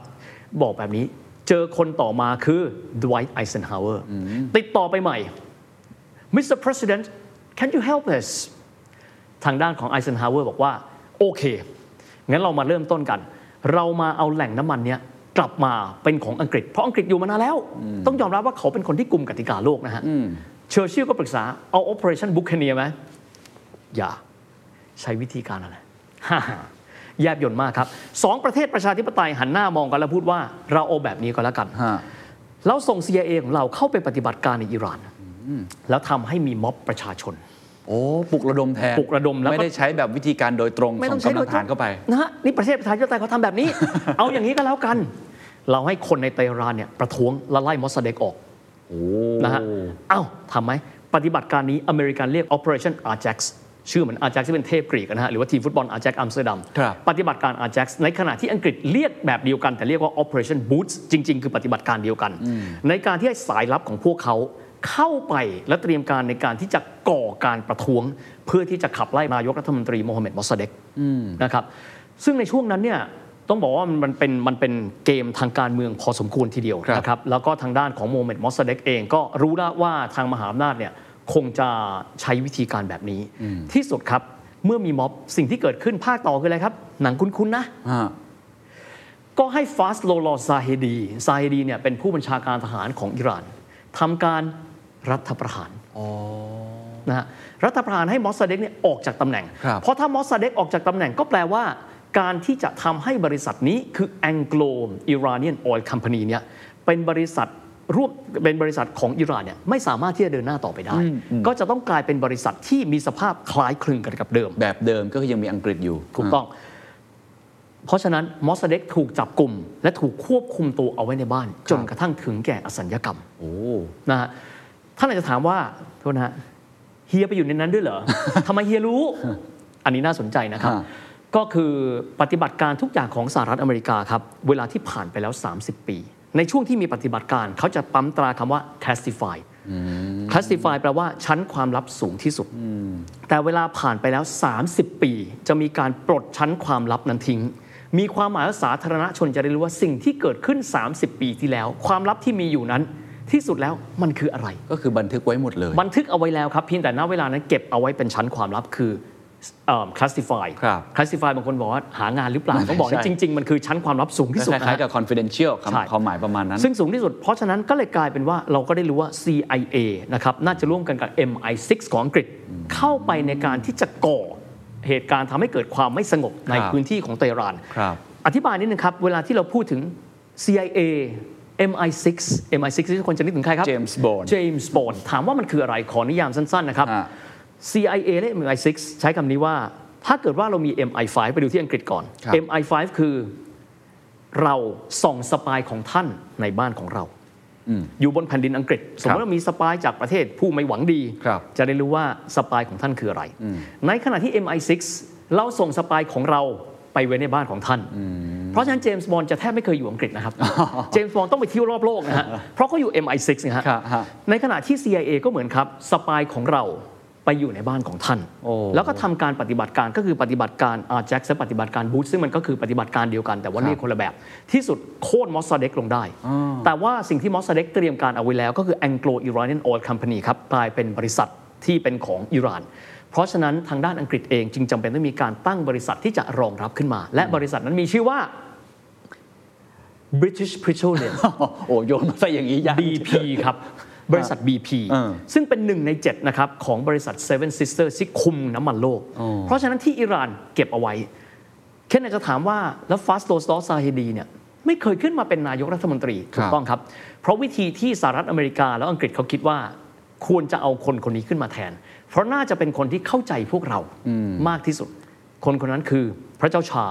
C: บอกแบบนี้เจอคนต่อมาคือดไวท์ไอเซนฮาวเวอร์ติดต่อไปใหม่ Mr. President can you help us ทางด้านของไอเซนฮาวเวอร์บอกว่า โอเค งั้นเรามาเริ่มต้นกัน เรามาเอาแหล่งน้ำมันเนี้ยกลับมาเป็นของอังกฤษ เพราะอังกฤษอยู่มานานแล้ว ต้องยอมรับว่าเขาเป็นคนที่กลุ่มกติกาโลกนะฮะเชอร์ชิลก็ปรึกษาเอา Operation b u c c a n e e r ไหมอย่า ใช้วิธีการ อะไร แยบยนต์มากครับสองประเทศประชาธิปไตยหันหน้ามองกันแล้วพูดว่าเราเอาแบบนี้ก็แล้วกัน
D: ฮะ
C: เราส่ง CIA ของเราเข้าไปปฏิบัติการในอิหร่าน แล้วทำให้มีม็อบประชาชน
D: โอ้ปลุกระดมแทน
C: ปลุกระดมแล้วก็
D: ไม่ได้ใช้แบบวิธีการโดยตรงส่งกำลัง
C: โด
D: ฐานเข้าไป
C: นะฮะนี่ประเทศประชาธิปไตยเขาทำแบบนี้ เอาอย่างนี้ก็แล้วกัน เราให้คนในเตหะรานเนี่ยประท้วงและไล่มอสซาเดกออกนะฮะเอ้าทำไหมปฏิบัติการนี้อเมริกันเรียก Operation Ajax ชื่อเหมือน Ajax ที่เป็นเทพกรีกนะฮะหรือว่าทีมฟุตบอล Ajax อัมสเตอร์ดัม
D: ครับ
C: ปฏิบัติการ Ajax ในขณะที่อังกฤษเรียกแบบเดียวกัน แต่เรียกว่า Operation Boots จริง ๆ คือปฏิบัติการเดียวกัน ในการที่ให้สายลับของพวกเขาเข้าไปและเตรียมการในการที่จะก่อการประท้วง เพื่อที่จะขับไล่นายกรัฐมนตรีโมฮัมเหม็ดมอสซาเดก นะครับซึ่งในช่วงนั้นเนี่ยต้องบอกว่ามันเป็นมันเป็นเกมทางการเมืองพอสมควรทีเดียว
D: ครับ
C: นะครับแล้วก็ทางด้านของโมเมนต์มอสซาเดกเองก็รู้แล้วว่าทางมหาอำนาจเนี่ยคงจะใช้วิธีการแบบนี้ ที่สุดครับเมื่อมีม็อบสิ่งที่เกิดขึ้นภาคต่อคืออะไรครับ หนังคุ้นๆนะ
D: ฮะ
C: ก็ให้ฟาสโลลอซาเฮดีซาเฮดีเนี่ยเป็นผู้บัญชาการทหารของอิหร่านทำการรัฐประหารนะฮะรัฐประหารให้มอสซาเด็กเนี่ยออกจากตำแหน่ง
D: ครับ
C: เพราะถ้ามอสซาเด็กออกจากตำแหน่งก็แปลว่า การที่จะทำให้บริษัทนี้คือ Anglo Iranian Oil Company เนี่ยเป็นบริษัทร่วมเป็นบริษัทของอิหร่านเนี่ยไม่สามารถที่จะเดินหน้าต่อไปได้ ก็จะต้องกลายเป็นบริษัทที่มีสภาพคล้ายคลึงกันกับเดิม
D: แบบเดิมก็คือยังมีอังกฤษอยู่
C: ถูกต้อง เพราะฉะนั้นมอสซาเด็กถูกจับกลุ่ม และถูกควบคุมตัวเอาไว้ในบ้าน จนกระทั่งถึงแก่อสัญญกรรม
D: โอ้
C: นะฮะท่านอาจจะถามว่าโทษนะฮะเฮียไปอยู่ในนั้นด้วยเหร อ ทำไมเฮียรู้ อันนี้น่าสนใจนะครับ ก็คือปฏิบัติการทุกอย่างของสหรัฐอเมริกาครับ เวลาที่ผ่านไปแล้ว 30 ปี ในช่วงที่มีปฏิบัติการเขาจะปั๊มตราคำว่า testify testify แปลว่าชั้นความลับสูงที่สุด แต่เวลาผ่านไปแล้ว 30 ปี จะมีการปลดชั้นความลับนั้นทิ้ง มีความหมายว่าสาธารณชนจะได้รู้ว่าสิ่งที่เกิดขึ้น 30 ปีที่แล้ว ความลับที่มีอยู่นั้น ที่สุดแล้วมันคืออะไร
D: ก็คือบันทึกไว้หมดเลย
C: บันทึกเอาไว้แล้วครับเพียงแต่ณเวลานั้นเก็บเอาไว้เป็นชั้นความลับคือเอ่อ classify
D: ครับ
C: classify บางคนบอกว่าหางานหรือเปล่าต้องบอก
D: ใช่
C: นี่จริง ๆ มันคือชั้นความลับสูงที่สุด
D: ค
C: นะ
D: ล้ายๆกั
C: ฮะ
D: บ confidential คำ
C: ใช่
D: ความหมายประมาณนั้น
C: ซึ่งสูงที่สุด เพราะฉะนั้นก็เลยกลายเป็นว่าเราก็ได้รู้ว่า CIA นะครับน่าจะร่วมกันกับ MI6 ของอังกฤษ เข้าไปในการที่จะก่อเหตุการณ์ทำให้เกิดความไม่สงบใน
D: ครับ
C: พื้นที่ของเตหะราน
D: ครับ
C: อธิบายนิดนึงครับ เวลาที่เราพูดถึง CIA MI6 MI6 ที่ทุกคนจะนึกถึงใครครับ
D: James Bond
C: James Bond ถามว่ามันคืออะไรขอนิยามสั้น ๆ นะครับ
D: ฮะ
C: CIA และ MI6 ใช้คำนี้ว่า ถ้าเกิดว่าเรามี MI5 ไปดูที่อังกฤษก่อน
D: ครับ
C: MI5 คือเราส่องสปายของท่านในบ้านของเรา อยู่บนแผ่นดินอังกฤษ สมมติว่ามีสปายจากประเทศผู้ไม่หวังดี
D: ครับ
C: จะได้รู้ว่าสปายของท่านคืออะไร ในขณะที่ MI6 เราส่งสปายของเราไปไว้ในบ้านของท่าน เพราะฉะนั้นเจมส์บอลจะแทบไม่เคยอยู่อังกฤษนะครับ เจมส์บอลต้องไปเที่ยวรอบโลกนะฮะ เพราะเขาอยู่ MI6 นะฮะ
D: ครับฮะ
C: ในขณะที่ CIA ก็เหมือนครับ สปายของเราไปอยู่ในบ้านของท่าน
D: โอ้
C: แล้วก็ทำการปฏิบัติการก็คือปฏิบัติการอาแจ็คและปฏิบัติการบูธซึ่งมันก็คือปฏิบัติการเดียวกันแต่ว่าเรียกคนละแบบ ที่สุดโค่นมอสซาเด็กลงได้ แต่ว่าสิ่งที่มอสซาเด็กเตรียมการเอาไว้แล้ว ก็คือ Anglo Iranian Oil Company ครับกลายเป็นบริษัทที่เป็นของอิหร่าน เพราะฉะนั้นทางด้านอังกฤษเองจึงจำเป็นต้องมีการตั้งบริษัทที่จะรองรับขึ้นมา และบริษัทนั้นมีชื่อว่า British Petroleum
D: โอ้โยนมาซะอย่างนี้ยาก
C: BP ครับ บริษัท BP
D: เออ
C: ซึ่งเป็นหนึ่งใน 7 นะครับ ของบริษัท Seven Sisters ที่คุมน้ำมันโลก เพราะฉะนั้นที่อิหร่านเก็บเอาไว้ เคนอาจจะถามว่าแล้วฟาสโลซอซาเฮดีเนี่ยไม่เคยขึ้นมาเป็นนายกรัฐมนตรี
D: ครับ
C: ถูกต้องครับ เพราะวิธีที่สหรัฐอเมริกาแล้วอังกฤษเขาคิดว่าควรจะเอาคนคนนี้ขึ้นมาแทน เพราะน่าจะเป็นคนที่เข้าใจพวกเรามากที่สุด คนคนนั้นคือพระเจ้าชา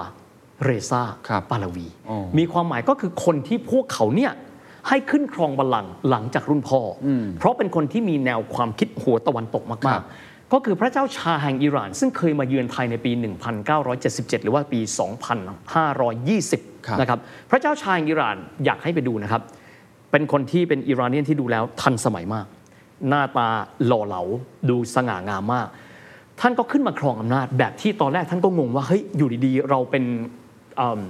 C: เรซา
D: ครับ
C: ปาลาวี
D: อ๋อ
C: มีความหมายก็คือคนที่พวกเขาเนี่ยให้ขึ้นครองบัลลังก์หลังจากรุ่นพ่ออเพราะเป็นคนที่มีแนวความคิดหัวตะวันตก
D: ครั
C: มาก
D: บ
C: ๆ ก็คือพระเจ้าชาแห่งอิหร่าน ซึ่งเคยมาเยือนไทยในปี 1977 หรือว่าปี 2520 นะครับ พระเจ้าชาแห่งอิหร่านอยากให้ไปดูนะครับ เป็นคนที่เป็นอิหร่านเนียนที่ดูแล้วทันสมัยมาก หน้าตาหล่อเหลาดูสง่างามมาก ท่านก็ขึ้นมาครองอำนาจแบบที่ตอนแรกท่านก็งงว่าเฮ้ยอยู่ดีๆ เราเป็นเอิ่ม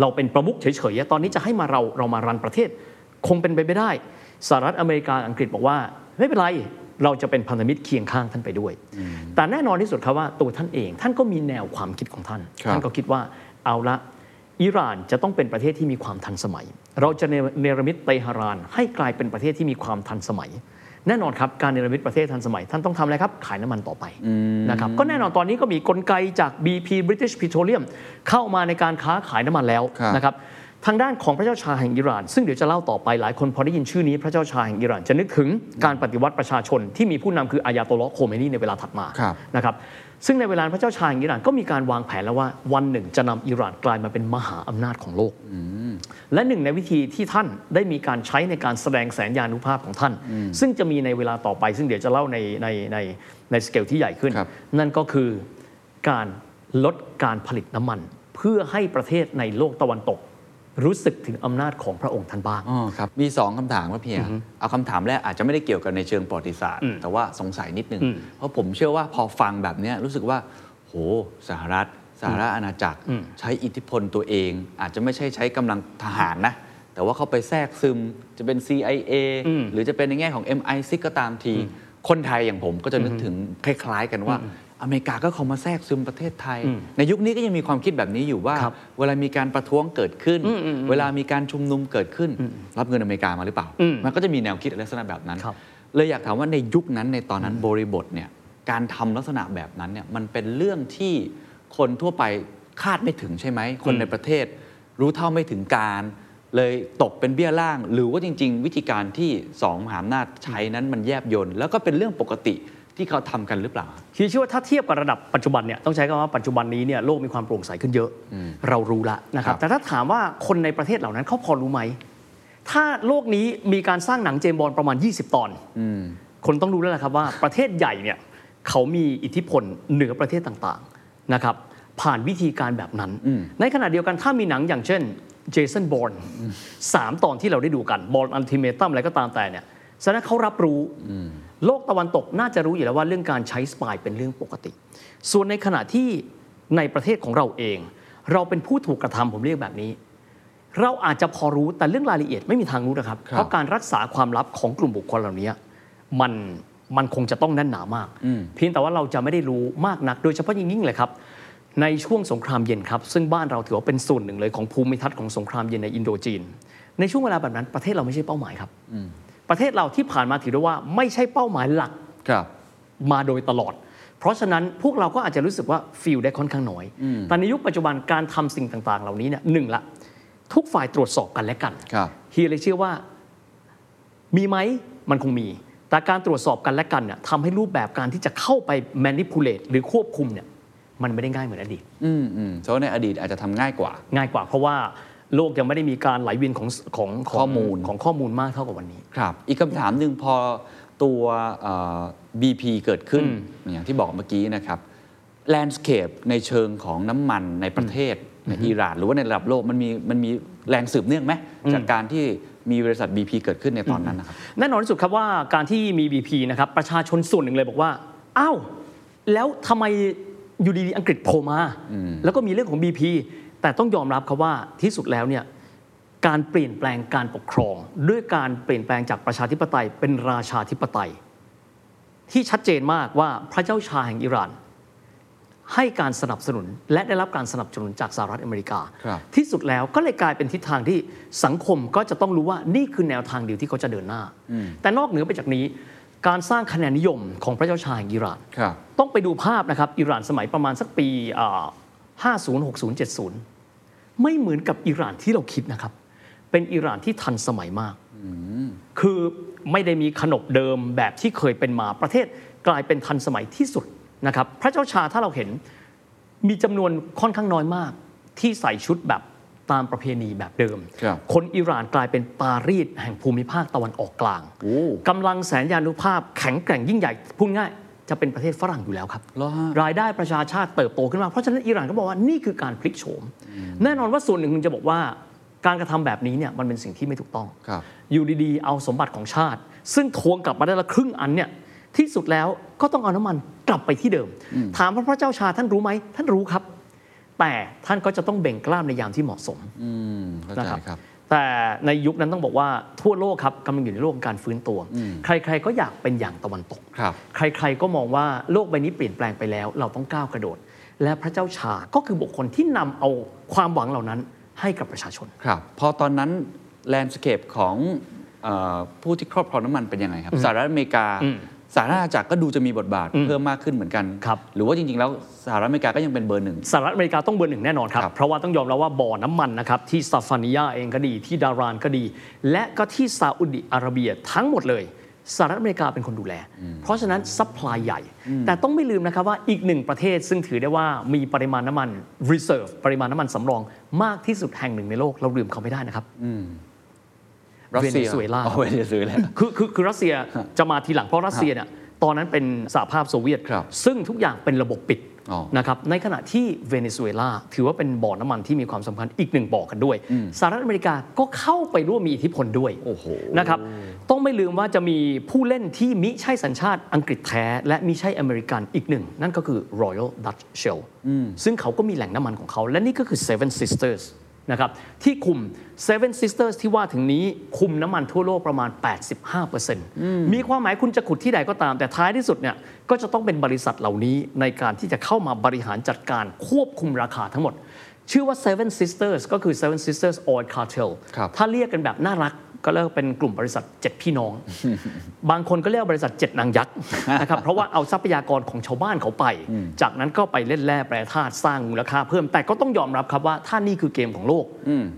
C: เราเป็นประมุขเฉยๆตอนนี้จะให้มาเราเรามารันประเทศ คงเป็นไปไม่ได้สหรัฐอเมริกาอังกฤษบอกว่าไม่เป็นไรเราจะเป็นพันธมิตรเคียงข้างท่านไปด้วย แต่แน่นอนที่สุดครับว่าตัวท่านเอง ท่านก็มีแนวความคิดของท่าน
B: ครับ
C: ท่านก็คิดว่าเอาละอิหร่านจะต้องเป็นประเทศที่มีความทันสมัย เราจะเนเนรมิตเตหะราน ให้กลายเป็นประเทศที่มีความทันสมัย แน่นอนครับการเนรมิตประเทศทันสมัย ท่านต้องทำอะไรครับ ขายน้ำมันต่อไปนะครับก็แน่นอนตอนนี้ก็มีกลไกจาก BP British Petroleum เข้ามาในการค้าขายน้ำมันแล้ว
B: ครับ
C: นะครับทางด้านของพระเจ้าชายแห่งอิหร่าน ซึ่งเดี๋ยวจะเล่าต่อไปหลายคนพอได้ยินชื่อนี้พระเจ้าชายแห่งอิหร่านจะนึกถึงการปฏิวัติประชาชนที่มีผู้นำคืออายาโตลลอฮ์โคเมนีในเวลาถัดมา
B: ครับ
C: นะครับซึ่งในเวลานั้นพระเจ้าชายแห่งอิหร่านก็มีการวางแผนแล้วว่าวันหนึ่งจะนำอิหร่านกลายมาเป็นมหาอำนาจของโลก และหนึ่งในวิธีที่ท่านได้มีการใช้ในการแสดงแสนยานุภาพของท่าน ซึ่งจะมีในเวลาต่อไป ซึ่งเดี๋ยวจะเล่าในในในในสเกลที่ใหญ่ขึ้น
B: ครับ
C: นั่นก็คือการลดการผลิตน้ำมัน เพื่อให้ประเทศในโลกตะวันตก รู้สึกถึงอำนาจของพระองค์ท่านบ้าง
B: อ๋อครับ มี 2คำถามครับพี่เอียเอาคำถามแรกอาจจะไม่ได้เกี่ยวกันในเชิงประวัติศาสตร์ แต่ว่าสงสัยนิดนึง
C: อืม
B: เพราะผมเชื่อว่าพอฟังแบบเนี้ยรู้สึกว่า โหสหรัฐสหรัฐอาณาจักร
C: อืม
B: ใช้อิทธิพลตัวเอง อาจจะไม่ใช่ใช้กำลังทหารนะ แต่ว่าเขาไปแทรกซึมจะเป็น CIA
C: อืม
B: หรือจะเป็นในแง่ของ MI6 ก็ตามที คนไทยอย่างผมก็จะนึกถึงคล้าย ๆ กันว่า อเมริกาก็เข้ามาแทรกซึมประเทศไทย
C: อืม
B: ในยุคนี้ก็ยังมีความคิดแบบนี้อยู่ว่า
C: ครับ
B: เวลามีการประท้วงเกิดขึ้น
C: อืมอืมอืม
B: เวลามีการชุมนุมเกิดขึ้น รับเงินอเมริกามาหรือเปล่า
C: อืม
B: มันก็จะมีแนวคิดลักษณะแบบนั้น
C: ครับ
B: เลยอยากถามว่าในยุคนั้นในตอนนั้นบริบทเนี่ยการทำลักษณะแบบนั้นเนี่ยมันเป็นเรื่องที่คนทั่วไปคาดไม่ถึงใช่ไหม คน
C: อืม
B: ในประเทศ รู้เท่าไม่ถึงการ เลยตกเป็นเบี้ยล่าง หรือว่าจริง ๆ วิธีการที่สองมหาอำนาจใช้นั้นมันแยบยนแล้วก็เป็นเรื่องปกติที่เขาทำกันหรือเปล่า
C: คือเชื่อว่าถ้าเทียบกับระดับปัจจุบันเนี่ยต้องใช้คำว่าปัจจุบันนี้เนี่ยโลกมีความโปร่งใสขึ้นเยอะ เรารู้ละนะครั
B: ครับ บ
C: แต่ถ้าถามว่าคนในประเทศเหล่านั้นเขาพอรู้ไหม ถ้าโลกนี้มีการสร้างหนังเจมส์บอลประมาณ 20 ตอน
B: อืม
C: คนต้องรู้แล้วนะครับว่าประเทศใหญ่เนี่ยเขามีอิทธิพลเหนือประเทศต่างๆนะครับผ่านวิธีการแบบนั้น
B: อืม
C: ในขณะเดียวกันถ้ามีหนังอย่างเช่นเจสันบอลสามตอนที่เราได้ดูกันบอลอันติเมตัมอะไรก็ตามแต่เนี่ยแสดงว่าเขารับรู้ โลกตะวันตกน่าจะรู้อยู่แล้วว่าเรื่องการใช้สปายเป็นเรื่องปกติ ส่วนในขณะที่ในประเทศของเราเอง เราเป็นผู้ถูกกระทำผมเรียกแบบนี้ เราอาจจะพอรู้แต่เรื่องรายละเอียดไม่มีทางรู้นะครับ
B: ครับ
C: เพราะการรักษาความลับของกลุ่มบุคคลเหล่านี้มันมันคงจะต้องแน่นหนามาก เพียงแต่ว่าเราจะไม่ได้รู้มากนัก โดยเฉพาะอย่างยิ่งเลยครับ ในช่วงสงครามเย็นครับ ซึ่งบ้านเราถือว่าเป็นส่วนหนึ่งเลยของภูมิทัศน์ของสงครามเย็นในอินโดจีน ในช่วงเวลาแบบนั้นประเทศเราไม่ใช่เป้าหมายครับ ประเทศเราที่ผ่านมาถือได้ว่าไม่ใช่เป้าหมายหลัก
B: ครับ
C: มาโดยตลอด เพราะฉะนั้นพวกเราก็อาจจะรู้สึกว่าฟิลได้ค่อนข้างน้อย แต่ในยุคปัจจุบันการทำสิ่งต่างๆ เหล่านี้เนี่ยหนึ่งละทุกฝ่ายตรวจสอบกันและกัน
B: ครับ
C: เฮียเลยเชื่อว่ามีไหมมันคงมี แต่การตรวจสอบกันและกันเนี่ยทำให้รูปแบบการที่จะเข้าไป manipulate หรือควบคุมเนี่ยมันไม่ได้ง่ายเหมือนอดีต
B: อืมอืมเพราะว่าในอดีตอาจจะทำง่ายกว่า
C: ง่ายกว่าเพราะว่าโลกยังไม่ได้มีการไหลเวียนของของขง
B: ข้อมูล
C: ของข้อมูลมากเท่ากับวันนี้
B: ครับ อีกคำถามหนึ่งพอตัวเอ่อ BP เกิดขึ้น อย่างที่บอกเมื่อกี้นะครับแลนด์สเคปในเชิงของน้ำมันในประเทศในอิหร่านหรือว่าในระดับโลกมันมีมันมีแรงสืบเนื่องไหม จากการที่มีบริษัท BP เกิดขึ้นในตอนนั้นนะครับ
C: แน่นอนที่สุดครับว่าการที่มี BP นะครับประชาชนส่วนหนึ่งเลยบอกว่า อ้าว แล้วทำไมอยู่ดีๆอังกฤษโผล่มา แล้วก็มีเรื่องของ BP แต่ต้องยอมรับครับว่าที่สุดแล้วเนี่ยการเปลี่ยนแปลงการปกครอง ด้วยการเปลี่ยนแปลงจากประชาธิปไตยเป็นราชาธิปไตย ที่ชัดเจนมากว่าพระเจ้าชายแห่งอิหร่าน ให้การสนับสนุนและได้รับการสนับสนุนจากสหรัฐอเมริกา
B: ครับ
C: ที่สุดแล้วก็เลยกลายเป็นทิศทางที่สังคมก็จะต้องรู้ว่านี่คือแนวทางเดียวที่เขาจะเดินหน้า แต่นอกเหนือไปจากนี้ การสร้างคะแนนนิยมของพระเจ้าชายแห่งอิหร่าน
B: ครับ
C: ต้องไปดูภาพนะครับ อิหร่านสมัยประมาณสักปีเอ่อ50 60 70 ไม่เหมือนกับอิหร่านที่เราคิดนะครับ เป็นอิหร่านที่ทันสมัยมาก คือไม่ได้มีขนบเดิมแบบที่เคยเป็นมาประเทศกลายเป็นทันสมัยที่สุดนะครับ พระเจ้าชาถ้าเราเห็นมีจำนวนค่อนข้างน้อยมาก ที่ใส่ชุดแบบตามประเพณีแบบเดิม
B: ครับ
C: คนอิหร่านกลายเป็นปารีสแห่งภูมิภาคตะวันออกกลาง
B: โอ้
C: กำลังแสนยานุภาพแข็งแกร่งยิ่งใหญ่ พูดง่ายจะเป็นประเทศฝรั่งอยู่แล้วครับ
B: แล้วฮะ
C: รายได้ประชาชาติเติบโตขึ้นมา เพราะฉะนั้นอิหร่านก็บอกว่านี่คือการพลิกโฉม แน่นอนว่าส่วนหนึ่งคุณจะบอกว่า การกระทำแบบนี้เนี่ยมันเป็นสิ่งที่ไม่ถูกต้อง
B: ครับ
C: อยู่ดีๆ เอาสมบัติของชาติ ซึ่งทวงกลับมาได้ละครึ่งอันเนี่ย ที่สุดแล้วก็ต้องเอาน้ำมันกลับไปที่เดิม ถามว่าพระเจ้าชาท่านรู้ไหมท่านรู้ครับ แต่ท่านก็จะต้องเบ่งกล้ามในยามที่เหมาะสม
D: อืมเข้าใจ
C: นะครับ
D: ครับ
C: แต่ในยุคนั้นต้องบอกว่าทั่วโลกครับกำลังอยู่ในโลกของการฟื้นตัว
D: อืม
C: ใครๆก็อยากเป็นอย่างตะวันตก
D: ครับ
C: ใครๆก็มองว่าโลกใบนี้เปลี่ยนแปลงไปแล้ว เราต้องก้าวกระโดด และพระเจ้าชาก็คือบุคคลที่นำเอาความหวังเหล่านั้นให้กับประชาชน
D: ครับ พอตอนนั้นแลนด์สเคปของเอ่อผู้ที่ครอบครองน้ำมันเป็นยังไงครับสหรัฐอเมริกา
C: อืม
D: สหรัฐอาณาจักรก็ดูจะมีบทบาท
C: อืม
D: เพิ่มมากขึ้นเหมือนกัน
C: ครับ
D: หรือว่าจริง ๆ แล้วสหรัฐอเมริกาก็ยังเป็นเบอร์หนึ่ง
C: สหรัฐอเมริกาต้องเบอร์หนึ่งแน่นอนครับ
D: ครับ
C: เพราะว่าต้องยอมรับว่าบ่อน้ำมันนะครับที่ซาฟานิยาเองก็ดีที่ดารานก็ดี และก็ที่ซาอุดิอาระเบียทั้งหมดเลยสหรัฐอเมริกาเป็นคนดูแล เพราะฉะนั้นซัพพลายใหญ่ แต่ต้องไม่ลืมนะครับว่าอีกหนึ่งประเทศซึ่งถือได้ว่ามีปริมาณน้ำมัน reserve ปริมาณน้ำมันสำรองมากที่สุดแห่งหนึ่งในโลกเราลืมเขาไม่ได้นะครับ
D: รัสเซีย
C: เวเนซุเอลา
D: อ๋อเวเนซุเอ ลา
C: คือคือคือรัสเซียจะมาทีหลังเพราะรัสเซียเนี่ยตอนนั้นเป็นสหภาพโซเวียต
D: ครับ
C: ซึ่งทุกอย่างเป็นระบบปิด
D: อ๋อ
C: นะครับในขณะที่เวเนซุเอลาถือว่าเป็นบ่อน้ำมันที่มีความสำคัญอีกหนึ่งบ่อกันด้วยสหรัฐอเมริกาก็เข้าไปร่วมมีอิทธิพลด้วย
D: โอ้โห
C: นะครับต้องไม่ลืมว่าจะมีผู้เล่นที่มิใช่สัญชาติอังกฤษแท้ และมิใช่อเมริกันอีกหนึ่ง นั่นก็คือ Royal Dutch Shell ซึ่งเขาก็มีแหล่งน้ำมันของเขาและนี่ก็คือ Seven Sisters นะครับที่คุม Seven Sisters ที่ว่าถึงนี้คุมน้ำมันทั่วโลกประมาณ 85%มีความหมายคุณจะขุดที่ใดก็ตาม แต่ท้ายที่สุดเนี่ยก็จะต้องเป็นบริษัทเหล่านี้ในการที่จะเข้ามาบริหารจัดการควบคุมราคาทั้งหมด ชื่อว่า Seven Sisters ก็คือ Seven Sisters Oil Cartel
D: ครับ
C: ถ้าเรียกกันแบบน่ารักก็เรียกว่าเป็นกลุ่มบริษัท 7 พี่น้อง บางคนก็เรียกว่าบริษัท 7 นางยักษ์ นะครับเพราะว่าเอาทรัพยากรของชาวบ้านเขาไป จากนั้นก็ไปเล่นแร่แปรธาตุสร้างมูลค่าเพิ่มแต่ก็ต้องยอมรับครับว่าถ้านี่คือเกมของโลก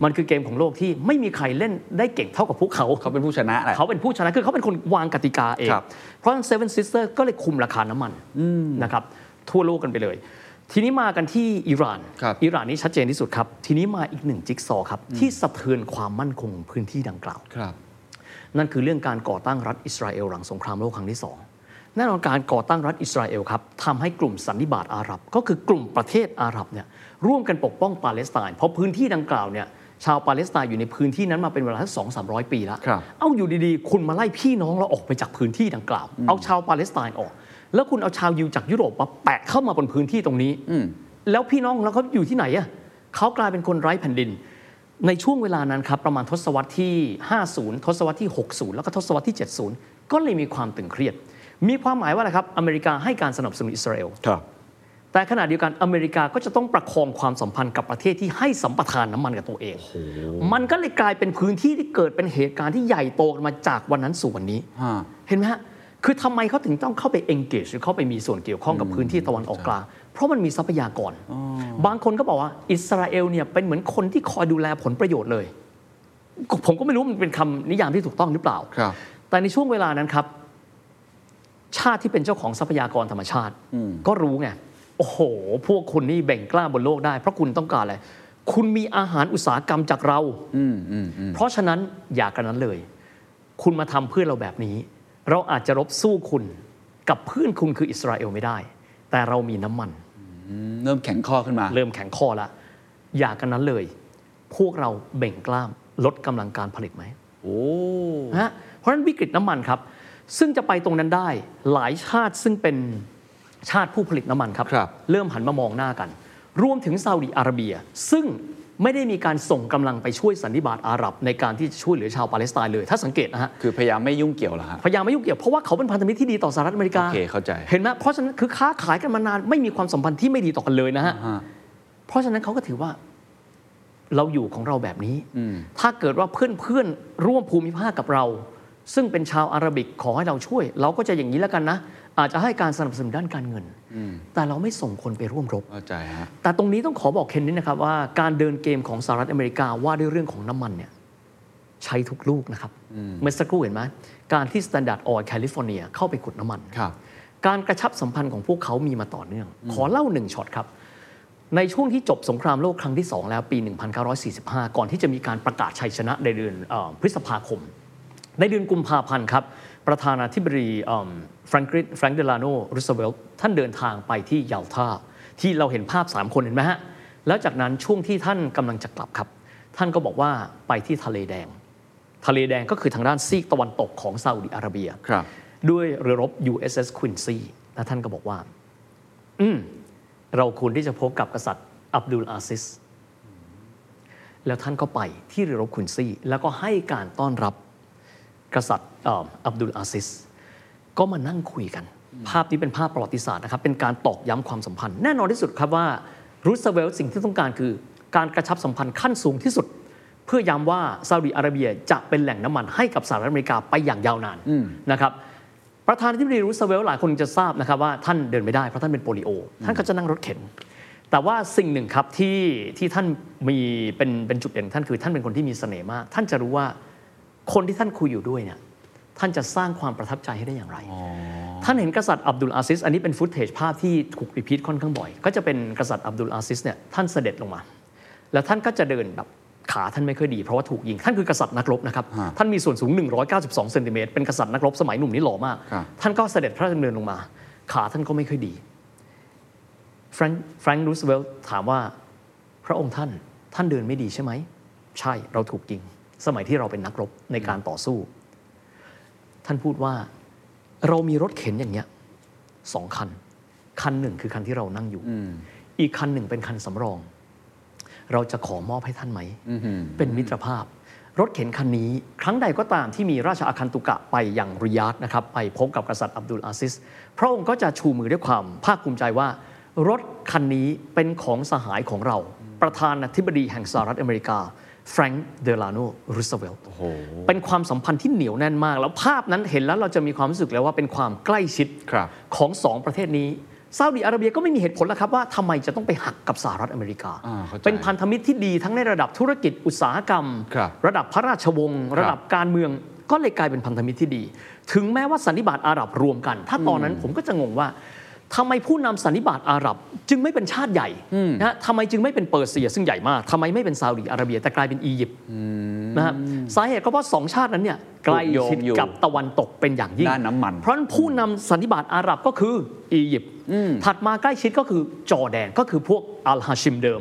C: มันคือเกมของโลกที่ไม่มีใครเล่นได้เก่งเท่ากับพวกเขา
D: เขาเป็นผู้ชนะแหละ
C: เขาเป็นผู้ชนะคือเขาเป็นคนวางกติกาเอง
D: ครับ
C: เพราะฉะนั้นเซเว่นซิสเตอร์ก็เลยคุมราคาน้ำมันนะครับทั่วโลกกันไปเลย ทีนี้มากันที่อิหร่าน
D: ครับ
C: อิหร่านนี่ชัดเจนที่สุดครับ ทีนี้มาอีกหนึ่งจิ๊กซอว์ครับที่สะเทือนความมั่นคงของพื้นที่ดังกล่าว
D: ครับ
C: นั่นคือเรื่องการก่อตั้งรัฐอิสราเอลหลังสงครามโลกครั้งที่ 2 แน่นอนการก่อตั้งรัฐอิสราเอลครับทำให้กลุ่มสันนิบาตอาหรับ ก็คือกลุ่มประเทศอาหรับเนี่ยร่วมกันปกป้องปาเลสไตน์เพราะพื้นที่ดังกล่าวเนี่ยชาวปาเลสไตน์อยู่ในพื้นที่นั้นมาเป็นเวลาสองสามร้อยปีแล้ว
D: ครับ
C: เอาอยู่ดีๆ คุณมาไล่พี่น้องเราออกไปจากพื้นที่ดังกล่าว เอาชาวปาเลสไตน์ออก แล้วคุณเอาชาวยิวจากยุโรปมาแปะเข้ามาบนพื้นที่ตรงนี้
D: อืม
C: แล้วพี่น้องของเราเขาอยู่ที่ไหนอะเขากลายเป็นคนไร้แผ่นดิน ในช่วงเวลานั้นครับ ประมาณทศวรรษที่ 50 ทศวรรษที่ 60 แล้วก็ทศวรรษที่ 70 ก็เลยมีความตึงเครียด มีความหมายว่าอะไรครับ อเมริกาให้การสนับสนุนอิสราเอล
D: ครับ
C: แต่ขณะเดียวกันอเมริกาก็จะต้องประคองความสัมพันธ์กับประเทศที่ให้สัมปทานน้ำมันกับตัวเอง มันก็เลยกลายเป็นพื้นที่ที่เกิดเป็นเหตุการณ์ที่ใหญ่โตกันมาจากวันนั้นสู่วันนี้
D: ฮะ
C: เห็นไหมฮะ คือทำไมเขาถึงต้องเข้าไป engage หรือเข้าไปมีส่วนเกี่ยวข้องกับพื้นที่ตะวันออกกลาง เพราะมันมีทรัพยากร บางคนก็บอกว่าอิสราเอลเนี่ยเป็นเหมือนคนที่คอยดูแลผลประโยชน์เลย ผมก็ไม่รู้มันเป็นคำนิยามที่ถูกต้องหรือเปล่า
D: ครับ
C: แต่ในช่วงเวลานั้นครับ ชาติที่เป็นเจ้าของทรัพยากรธรรมชาติ ก็รู้ไง โอ้โห พวกคุณนี่แบ่งกล้าบนโลกได้ เพราะคุณต้องการอะไร คุณมีอาหารอุตสาหกรรมจากเรา
D: อืมอืมอืม
C: เพราะฉะนั้นอย่ากันนั้นเลย คุณมาทำเพื่อนเราแบบนี้ เราอาจจะรบสู้คุณกับเพื่อนคุณคืออิสราเอลไม่ได้ แต่เรามีน้ำมัน
D: เริ่มแข็งข้อขึ้นมา
C: เริ่มแข็งข้อละอย่ากันนั้นเลย พวกเราเบ่งกล้ามลดกำลังการผลิตไหม
D: โอ้
C: นะฮะเพราะฉะนั้นวิกฤตน้ำมันครับ ซึ่งจะไปตรงนั้นได้หลายชาติซึ่งเป็นชาติผู้ผลิตน้ำมันครับ
D: ครับ
C: เริ่มหันมามองหน้ากัน รวมถึงซาอุดิอาระเบีย ซึ่งไม่ได้มีการส่งกำลังไปช่วยสันนิบาตอาหรับ ในการที่จะช่วยเหลือชาวปาเลสไตน์เลย ถ้าสังเกตนะฮะ
D: คือพยายามไม่ยุ่งเกี่ยวเหรอฮะ
C: พยายามไม่ยุ่งเกี่ยวเพราะว่าเขาเป็นพันธมิตรที่ดีต่อสหรัฐอเมริกา
D: โอเคเข้าใจ
C: เห็นไหมเพราะฉะนั้นคือค้าขายกันมานานไม่มีความสัมพันธ์ที่ไม่ดีต่อกันเลยนะฮะ
D: ฮะ
C: เพราะฉะนั้นเขาก็ถือว่าเราอยู่ของเราแบบนี้
D: อืม
C: ถ้าเกิดว่าเพื่อนๆ ร่วมภูมิภาคกับเรา ซึ่งเป็นชาวอาหรับิกขอให้เราช่วย เราก็จะอย่างนี้แล้วกันนะ อาจจะให้การสนับสนุนด้านการเงิน แต่เราไม่ส่งคนไปร่วมรบ
D: เข้าใจฮะ
C: แต่ตรงนี้ต้องขอบอกเคนนิดนะครับว่าการเดินเกมของสหรัฐอเมริกาว่าด้วยเรื่องของน้ำมันเนี่ยใช้ทุกลูกนะครับเมื่อสักครู่เห็นไหมการที่ Standard Oil California เข้าไปขุดน้ำมัน
D: ครับ
C: การกระชับสัมพันธ์ของพวกเขามีมาต่อเนื่อง ขอเล่าหนึ่งช็อตครับ ในช่วงที่จบสงครามโลกครั้งที่ 2 แล้วปี 1945 ก่อนที่จะมีการประกาศชัยชนะในเดือนเอ่อพฤษภาคม ในเดือนกุมภาพันธ์ครับ ประธานาธิบดีแฟรงกินแฟรงเดลาโนรูสเวลท่านเดินทางไปที่ยาลตาที่เราเห็นภาพ 3 คนเห็นไหมฮะ แล้วจากนั้นช่วงที่ท่านกำลังจะกลับครับ ท่านก็บอกว่าไปที่ทะเลแดง ทะเลแดงก็คือทางด้านซีกตะวันตกของซาอุดิอาระเบีย
D: ครับ
C: ด้วยเรือรบ USS Quincy และท่านก็บอกว่า อืม เราควรที่จะพบกับกษัตริย์อับดุลอาซิส แล้วท่านก็ไปที่เรือรบคุนซี่ แล้วก็ให้การต้อนรับกษัตริย์เอ่ออับดุลอาซิส ก็มานั่งคุยกัน ภาพนี้เป็นภาพประวัติศาสตร์นะครับ เป็นการตอกย้ำความสัมพันธ์ แน่นอนที่สุดครับว่ารูสเวลต์สิ่งที่ต้องการคือ การกระชับสัมพันธ์ขั้นสูงที่สุด เพื่อย้ำว่าซาอุดีอาระเบียจะเป็นแหล่งน้ำมันให้กับสหรัฐอเมริกาไปอย่างยาวนานนะครับ ประธานาธิบดีรูสเวลต์หลายคนจะทราบนะครับว่าท่านเดินไม่ได้เพราะท่านเป็นโปลิโอ ท่านก็จะนั่งรถเข็น แต่ว่าสิ่งหนึ่งครับที่ที่ท่านมีเป็นเป็นจุดเด่นของท่านคือท่านเป็นคนที่มีเสน่ห์มาก ท่านจะรู้ว่าคนที่ท่านคุยอยู่ด้วยเนี่ยท่านจะสร้างความประทับใจให้ได้อย่างไร ท่านเห็นกษัตริย์อับดุลอาซิส อันนี้เป็นฟุตเทจภาพที่ถูกรีพีทค่อนข้างบ่อย ก็จะเป็นกษัตริย์อับดุลอาซิสเนี่ยท่านเสด็จลงมา แล้วท่านก็จะเดินแบบขาท่านไม่ค่อยดี เพราะว่าถูกยิง ท่านคือกษัตริย์นักรบนะครับ ท่านมีส่วนสูง 192เซนติเมตรเป็นกษัตริย์นักรบสมัยหนุ่มนี่หล่อมาก
D: ครับ
C: ท่านก็เสด็จพระราชดำเนินลงมา ขาท่านก็ไม่ค่อยดีแฟรงค์แฟรงค์รูสเวลต์ถามว่าพระองค์ท่านท่านเดินไม่ดีใช่ไหม ใช่เราถูกยิง สมัยที่เราเป็นนักรบในการต่อสู้ ท่านพูดว่าเรามีรถเข็นอย่างเงี้ยสองคัน คันหนึ่งคือคันที่เรานั่งอยู่ อีกคันหนึ่งเป็นคันสำรอง เราจะขอมอบให้ท่านไหม เป็นมิตรภาพ รถเข็นคันนี้ ครั้งใดก็ตามที่มีราชอาคันตุกะไปอย่างริยาดนะครับ ไปพบกับกษัตริย์อับดุลอาซิส พระองค์ก็จะชูมือด้วยความภาคภูมิใจว่า รถคันนี้เป็นของสหายของเรา ประธานาธิบดีแห่งสหรัฐอเมริกาแฟรงค์เดลาโนรูสเวลต์ เป็นความสัมพันธ์ที่เหนียวแน่นมาก แล้วภาพนั้นเห็นแล้วเราจะมีความรู้สึกแล้วว่าเป็นความใกล้ชิด
D: ครับ
C: ของสองประเทศนี้ซาอุดีอาระเบียก็ไม่มีเหตุผลแล้วครับว่าทำไมจะต้องไปหักกับสหรัฐอเมริกา
D: อ่าเข้าใจ
C: เป็นพันธมิตรที่ดีทั้งในระดับธุรกิจอุตสาหกรรม
D: ครับ
C: ระดับพระราชวงศ์ระดับการเมืองก็เลยกลายเป็นพันธมิตรที่ดี ถึงแม้ว่าสันนิบาตอาหรับรวมกัน ถ้าตอนนั้นผมก็จะงงว่าทำไมผู้นำสันนิบาตอาหรับจึงไม่เป็นชาติใหญ่นะฮะทำไมจึงไม่เป็นเปอร์เซีย ซึ่งใหญ่มากทำไมไม่เป็นซาอุดีอาระเบียแต่กลายเป็นอียิปต์ นะฮะสาเหตุก็เพราะสองชาตินั้นเนี่ยใกล้ชิด
D: ถูกโยงอยู่
C: กับตะวันตกเป็นอย่างยิ่ง
D: ด้านน้ำมัน
C: เพราะฉะนั้นผู้นำสันนิบาตอาหรับก็คืออียิปต์ถัดมาใกล้ชิดก็คือจอร์แดนก็คือพวกอัลฮาชิมเดิม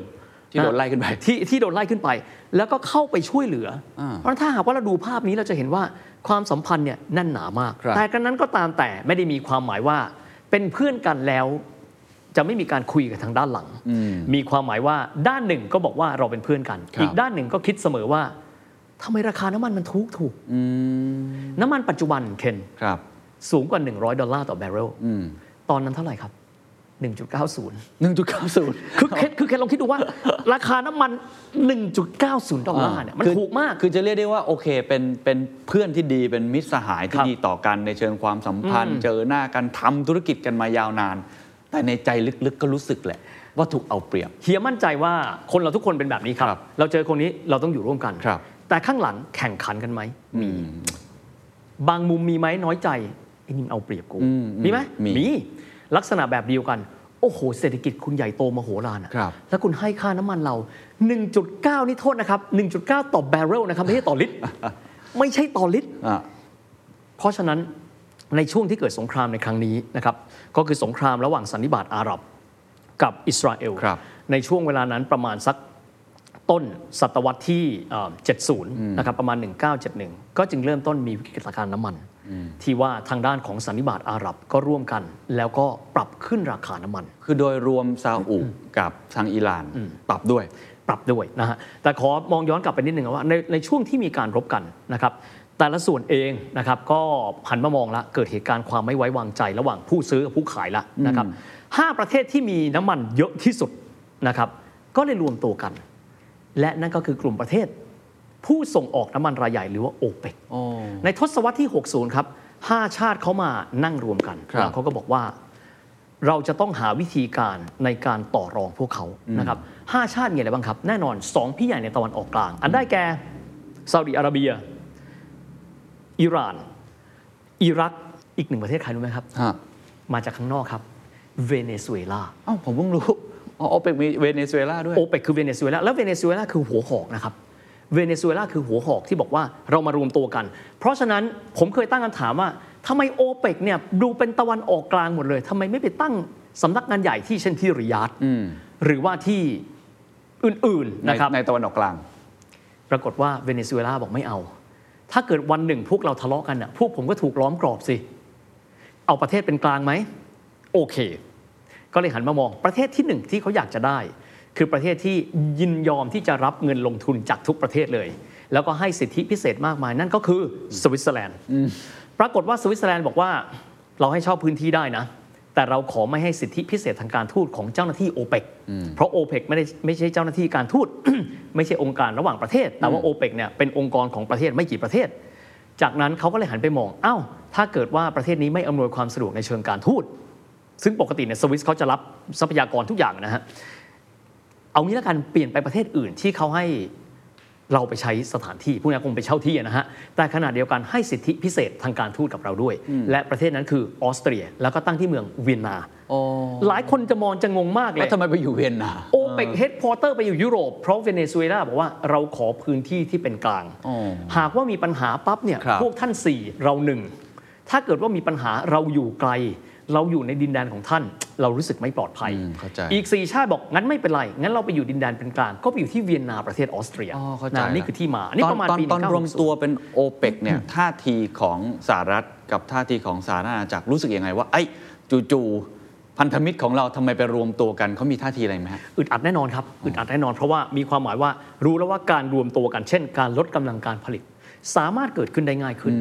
D: ที่โดนะ ไล่ขึ้นไป
C: ที่ที่โดนไล่ขึ้นไป แล้วก็เข้าไปช่วยเหลืออา เพราะฉะนั้นถ้าหากว่าเราดูภาพนี้เราจะเห็นว่าความสัมพันธ์เนี่ยแน่นหนามาก
D: ครับ
C: แต่กันนั้นก็ตามแต่ไม่ได้มีความหมายว่าเป็นเพื่อนกันแล้ว จะไม่มีการคุยกันทางด้านหลัง มีความหมายว่าด้านหนึ่งก็บอกว่าเราเป็นเพื่อนกัน
D: ครับ
C: อีกด้านหนึ่งก็คิดเสมอว่าทำไมราคาน้ำมันมันถูกถูก
D: อืม
C: น้ำมันปัจจุบันเคน
D: ครับ
C: สูงกว่า 100 ดอลลาร์ต่อแบเรล
D: อืม
C: ตอนนั้นเท่าไหร่ครับ 1.90
D: หนึ่งจุดเก้าศูนย์
C: คือเคสคือเคสลองคิดดูว่า ราคาน้ำมัน 1.90 ดอลลาร์เนี่ยมัน
D: คือ
C: ถูกมาก
D: คือจะเรียกได้ว่าโอเคเป็นเป็นเพื่อนที่ดีเป็นมิตรสหายที่
C: ครับ
D: ดีต่อกันในเชิงความสัมพันธ์ เจอหน้ากันทำธุรกิจกันมายาวนาน แต่ในใจลึกๆก็รู้สึกแหละ ว่าถูกเอาเปรียบ
C: เฮียมั่นใจว่าคนเราทุกคนเป็นแบบนี้ครับ
D: ครับ
C: เราเจอคนนี้เราต้องอยู่ร่วมกัน
D: ครับ
C: แต่ข้างหลังแข่งขันกันไหม มี บางมุมมีไหมน้อยใจไอ้นี่มันเอาเปรียบกู
D: อืมอืม
C: มีไหม
D: มี
C: ลักษณะแบบเดียวกัน โอ้โห เศรษฐกิจคุณใหญ่โตมโหฬารนะครับ แล้วคุณให้ค่าน้ำมันเรา 1.9 นี่โทษนะครับ 1.9 ต่อแบเรลนะครับไม่ใช่ต่อลิตร ไม่ใช่ต่อลิตร
D: อ่ะ
C: เพราะฉะนั้นในช่วงที่เกิดสงครามในครั้งนี้นะครับก็คือสงครามระหว่างสันนิบาตอาหรับกับอิสราเอล
D: ครับ
C: ในช่วงเวลานั้นประมาณสักต้นศตวรรษที่เอ่อ70 นะครับประมาณ 1971 ก็จึงเริ่มต้นมีวิกฤตการณ์น้ำมัน ที่ว่าทางด้านของสันนิบาตอาหรับก็ร่วมกัน แล้วก็ปรับขึ้นราคาน้ำมัน
D: คือโดยรวมซาอุกับทางอิหร่านปรับด้วย
C: ปรับด้วยนะฮะ แต่ขอมองย้อนกลับไปนิดหนึ่งว่าในในช่วงที่มีการรบกันนะครับ แต่ละส่วนเองนะครับก็หันมามองละเกิดเหตุการณ์ความไม่ไว้วางใจระหว่างผู้ซื้อกับผู้ขายละนะครับห้าประเทศที่มีน้ำมันเยอะที่สุดนะครับ ก็เลยรวมตัวกัน และนั่นก็คือกลุ่มประเทศ ผู้ส่งออกน้ำมันรายใหญ่หรือว่าโอเปก ในทศวรรษที่ 60 ครับ 5 ชาติเขามานั่งรวมกัน
D: ครับ
C: แล้วเขาก็บอกว่า เราจะต้องหาวิธีการในการต่อรองพวกเขานะครับห้าชาติมีอะไรบ้างครับ แน่นอน 2 พี่ใหญ่ในตะวันออกกลาง อันได้แก่ซาอุดิอาระเบีย อิหร่าน อิรัก อีกหนึ่งประเทศใครรู้ไหมครับ
D: ฮะ
C: มาจากข้างนอกครับ เวเนซุเอลา
D: เอ้าผมเพิ่งรู้อ๋อโอเปกมีเวเนซุเอลาด้วย
C: โอเปกคือเวเนซุเอลาแล้วเวเนซุเอลาคือหัวหอกนะครับ เวเนซุเอลาคือหัวหอกที่บอกว่าเรามารวมตัวกัน เพราะฉะนั้นผมเคยตั้งคำถามว่าทำไมโอเปกเนี่ยดูเป็นตะวันออกกลางหมดเลยทำไมไม่ไปตั้งสำนักงานใหญ่ที่เช่นที่ริยาดหรือว่าที่อื่นๆ
D: ใน
C: นะครับ
D: ในตะวันออกกลาง
C: ปรากฏว่าเวเนซุเอลาบอกไม่เอา ถ้าเกิดวันหนึ่งพวกเราทะเลาะกันอ่ะพวกผมก็ถูกล้อมกรอบสิ เอาประเทศเป็นกลางไหม โอเค ก็เลยหันมามองประเทศที่หนึ่งที่เขาอยากจะได้ คือประเทศที่ยินยอมที่จะรับเงินลงทุนจากทุกประเทศเลย แล้วก็ให้สิทธิพิเศษมากมายนั่นก็คือสวิตเซอร์แลนด์ปรากฏว่าสวิตเซอร์แลนด์บอกว่าเราให้เช่าพื้นที่ได้นะ แต่เราขอไม่ให้สิทธิพิเศษทางการทูตของเจ้าหน้าที่โอเปกเพราะโอเปกไม่ได้ไม่ใช่เจ้าหน้าที่การทูต ไม่ใช่องค์การระหว่างประเทศ แต่ว่าโอเปกเนี่ยเป็นองค์กรของประเทศไม่กี่ประเทศ จากนั้นเขาก็เลยหันไปมองเอ้าถ้าเกิดว่าประเทศนี้ไม่อำนวยความสะดวกในเชิงการทูต ซึ่งปกติเนี่ยสวิสเขาจะรับทรัพยากรทุกอย่างนะฮะ เอางี้ละกันเปลี่ยนไปประเทศอื่นที่เขาให้เราไปใช้สถานที่พวกนี้คงไปเช่าที่อะนะฮะ แต่ขณะเดียวกันให้สิทธิพิเศษทางการทูตกับเราด้วย และประเทศนั้นคือออสเตรีย แล้วก็ตั้งที่เมืองเวียนนา
D: โอ้
C: หลายคนจะมองจะงงมากเล
D: แล้ว
C: ย
D: ทำไมไปอยู่เวียนนา
C: โอเปกเฮดพอเตอร์ไปอยู่ยุโรป เพราะเวเนซุเอลาบอกว่าเราขอพื้นที่ที่เป็นกลาง
D: อ๋อ
C: หากว่ามีปัญหาปั๊บเนี่ย
D: ครับ
C: พวกท่าน 4 เราหนึ่งถ้าเกิดว่ามีปัญหาเราอยู่ไกล เราอยู่ในดินแดนของท่าน เรารู้สึกไม่ปลอดภัย
D: อืมเข้าใจ
C: อีก 4 ชาติบอก งั้นไม่เป็นไร งั้นเราไปอยู่ดินแดนเป็นกลาง ก็ไปอยู่ที่เวียนนาประเทศออสเตรีย
D: อ๋อเข้าใจ
C: นะ
D: ละ
C: นี่คือที่มานี่
D: ตอ
C: ประมาณ
D: ตอน
C: ปี
D: ตอน
C: 1990
D: รวมตัวเป็นโอเปกเนี่ยท่าทีของสหรัฐกับท่าทีของสาธารณรัฐอาณาจักรรู้สึกยังไงว่าไอ้ยจู่ๆพันธมิตรของเราทำไมไปรวมตัวกันเขามีท่าทีอะไรไหมฮะ
C: อึดอัดแน่นอนครับอึดอัดแน่นอนเพราะว่ามีความหมายว่ารู้แล้วว่าการรวมตัวกันเช่น การลดกำลังการผลิต สามารถเกิดขึ้นได้ง่ายขึ้น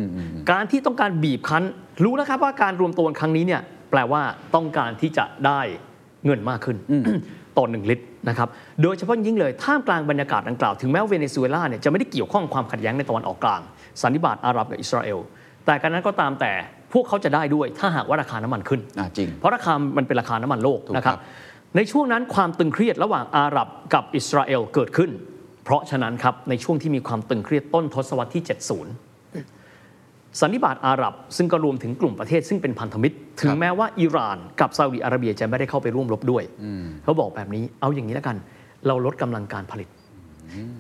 C: การที่ต้องการบีบคั้น รู้แล้วครับว่าการรวมตัวกันครั้งนี้เนี่ยแปลว่าต้องการที่จะได้เงินมากขึ้น ต่อหนึ่งลิตรนะครับโดยเฉพาะยิ่งเลยท่ามกลางบรรยากาศดังกล่าวถึงแม้ว่าเวเนซุเอลาเนี่ยจะไม่ได้เกี่ยวข้องความขัดแย้งในตะวันออกกลางสันนิบาตอาหรับกับอิสราเอลแต่การนั้นก็ตามแต่พวกเขาจะได้ด้วยถ้าหากว่าราคาน้ำมันขึ้น
D: อ่าจริง
C: เพราะราคามันเป็นราคาน้ำมันโลก
D: ถูกครับ
C: นะครับ ในช่วงนั้นความตึงเครียดระหว่างอาหรับกับอิสราเอลเกิดขึ้น เพราะฉะนั้นครับ ในช่วงที่มีความตึงเครียดต้นทศวรรษที่ 70 สันนิบาตอาหรับ ซึ่งก็รวมถึงกลุ่มประเทศซึ่งเป็นพันธมิตร ถึงแม้ว่าอิหร่านกับซาอุดิอาระเบียจะไม่ได้เข้าไปร่วมรบด้วย เขาบอกแบบนี้เอาอย่างนี้แล้วกัน เราลดกำลังการผลิต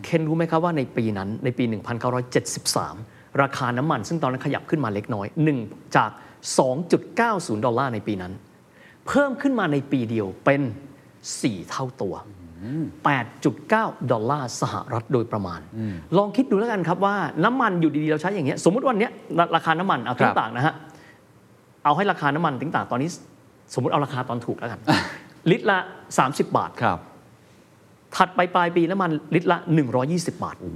C: เคนรู้ไหมครับว่าในปีนั้นในปี 1973 ราคาน้ำมันซึ่งตอนนั้นขยับขึ้นมาเล็กน้อย 1 จาก 2.90 ดอลลาร์ในปีนั้น เพิ่มขึ้นมาในปีเดียวเป็น 4 เท่าตัว 8.9 ดอลลาร์สหรัฐโดยประมาณ ลองคิดดูแล้วกันครับว่าน้ำมันอยู่ดีๆ เราใช้อย่างเงี้ยสมมติวันเนี้ยราราคาน้ำมันเอา
D: ครั
C: ทิ้
D: บ
C: งต่างนะฮะ เอาให้ราคาน้ำมันทิ้งต่างตอนนี้ สมมติเอาราคาตอนถูกแล้วกัน ลิตรละ 30 บาท
D: ครับ
C: ถัดไปปลายปีน้ำมันลิตรละ 120 บาท
D: โอ้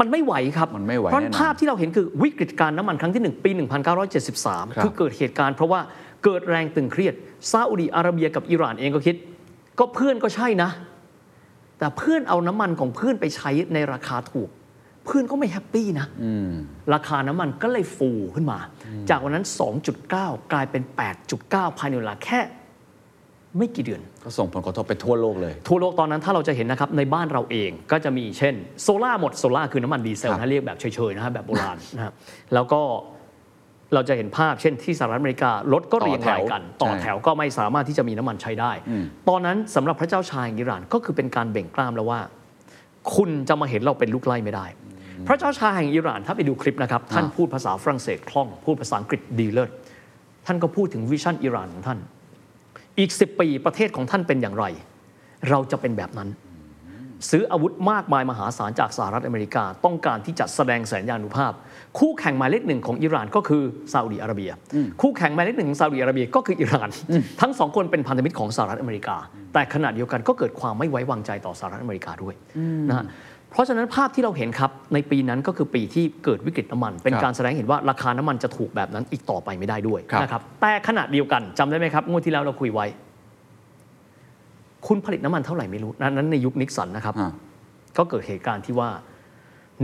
C: มันไม่ไหวครับ
D: มันไม่ไหว
C: เพราะ
D: แน่นอน
C: ภาพที่เราเห็นคือวิกฤตการณ์น้ำมันครั้งที่ 1 ปี
D: ครับ
C: 1973 คือเกิดเหตุการณ์เพราะว่าเกิดแรงตึงเครียดซาอุดีอาระเบียกับอิหร่านเองก็คิด ก็เพื่อนก็ใช่นะ แต่เพื่อนเอาน้ำมันของเพื่อนไปใช้ในราคาถูก เพื่อนก็ไม่แฮปปี้นะ
D: อืม
C: ราคาน้ำมันก็เลยฟูขึ้นมา จากวันนั้น 2.9 กลายเป็น 8.9 ภายในเวลาแค่ ไม่กี่เดือน
D: ก็ส่งผลกระทบไปทั่วโลกเลย
C: ทั่วโลกตอนนั้นถ้าเราจะเห็นนะครับ ในบ้านเราเองก็จะมีเช่น โซล่าหมดโซล่าคือน้ำมันดีเซล
D: ครับ
C: นะเรียกแบบเฉยๆนะฮะแบบโบราณนะฮะแล้วก็เราจะเห็นภาพเช่นที่สหรัฐอเมริการถก็เรียงรายกัน ต่อแถวก็ไม่สามารถที่จะมีน้ำมันใช้ได้ ตอนนั้นสำหรับพระเจ้าชายอิหร่านก็คือเป็นการเบ่งกล้ามแล้วว่า คุณจะมาเห็นเราเป็นลูกไล่ไม่ได้ พระเจ้าชายแห่งอิหร่านถ้าไปดูคลิปนะครับ ท่านพูดภาษาฝรั่งเศสคล่อง พูดภาษาอังกฤษดีเลิศท่านก็พูดถึงวิชั่นอิหร่านของท่าน อีก 10 ปีประเทศของท่านเป็นอย่างไร เราจะเป็นแบบนั้น ซื้ออาวุธมากมายมหาศาลจากสหรัฐอเมริกา ต้องการที่จะแสดงแสนยานุภาพ คู่แข่งหมายเลขหนึ่งของอิหร่านก็คือซาอุดีอาระเบีย คู่แข่งหมายเลขหนึ่งของซาอุดีอาระเบียก็คืออิหร่าน ทั้งสองคนเป็นพันธมิตรของสหรัฐอเมริกา แต่ขณะเดียวกันก็เกิดความไม่ไว้วางใจต่อสหรัฐอเมริกาด้วยนะฮะเพราะฉะนั้นภาพที่เราเห็นครับในปีนั้นก็คือปีที่เกิดวิกฤตน้ำมัน เป็น
D: ครับ
C: การแสดงให้เห็นว่าราคาน้ำมันจะถูกแบบนั้นอีกต่อไปไม่ได้ด้วย
D: ครับ
C: นะครับแต่ขณะเดียวกันจำได้ไหมครับงวดที่แล้วเราคุยไว้ คุณผลิตน้ำมันเท่าไหร่ไม่รู้นะนั้นในยุคนิกสันนะครับ
D: อ่า
C: ก็เกิดเหตุการณ์ที่ว่า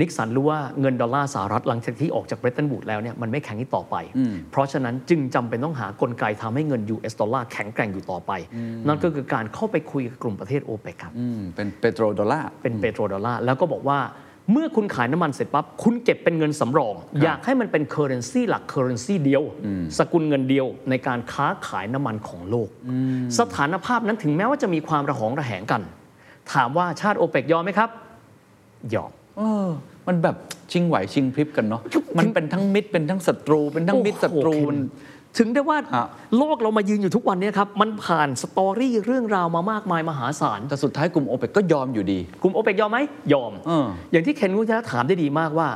C: นิกสันรู้ว่าเงินดอลลาร์สหรัฐหลังจากที่ออกจากเบรตันบูดแล้วเนี่ยมันไม่แข็งอีกต่อไป เพราะฉะนั้นจึงจำเป็นต้องหากลไกทำให้เงิน US ดอลลาร์แข็งแกร่งอยู่ต่อไป นั่นก็คือการเข้าไปคุยกับกลุ่มประเทศโอเปกครับ
D: อืม เป็นเปโตรดอลลาร์
C: เป็นเปโตรดอลลาร์แล้วก็บอกว่าเมื่อคุณขายน้ำมันเสร็จปั๊บ คุณเก็บเป็นเงินสำรอง อยากให้มันเป็นเคอร์เรนซีหลักเคอร์เรนซีเดียว สกุลเงินเดียวในการค้าขายน้ำมันของโลก สถานภาพนั้นถึงแม้ว่าจะมีความระหองระแหงกัน ถามว่าชาติโอเปกยอมไหมครับ ยอม
D: เออมันแบบชิงไหวชิงพริบกัน เนาะ มันเป็นทั้งมิตรเป็นทั้งศัตรู เป็นทั้งมิตรศัตรู
C: โอ้โห
D: มัน
C: ถึงได้ว่า
D: ฮะ
C: โลกเรามายืนอยู่ทุกวันเนี้ครับมันผ่านสตอรี่เรื่องราวมามากมายมหาศาล
D: แต่สุดท้ายกลุ่มโอเปกก็ยอมอยู่ดี
C: กลุ่มโอเปกยอมไหมยอม
D: เออ
C: อย่างที่เคนวุฒิถามได้ดีมากว่า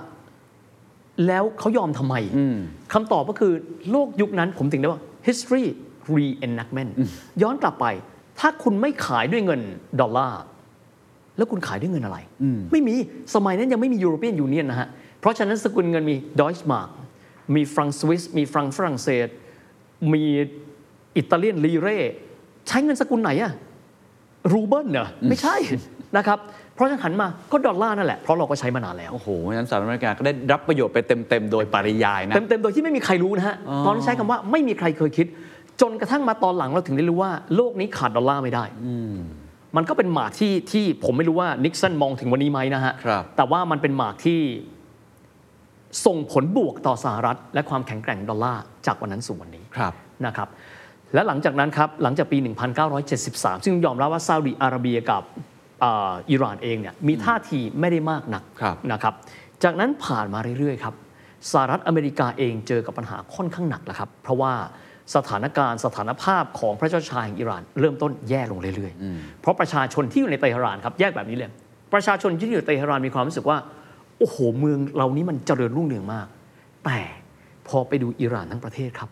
C: แล้วเขายอมทำไม
D: อืม
C: คำตอบก็คือโลกยุคนั้นผมถึงได้ว่า history reenactment ย้อนกลับไป ถ้าคุณไม่ขายด้วยเงินดอลลาร์ แล้วคุณขายด้วยเงินอะไร
D: อืม
C: ไม่มีสมัยนั้นยังไม่มียูโรเปียนยูเนียนนะฮะ เพราะฉะนั้นสกุลเงินมีดอยช์มาร์กมีฟรังสวิสมีฟรังฝรั่งเศส มีอิตาเลียนลีเร่ใช้เงินสกุลไหนอะ รูเบิลเหรอไม่ใช่ นะครับ เพราะฉะนั้นหันมาก็ดอลลาร์นั่นแหละ เพราะเราก็ใช้มานานแล้ว
D: โอ้โหเพราะฉะนั้นสหรัฐอเมริกาก็ได้รับประโยชน์ไปเต็มๆ โดยปริยายนะ
C: เต็มๆ โดยที่ไม่มีใครรู้นะฮะ ตอนนั้นใช้คำว่าไม่มีใครเคยคิด จนกระทั่งมาตอนหลังเราถึงได้รู้ว่าโลกนี้ขาดดอลลาร์ไม่ได้ มันก็เป็นหมากที่ที่ผมไม่รู้ว่านิกสันมองถึงวันนี้ไหมนะฮะ
D: ครับ
C: แต่ว่ามันเป็นหมากที่ส่งผลบวกต่อสหรัฐ และความแข็งแกร่งดอลลาร์จากวันนั้นสู่วันนี้
D: ครับ
C: นะครับและหลังจากนั้นครับ หลังจากปี 1973 ซึ่งยอมรับว่าซาอุดิอาระเบียกับอ่าอิหร่านเองเนี่ยมีท่าทีไม่ได้มากนัก
D: ครับ
C: นะครับจากนั้นผ่านมาเรื่อย ๆ ครับสหรัฐอเมริกาเองเจอกับปัญหาค่อนข้างหนักแล้วครับ เพราะว่าสถานการณ์สถานภาพของพระเจ้าชายแห่งอิหร่าน เริ่มต้นแย่ลงเรื่อยๆ เพราะประชาชนที่อยู่ในเตหะรานครับแยกแบบนี้เลย ประชาชนที่อยู่ในเตหะรานมีความรู้สึกว่าโอ้โหเมืองเรานี้มันเจริญรุ่งเรืองมาก แต่พอไปดูอิหร่านทั้งประเทศครับ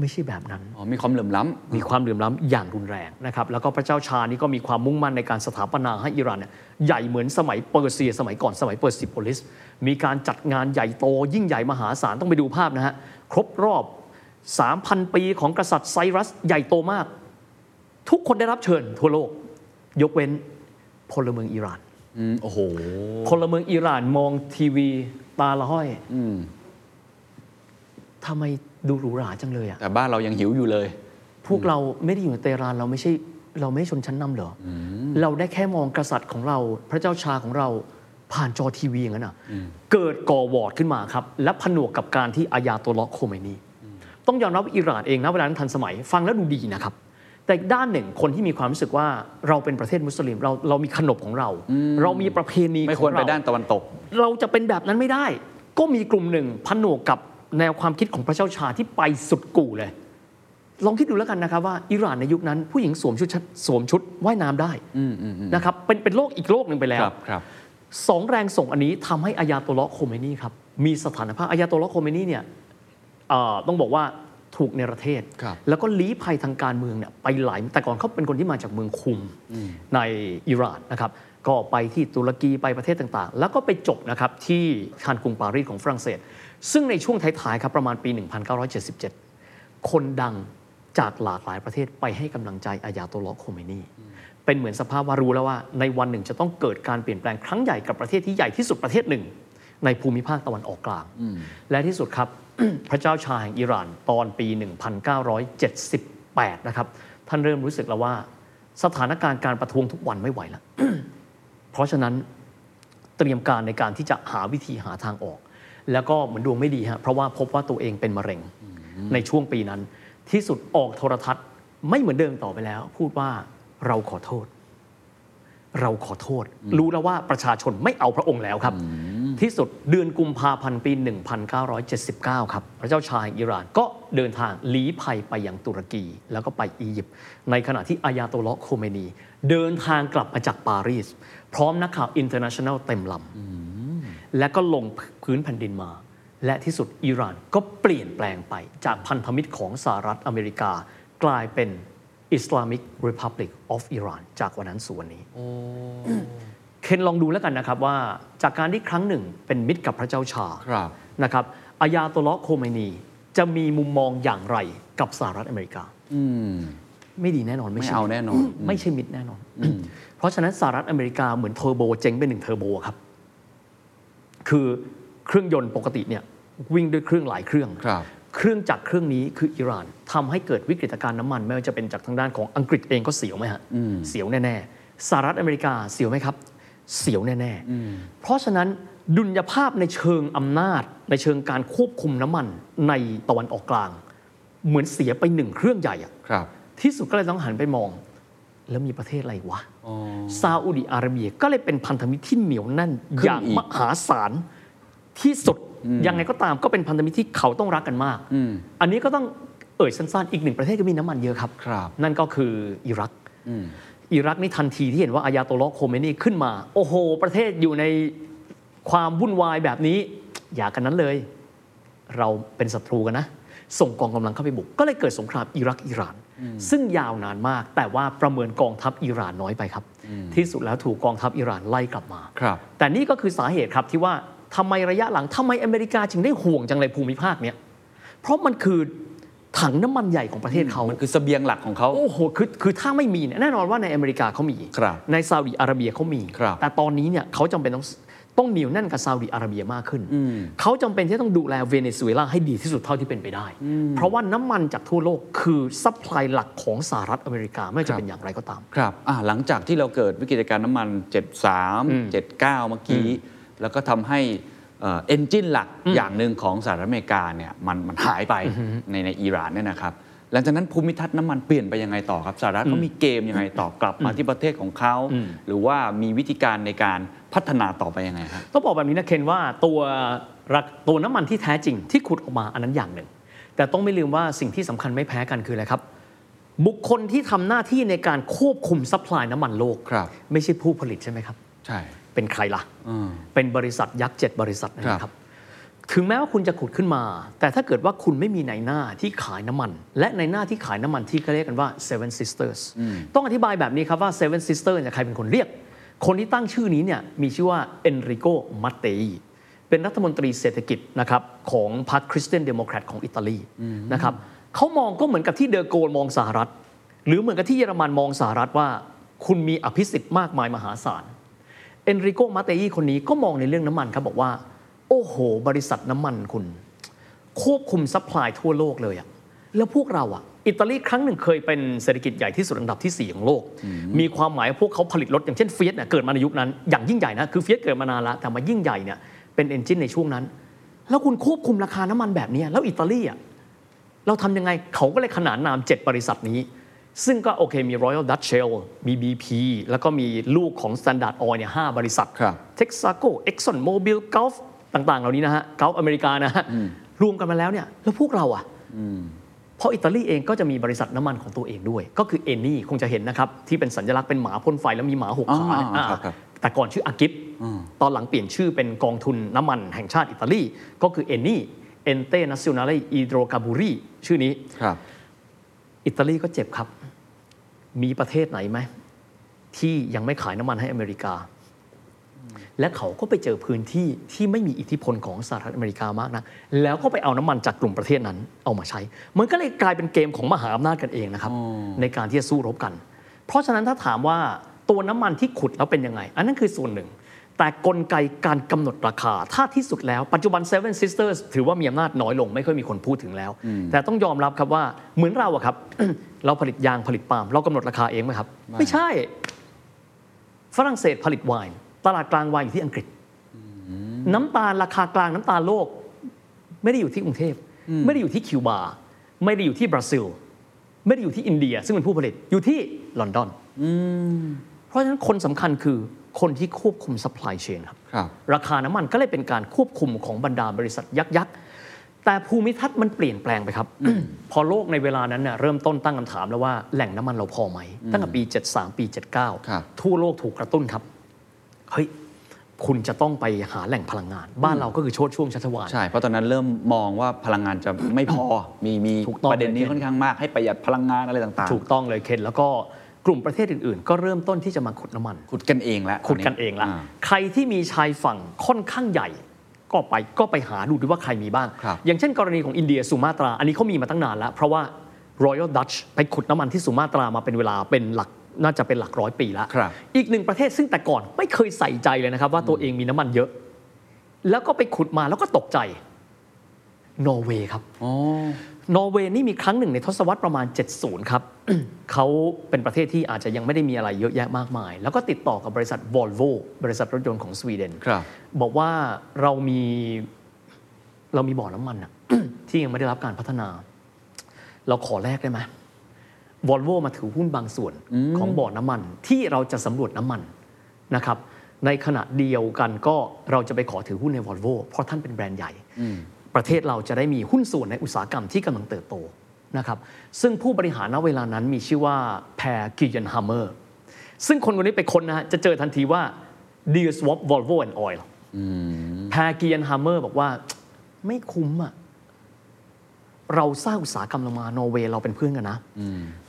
C: ไม่ใช่แบบนั้น
D: อ๋อมีความเหลื่อมล้ำ
C: มีความเหลื่อมล้ำอย่างรุนแรงนะครับ แล้วก็พระเจ้าชานี่ก็มีความมุ่งมั่นในการสถาปนาให้อิหร่านเนี่ยใหญ่เหมือนสมัยเปอร์เซีย สมัยก่อนสมัยเปอร์ซิโพลิส มีการจัดงานใหญ่โต ยิ่งใหญ่มหาศาลต้องไปดูภาพนะฮะ ครบรอบ 3,000 ปีของกษัตริย์ไซรัสใหญ่โตมาก ทุกคนได้รับเชิญทั่วโลก ยกเว้นพลเมืองอิหร่าน
D: อืม โอ้โห
C: พลเมืองอิหร่านมองทีวีตาละห้อย
D: อืม
C: ทำไมดูหรูหราจังเลยอะ
D: แต่บ้านเรายังหิวอยู่เลย
C: พวกเราไม่ได้อยู่ในเตหะรานเราไม่ใช่เราไม่ใช่ชนชั้นนำเหรออเราได้แค่มองกษัตริย์ของเรา พระเจ้าชาของเราผ่านจอทีวีอย่างนั้นอ่ะเกิดก่อวอร์ดขึ้นมาครับ และผนวกกับการที่อาญาตัวล็อกโคเมนีต้องยอมรับว่าอิหร่านเองนะเวลานั้นทันสมัยฟังแล้วดูดีนะครับ แต่อีกด้านหนึ่งคนที่มีความรู้สึกว่าเราเป็นประเทศมุสลิมเราเรามีขนบของเรา เรามีประเพณี
D: ไม่ควร
C: ของ
D: ไป
C: เา
D: ด้านตะวันตก
C: เราจะเป็นแบบนั้นไม่ได้ ก็มีกลุ่มหนึ่งผนวกกับแนวความคิดของพระเจ้าชาที่ไปสุดกู่เลย ลองคิดดูแล้วกันนะครับว่าอิหร่านในยุคนั้น ผู้หญิงสวมชุดชั้นสวมชุดว่ายน้ำได้
D: อืมอืมอืม
C: นะครับ เป็นเป็นโลกอีกโลกหนึ่งไปแล้ว
D: ครับครับ
C: สองแรงส่งอันนี้ทำให้อายาโตเลาะโคเมนีครับ มีสถานภาพอายาโตเลาะโคเมนีเนี่ยเอ่อต้องบอกว่าถูกในประเทศ
D: ครับ
C: แล้วก็ลี้ภัยทางการเมืองเนี่ยไปหลายแต่ก่อนเขาเป็นคนที่มาจากเมืองคุมในอิหร่านนะครับ ก็ไปที่ตุรกีไปประเทศต่างๆ แล้วก็ไปจบนะครับที่ชานกรุงปารีสของฝรั่งเศส ซึ่งในช่วงท้ายๆครับประมาณปี 1977 คนดังจากหลากหลายประเทศไปให้กำลังใจอายาโตลลอฮ์โคเมนี เป็นเหมือนสภาพว่ารู้แล้วว่าในวันหนึ่งจะต้องเกิดการเปลี่ยนแปลงครั้งใหญ่กับประเทศที่ใหญ่ที่สุดประเทศหนึ่ง ในภูมิภาคตะวันออกกลาง และที่สุดครับ พระเจ้าชายแห่งอิหร่านตอนปี 1978 นะครับ ท่านเริ่มรู้สึกแล้วว่า สถานการณ์การประท้วงทุกวันไม่ไหวแล้ว เพราะฉะนั้น เตรียมการในการที่จะหาวิธีหาทางออก แล้วก็เหมือนดวงไม่ดีฮะเพราะว่าพบว่าตัวเองเป็นมะเร็งในช่วงปีนั้น ที่สุดออกโทรทัศน์ไม่เหมือนเดิมต่อไปแล้ว พูดว่าเราขอโทษ เราขอโทษ รู้แล้วว่าประชาชนไม่เอาพระองค์แล้วครับ ที่สุดเดือนกุมภาพันธ์ปี 1979 ครับ พระเจ้าชายอิหร่านก็เดินทางลี้ภัยไปยังตุรกี แล้วก็ไปอียิปต์ในขณะที่อายาโตลลอฮ์โคเมนี เดินทางกลับมาจากปารีส พร้อมนักข่าวอินเตอร์เนชั่นแนลเต็มลำ และก็ลงพื้นแผ่นดินมา และที่สุดอิหร่านก็เปลี่ยนแปลงไปจากพันธมิตรของสหรัฐอเมริกา กลายเป็น Islamic Republic of Iran จากวันนั้นสู่วันนี้เคนลองดูแล้วกันนะครับว่าจากการที่ครั้งหนึ่งเป็นมิตรกับพระเจ้าชา
D: ครับ
C: นะครับอายาโตลลอฮ์โคเมนี จะมีมุมมองอย่างไรกับสหรัฐอเมริกา
D: อืม
C: ไม่ดีแน่นอนไม่
D: ไม่
C: ใช่
D: เอา
C: มิตร
D: แน่นอน
C: ไม่ใช่มิตรแน่นอน เพราะฉะนั้นสหรัฐอเมริกาเหมือนเทอร์โบเจ๊งเป็นหนึ่งเทอร์โบครับ คือเครื่องยนต์ปกติเนี่ยวิ่งด้วยเครื่องหลายเครื่อง
D: ครับ
C: เครื่องจักรเครื่องนี้คืออิหร่านทำให้เกิดวิกฤตการณ์น้ำมันไม่ว่าจะเป็นจากทางด้านของอังกฤษเองก็เสียวไหมฮะเสียวแน่ๆสหรัฐอเมริกาเสียวไหมครับ เสียวแน่ๆเพราะฉะนั้นดุลยภาพในเชิงอำนาจ ในเชิงการควบคุมน้ำมันในตะวันออกกลาง เหมือนเสียไปหนึ่งเครื่องใหญ่อะ
D: ครับ
C: ที่สุดก็เลยต้องหันไปมอง แล้วมีประเทศอะไรวะ
D: อ๋อ
C: ซาอุดิอาระเบียก็เลยเป็นพันธมิตรที่เหนียวแน่น
D: ขึ้น
C: อย่าง
D: อีก
C: มหาศาลที่สุดยังไงก็ตามก็เป็นพันธมิตรที่เขาต้องรักกันมาก
D: อืม
C: อันนี้ก็ต้องเอ่ยสั้นๆ อีกหนึ่งประเทศก็มีน้ำมันเยอะครับ
D: ครับ
C: นั่นก็คืออิรัก
D: อืม
C: อิรักนี่ทันทีที่เห็นว่าอายาโตลลอฮ์โคเมนีขึ้นมา โอ้โห ประเทศอยู่ในความวุ่นวายแบบนี้ อย่ากันนั้นเลย เราเป็นศัตรูกันนะ ส่งกองกำลังเข้าไปบุก ก็เลยเกิดสงครามอิรักอิหร่าน ซึ่งยาวนานมาก แต่ว่าประเมินกองทัพอิหร่านน้อยไปครับ ที่สุดแล้วถูกกองทัพอิหร่านไล่กลับมา
D: ครับ
C: แต่นี่ก็คือสาเหตุครับที่ว่าทำไมระยะหลังทำไมอเมริกาจึงได้ห่วงจังเลยภูมิภาคเนี้ยเพราะมันคือถังน้ำมันใหญ่ของประเทศเขา
D: มันคือเสบียงหลักของเขา
C: โอ้โห คือ คือถ้าไม่มีเนี่ยแน่นอนว่าในอเมริกาเขามี
D: ครับ
C: ในซาอุดิอาระเบียเขามี
D: ครับ
C: แต่ตอนนี้เนี่ยเขาจำเป็นต้อง ต้องเหนียวแน่นกับซาอุดิอาระเบียมากขึ้น
D: อืม
C: เขาจำเป็นที่จะต้องดูแลเวเนซุเอลาให้ดีที่สุดเท่าที่เป็นไปได้ เพราะว่าน้ำมันจากทั่วโลกคือซัพพลายหลักของสหรัฐอเมริกาไม่ว่าจะเป็นอย่างไรก็ตาม
D: ครับอ่ะหลังจากที่เราเกิดวิกฤตการณ์น้ำมัน 73 79 เมื่อกี้ แล้วก็ทำให้เอ็นจินหลักอย่างหนึ่งของสหรัฐอเมริกาเนี่ยมันมันหายไปในในอิหร่านเนี่ยนะครับ หลังจากนั้นภูมิทัศน์น้ำมันเปลี่ยนไปยังไงต่อครับสหรัฐเขามีเกมยังไงต่อกลับมาที่ประเทศของเขา หรือว่ามีวิธีการในการพัฒนาต่อไปยังไงครับ
C: ต้องบอกแบบนี้นะเคนว่าตัวรักตัวน้ำมันที่แท้จริงที่ขุดออกมาอันนั้นอย่างหนึ่ง แต่ต้องไม่ลืมว่าสิ่งที่สำคัญไม่แพ้กันคืออะไรครับ บุคคลที่ทำหน้าที่ในการควบคุมซัพพลายน้ำมันโลก
D: ครับ
C: ไม่ใช่ผู้ผลิตใช่ไหมครับ
D: ใช่
C: เป็นใครล่ะ
D: อืม
C: เป็นบริษัทยักษ์เจ็ดบริษัทนะ
D: ค
C: ค
D: รั
C: รับ
D: บ
C: ถึงแม้ว่าคุณจะขุดขึ้นมา แต่ถ้าเกิดว่าคุณไม่มีในหน้าที่ขายน้ำมัน และในหน้าที่ขายน้ำมันที่เขาเรียกกันว่า Seven Sisters ต้องอธิบายแบบนี้ครับว่า Seven Sisters เนี่ยใครเป็นคนเรียก คนที่ตั้งชื่อนี้เนี่ยมีชื่อว่าเอนริโกมัตเตเป็นรัฐมนตรีเศรษฐกิจนะครับของพรรคคริสเตียนเดโมแครตของอิตาลีนะครับเขามองก็เหมือนกับที่เดอโกลมองสหรัฐ หรือเหมือนกับที่เยอรมันมองสหรัฐว่า คุณมีอภิสิทธิ์มากมายมหาศาล เอนริโกมาเตอีคนนี้ก็มองในเรื่องน้ำมันครับ บอกว่า โอ้โห บริษัทน้ำมันคุณ ควบคุมซัพพลายทั่วโลกเลยอะแล้วพวกเราอะอิตาลีครั้งหนึ่งเคยเป็นเศรษฐกิจใหญ่ที่สุดอันดับที่ 4 ของโลก มีความหมายว่าพวกเขาผลิตรถอย่างเช่นเฟียสเนี่ยเกิดมาในยุคนั้น อย่างยิ่งใหญ่นะ คือเฟียสเกิดมานานละแต่มายิ่งใหญ่เนี่ยเป็นเอนจินในช่วงนั้น แล้วคุณควบคุมราคาน้ำมันแบบเนี้ยแล้วอิตาลีอะ เราทำยังไงเขาก็เลยขนานนาม 7 บริษัทนี้ ซึ่งก็โอเคมี Royal Dutch Shell มี BP แล้วก็มีลูกของ Standard Oil เนี่ยห้าบริษัท
D: ครับ
C: Texaco Exxon Mobil Gulf ต่างๆ เหล่านี้นะฮะ Gulf อเมริกานะฮะ รวมกันมาแล้วเนี่ย แล้วพวกเราอ่ะ เพราะอิตาลีเองก็จะมีบริษัทน้ำมันของตัวเองด้วย ก็คือเอนี่คงจะเห็นนะครับ ที่เป็นสัญลักษณ์เป็นหมาพ่นไฟแล้วมีหมาหกขา
D: อ๋อ
C: เนี่ยอ่า
D: ครับครับ
C: แต่ก่อนชื่ออากิฟตอนหลังเปลี่ยนชื่อเป็นกองทุนน้ำมันแห่งชาติอิตาลี ก็คือเอนี่เอนเตนั i o ิ a น e ลอิโดรคาบูรีชื่อนี้
D: ครับ
C: อิตาลีก็เจ็บครับ มีประเทศไหนไหม ที่ยังไม่ขายน้ำมันให้อเมริกา และเขาก็ไปเจอพื้นที่ที่ไม่มีอิทธิพลของสหรัฐอเมริกามากนะ แล้วก็ไปเอาน้ำมันจากกลุ่มประเทศนั้นเอามาใช้ มันก็เลยกลายเป็นเกมของมหาอำนาจกันเองนะครับ ในการที่จะสู้รบกัน เพราะฉะนั้นถ้าถามว่าตัวน้ำมันที่ขุดแล้วเป็นยังไง อันนั้นคือส่วนหนึ่ง แต่กลไกการกำหนดราคา ถ้าที่สุดแล้วปัจจุบัน Seven Sisters ถือว่ามีอำนาจน้อยลงไม่ค่อยมีคนพูดถึงแล้ว แต่ต้องยอมรับครับว่าเหมือนเราอะครับ เราผลิตยางผลิตปาล์มเรากำหนดราคาเองไหมครับ ไม่ใช่ ฝรั่งเศสผลิตไวน์ตลาดกลางไวน์อยู่ที่อังกฤษ น้ำตาลราคากลางน้ำตาลโลก ไม่ได้อยู่ที่กรุงเทพ ไม่ได้อยู่ที่คิวบา ไม่ได้อยู่ที่บราซิล ไม่ได้อยู่ที่อินเดีย ซึ่งเป็นผู้ผลิตอยู่ที่ลอนดอนเพราะฉะนั้นคนสำคัญคือคนที่ควบคุม supply chain ครับ
D: ครับ
C: ราคาน้ำมันก็เลยเป็นการควบคุมของบรรดาบริษัทยักษ์ๆแต่ภูมิทัศน์มันเปลี่ยนแปลงไปครับ พอโลกในเวลานั้นเน่ยเริ่มต้นตั้งคำถามแล้วว่าแหล่งน้ำมันเราพอไหม ตั้งแต่ปี 73 ปี
D: ครับ
C: 79 ทั่วโลกถูกกระตุ้นครับ เฮ้ย คุณจะต้องไปหาแหล่งพลังงาน บ้านเราก็คือโชดช่วงชัชวาล
D: ใช่ เพราะตอนนั้นเริ่มมองว่าพลังงานจะไม่พอ มีมี
C: ถูกต้อง
D: ประเด็นนี้ค่อนข้างมากให้ประหยัดพลังงานอะไรต่างๆ
C: ถูกต้องเลยเคนแล้วก็กลุ่มประเทศอื่นๆ ก็เริ่มต้นที่จะมาขุดน้ำมัน
D: ขุดกันเองแล้ว
C: ขุดกันเองละ
D: า
C: ใครที่มีชายฝั่งค่อนข้างใหญ่ ก็ไปก็ไปหาดูด้วยว่าใครมีบ้าง
D: ครับ
C: อย่างเช่นกรณีของอินเดียสุมาตรา อันนี้เขามีมาตั้งนานแล้ว เพราะว่า Royal Dutch ไปขุดน้ำมันที่สุมาตรามาเป็นเวลาเป็นหลักน่าจะเป็นหลักร้อยปีแล้ว
D: ครับ
C: อีกหนึ่งประเทศซึ่งแต่ก่อนไม่เคยใส่ใจเลยนะครับว่าตัวเองมีน้ำมันเยอะ แล้วก็ไปขุดมาแล้วก็ตกใจ นอร์เวย์ครับ
D: อ๋อ
C: นอร์เวย์นี่มีครั้งหนึ่งในทศวรรษประมาณ 70 ครับ เขาเป็นประเทศที่อาจจะยังไม่ได้มีอะไรเยอะแยะมากมาย แล้วก็ติดต่อกับบริษัท Volvo บริษัทรถยนต์ของสวีเดน
D: ครับ
C: บอกว่าเรามีเรามีบ่อน้ำมันอะ ที่ยังไม่ได้รับการพัฒนา เราขอแลกได้ไหม Volvo มาถือหุ้นบางส่วนของบ่อน้ำมันที่เราจะสำรวจน้ำมันนะครับ ในขณะเดียวกันก็เราจะไปขอถือหุ้นใน Volvo เพราะท่านเป็นแบรนด์ใหญ่ ประเทศเราจะได้มีหุ้นส่วนในอุตสาหกรรมที่กำลังเติบโตนะครับซึ่งผู้บริหารณเวลานั้นมีชื่อว่าแพรกิเยนฮัมเมอร์ซึ่งคนคนนี้ไปค้นนะฮะจะเจอทันทีว่า Deal Swap Volvo and Oil แพรกิเยนฮัมเมอร์บอกว่า ไม่คุ้มอ่ะ เราสร้างอุตสาหกรรมเรามานอร์เวย์เราเป็นเพื่อนกันนะ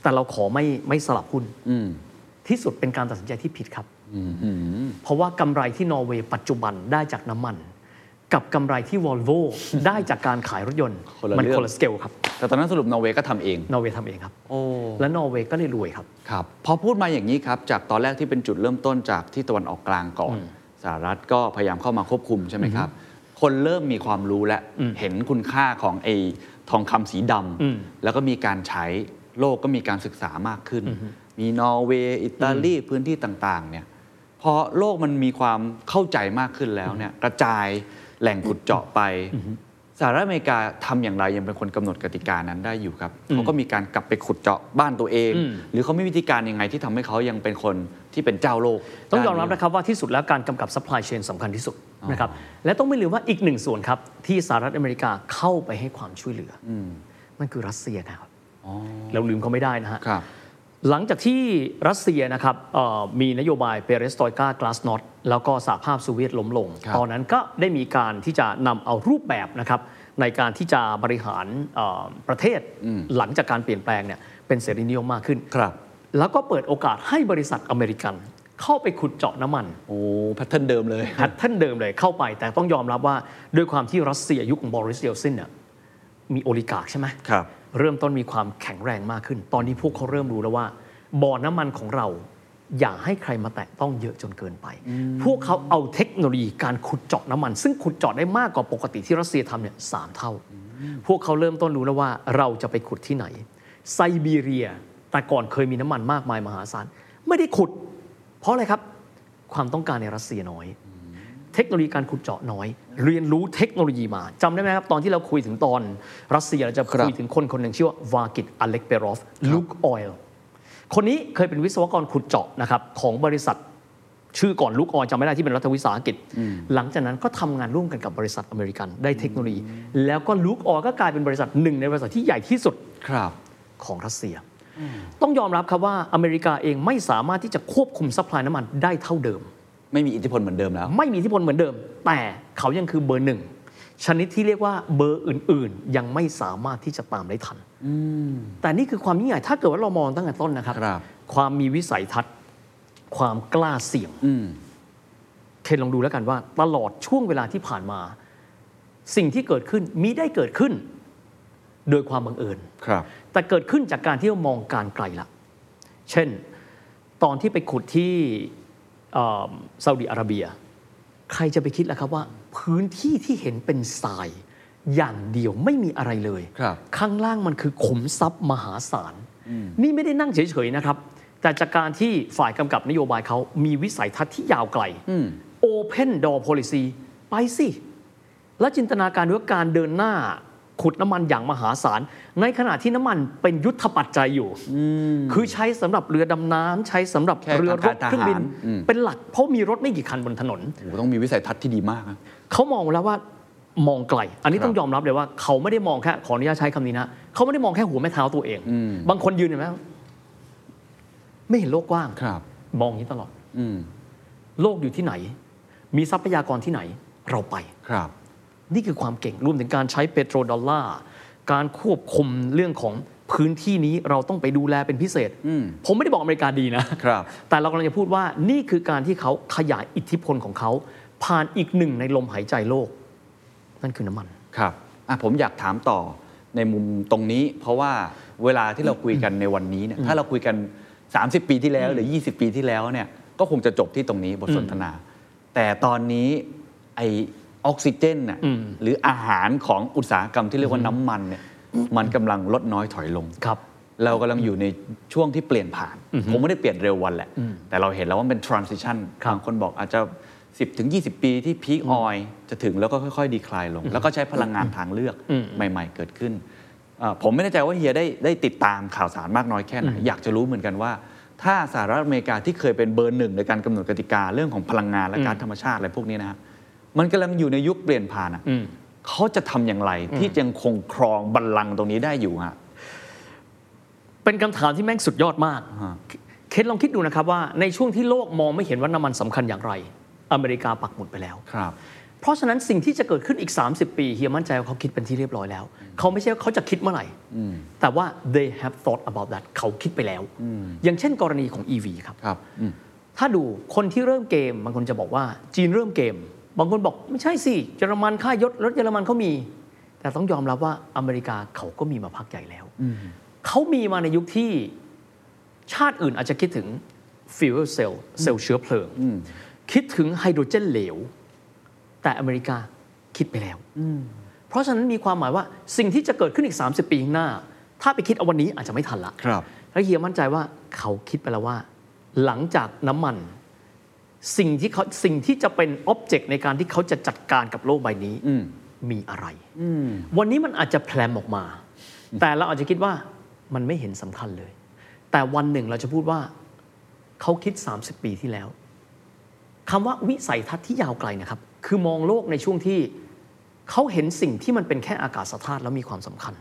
C: แต่เราขอไม่ไม่สลับหุ้น
B: อืม
C: ที่สุดเป็นการตัดสินใจที่ผิดครับ
B: อืม
C: เพราะว่ากำไรที่นอร์เวย์ปัจจุบันได้จากน้ำมัน กับกำไรที่วอลโว ได้จากการขายรถยนต์
B: คนละ
C: มั
B: เรื่อง
C: คนละสเกลครับ
B: แต่ตอนนั้นสรุปนอร์เวย์ก็ทำเอง
C: นอร์เวย์ทำเองครับ
B: โอ้
C: และนอร์เวย์ก็เลยรวยครับ
B: ครับพอพูดมาอย่างนี้ครับ จากตอนแรกที่เป็นจุดเริ่มต้นจากที่ตะวันออกกลางก่อนสหรัฐก็พยายามเข้ามาควบคุมใช่ไหมครับ คนเริ่มมีความรู้และเห็นคุณค่าของไอ้ทองคำสีดำ
C: อืม
B: แล้วก็มีการใช้โลกก็มีการศึกษามากขึ้น มีนอร์เวย์อิตาลีพื้นที่ต่างๆเนี่ยพอโลกมันมีความเข้าใจมากขึ้นแล้วเนี่ยกระจายแหล่งขุดเจาะไปสหรัฐอเมริกาทำอย่างไรยังเป็นคนกำหนดกติกานั้นได้อยู่ครับเขาก็มีการกลับไปขุดเจาะบ้านตัวเอง
C: อืม
B: หรือเขามีวิธีการยังไงที่ทำให้เขายังเป็นคนที่เป็นเจ้าโลก
C: ต้องยอมรับ
B: ด้า
C: นะครับว่าที่สุดแล้วการกำกับ supply chain สำคัญที่สุด
B: อ๋อ
C: นะครับและต้องไม่ลืมว่าอีกหนึ่งส่วนครับ ที่สหรัฐอเมริกาเข้าไปให้ความช่วยเหลืออ
B: อืม
C: นั่นคือรัสเซียนะครับ
B: อ๋อ
C: เราลืมเขาไม่ได้นะฮะ
B: ครับ
C: หลังจากที่รัสเซียนะครับเอ่อมีนโยบายเปเรสตอยกากลาสนอตแล้วก็สหภาพโซูเวียตล้มลง
B: ครับ
C: ตอนนั้นก็ได้มีการที่จะนำเอารูปแบบนะครับในการที่จะบริหารเอ่อประเทศ
B: อืม
C: หลังจากการเปลี่ยนแปลงเนี่ยเป็นเสรีนิยมมากขึ้น
B: ครับ
C: แล้วก็เปิดโอกาสให้บริษัทอเมริกัน เข้าไปขุดเจาะน้ำมัน
B: โอ้แพทเทิร์นเดิมเลย
C: แพทเทิร์นเดิมเลยเข้าไป แต่ต้องยอมรับว่าด้วยความที่รัสเซียยุคของบอริสเยลซินเนี่ยมีโอลิการ์คใช่ไหม
B: ครับ
C: เริ่มต้นมีความแข็งแรงมากขึ้น ตอนนี้พวกเขาเริ่มรู้แล้วว่าบ่อน้ำมันของเรา อย่าให้ใครมาแตะต้องเยอะจนเกินไป พวกเขาเอาเทคโนโลยีการขุดเจาะน้ำมัน ซึ่งขุดเจาะได้มากกว่าปกติที่รัสเซียทำเนี่ยสามเท่า พวกเขาเริ่มต้นรู้แล้วว่าเราจะไปขุดที่ไหน ไซบีเรีย แต่ก่อนเคยมีน้ำมันมากมายมหาศาลไม่ได้ขุด เพราะอะไรครับ ความต้องการในรัสเซียน้อย เทคโนโลยีการขุดเจาะน้อย เรียนรู้เทคโนโลยีมาจำได้ไหมครับ ตอนที่เราคุยถึงตอนรัสเซียเราจะ
B: ครับ
C: คุยถึงคนคนหนึ่งชื่อว่าวากิตอเล็กเปรอฟลูกออยล์คนนี้เคยเป็นวิศวกรขุดเจาะนะครับของบริษัทชื่อก่อนลูกออยล์จำไม่ได้ที่เป็นรัฐวิสาหกิจ หลังจากนั้นก็ทำงานร่วมกันกับบริษัทอเมริกันได้เทคโนโลยี แล้วก็ลูกออยล์ก็กลายเป็นบริษัทหนึ่งในบริษัทที่ใหญ่ที่สุด
B: ครับ
C: ของรัสเซีย ต้องยอมรับครับว่าอเมริกาเองไม่สามารถที่จะควบคุมซัพพลายน้ำมันได้เท่าเดิม
B: ไม่มีอิทธิพลเหมือนเดิมแล้ว
C: ไม่มีอิทธิพลเหมือนเดิม แต่เขายังคือเบอร์หนึ่ง ชนิดที่เรียกว่าเบอร์อื่น ๆ ยังไม่สามารถที่จะตามได้ทัน แต่นี่คือความยิ่งใหญ่ถ้าเกิดว่าเรามองตั้งแต่ต้นนะครับ
B: ครับ
C: ความมีวิสัยทัศน์ ความกล้าเสี่ยง
B: อืม
C: เคนลองดูแล้วกันว่าตลอดช่วงเวลาที่ผ่านมา สิ่งที่เกิดขึ้นมิได้เกิดขึ้น โดยความบังเอิญ
B: ครับ
C: แต่เกิดขึ้นจากการที่เรามองการไกลละ เช่น ตอนที่ไปขุดที่เอ่อซาอุดิอาระเบีย ใครจะไปคิดล่ะครับว่า พื้นที่ที่เห็นเป็นทราย อย่างเดียวไม่มีอะไรเลย
B: ครับ
C: ข้างล่างมันคือขุมทรัพย์มหาศาล นี่ไม่ได้นั่งเฉย ๆ นะครับ แต่จากการที่ฝ่ายกำกับนโยบายเขามีวิสัยทัศน์ที่ยาวไกล
B: อืม
C: Open Door Policy ไปสิ และจินตนาการด้วยการเดินหน้าขุดน้ำมันอย่างมหาศาล ในขณะที่น้ำมันเป็นยุทธปัจจัยอยู่ คือใช้สำหรับเรือดำน้ำใช้สำหรับ
B: แค่
C: เรือรบ
B: ทางการ
C: เครื่องบิ
B: ท
C: น
B: หารอืม
C: เป็นหลักเพราะมีรถไม่กี่คันบนถนน
B: โอ้โหต้องมีวิสัยทัศน์ที่ดีมากนะ
C: เขามองแล้วว่ามองไกล อันนี้
B: ครับ
C: ต้องยอมรับเลยว่าเขาไม่ได้มองแค่ขออนุญาตใช้คำนี้นะเขาไม่ได้มองแค่หัวแม่เท้าตัวเอง
B: อืม
C: บางคนยืนเห็นไหมไม่เห็นโลกกว้าง
B: ครับ
C: มองอย่างนี้ตลอด
B: อืม
C: โลกอยู่ที่ไหน มีทรัพยากรที่ไหน เราไป
B: ครับ
C: นี่คือความเก่งรวมถึงการใช้เปโตรดอลลาร์การควบคุมเรื่องของพื้นที่นี้เราต้องไปดูแลเป็นพิเศษ
B: อืม
C: ผมไม่ได้บอกอเมริกาดีนะ
B: ครับ
C: แต่เรากำลังจะพูดว่านี่คือการที่เขาขยายอิทธิพลของเขา ผ่านอีกหนึ่งในลมหายใจโลก นั่นคือน้ำมัน
B: ครับอ่ะผมอยากถามต่อในมุมตรงนี้ เพราะว่าเวลาที่เราคุยกันในวันนี้เนี่ยถ้าเราคุยกัน 30 ปีที่แล้วหรือ 20 ปีที่แล้วเนี่ยก็คงจะจบที่ตรงนี้บทสนทนา แต่ตอนนี้ไอออกซิเจนน่ะ
C: อืม
B: หรืออาหารของอุตสาหกรรมที่เรียกว่าน้ำมันเนี่ยมันกำลังลดน้อยถอยลง
C: ครับ
B: เรากำลังอยู่ในช่วงที่เปลี่ยนผ่านคงไม่ได้เปลี่ยนเร็ววันแหละ แต่เราเห็นแล้วว่ามันเป็น transition
C: ครับ
B: บางคนบอกอาจจะ 10ถึง20 ปีที่พีคออยจะถึงแล้วก็ค่อยๆ ดีคลายลง แล้วก็ใช้พลังงานทางเลือก
C: อืม
B: ใหม่ๆ เกิดขึ้นเอ่อผมไม่แน่ใจว่าเฮียได้ได้ติดตามข่าวสารมากน้อยแค่ไหน อยากจะรู้เหมือนกันว่า ถ้าสหรัฐอเมริกาที่เคยเป็นเบอร์หนึ่งในการกำหนดกติกาเรื่องของพลังงานและการธรรมชาติอะไรพวกนี้นะฮะมันกำลังอยู่ในยุคเปลี่ยนผ่านอะ
C: อืม
B: เขาจะทำอย่างไรที่ยังคงครองบัลลังก์ตรงนี้ได้อยู่ฮะ
C: เป็นคำถามที่แม่งสุดยอดมาก
B: ฮะ
C: เคนลองคิดดูนะครับว่าในช่วงที่โลกมองไม่เห็นว่าน้ำมันสำคัญอย่างไร อเมริกาปักหมุดไปแล้ว
B: ครับ
C: เพราะฉะนั้นสิ่งที่จะเกิดขึ้นอีก 30 ปีเฮียมั่นใจว่าเขาคิดเป็นที่เรียบร้อยแล้ว เขาไม่ใช่ว่าเขาจะคิดเมื่อไหร่ แต่ว่า they have thought about that เขาคิดไปแล้ว อย่างเช่นกรณีของ EV ครับ
D: ครับอืม
C: ถ้าดูคนที่เริ่มเกม บางคนจะบอกว่าจีนเริ่มเกม บางคนบอกไม่ใช่สิเยอรมันค่ายศรถเยอรมันเขามี แต่ต้องยอมรับว่าอเมริกาเขาก็มีมาพักใหญ่แล้วเขามีมาในยุคที่ชาติอื่นอาจจะคิดถึง fuel cell เซลล์เชื้อเพลิง คิดถึงไฮโดรเจนเหลว แต่อเมริกาคิดไปแล้ว เพราะฉะนั้นมีความหมายว่าสิ่งที่จะเกิดขึ้นอีก 30 ปีข้างหน้า ถ้าไปคิดเอาวันนี้อาจจะไม่ทันละ
D: ครับ
C: แล้วเฮียมั่นใจว่าเขาคิดไปแล้วว่า หลังจากน้ำมัน สิ่งที่เขาสิ่งที่จะเป็นอ็อบเจกต์ในการที่เขาจะจัดการกับโลกใบนี้
D: อืม
C: มีอะไร วันนี้มันอาจจะแพลมออกมา แต่เราอาจจะคิดว่ามันไม่เห็นสำคัญเลย แต่วันหนึ่งเราจะพูดว่า เขาคิด 30 ปีที่แล้วคำว่าวิสัยทัศน์ที่ยาวไกลนะครับ คือมองโลกในช่วงที่เขาเห็นสิ่งที่มันเป็นแค่อากาศธาตุแล้วมีความสำคัญ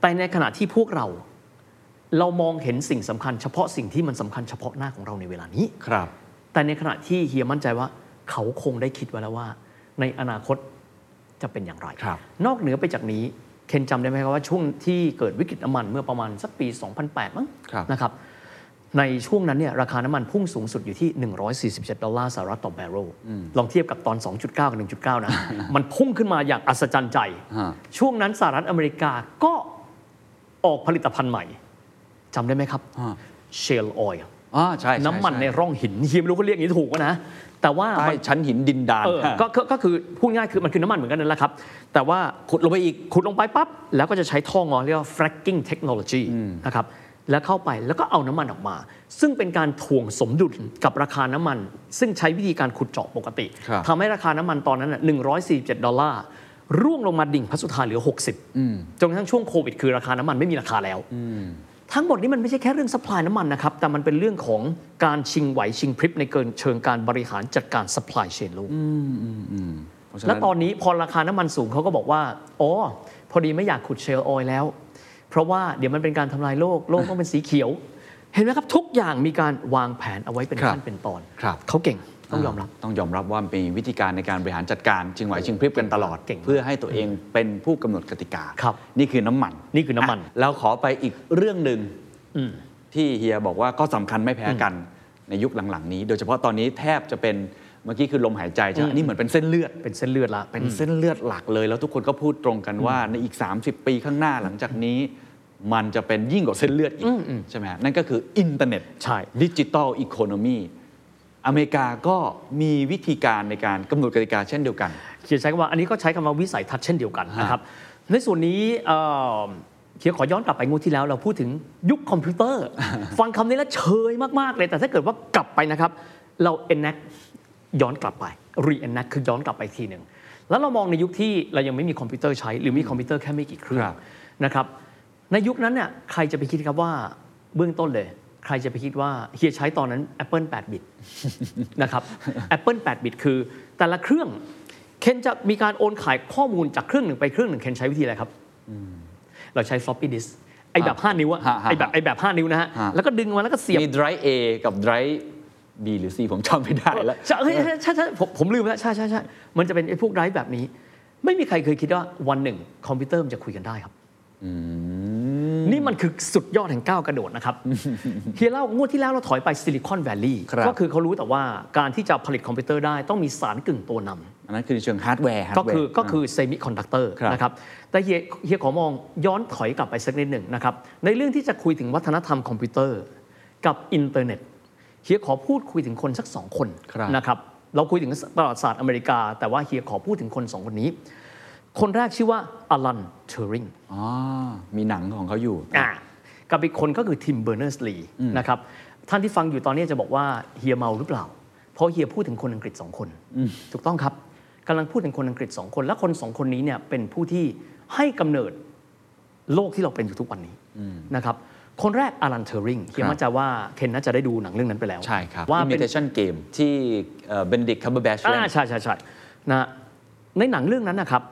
C: แต่ในขณะที่พวกเรา เรามองเห็นสิ่งสำคัญเฉพาะสิ่งที่มันสำคัญเฉพาะหน้าของเราในเวลานี้
D: ครับ
C: แต่ในขณะที่เฮียมั่นใจว่าเขาคงได้คิดไว้แล้วว่า ในอนาคตจะเป็นอย่างไร
D: ครับ
C: นอกเหนือไปจากนี้ เคนจำได้ไหมครับว่าช่วงที่เกิดวิกฤตน้ำมันเมื่อประมาณสักปี 2008 มั้ง
D: ครับ
C: นะครับ ในช่วงนั้นเนี่ยราคาน้ำมันพุ่งสูงสุดอยู่ที่ 147 ดอลลาร์สหรัฐต่อแบเรลลองเทียบกับตอน 2.9 กับ 1.9 นะ มันพุ่งขึ้นมาอย่างอัศจรรย์ใจ
D: ฮะ
C: ช่วงนั้นสหรัฐอเมริกาก็ออกผลิตภัณฑ์ใหม่จำได้ไหมครับ
D: ฮะ
C: Shale Oil
D: อ่าใช่ช่
C: น้ำมันใน
D: ช่
C: ร่องหิน เฮียไม่รู้เขาเรียกอย่างนี้ถูกปะนะ แต่ว่า
D: ใต้
C: มัน
D: ชั้นหินดินดาน
C: เออก็ก็ก็คือพูดง่ายคือมันคือน้ำมันเหมือนกันนั่นแหละครับ แต่ว่า
D: ขุดลงไปอีก
C: ขุดลงไปปั๊บ แล้วก็จะใช้ท่องอเรียกว่า fracking technology นะครับแล้วเข้าไปแล้วก็เอาน้ำมันออกมา ซึ่งเป็นการถ่วงสมดุลกับราคาน้ำมัน ซึ่งใช้วิธีการขุดเจาะปกติ
D: ครับ
C: ทำให้ราคาน้ำมันตอนนั้นน่ะ147 ดอลลาร์ร่วงลงมาดิ่งพัสุธาเหลือ 60จนกระทั่งช่วงโควิดคือราคาน้ำมันไม่มีราคาแล้ว ทั้งหมดนี้มันไม่ใช่แค่เรื่อง supply น้ำมันนะครับ แต่มันเป็นเรื่องของการชิงไหวชิงพริบในเกินเชิงการบริหารจัดการ supply chain โลก
D: เพราะฉะ
C: และ
D: นั้น
C: ตอนนี้พอราคาน้ำมันสูงเขาก็บอกว่า อ๋อ พอดีไม่อยากขุดเชล l ออยแล้ว เพราะว่าเดี๋ยวมันเป็นการทำลายโลก โลกต้องเป็นสีเขียว เห็นไหมครับ ทุกอย่างมีการวางแผนเอาไว้เป็นขั้นเป็นตอน
D: ครับ
C: เขาเก่งต้องยอมรับ
D: ต้องยอมรับว่ามีวิธีการในการบริหารจัดการชิงไหวชิงพริบกันตลอด
C: เก่งมาก
D: เพื่อให้ตัวเองเป็นผู้กำหนดกติกา
C: ครับ
D: นี่คือน้ำมัน
C: นี่คือน้ำมัน
D: ะเราขอไปอีกเรื่องหนึ่งที่เฮียบอกว่าก็สำคัญไม่แพ้กันในยุคหลังๆนี้ โดยเฉพาะตอนนี้แทบจะเป็นเมื่อกี้คือลมหายใจใช่ไหมอันนี่เหมือนเป็นเส้นเลือด
C: เป็นเส้นเลือดละ
D: เป็นเส้นเลือดหลักเลย แล้วทุกคนก็พูดตรงกันว่าในอีก 30 ปีข้างหน้าหลังจากนี้ มันจะเป็นยิ่งกว่าเส้นเลือดอีก ใช่ไหมฮะนั่นก็คืออินเทอร์เน็ต
C: ใช่
D: ดิจิตอลอีโคโนมีอเมริกาก็มีวิธีการในการกำหนดกติกาเช่นเดียวกัน
C: เขียนใช้คำว่าอันนี้ก็ใช้คำว่าวิสัยทัศน์เช่นเดียวกันนะครับ ในส่วนนี้เอ่อเขียนขอย้อนกลับไปงวดที่แล้วเราพูดถึงยุคคอมพิวเตอร์ ฟังคำนี้แล้วเชยมาก ๆ เลย แต่ถ้าเกิดว่ากลับไปนะครับ เรา enact ย้อนกลับไป re enact คือย้อนกลับไปทีหนึ่งแล้วเรามองในยุคที่เรายังไม่มีคอมพิวเตอร์ใช้ หรือมีคอมพิวเตอร์แค่ไม่กี่เครื่อ
D: ครับ
C: งนะครับในยุคนั้นเนี่ยใครจะไปคิดครับว่าเบื้องต้นเลย ใครจะไปคิดว่าเฮียใช้ตอนนั้น Apple 8 บิต นะครับ Apple 8 บิตคือแต่ละเครื่อง เคนจะมีการโอนขายข้อมูลจากเครื่องหนึ่งไปเครื่องหนึ่งเคนใช้วิธีอะไรครับ เราใช้ floppy disk ไอแบบ 5 นิ้วอะ
D: ฮะฮะ
C: ไอแบบไอแบบ 5 นิ้วนะฮะ
D: ฮะ
C: แล้วก็ดึงมาแล้วก็เสียบ
D: มี drive A กับ drive B หรือ C ผมจำไม่ได้แล้ว
C: ใช่เฮ้ยใช่ใช่ใช่ผมผมลืมแล้ว ใช่ใช่ใช่มันจะเป็นไอพวกไดรฟ์แบบนี้ ไม่มีใครเคยคิดว่าวันหนึ่ง คอมพิวเตอร์มันจะคุยกันได้ครับ นี่มันคือสุดยอดแห่งก้าวกระโดด นะครับ เฮียเล่างวดที่แล้วเราถอยไปซิลิคอนแวลลีย์
D: ครับ
C: ก็คือเขารู้แต่ว่าการที่จะผลิตคอมพิวเตอร์ได้ต้องมีสารกึ่งตัวนำ
D: อันนั้นคือในเชิงฮาร์ดแวร์
C: ก็คือก็คือเซมิคอนดักเตอร์
D: ครับ
C: นะครับ แต่เฮียเฮียขอมองย้อนถอยกลับไปสักนิดหนึ่งนะครับ ในเรื่องที่จะคุยถึงวัฒนธรรมคอมพิวเตอร์กับอินเทอร์เน็ตเฮียขอพูดคุยถึงคนสักสองคนนะครับ เราคุยถึงประวัติศาสตร์อเมริกา แต่ว่าเฮียขอพูดถึงคนสองคนนี้ คนแรกชื่อว่าอลันเทอริง
D: อ๋อมีหนังของเขาอยู่
C: อ่ากับอีกคนก็คือทิมเบอร์เนอร์สลีนะครับท่านที่ฟังอยู่ตอนนี้จะบอกว่าเฮียเมาหรือเปล่า เพราะเฮียพูดถึงคนอังกฤษสองคน ถูกต้องครับกำลังพูดถึงคนอังกฤษสองคน และคนสองคนนี้เนี่ยเป็นผู้ที่ให้กำเนิดโลกที่เราเป็นอยู่ทุกวันนี้นะครับคนแรกอารันเทอริงเฮีย
D: ครับ
C: มั่นใจว่าเคนน่าจะได้ดูหนังเรื่องนั้นไปแล้ว
D: ใช่ครับ
C: ว่าเป็น
D: imitation game ที่เบนดิกคัมเบอร์แบช
C: อ่าใช่ใช่ใช่นะในหนังเรื่องนั้นนะครับ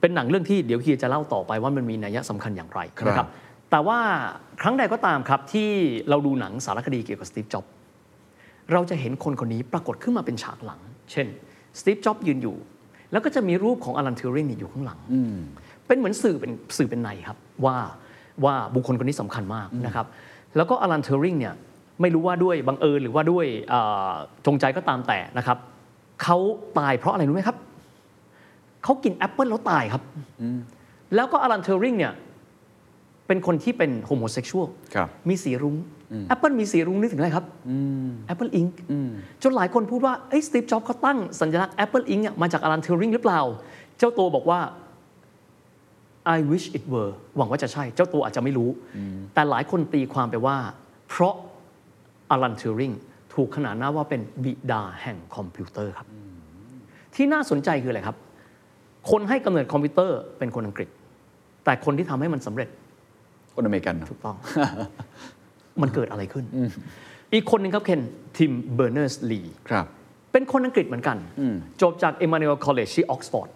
C: เป็นหนังเรื่องที่เดี๋ยวเฮียจะเล่าต่อไปว่ามันมีนัยสำคัญอย่างไร
D: ครับ
C: นะครับ แต่ว่าครั้งใดก็ตามครับที่เราดูหนังสารคดีเกี่ยวกับสตีฟจ็อบส์เราจะเห็นคนคนนี้ปรากฏขึ้นมาเป็นฉากหลัง เช่น สตีฟจ็อบยืนอยู่ แล้วก็จะมีรูปของอลันทิวริงเนี่ยอยู่ข้างหลัง เป็นเหมือนสื่อเป็นสื่อเป็นในครับ ว่าว่าบุคคลคนนี้สำคัญมากนะครับ แล้วก็อลันเทอริงเนี่ยไม่รู้ว่าด้วยบังเอิญหรือว่าด้วยเอ่อจงใจก็ตามแต่นะครับเขาตายเพราะอะไรรู้ไหมครับเขากินแอปเปิลแล้วตายครับ แล้วก็อลันเทอริงเนี่ยเป็นคนที่เป็นโฮโมเซ็กชวล
D: ครับ
C: มีสีรุ้งแอปเปิลมีสีรุ้งนึกถึงอะไรครับแอปเปิลอิงจนหลายคนพูดว่าสตีฟจ็อบเขาตั้งสัญลักษณ์แอปเปิลอิงมาจากอลันเทอริงหรือเปล่า เจ้าตัวบอกว่า I wish it were หวังว่าจะใช่ เจ้าตัวอาจจะไม่รู้ แต่หลายคนตีความไปว่า เพราะอลันทิวริงถูกขนานนามว่าเป็นบิดาแห่งคอมพิวเตอร์ครับ ที่น่าสนใจคืออะไรครับ คนให้กำเนิดคอมพิวเตอร์เป็นคนอังกฤษ แต่คนที่ทำให้มันสำเร็จ
D: คนอเมริกันเนอะ
C: ถูก ต้อง มันเกิดอะไรขึ้น อีกคนหนึ่งครับเคนทิมเบอร์เนอร์สลี
D: ครับ
C: เป็นคนอังกฤษเหมือนกัน จบจาก Emmanuel College ที่ออกซฟอร์ด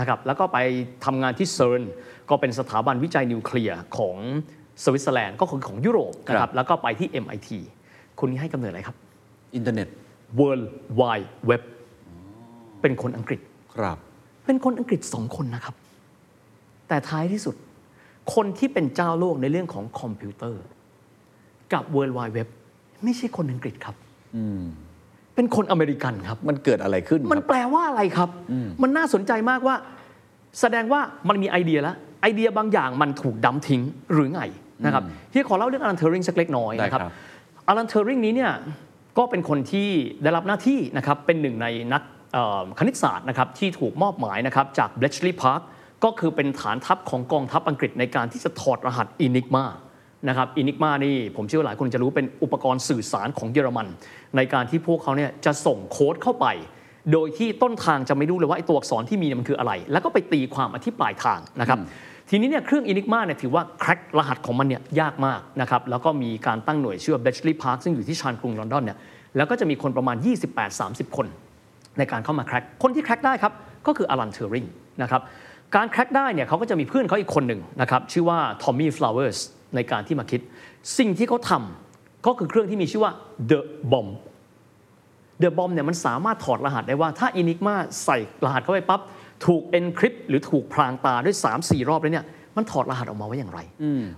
C: นะครับแล้วก็ไปทำงานที่เซิร์นก็เป็นสถาบันวิจัยนิวเคลียร์ของสวิตเซอร์แลนด์ก็คือของยุโรปนะ
D: ค
C: ค
D: รั
C: รับบ แล้วก็ไปที่ MIT คนนี้ให้กำเนิดอะไรครับ
D: อินเทอร์เน็ต
C: World Wide Web เป็นคนอังกฤษ
D: ครับ
C: เป็นคนอังกฤษสองคนนะครับ แต่ท้ายที่สุด คนที่เป็นเจ้าโลกในเรื่องของคอมพิวเตอร์ กับ World Wide Web ไม่ใช่คนอังกฤษครับเป็นคนอเมริกันครับ
D: มันเกิดอะไรขึ้น
C: มั
D: ค
C: น
D: รับ
C: แปลว่าอะไรครับ มันน่าสนใจมากว่า แสดงว่ามันมีไอเดียแล้ว ไอเดียบางอย่างมันถูกดำทิ้งหรือไงนะครับที่ขอเล่าเรื่องอลันเทอริงสักเล็กน้อยนะครับอลันเทอริงนี้เนี่ยก็เป็นคนที่ได้รับหน้าที่นะครับเป็นหนึ่งในนักเอ่อคณิตศาสตร์นะครับที่ถูกมอบหมายนะครับจาก Bletchley Park ก็คือเป็นฐานทัพของกองทัพอังกฤษในการที่จะถอดรหัส Enigma นะครับ Enigma นี่ผมเชื่อว่าหลายคนจะรู้เป็นอุปกรณ์สื่อสารของเยอรมัน ในการที่พวกเขาเนี่ยจะส่งโค้ดเข้าไป โดยที่ต้นทางจะไม่รู้เลยว่าไอ้ตัวอักษรที่มีเนี่ยมันคืออะไร แล้วก็ไปตีความอธิปลายทางนะครับ ทีนี้เนี่ยเครื่อง Enigma เนี่ยถือว่าแคร็กรหัสของมันเนี่ยยากมากนะครับ แล้วก็มีการตั้งหน่วยชื่อ Bletchley Park ซึ่งอยู่ที่ชานกรุงลอนดอนเนี่ย แล้วก็จะมีคนประมาณ 28-30 คน ในการเข้ามาแคร็กคนที่แคร็กได้ครับ ก็คืออลันเทอริงนะครับ การแคร็กได้เนี่ยเขาก็จะมีเพื่อนเขาอีกคนหนึ่งนะครับ ชื่อว่าทอมมี่ฟลาวเวอร์สในการที่มาคิด สิ่งที่เขาทำก็คือเครื่องที่มีชื่อว่า The Bomb The Bomb เนี่ยมันสามารถถอดรหัสได้ว่าถ้า Enigma ใส่รหัสเข้าไปปั๊บ ถูก Encrypt หรือถูกพรางตาด้วย 3-4 รอบแล้วเนี่ยมันถอดรหัสออกมาไว้อย่างไร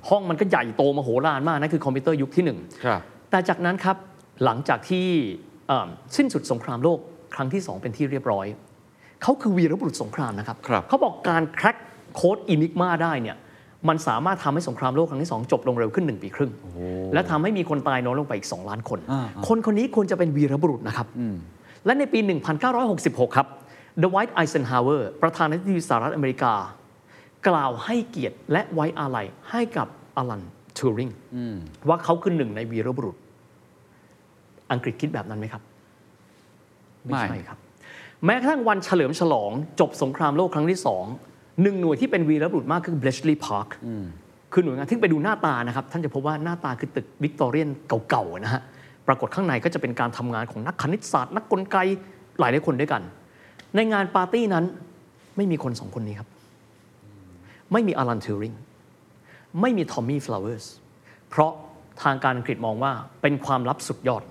C: ห้องมันก็ใหญ่โตมโหฬารมากนะคือคอมพิวเตอร์ยุคที่หนึ่ง
D: ครับ
C: แต่จากนั้นครับหลังจากที่เอิ่มสิ้นสุดสงครามโลกครั้งที่ 2 เป็นที่เรียบร้อย เขาคือวีรบุรุษสงครามนะครับ
D: ครับ
C: เขาบอกการแคร็กโค้ดอินิกมาได้เนี่ยมันสามารถทำให้สงครามโลกครั้งที่ 2 จบลงเร็วขึ้น 1 ปีครึ่ง และทำให้มีคนตายน้อยลงไปอีก 2 ล้านคน คนคนนี้ควรจะเป็นวีรบุรุษนะครับ และในปี 1966 ครับเดวิดไอเซนฮาวเวอร์ประธานาธิบดีสหรัฐอเมริกา กล่าวให้เกียรติและไว้อาลัยให้กับอลันทูริงว่าเขาคือหนึ่งในวีรบุรุษ อังกฤษคิดแบบนั้นไหมครับ ไม่ใช่ครับ แม้กระทั่งวันเฉลิมฉลองจบสงครามโลกครั้งที่สองหนึ่งหน่วยที่เป็นวีรบุรุษมากคือ Bletchley Park คือหน่วยงานที่ไปดูหน้าตานะครับ ท่านจะพบว่าหน้าตาคือตึกวิกตอเรียนเก่าๆนะฮะปรากฏข้างในก็จะเป็นการทำงานของนักคณิตศาสตร์ นักกลไกหลายหลายๆคนด้วยกัน ในงานปาร์ตี้นั้นไม่มีคนสองคนนี้ครับ ไม่มีอลันทิวริงไม่มีทอมมี่ฟลาวเวอร์สเพราะทางการอังกฤษมองว่าเป็นความลับสุดยอด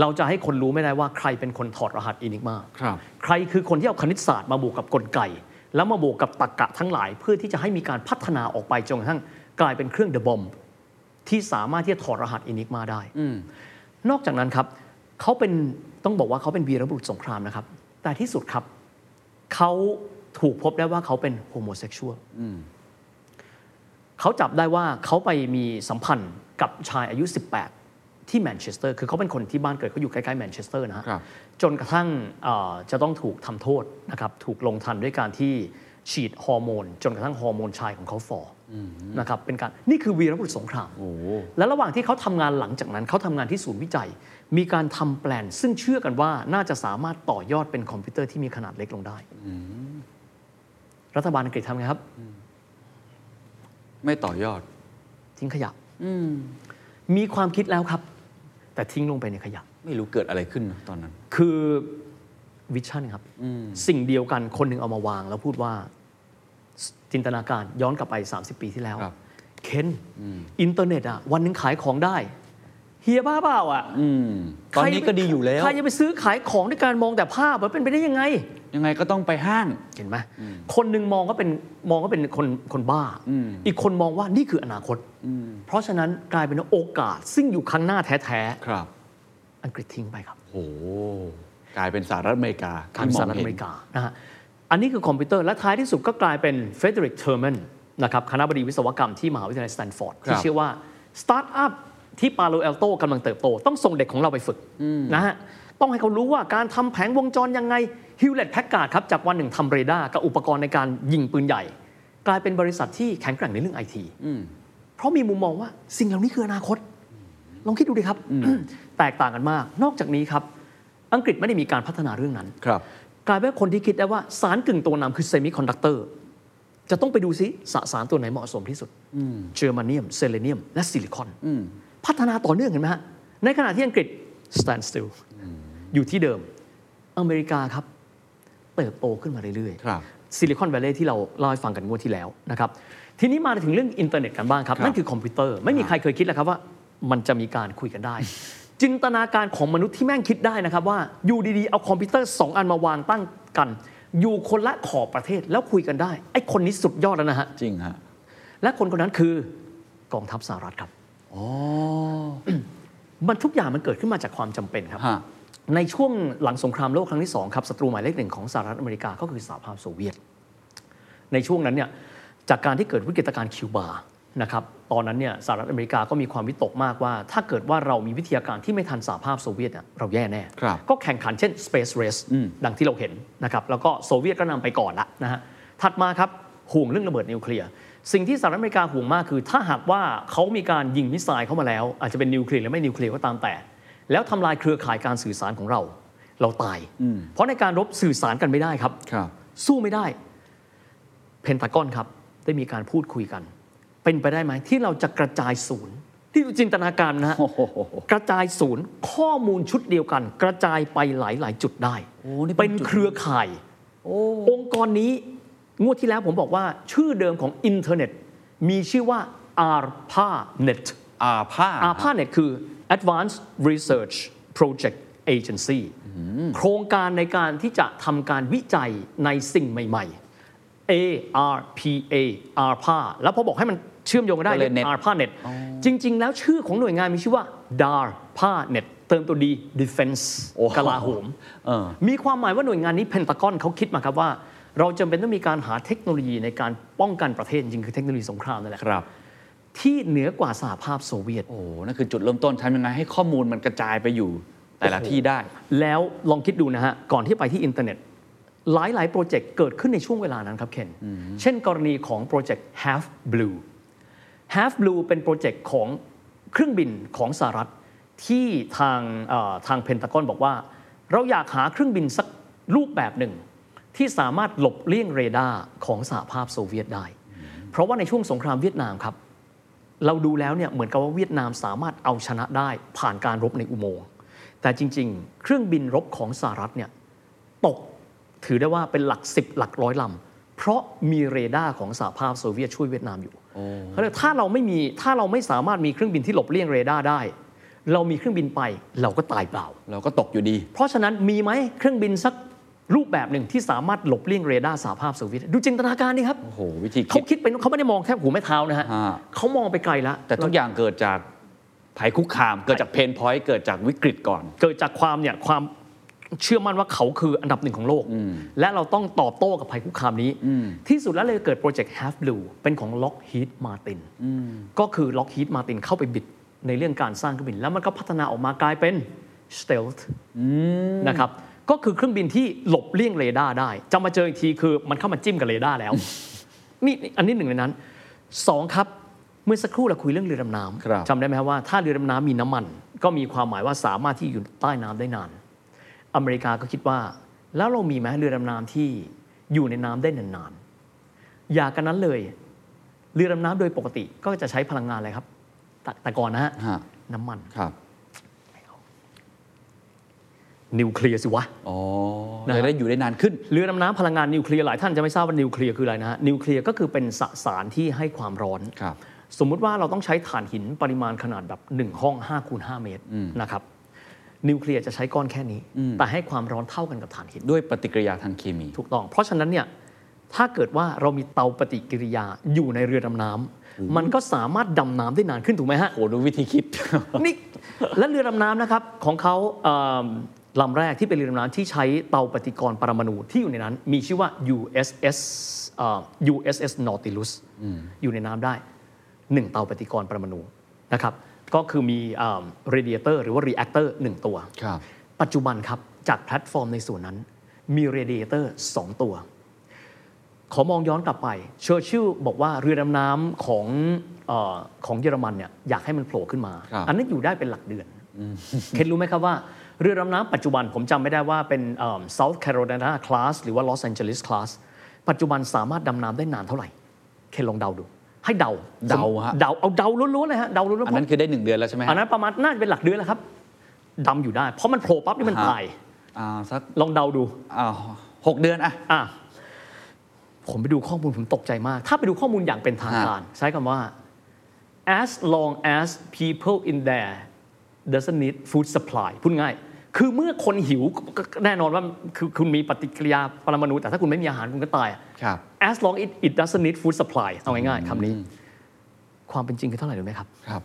C: เราจะให้คนรู้ไม่ได้ว่าใครเป็นคนถอดรหัสอินิกมา
D: ครับ
C: ใครคือคนที่เอาคณิตศาสตร์มาบวกกับกลไก แล้วมาบวกกับตรรกะทั้งหลาย เพื่อที่จะให้มีการพัฒนาออกไปจนกระทั่งกลายเป็นเครื่องเดอะบอมที่สามารถที่จะถอดรหัสอินิกมาได้นอกจากนั้นครับเขาเป็นต้องบอกว่าเขาเป็นวีรบุรุษสงครามนะครับ แต่ที่สุดครับเขาถูกพบได้ว่าเขาเป็นโฮโมเซ็กชวลเขาจับได้ว่าเขาไปมีสัมพันธ์กับชายอายุ 18 ที่แมนเชสเตอร์คือเขาเป็นคนที่บ้านเกิดเขาอยู่ใกล้ๆแมนเชสเตอร์นะฮะ
D: ครับ
C: จนกระทั่งเอ่อจะต้องถูกทำโทษนะครับถูกลงทันด้วยการที่ฉีดฮอร์โมน จนกระทั่งฮอร์โมนชายของเขาฟอนะครับเป็นการนี่คือวีรบุรุษสงคราม
D: โอ้โห
C: และระหว่างที่เขาทำงานหลังจากนั้นเขาทำงานที่ศูนย์วิจัย มีการทำแปลน ซึ่งเชื่อกันว่าน่าจะสามารถต่อยอดเป็นคอมพิวเตอร์ที่มีขนาดเล็กลงได้ รัฐบาลอังกฤษทำไงครับ
D: ไม่ต่อยอด
C: ทิ้งขยะมีความคิดแล้วครับ แต่ทิ้งลงไปในขยะ
D: ไม่รู้เกิดอะไรขึ้นนะตอนนั้น
C: คือวิชั่นครับ สิ่งเดียวกันคนหนึ่งเอามาวางแล้วพูดว่าสจินตนาการย้อนกลับไป 30 ปีที่แล้ว
D: ครับ
C: เคนอินเทอร์เน็ตอ่ะวันหนึ่งขายของได้ เฮียบ้าเปล่าอ่ะ
D: อืมตอนนี้
C: ใครจะไป
D: ก็ดีอยู่แล้ว
C: ใครจะไปซื้อขายของด้วยการมองแต่ภาพมันเป็นไปได้ยังไง
D: ยังไงก็ต้องไปห้าง
C: เห็นไหมคนหนึ่งมองก็เป็นมองก็เป็นคนคนบ้า
D: อืม
C: อีกคนมองว่านี่คืออนาคต เพราะฉะนั้นกลายเป็นว่าโอกาสซึ่งอยู่ข้างหน้าแท้
D: ครับ
C: ๆอังกฤษทิ้งไปครับ
D: โอ้โหกลายเป็นสหรัฐอเมริกา
C: การ
D: ที่
C: สหรัฐ
D: ง
C: อ
D: เห็น
C: เมริกานะฮะอันนี้คือคอมพิวเตอร์และท้ายที่สุดก็กลายเป็นเฟเดริกเทอร์แมนนะครับคณะบดีวิศวกรรมที่มหาวิทยาลัยสแตนฟอร์ดที่เชื่อว่าสตาร์ทอัพที่ปาโลเอลโตกำลังเติบโต ต้องส่งเด็กของเราไปฝึกนะฮะต้องให้เขารู้ว่าการทำแผงวงจรยังไงฮิวเลตแพ็กการ์ดครับจากวันหนึ่งทำเรดาร์กับอุปกรณ์ในการยิงปืนใหญ่ กลายเป็นบริษัทที่แข็งแกร่งในเรื่องไอที
D: อืม
C: เพราะมีมุมมองว่าสิ่งเหล่านี้คืออนาคต ลองคิดดูดิครับ แตกต่างกันมาก นอกจากนี้ครับ อังกฤษไม่ได้มีการพัฒนาเรื่องนั้น
D: ครับ
C: กลายเป็นว่าคนที่คิดได้ว่าสารกึ่งตัวนำคือเซมิคอนดักเตอร์จะต้องไปดูซิสสารตัวไหนเหมาะสมที่สุดเจอร์มาเนียม เซเลเนียม และซิลิคอน
D: อืม
C: พัฒนาต่อเนื่องเห็นไหมฮะ ในขณะที่อังกฤษ stand still อยู่ที่เดิม อเมริกาครับ เติบโตขึ้นมาเรื่อย
D: ครับ
C: ซิลิคอนแวลลย์ที่เราเล่าให้ฟังกันงวดที่แล้วนะครับ ทีนี้มาถึงเรื่องอินเทอร์เน็ตกันบ้างครับ
D: ครับ
C: นั่นคือคอมพิวเตอร์ ไม่มีใครเคยคิดแล้วครับว่า มันจะมีการคุยกันได้ จินตนาการของมนุษย์ที่แม่งคิดได้นะครับว่าอยู่ดีๆ เอาคอมพิวเตอร์สองอันมาวางตั้งกัน อยู่คนละขอบประเทศแล้วคุยกันได้ ไอ้คนนี้สุดยอดแล้วนะฮะ
D: จริงฮะ
C: และคนคนนั้นคือกองทัพสหรัฐครับ
D: อ๋อ
C: มันทุกอย่างมันเกิดขึ้นมาจากความจำเป็นครับ
D: ฮะ
C: ในช่วงหลังสงครามโลกครั้งที่สองครับศัตรูหมายเลขหนึ่งของสหรัฐอเมริกาก็คือสหภาพโซเวียต ในช่วงนั้นเนี่ยจากการที่เกิดวิกฤตการณ์คิวบานะครับตอนนั้นเนี่ยสหรัฐอเมริกาก็มีความวิตกมากว่า ถ้าเกิดว่าเรามีวิทยาการที่ไม่ทันสหภาพโซเวียตเนี่ยเราแย่แน่
D: ครับ
C: ก็แข่งขันเช่น Space Race
D: อืม
C: ดังที่เราเห็นนะครับแล้วก็โซเวียตก็นำไปก่อนละนะฮะถัดมาครับห่วงเรื่องระเบิดนิวเคลียร์ สิ่งที่สหรัฐอเมริกาห่วงมากคือ ถ้าหากว่าเขามีการยิงมิสไซล์เข้ามาแล้ว อาจจะเป็นนิวเคลียร์หรือไม่นิวเคลียร์ก็ตามแต่ แล้วทำลายเครือข่ายการสื่อสารของเรา เราตาย
D: อืม
C: เพราะในการรบสื่อสารกันไม่ได้ครับ
D: ครับ
C: สู้ไม่ได้ เพนทากอนครับ ได้มีการพูดคุยกัน เป็นไปได้ไหมที่เราจะกระจายศูนย์ ที่จินตนาการนะฮะ
D: โอ้โห
C: กระจายศูนย์ข้อมูลชุดเดียวกัน กระจายไปหลาย ๆ จุดได้
D: โอ้นี่เป็
C: เป็น น
D: จุด
C: เครือข่าย
D: โอ้
C: องค์กรนี้งวดที่แล้วผมบอกว่า ชื่อเดิมของอินเทอร์เน็ต มีชื่อว่า ARPANET
D: อาผ้า
C: ARPANET คือ Advanced Research Project Agency โครงการในการที่จะทำการวิจัยในสิ่งใหม่ ๆ ARPA ARPA แล้วพอบอกให้มันเชื่อมโยงกันได้
D: ก็เลย net
C: ARPANET จริง ๆ แล้วชื่อของหน่วยงานมีชื่อว่า DARPANET เติมตัว D Defense
D: โอ้
C: กลาโหม
D: เออ
C: มีความหมายว่าหน่วยงานนี้เพนตากอนเขาคิดมาครับว่า เราจำเป็นต้องมีการหาเทคโนโลยีในการป้องกันประเทศจริงๆคือเทคโนโลยีสงครามนั่นแหละ
D: ครับ
C: ที่เหนือกว่าสหภาพโซเวียต
D: โอ้โหนั่นคือจุดเริ่มต้นทำยังไงให้ข้อมูลมันกระจายไปอยู่แต่ละที่ได้
C: แล้วลองคิดดูนะฮะ ก่อนที่ไปที่อินเทอร์เน็ต หลาย ๆ โปรเจกต์เกิดขึ้นในช่วงเวลานั้นครับเคนเช่นกรณีของโปรเจกต์ Half Blue Half Blue เป็นโปรเจกต์ของเครื่องบินของสหรัฐ ที่ทางเอ่อทางเพนตากอนบอกว่า เราอยากหาเครื่องบินสักรูปแบบหนึ่ง ที่สามารถหลบเลี่ยงเรดาร์ของสหภาพโซเวียตได้ เพราะว่าในช่วงสงครามเวียดนามครับ เราดูแล้วเนี่ยเหมือนกับว่าเวียดนามสามารถเอาชนะได้ผ่านการรบในอุโมงค์แต่จริง ๆ เครื่องบินรบของสหรัฐเนี่ยตกถือได้ว่าเป็นหลัก 10 หลักร้อยลำ เพราะมีเรดาร์ของสหภาพโซเวียตช่วยเวียดนามอยู่เขาเลยถ้าเราไม่มีถ้าเราไม่สามารถมีเครื่องบินที่หลบเลี่ยงเรดาร์ได้ เรามีเครื่องบินไปเราก็ตายเปล่า
D: เราก็ตกอยู่ดี
C: เพราะฉะนั้นมีไหมเครื่องบินสักรูปแบบหนึ่งที่สามารถหลบเลี่ยงเรดาร์สหภาพโซเวียตดูจินตนาการนี่ครับ
D: โอ้โห วิธีคิ
C: เขา
D: ด
C: คิดไปเขาไม่ได้มองแค่หูแม่เท้านะฮะ
D: อ่า
C: เขามองไปไกลแล้ว
D: แต่ทุกอย่างเกิดจากภัยคุกคาม เกิดจากเพนพอยต์เกิดจากวิกฤตก่อน
C: เกิดจากความเนี่ยความเชื่อมั่นว่าเขาคืออันดับหนึ่งของโลก และเราต้องตอบโต้กับภัยคุกคามนี้ ที่สุดแล้วเลยเกิดโปรเจกต์ Half Blue เป็นของ Lockheed Martin ก็คือ Lockheed Martin เข้าไปบิดในเรื่องการสร้างเครื่องบิน แล้วมันก็พัฒนาออกมากลายเป็น Stealth นะครับ ก็คือเครื่องบินที่หลบเลี่ยงเรดาร์ได้ จะมาเจออีกทีคือมันเข้ามาจิ้มกับเรดาร์ แล้ว นี่นี่อันนี้หนึ่งในนั้นสองครับ เมื่อสักครู่เราคุยเรื่องเรือดำ
D: ครับ
C: น้ำจำได้ไหมครับว่าถ้าเรือดำน้ำมีน้ำมัน ก็มีความหมายว่าสามารถที่อยู่ใต้น้ำได้นาน อเมริกาก็คิดว่า แล้วเรามีไหมเรือดำน้ำที่อยู่ในน้ำได้นานๆอย่ากันนั้นเลย เรือดำน้ำโดยปกติก็จะใช้พลังงานอะไรครับ แต่แต่ก่อนนะฮะ
D: ฮะ
C: น้ำมัน
D: ครับ
C: นิวเคลียร์สิวะ
D: อ๋อ
C: นะฮะ
D: จะได้อยู่ได้นานขึ้น
C: เรือดำน้ำพลังงานนิวเคลียร์หลายท่านจะไม่ทราบว่านิวเคลียร์คืออะไรนะฮะนิวเคลียร์ก็คือเป็นสสารที่ให้ความร้อน
D: ครับ
C: สมมุติว่าเราต้องใช้ถ่านหินปริมาณขนาดแบบ 1 ห้อง5คูณ5เมตรนะครับนิวเคลียร์จะใช้ก้อนแค่นี้ แต่ให้ความร้อนเท่ากันกับถ่านหิน
D: ด้วยปฏิกิริยาทางเคมี
C: ถูกต้อง เพราะฉะนั้นเนี่ย ถ้าเกิดว่าเรามีเตาปฏิกิริยาอยู่ในเรือดำน้ำ มันก็สามารถดำน้ำได้นานขึ้นถูกไหมฮะ
D: โหดูวิธีคิด
C: นี่ และเรือดำน้ำนะครับ ของเขาเอิ่มลำแรกที่เป็นเรือดำน้ำที่ใช้เตาปฏิกรณ์ปรมาณูที่อยู่ในนั้น มีชื่อว่า USS เอ่อ USS Nautilus อยู่ในน้ำได้หนึ่งเตาปฏิกรณ์ปรมาณูนะครับ ก็คือมีเรเดียเตอร์หรือว่ารีแอคเตอร์หนึ่งตัว
D: ครับ
C: ปัจจุบันครับ จากแพลตฟอร์มในส่วนนั้น มีเรเดเตอร์2ตัว ขอมองย้อนกลับไป เชอร์ชิลบอกว่าเรือดำน้ำของเออของเยอรมันเนี่ยอยากให้มันโผล่ขึ้นมา
D: ครับ
C: อันนั้นอยู่ได้เป็นหลักเดือน เคนรู้ไหมครับว่า เรือดำน้ำปัจจุบันผมจำไม่ได้ว่าเป็นเอิ่ม South Carolina Class หรือว่า Los Angeles Class ปัจจุบันสามารถดำน้ำได้นานเท่าไหร่ เคนลองเดาดู ให้เดา
D: เดาฮะ
C: เดาเอาเดาล้วนๆเลยฮะเดาล้วนๆเพ
D: อัน
C: ราะ
D: นั้นคือได้หนึ่งเดือนแล้วใช่ไหม
C: อันนั้นประมาณน่าจะเป็นหลักเดือนแล้วครับดำอยู่ได้ เพราะมันโผล่ปั๊บนี่มันตาย
D: อ่าสัก
C: ลองเดาดู
D: อ่าหกเดือนอะ
C: อ่ะผมไปดูข้อมูลผมตกใจมาก ถ้าไปดูข้อมูลอย่างเป็นทางการ ใช้คำว่า as long as people in there doesn't need food supply พูดง่าย คือเมื่อคนหิวก็แน่นอนว่าคือคุณมีปฏิกิริยาปรมาณูแต่ถ้าคุณไม่มีอาหารคุณก็ตายอะ
D: ครับ
C: as long it it doesn't need food supply เอาง่ายๆคำนี้ ความเป็นจริงคือเท่าไหร่รู้ไหมครั
D: ครับ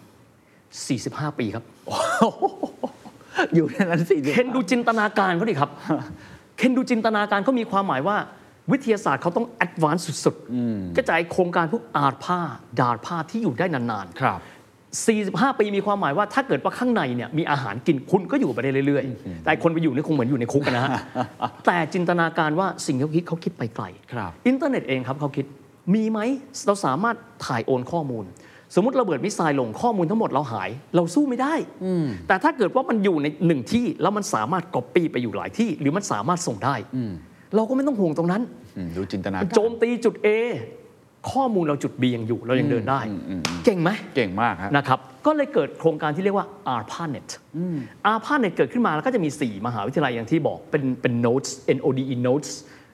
C: บ 45 ปีครับ
D: อยู่ในนั้นสี่เดือ
C: เคน นดูจินตนาการเขาดิ ครับ เคนดูจินตนาการเขามีความหมายว่า วิทยาศาสตร์เขาต้องแอดวานซ์สุดๆกระจายโครงการพวกอาร์ตผ้า ดาดผ้าที่อยู่ได้นาน
D: ครับ
C: ๆ 45 ปีมีความหมายว่าถ้าเกิดว่าข้างในเนี่ยมีอาหารกินคุณก็อยู่ไปได้เรื่อยๆ แต่คนไปอยู่เนี่ยคงเหมือนอยู่ในคุกอะนะ ฮะ แต่จินตนาการว่าสิ่งที่เขาคิดเขาคิดไปไกล
D: ครับ
C: อินเทอร์เน็ตเองครับเขาคิดมีไหมเราสามารถถ่ายโอนข้อมูล สมมติระเบิดมิสไซล์ลงข้อมูลทั้งหมดเราหาย เราสู้ไม่ได้ แต่ถ้าเกิดว่ามันอยู่ในหนึ่งที่แล้วมันสามารถก๊อปปี้ไปอยู่หลายที่ หรือมันสามารถส่งได้ เราก็ไม่ต้องห่วงตรงนั้น
D: อืมดูจินตนา
C: โจ
D: การ
C: มตีจุด A ข้อมูลเราจุด B ยังอยู่เรายังเดินได้ เก่งไหม
D: เก่งมากฮะ
C: นะครับ ก็เลยเกิดโครงการที่เรียกว่า ARPANET ARPANET เกิดขึ้นมาแล้วก็จะมี 4 มหาวิทยาลัยอย่างที่บอกเป็นเป็น nodes NODE nodes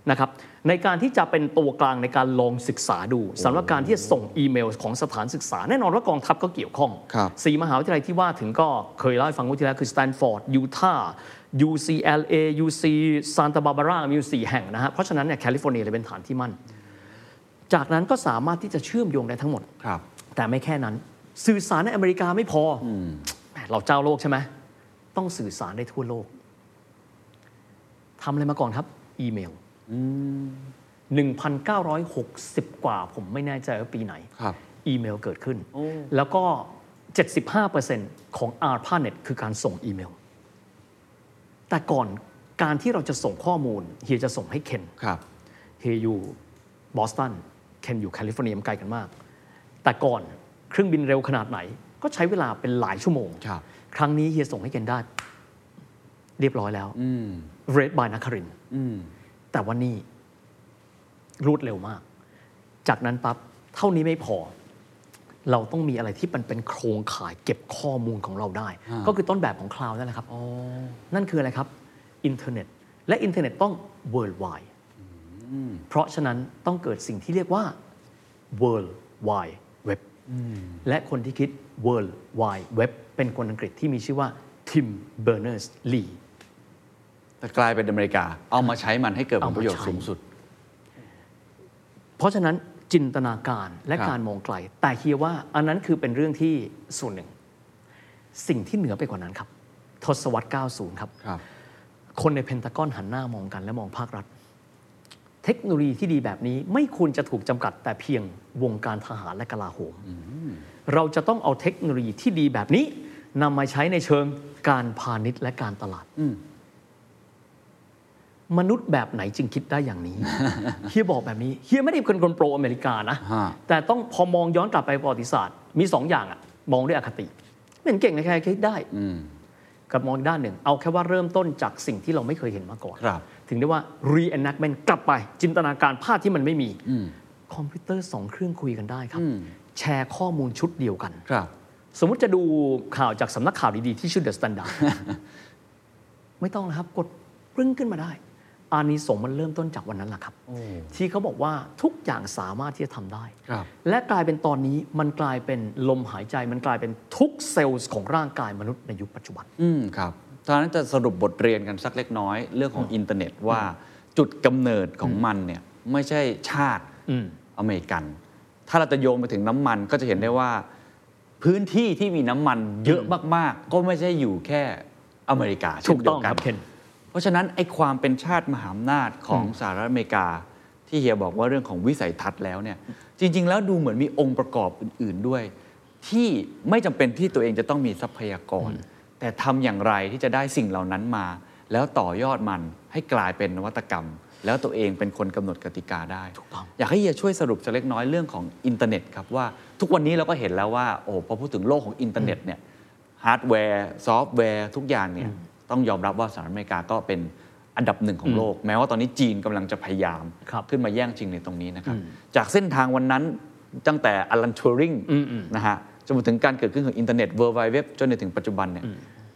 C: นะครับ ในการที่จะเป็นตัวกลางในการลองศึกษาดูสำหรับการที่จะส่งอีเมลของสถานศึกษา แน่นอนว่ากองทัพก็เกี่ยวข้อง
D: ครับ
C: สี่มหาวิทยาลัยที่ว่าถึงก็เคยเล่าให้ฟังว่าที่แล้วคือ Stanford Utah UCLA UC Santa Barbara มีอยู่สี่แห่งนะฮะ เพราะฉะนั้นเนี่ยแคลิฟอร์เนียเลยเป็นฐานที่มั่น จากนั้นก็สามารถที่จะเชื่อมโยงได้ทั้งหมด
D: ครับ
C: แต่ไม่แค่นั้น สื่อสารในอเมริกาไม่พออแหมเราเจ้าโลกใช่ไหม ต้องสื่อสารได้ทั่วโลกทำอะไรมาก่อนครับ อีเมล1,960 กว่าผมไม่แน่ใจว่าปีไหน
D: ครับ
C: อีเมลเกิดขึ้น แล้วก็ 75%ของ a r p a n e t คือการส่งอีเมล แต่ก่อนการที่เราจะส่งข้อมูลเฮียจะส่งให้เคน
D: ครับ
C: เฮยอยู่บอสตัน เคนอยู่แคลิฟอร์เนียมันไกลกันมาก แต่ก่อนเครื่องบินเร็วขนาดไหน ก็ใช้เวลาเป็นหลายชั่วโมง
D: ครับ
C: ครั้งนี้เฮียส่งให้เคนได้ เรียบร้อยแล้วเรดบายนักคารินทร์แต่ว่านี่รวดเร็วมาก จากนั้นปั๊บเท่านี้ไม่พอ เราต้องมีอะไรที่มันเป็นโครงข่ายเก็บข้อมูลของเราได้ ก็คือต้นแบบของคลาวด์นั่นแหละครับนั่นคืออะไรครับ อินเทอร์เน็ต และอินเทอร์เน็ตต้อง worldwide เพราะฉะนั้นต้องเกิดสิ่งที่เรียกว่า World Wide Web และคนที่คิด World Wide Web เป็นคนอังกฤษที่มีชื่อว่า Tim Berners-Lee
D: แต่กลายเป็นอเมริกา เอามาใช้มันให้เกิดผลประโยชน์
C: เอามาใช้
D: สูงสุด
C: เพราะฉะนั้นจินตนาการและ
D: ครับ
C: การมองไกล แต่เฮียว่าอันนั้นคือเป็นเรื่องที่ส่วนหนึ่ง สิ่งที่เหนือไปกว่านั้นครับ ทศวรรษ 90 ครับ
D: ครับ
C: คนในเพนทากอนหันหน้ามองกันและมองภาครัฐ เทคโนโลยีที่ดีแบบนี้ไม่ควรจะถูกจำกัดแต่เพียงวงการทหารและกลาโหม เราจะต้องเอาเทคโนโลยีที่ดีแบบนี้นำมาใช้ในเชิงการพาณิชย์และการตลาด มนุษย์แบบไหนจึงคิดได้อย่างนี้ เฮียบอกแบบนี้เฮียไม่ได้เป็นคนโปรอเมริกานะ
D: ฮะ
C: แต่ต้องพอมองย้อนกลับไปประวัติศาสตร์ มีสองอย่างอะมองด้วยอคติไม่เห็นเก่งเลยใครคิดได้
D: อืม
C: กับมองอีกด้านหนึ่ง เอาแค่ว่าเริ่มต้นจากสิ่งที่เราไม่เคยเห็นมาก่อน
D: ครับ
C: ถึงได้ว่า reenactment กลับไป จินตนาการภาพที่มันไม่มี คอมพิวเตอร์สองเครื่องคุยกันได้ครับ แชร์ข้อมูลชุดเดียวกัน
D: ครับ
C: สมมุติจะดูข่าวจากสำ นักข่าวดี ๆ ที่ชื่อ The Standard ไม่ต้องนะครับ กดปรึ้งขึ้นมาได้ อานิสงส์มันเริ่มต้นจากวันนั้นแหละครับ ที่เขาบอกว่าทุกอย่างสามารถที่จะทำได้
B: ครับ
C: และกลายเป็นตอนนี้มันกลายเป็นลมหายใจมันกลายเป็นทุกเซลล์ของร่างกายมนุษย์ในยุคปัจจุบัน
B: อืมครับตอนนั้นจะสรุปบทเรียนกันสักเล็กน้อยเรื่องของอินเทอร์เน็ตว่าจุดกำเนิดของมันเนี่ยไม่ใช่ชาติ
C: อืม
B: อเมริกัน ถ้าเราจะโยงไปถึงน้ำมันก็จะเห็นได้ว่า พื้นที่ที่มีน้ำมันเยอะมากๆ ก็ไม่ใช่อยู่แค่อเมริกา
C: ถู
B: เช่น
C: ก
B: เดี
C: ต้
B: ย
C: อง
B: ว
C: ค
B: กั
C: รั
B: น
C: บเคน
B: เพราะฉะนั้นไอ้ความเป็นชาติมหาอำนาจของสหรัฐอเมริกา ที่เฮียบอกว่าเรื่องของวิสัยทัศน์แล้วเนี่ยจริง ๆ แล้วดูเหมือนมีองค์ประกอบอื่น ๆด้วย ที่ไม่จำเป็นที่ตัวเองจะต้องมีทรัพยากร แต่ทำอย่างไรที่จะได้สิ่งเหล่านั้นมา แล้วต่อยอดมันให้กลายเป็นนวัตกรรม แล้วตัวเองเป็นคนกำหนดกติกาได้
C: ถูกต้อง
B: อยากให้เฮียช่วยสรุปสักเล็กน้อยเรื่องของอินเทอร์เน็ตครับว่าทุกวันนี้เราก็เห็นแล้วว่าโอ้พอพูดถึงโลกของอินเทอร์เน็ตเนี่ย ฮาร์ดแวร์ ซอฟต์แวร์ ทุกอย่างเนี่ยต้องยอมรับว่าสหรัฐอเมริกาก็เป็นอันดับหนึ่งของโลก แม้ว่าตอนนี้จีนกำลังจะพยายาม
C: ครับ
B: ขึ้นมาแย่งชิงในตรงนี้นะครับ จากเส้นทางวันนั้นตั้งแต่อลันทัวริงนะฮะจนมาถึงการเกิดขึ้นของอินเทอร์เน็ตเวอร์ไวเว็บจนในถึงปัจจุบันเนี่ย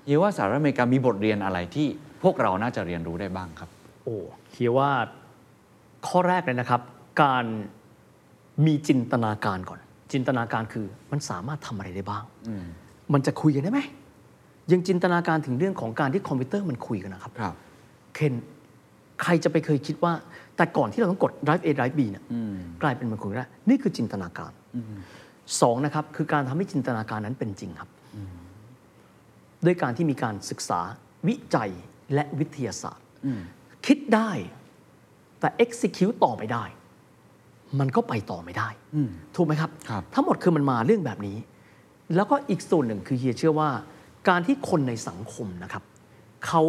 B: เยีว่าสหรัฐอเมริกามีบทเรียนอะไรที่พวกเราน่าจะเรียนรู้ได้บ้างครับ
C: โอ้เคียว่าข้อแรกเลยนะครับ การมีจินตนาการก่อน จินตนาการคือมันสามารถทำอะไรได้บ้าง มันจะคุยกันได้ไหม ยังจินตนาการถึงเรื่องของการที่คอมพิวเตอร์มันคุยกันนะครับ
B: ครับ
C: เคนใครจะไปเคยคิดว่า แต่ก่อนที่เราต้องกด drive A drive B เนี่ยกลายเป็นมันคุยกันได้นี่คือจินตนาการสองนะครับ คือการทำให้จินตนาการนั้นเป็นจริงครับ ด้วยการที่มีการศึกษาวิจัยและวิทยาศาสตร์ คิดได้ แต่ execute ต่อไม่ได้ มันก็ไปต่อไม่ได้ ถูกไหมครับ
B: ครับ
C: ทั้งหมดคือมันมาเรื่องแบบนี้ แล้วก็อีกส่วนหนึ่งคือเฮียเชื่อว่า การที่คนในสังคมนะครับ เขา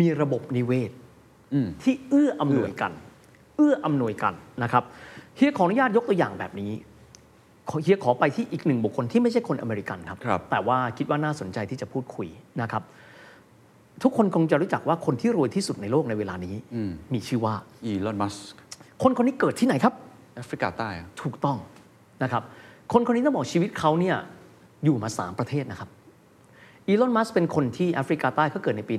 C: มีระบบนิเวศ
B: อืม
C: ที่เอื้ออำนวยกัน เอื้ออำนวยกันนะครับเฮียขออนุญาตยกตัวอย่างแบบนี้ขอเฮียขอไปที่อีกหนึ่งบุคคลที่ไม่ใช่คนอเมริกันครับ
B: ครับ
C: แต่ว่าคิดว่าน่าสนใจที่จะพูดคุยนะครับ ทุกคนคงจะรู้จักว่าคนที่รวยที่สุดในโลกในเวลานี้ มีชื่อว่า
B: อีลอนมัส
C: คนคนนี้เกิดที่ไหนครับ
B: แอฟริกาใต้อะ
C: ถูกต้องนะครับ คนคนนี้ต้องบอกชีวิตเขาเนี่ยอยู่มา 3 ประเทศนะครับอีลอนมัสเป็นคนที่แอฟริกาใต้เขาเกิดในปี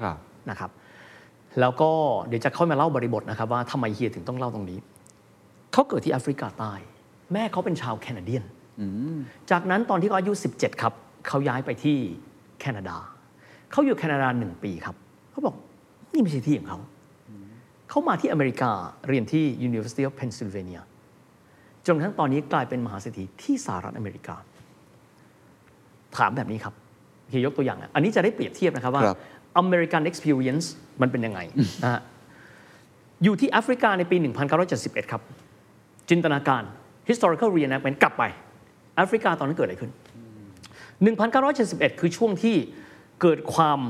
B: ครับ
C: นะครับ แล้วก็เดี๋ยวจะค่อยมาเล่าบริบทนะครับว่าทำไมเฮียถึงต้องเล่าตรงนี้ เขาเกิดที่แอฟริกาใต้ แม่เขาเป็นชาวแคนาเดียน จากนั้นตอนที่เขาอายุ 17 ครับ เขาย้ายไปที่แคนาดา เขาอยู่แคนาดาหนึ่งปีครับ เขาบอกนี่ไม่ใช่ที่ของเขา เขามาที่อเมริกาเรียนที่ University of Pennsylvania จนกระทั้งตอนนี้กลายเป็นมหาเศรษฐีที่สหรัฐอเมริกา ถามแบบนี้ครับเฮียยกตัวอย่างนะอันนี้จะได้เปรียบเทียบนะครับว่า
B: ครับ
C: American Experience มันเป็นยังไงนะฮะอยู่ที่แอฟริกาในปี 1971 ครับ จินตนาการ historical reenactment กลับไปแอฟริกาตอนนั้นเกิดอะไรขึ้น 1971 คือช่วงที่เกิดความ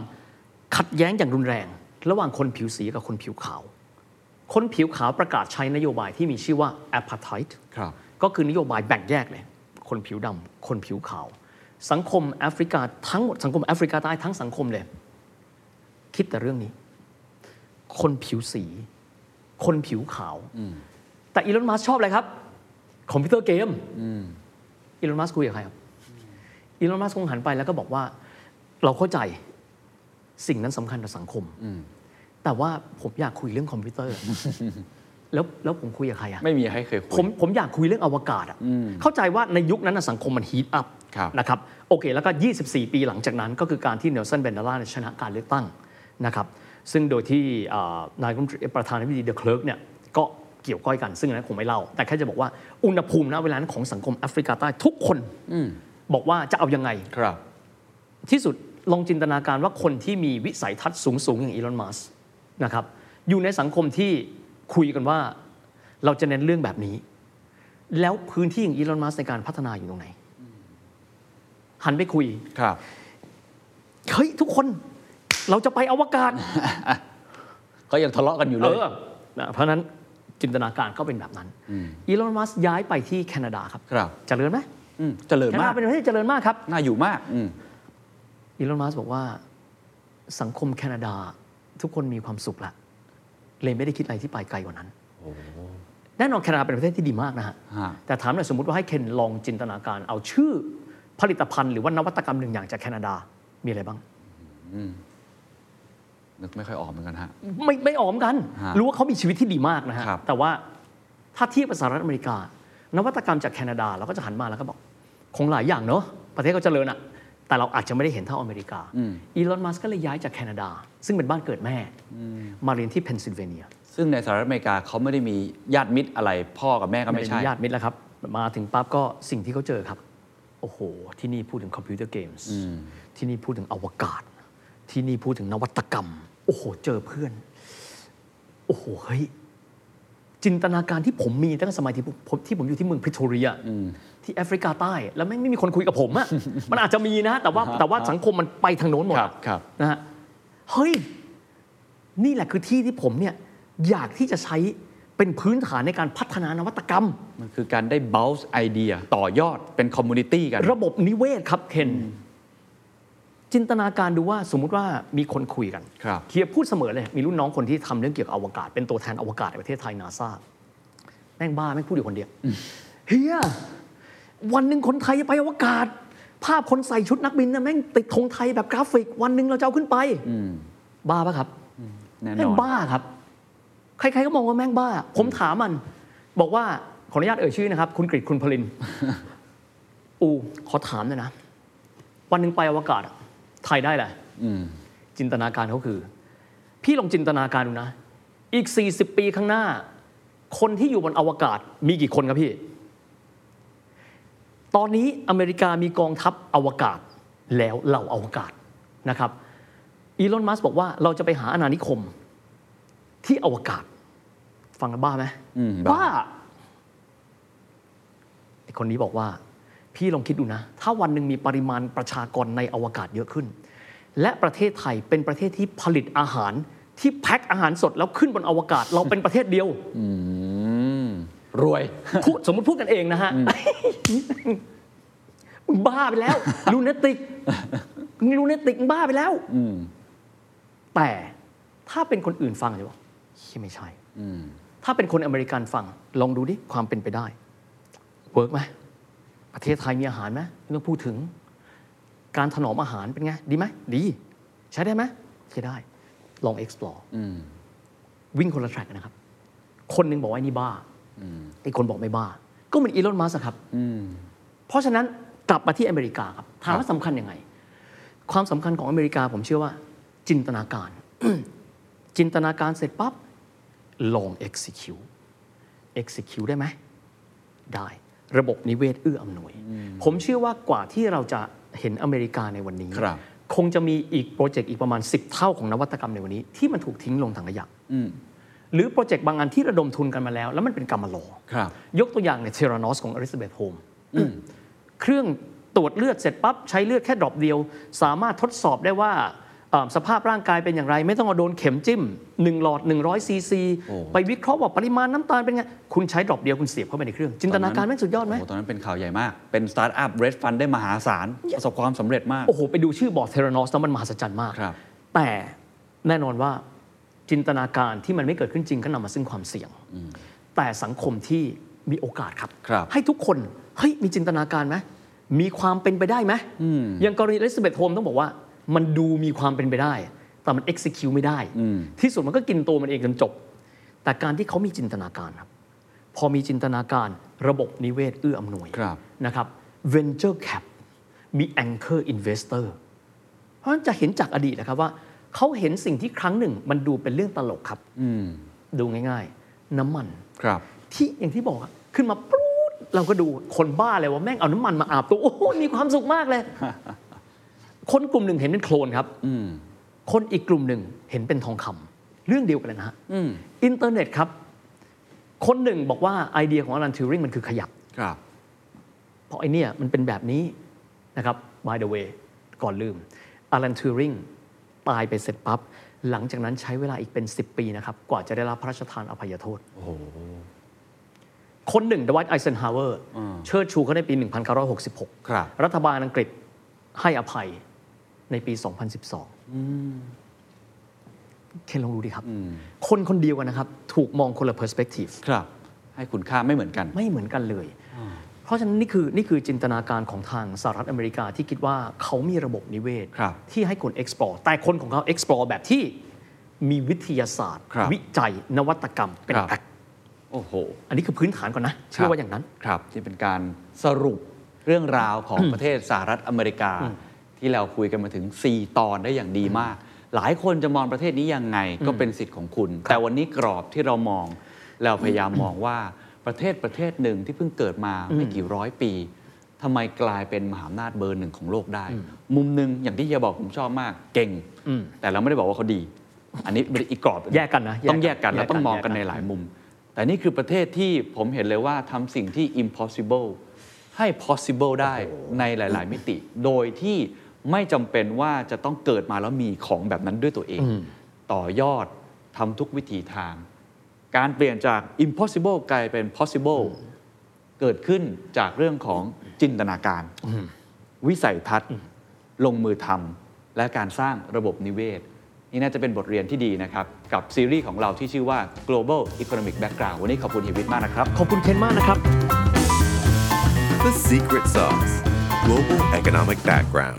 C: ขัดแย้งอย่างรุนแรง ระหว่างคนผิวสีกับคนผิวขาว คนผิวขาวประกาศใช้นโยบายที่มีชื่อว่า apartheid
B: ครับ
C: ก็คือนโยบายแบ่งแยกเลย คนผิวดำ คนผิวขาว สังคมแอฟริกาทั้งหมดสังคมแอฟริกาใต้ทั้งสังคมเลย คิดแต่เรื่องนี้ คนผิวสี คนผิวขาว แต่อีลอนมัสชอบอะไรครับ คอมพิวเตอร์เกมอีลอนมัสคุยกับใครครับ อีลอนมัสคงหันไปแล้วก็บอกว่า เราเข้าใจสิ่งนั้นสำคัญต่อสังคม แต่ว่าผมอยากคุยเรื่องคอมพิวเตอร์ แล้วแล้วผมคุยกับใครอะ
B: ไม่มีให้เคยคุย
C: ผมผมอยากคุยเรื่องอวกาศอะเข้าใจว่าในยุคนั้นนะสังคมมันฮีทอัพ
B: ครับ
C: นะครับโอเค แล้วก็ 24 ปีหลังจากนั้นก็คือการที่เนลสันเบนเดล่าเนี่ยชนะการเลือกตั้งนะครับซึ่งโดยที่อ่านายกรัฐมนตรีประธานาธิบดีเดอะเคลิร์กเนี่ยก็เกี่ยวก้อยกัน ซึ่งอันนั้นคงไม่เล่า แต่แค่จะบอกว่าอุณหภูมิณเวลานั้นของสังคมแอฟริกาใต้ทุกคนบอกว่าจะเอายังไง
B: ครับ
C: ที่สุดลองจินตนาการว่าคนที่มีวิสัยทัศน์สูงสูงๆอย่างอีลอนมัสนะครับอยู่ในสังคมที่คุยกันว่าเราจะเน้นเรื่องแบบนี้ แล้วพื้นที่อย่างอีลอนมัสในการพัฒนาอยู่ตรงไหน หันไปคุย
B: ครับ
C: เฮ้ย ทุกคนเราจะไปอวกาศ
B: ก็ยังทะเลาะกันอยู่เล
C: เอย อนะเพราะฉะนั้นจินตนาการก็เป็นแบบนั้นอีลอนมัสย้ายไปที่แคนาดาครับ
B: ครับ
C: เจริญไหม
B: อืมเจริญ
C: แคนา
B: มา
C: ดาก เป็นประเทศเจริญมากครับ
B: น่าอยู่มากอืม
C: อีลอนมัสบอกว่าสังคมแคนาดาทุกคนมีความสุขละเลยไม่ได้คิดอะไรที่ไปไกลกว่านั้น แน่นอนแคนาดาเป็นประเทศที่ดีมากนะฮะ
B: ฮะ
C: แต่ถามหน่อยสมมติว่าให้เคนลองจินตนาการ เอาชื่อผลิตภัณฑ์หรือว่านวัตกรรมหนึ่งอย่างจากแคนาดามีอะไรบ้าง
D: นึกไม่ค่อยออกเหมือนกันฮะ
C: ไม่ไม่ออมกัน
D: ฮะ
C: รู้ว่าเขามีชีวิตที่ดีมากนะฮะ
D: ครับ
C: แต่ว่าถ้าเทียบกับสหรัฐอเมริกา นวัตกรรมจากแคนาดาเราก็จะหันมาแล้วก็บอก คงหลายอย่างเนอะประเทศเขาเจริญอะแต่เราอาจจะไม่ได้เห็นเท่าอเมริกา
D: อืม
C: อีลอนมัสก์ก็เลยย้ายจากแคนาดา ซึ่งเป็นบ้านเกิดแม่ มาเรียนที่เพนซิลเวเนีย
D: ซึ่งในสหรัฐอเมริกาเขาไม่ได้มีญาติมิตรอะไรพ่อกับแม่ก็ไม่ใช่
C: ญาติมิตรแล้วครับ มาถึงปั๊บก็สิ่งที่เขาเจอครับ โอ้โห ที่นี่พูดถึงคอมพิวเตอร์เกมส์ที่นี่พูดถึงอวกาศ ที่นี่พูดถึงนวัตกรรม โอ้โห เจอเพื่อน โอ้โห เฮ้ย จินตนาการที่ผมมีตั้งแต่สมัยที่ผมผมที่ผมอยู่ที่เมืองพริโทเรียที่แอฟริกาใต้ แล้วไม่งไม่มีคนคุยกับผมอะ มันอาจจะมีนะ แต่ว่าแต่ว่าสังคมมันไปทางโน้นหมด
D: ครับครับ
C: นะฮะเฮ้ย นี่แหละคือที่ที่ผมเนี่ยอยากที่จะใช้เป็นพื้นฐานในการพัฒนานวัตกรรม
D: มันคือการได้ bounce ไอเดียต่อยอดเป็นคอมมูนิตี้กัน
C: ระบบนิเวศครับเคนจินตนาการดูว่าสมมุติว่ามีคนคุยกัน
D: ครับ
C: เคียร์พูดเสมอเลย มีรุ่นน้องคนที่ทำเรื่องเกี่ยวกับอวกาศ เป็นตัวแทนอวกาศในประเทศไทยนาซาแม่งบ้าแม่งพูดอยู่คนเดียวเฮียวันหนึ่งคนไทยจะไปอวกาศ ภาพคนใส่ชุดนักบินนะแม่งติดธงไทยแบบกราฟิก วันหนึ่งเราจะเอาขึ้นไปบ้าปะครับ
D: แน่น
C: แม่ง
D: อน
C: บ้าครับ ใครๆก็มองว่าแม่งบ้า ผมถามมัน บอกว่า ขออนุญาตเอ่ยชื่อนะครับ คุณกริชคุณพลิ น อูขอถามหน่อยนะ วันหนึ่งไปอวกาศอะไทยได้แหละไรจินตนาการเขาคือ พี่ลองจินตนาการดูนะ อีก 40 ปีข้างหน้า คนที่อยู่บนอวกาศ มีกี่คนครับพี่ ตอนนี้อเมริกามีกองทัพอวกาศแล้วเหล่าอวกาศนะครับ อีลอนมัสบอกว่าเราจะไปหาอาณานิคม ที่อวกาศ ฟังแล้วบ้าไหม
D: อืมบ้า
C: ไอคนนี้บอกว่า พี่ลองคิดดูนะ ถ้าวันหนึ่งมีปริมาณประชากรในอวกาศเยอะขึ้น และประเทศไทยเป็นประเทศที่ผลิตอาหารที่แพ็คอาหารสดแล้วขึ้นบนอวกาศ เราเป็นประเทศเดียว
D: อืมรวย
C: พูดสมมติพูดกันเองนะฮะ มึงบ้าไป แล้ว ลูเนติก มึงลูเนติกมึงบ้าไปแล้ว
D: อืม
C: แต่ถ้าเป็นคนอื่นฟังจะบอกเฮียไม่ใช่
D: อืม
C: ถ้าเป็นคนอเมริกันฟัง ลองดูดิ ความเป็นไปได้ เวิร์กไหม ประเทศไทยมีอาหารไหมไม่ต้องพูดถึง การถนอมอาหารเป็นไง ดีไหม ดี ใช้ได้ไหมใช้ได้ ลอง explore
D: อืม
C: วิ่งคนละแทร็กนะครับ คนหนึ่งบอกว่าไอ้นี่บ้าอีกคนบอกไม่บ้า ก็เหมือนอีลอนมัสครับ
D: อืม
C: เพราะฉะนั้นกลับมาที่อเมริกาครับ ถามว่าสำคัญยังไง ความสำคัญของอเมริกาผมเชื่อว่า จินตนาการ จินตนาการเสร็จปั๊บ ลอง execute execute ได้ไหม ได้ ระบบนิเวศเอื้ออำนวย ผมเชื่อว่ากว่าที่เราจะเห็นอเมริกาในวันนี้
D: ครับ
C: คงจะมีอีกโปรเจกต์อีกประมาณ 10 เท่าของนวัตกรรมในวันนี้ที่มันถูกทิ้งลงถังขยะ
D: อืม
C: หรือโปรเจกต์บางอันที่ระดมทุนกันมาแล้ว แล้วมันเป็นกรรมะลอ
D: ครับ
C: ยกตัวอย่างในเทรานอสของอริซาเบธโฮมเครื่องตรวจเลือดเสร็จปั๊บ ใช้เลือดแค่ดรอปเดียว สามารถทดสอบได้ว่าเอ่อสภาพร่างกายเป็นอย่างไร ไม่ต้องเอาโดนเข็มจิ้ม 1 หลอด 100 ซีซี
D: โอ้
C: ไปวิเคราะห์ว่าปริมาณน้ำตาลเป็นไง คุณใช้ดรอปเดียวคุณเสียบเข้าไปในเครื่อง จินตนาการแม่งสุดยอดไหม
D: โตอนนั้นเป็นข่าวใหญ่มาก เป็นสตาร์ทอัพเรดฟันได้มหาศาล ประสบความสำเร็จมาก
C: โอ้โห ไปดูชื่อบอร์ดเทรานอสแล้วมันมหัศจรรย์มาก
D: ครับ
C: แต่แน่นอนว่าจินตนาการที่มันไม่เกิดขึ้นจริงก็นำมาซึ่งความเสี่ยง แต่สังคมที่มีโอกาสครับ
D: ครับ
C: ให้ทุกคนเฮ้ยมีจินตนาการไหมมีความเป็นไปได้ไหมอย่างกรณีเลสเบตโฮมต้องบอกว่า มันดูมีความเป็นไปได้ แต่มัน execute ไม่ได้
D: อืม
C: ที่สุดมันก็กินตัวมันเองจนจบ แต่การที่เขามีจินตนาการครับ พอมีจินตนาการระบบนิเวศเอื้ออำนวย
D: ครับ
C: นะครับ venture cap มี anchor investor เพราะฉะนั้นจะเห็นจากอดีตนะครับว่า เขาเห็นสิ่งที่ครั้งหนึ่งมันดูเป็นเรื่องตลกครับ
D: อืม
C: ดูง่ายๆ น้ำมัน
D: ครับ
C: ที่อย่างที่บอกอะขึ้นมาปรูดเราก็ดูคนบ้าเลยว่าแม่งเอาน้ำมันมาอาบตัว โอ้โหมีความสุขมาก เลย คนกลุ่มหนึ่งเห็นเป็นโคลนครับ
D: อืม
C: คนอีกกลุ่มหนึ่งเห็นเป็นทองคำเรื่องเดียวกันเลยนะฮะ
D: อืม
C: อินเทอร์เน็ตครับ คนหนึ่งบอกว่าไอเดียของอลันทิวริงมันคือขยะ
D: ครับ
C: เพราะไอเนี่ยมันเป็นแบบนี้นะครับ by the way ก่อนลืมอ l ลันทูริงตายไปเสร็จปั๊บ หลังจากนั้นใช้เวลาอีกเป็น 10 ปีนะครับ กว่าจะได้รับพระราชทานอภัยโทษ
D: โอ้โห
C: คนหนึ่งดวัตไอเซนฮาวเวอร์
D: อืม
C: เชิดชูเขาในปี 1966
D: ครับ
C: รัฐบาลอังกฤษให้อภัยในปี 2012เคนลองดูดิครับ คนคนเดียวกันนะครับ ถูกมองคนละเพอร์สเปกทีฟ
D: ครับ ให้คุณค่าไม่เหมือนกัน
C: ไม่เหมือนกันเลย เพราะฉะนั้นนี่คือนี่คือจินตนาการของทางสหรัฐอเมริกาที่คิดว่าเขามีระบบนิเวศ
D: ครับ
C: ที่ให้คน explore แต่คนของเขา explore แบบที่ มีวิทยาศาสตร์
B: ครับ
C: วิจัยนวัตกรรมเป็น
B: ครับ
C: หลัก
B: โอ้โห
C: อันนี้คือพื้นฐานก่อนนะเชื่อว่าอย่างนั้น
B: ครับที่เป็นการสรุปเรื่องราวของ ประเทศสหรัฐอเมริกา ที่เราคุยกันมาถึง 4 ตอนได้อย่างดีมาก หลายคนจะมองประเทศนี้ยังไงก็เป็นสิทธิ์ของคุณ แต่วันนี้กรอบที่เรามอง เราพยายามมองว่าประเทศประเทศหนึ่งที่เพิ่งเกิดมาไม่กี่ร้อยปีทำไมกลายเป็นมหาอำนาจเบอร์หนึ่งของโลกได้ มุมหนึ่งอย่างที่เฮียบอกผมชอบมากเก่ง
C: อืม
B: แต่เราไม่ได้บอกว่าเขาดี อันนี้เป็นอีกกรอบหง
C: แยกกันนะ
B: ต้องแยกกันแล้วต้องมองกัน
C: แย
B: ในหลายมุม แต่นี่คือประเทศที่ผมเห็นเลยว่าทำสิ่งที่ impossible ให้ possible ได้ในหลาย ๆ มิติ โดยที่ไม่จำเป็นว่าจะต้องเกิดมาแล้วมีของแบบนั้นด้วยตัวเอง ต่อยอดทำทุกวิถีทาง การเปลี่ยนจาก impossible กลายเป็น possible เกิดขึ้นจากเรื่องของจินตนาการ วิสัยทัศน์ ลงมือทำและการสร้างระบบนิเวศ นี่น่าจะเป็นบทเรียนที่ดีนะครับ กับซีรีส์ของเราที่ชื่อว่า global economic background วันนี้ขอบคุณเฮยวิทย์มากนะครับ
C: ขอบคุณเคนมากนะครับ
A: The Secret Sauce Global Economic Background.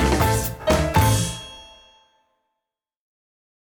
A: ears.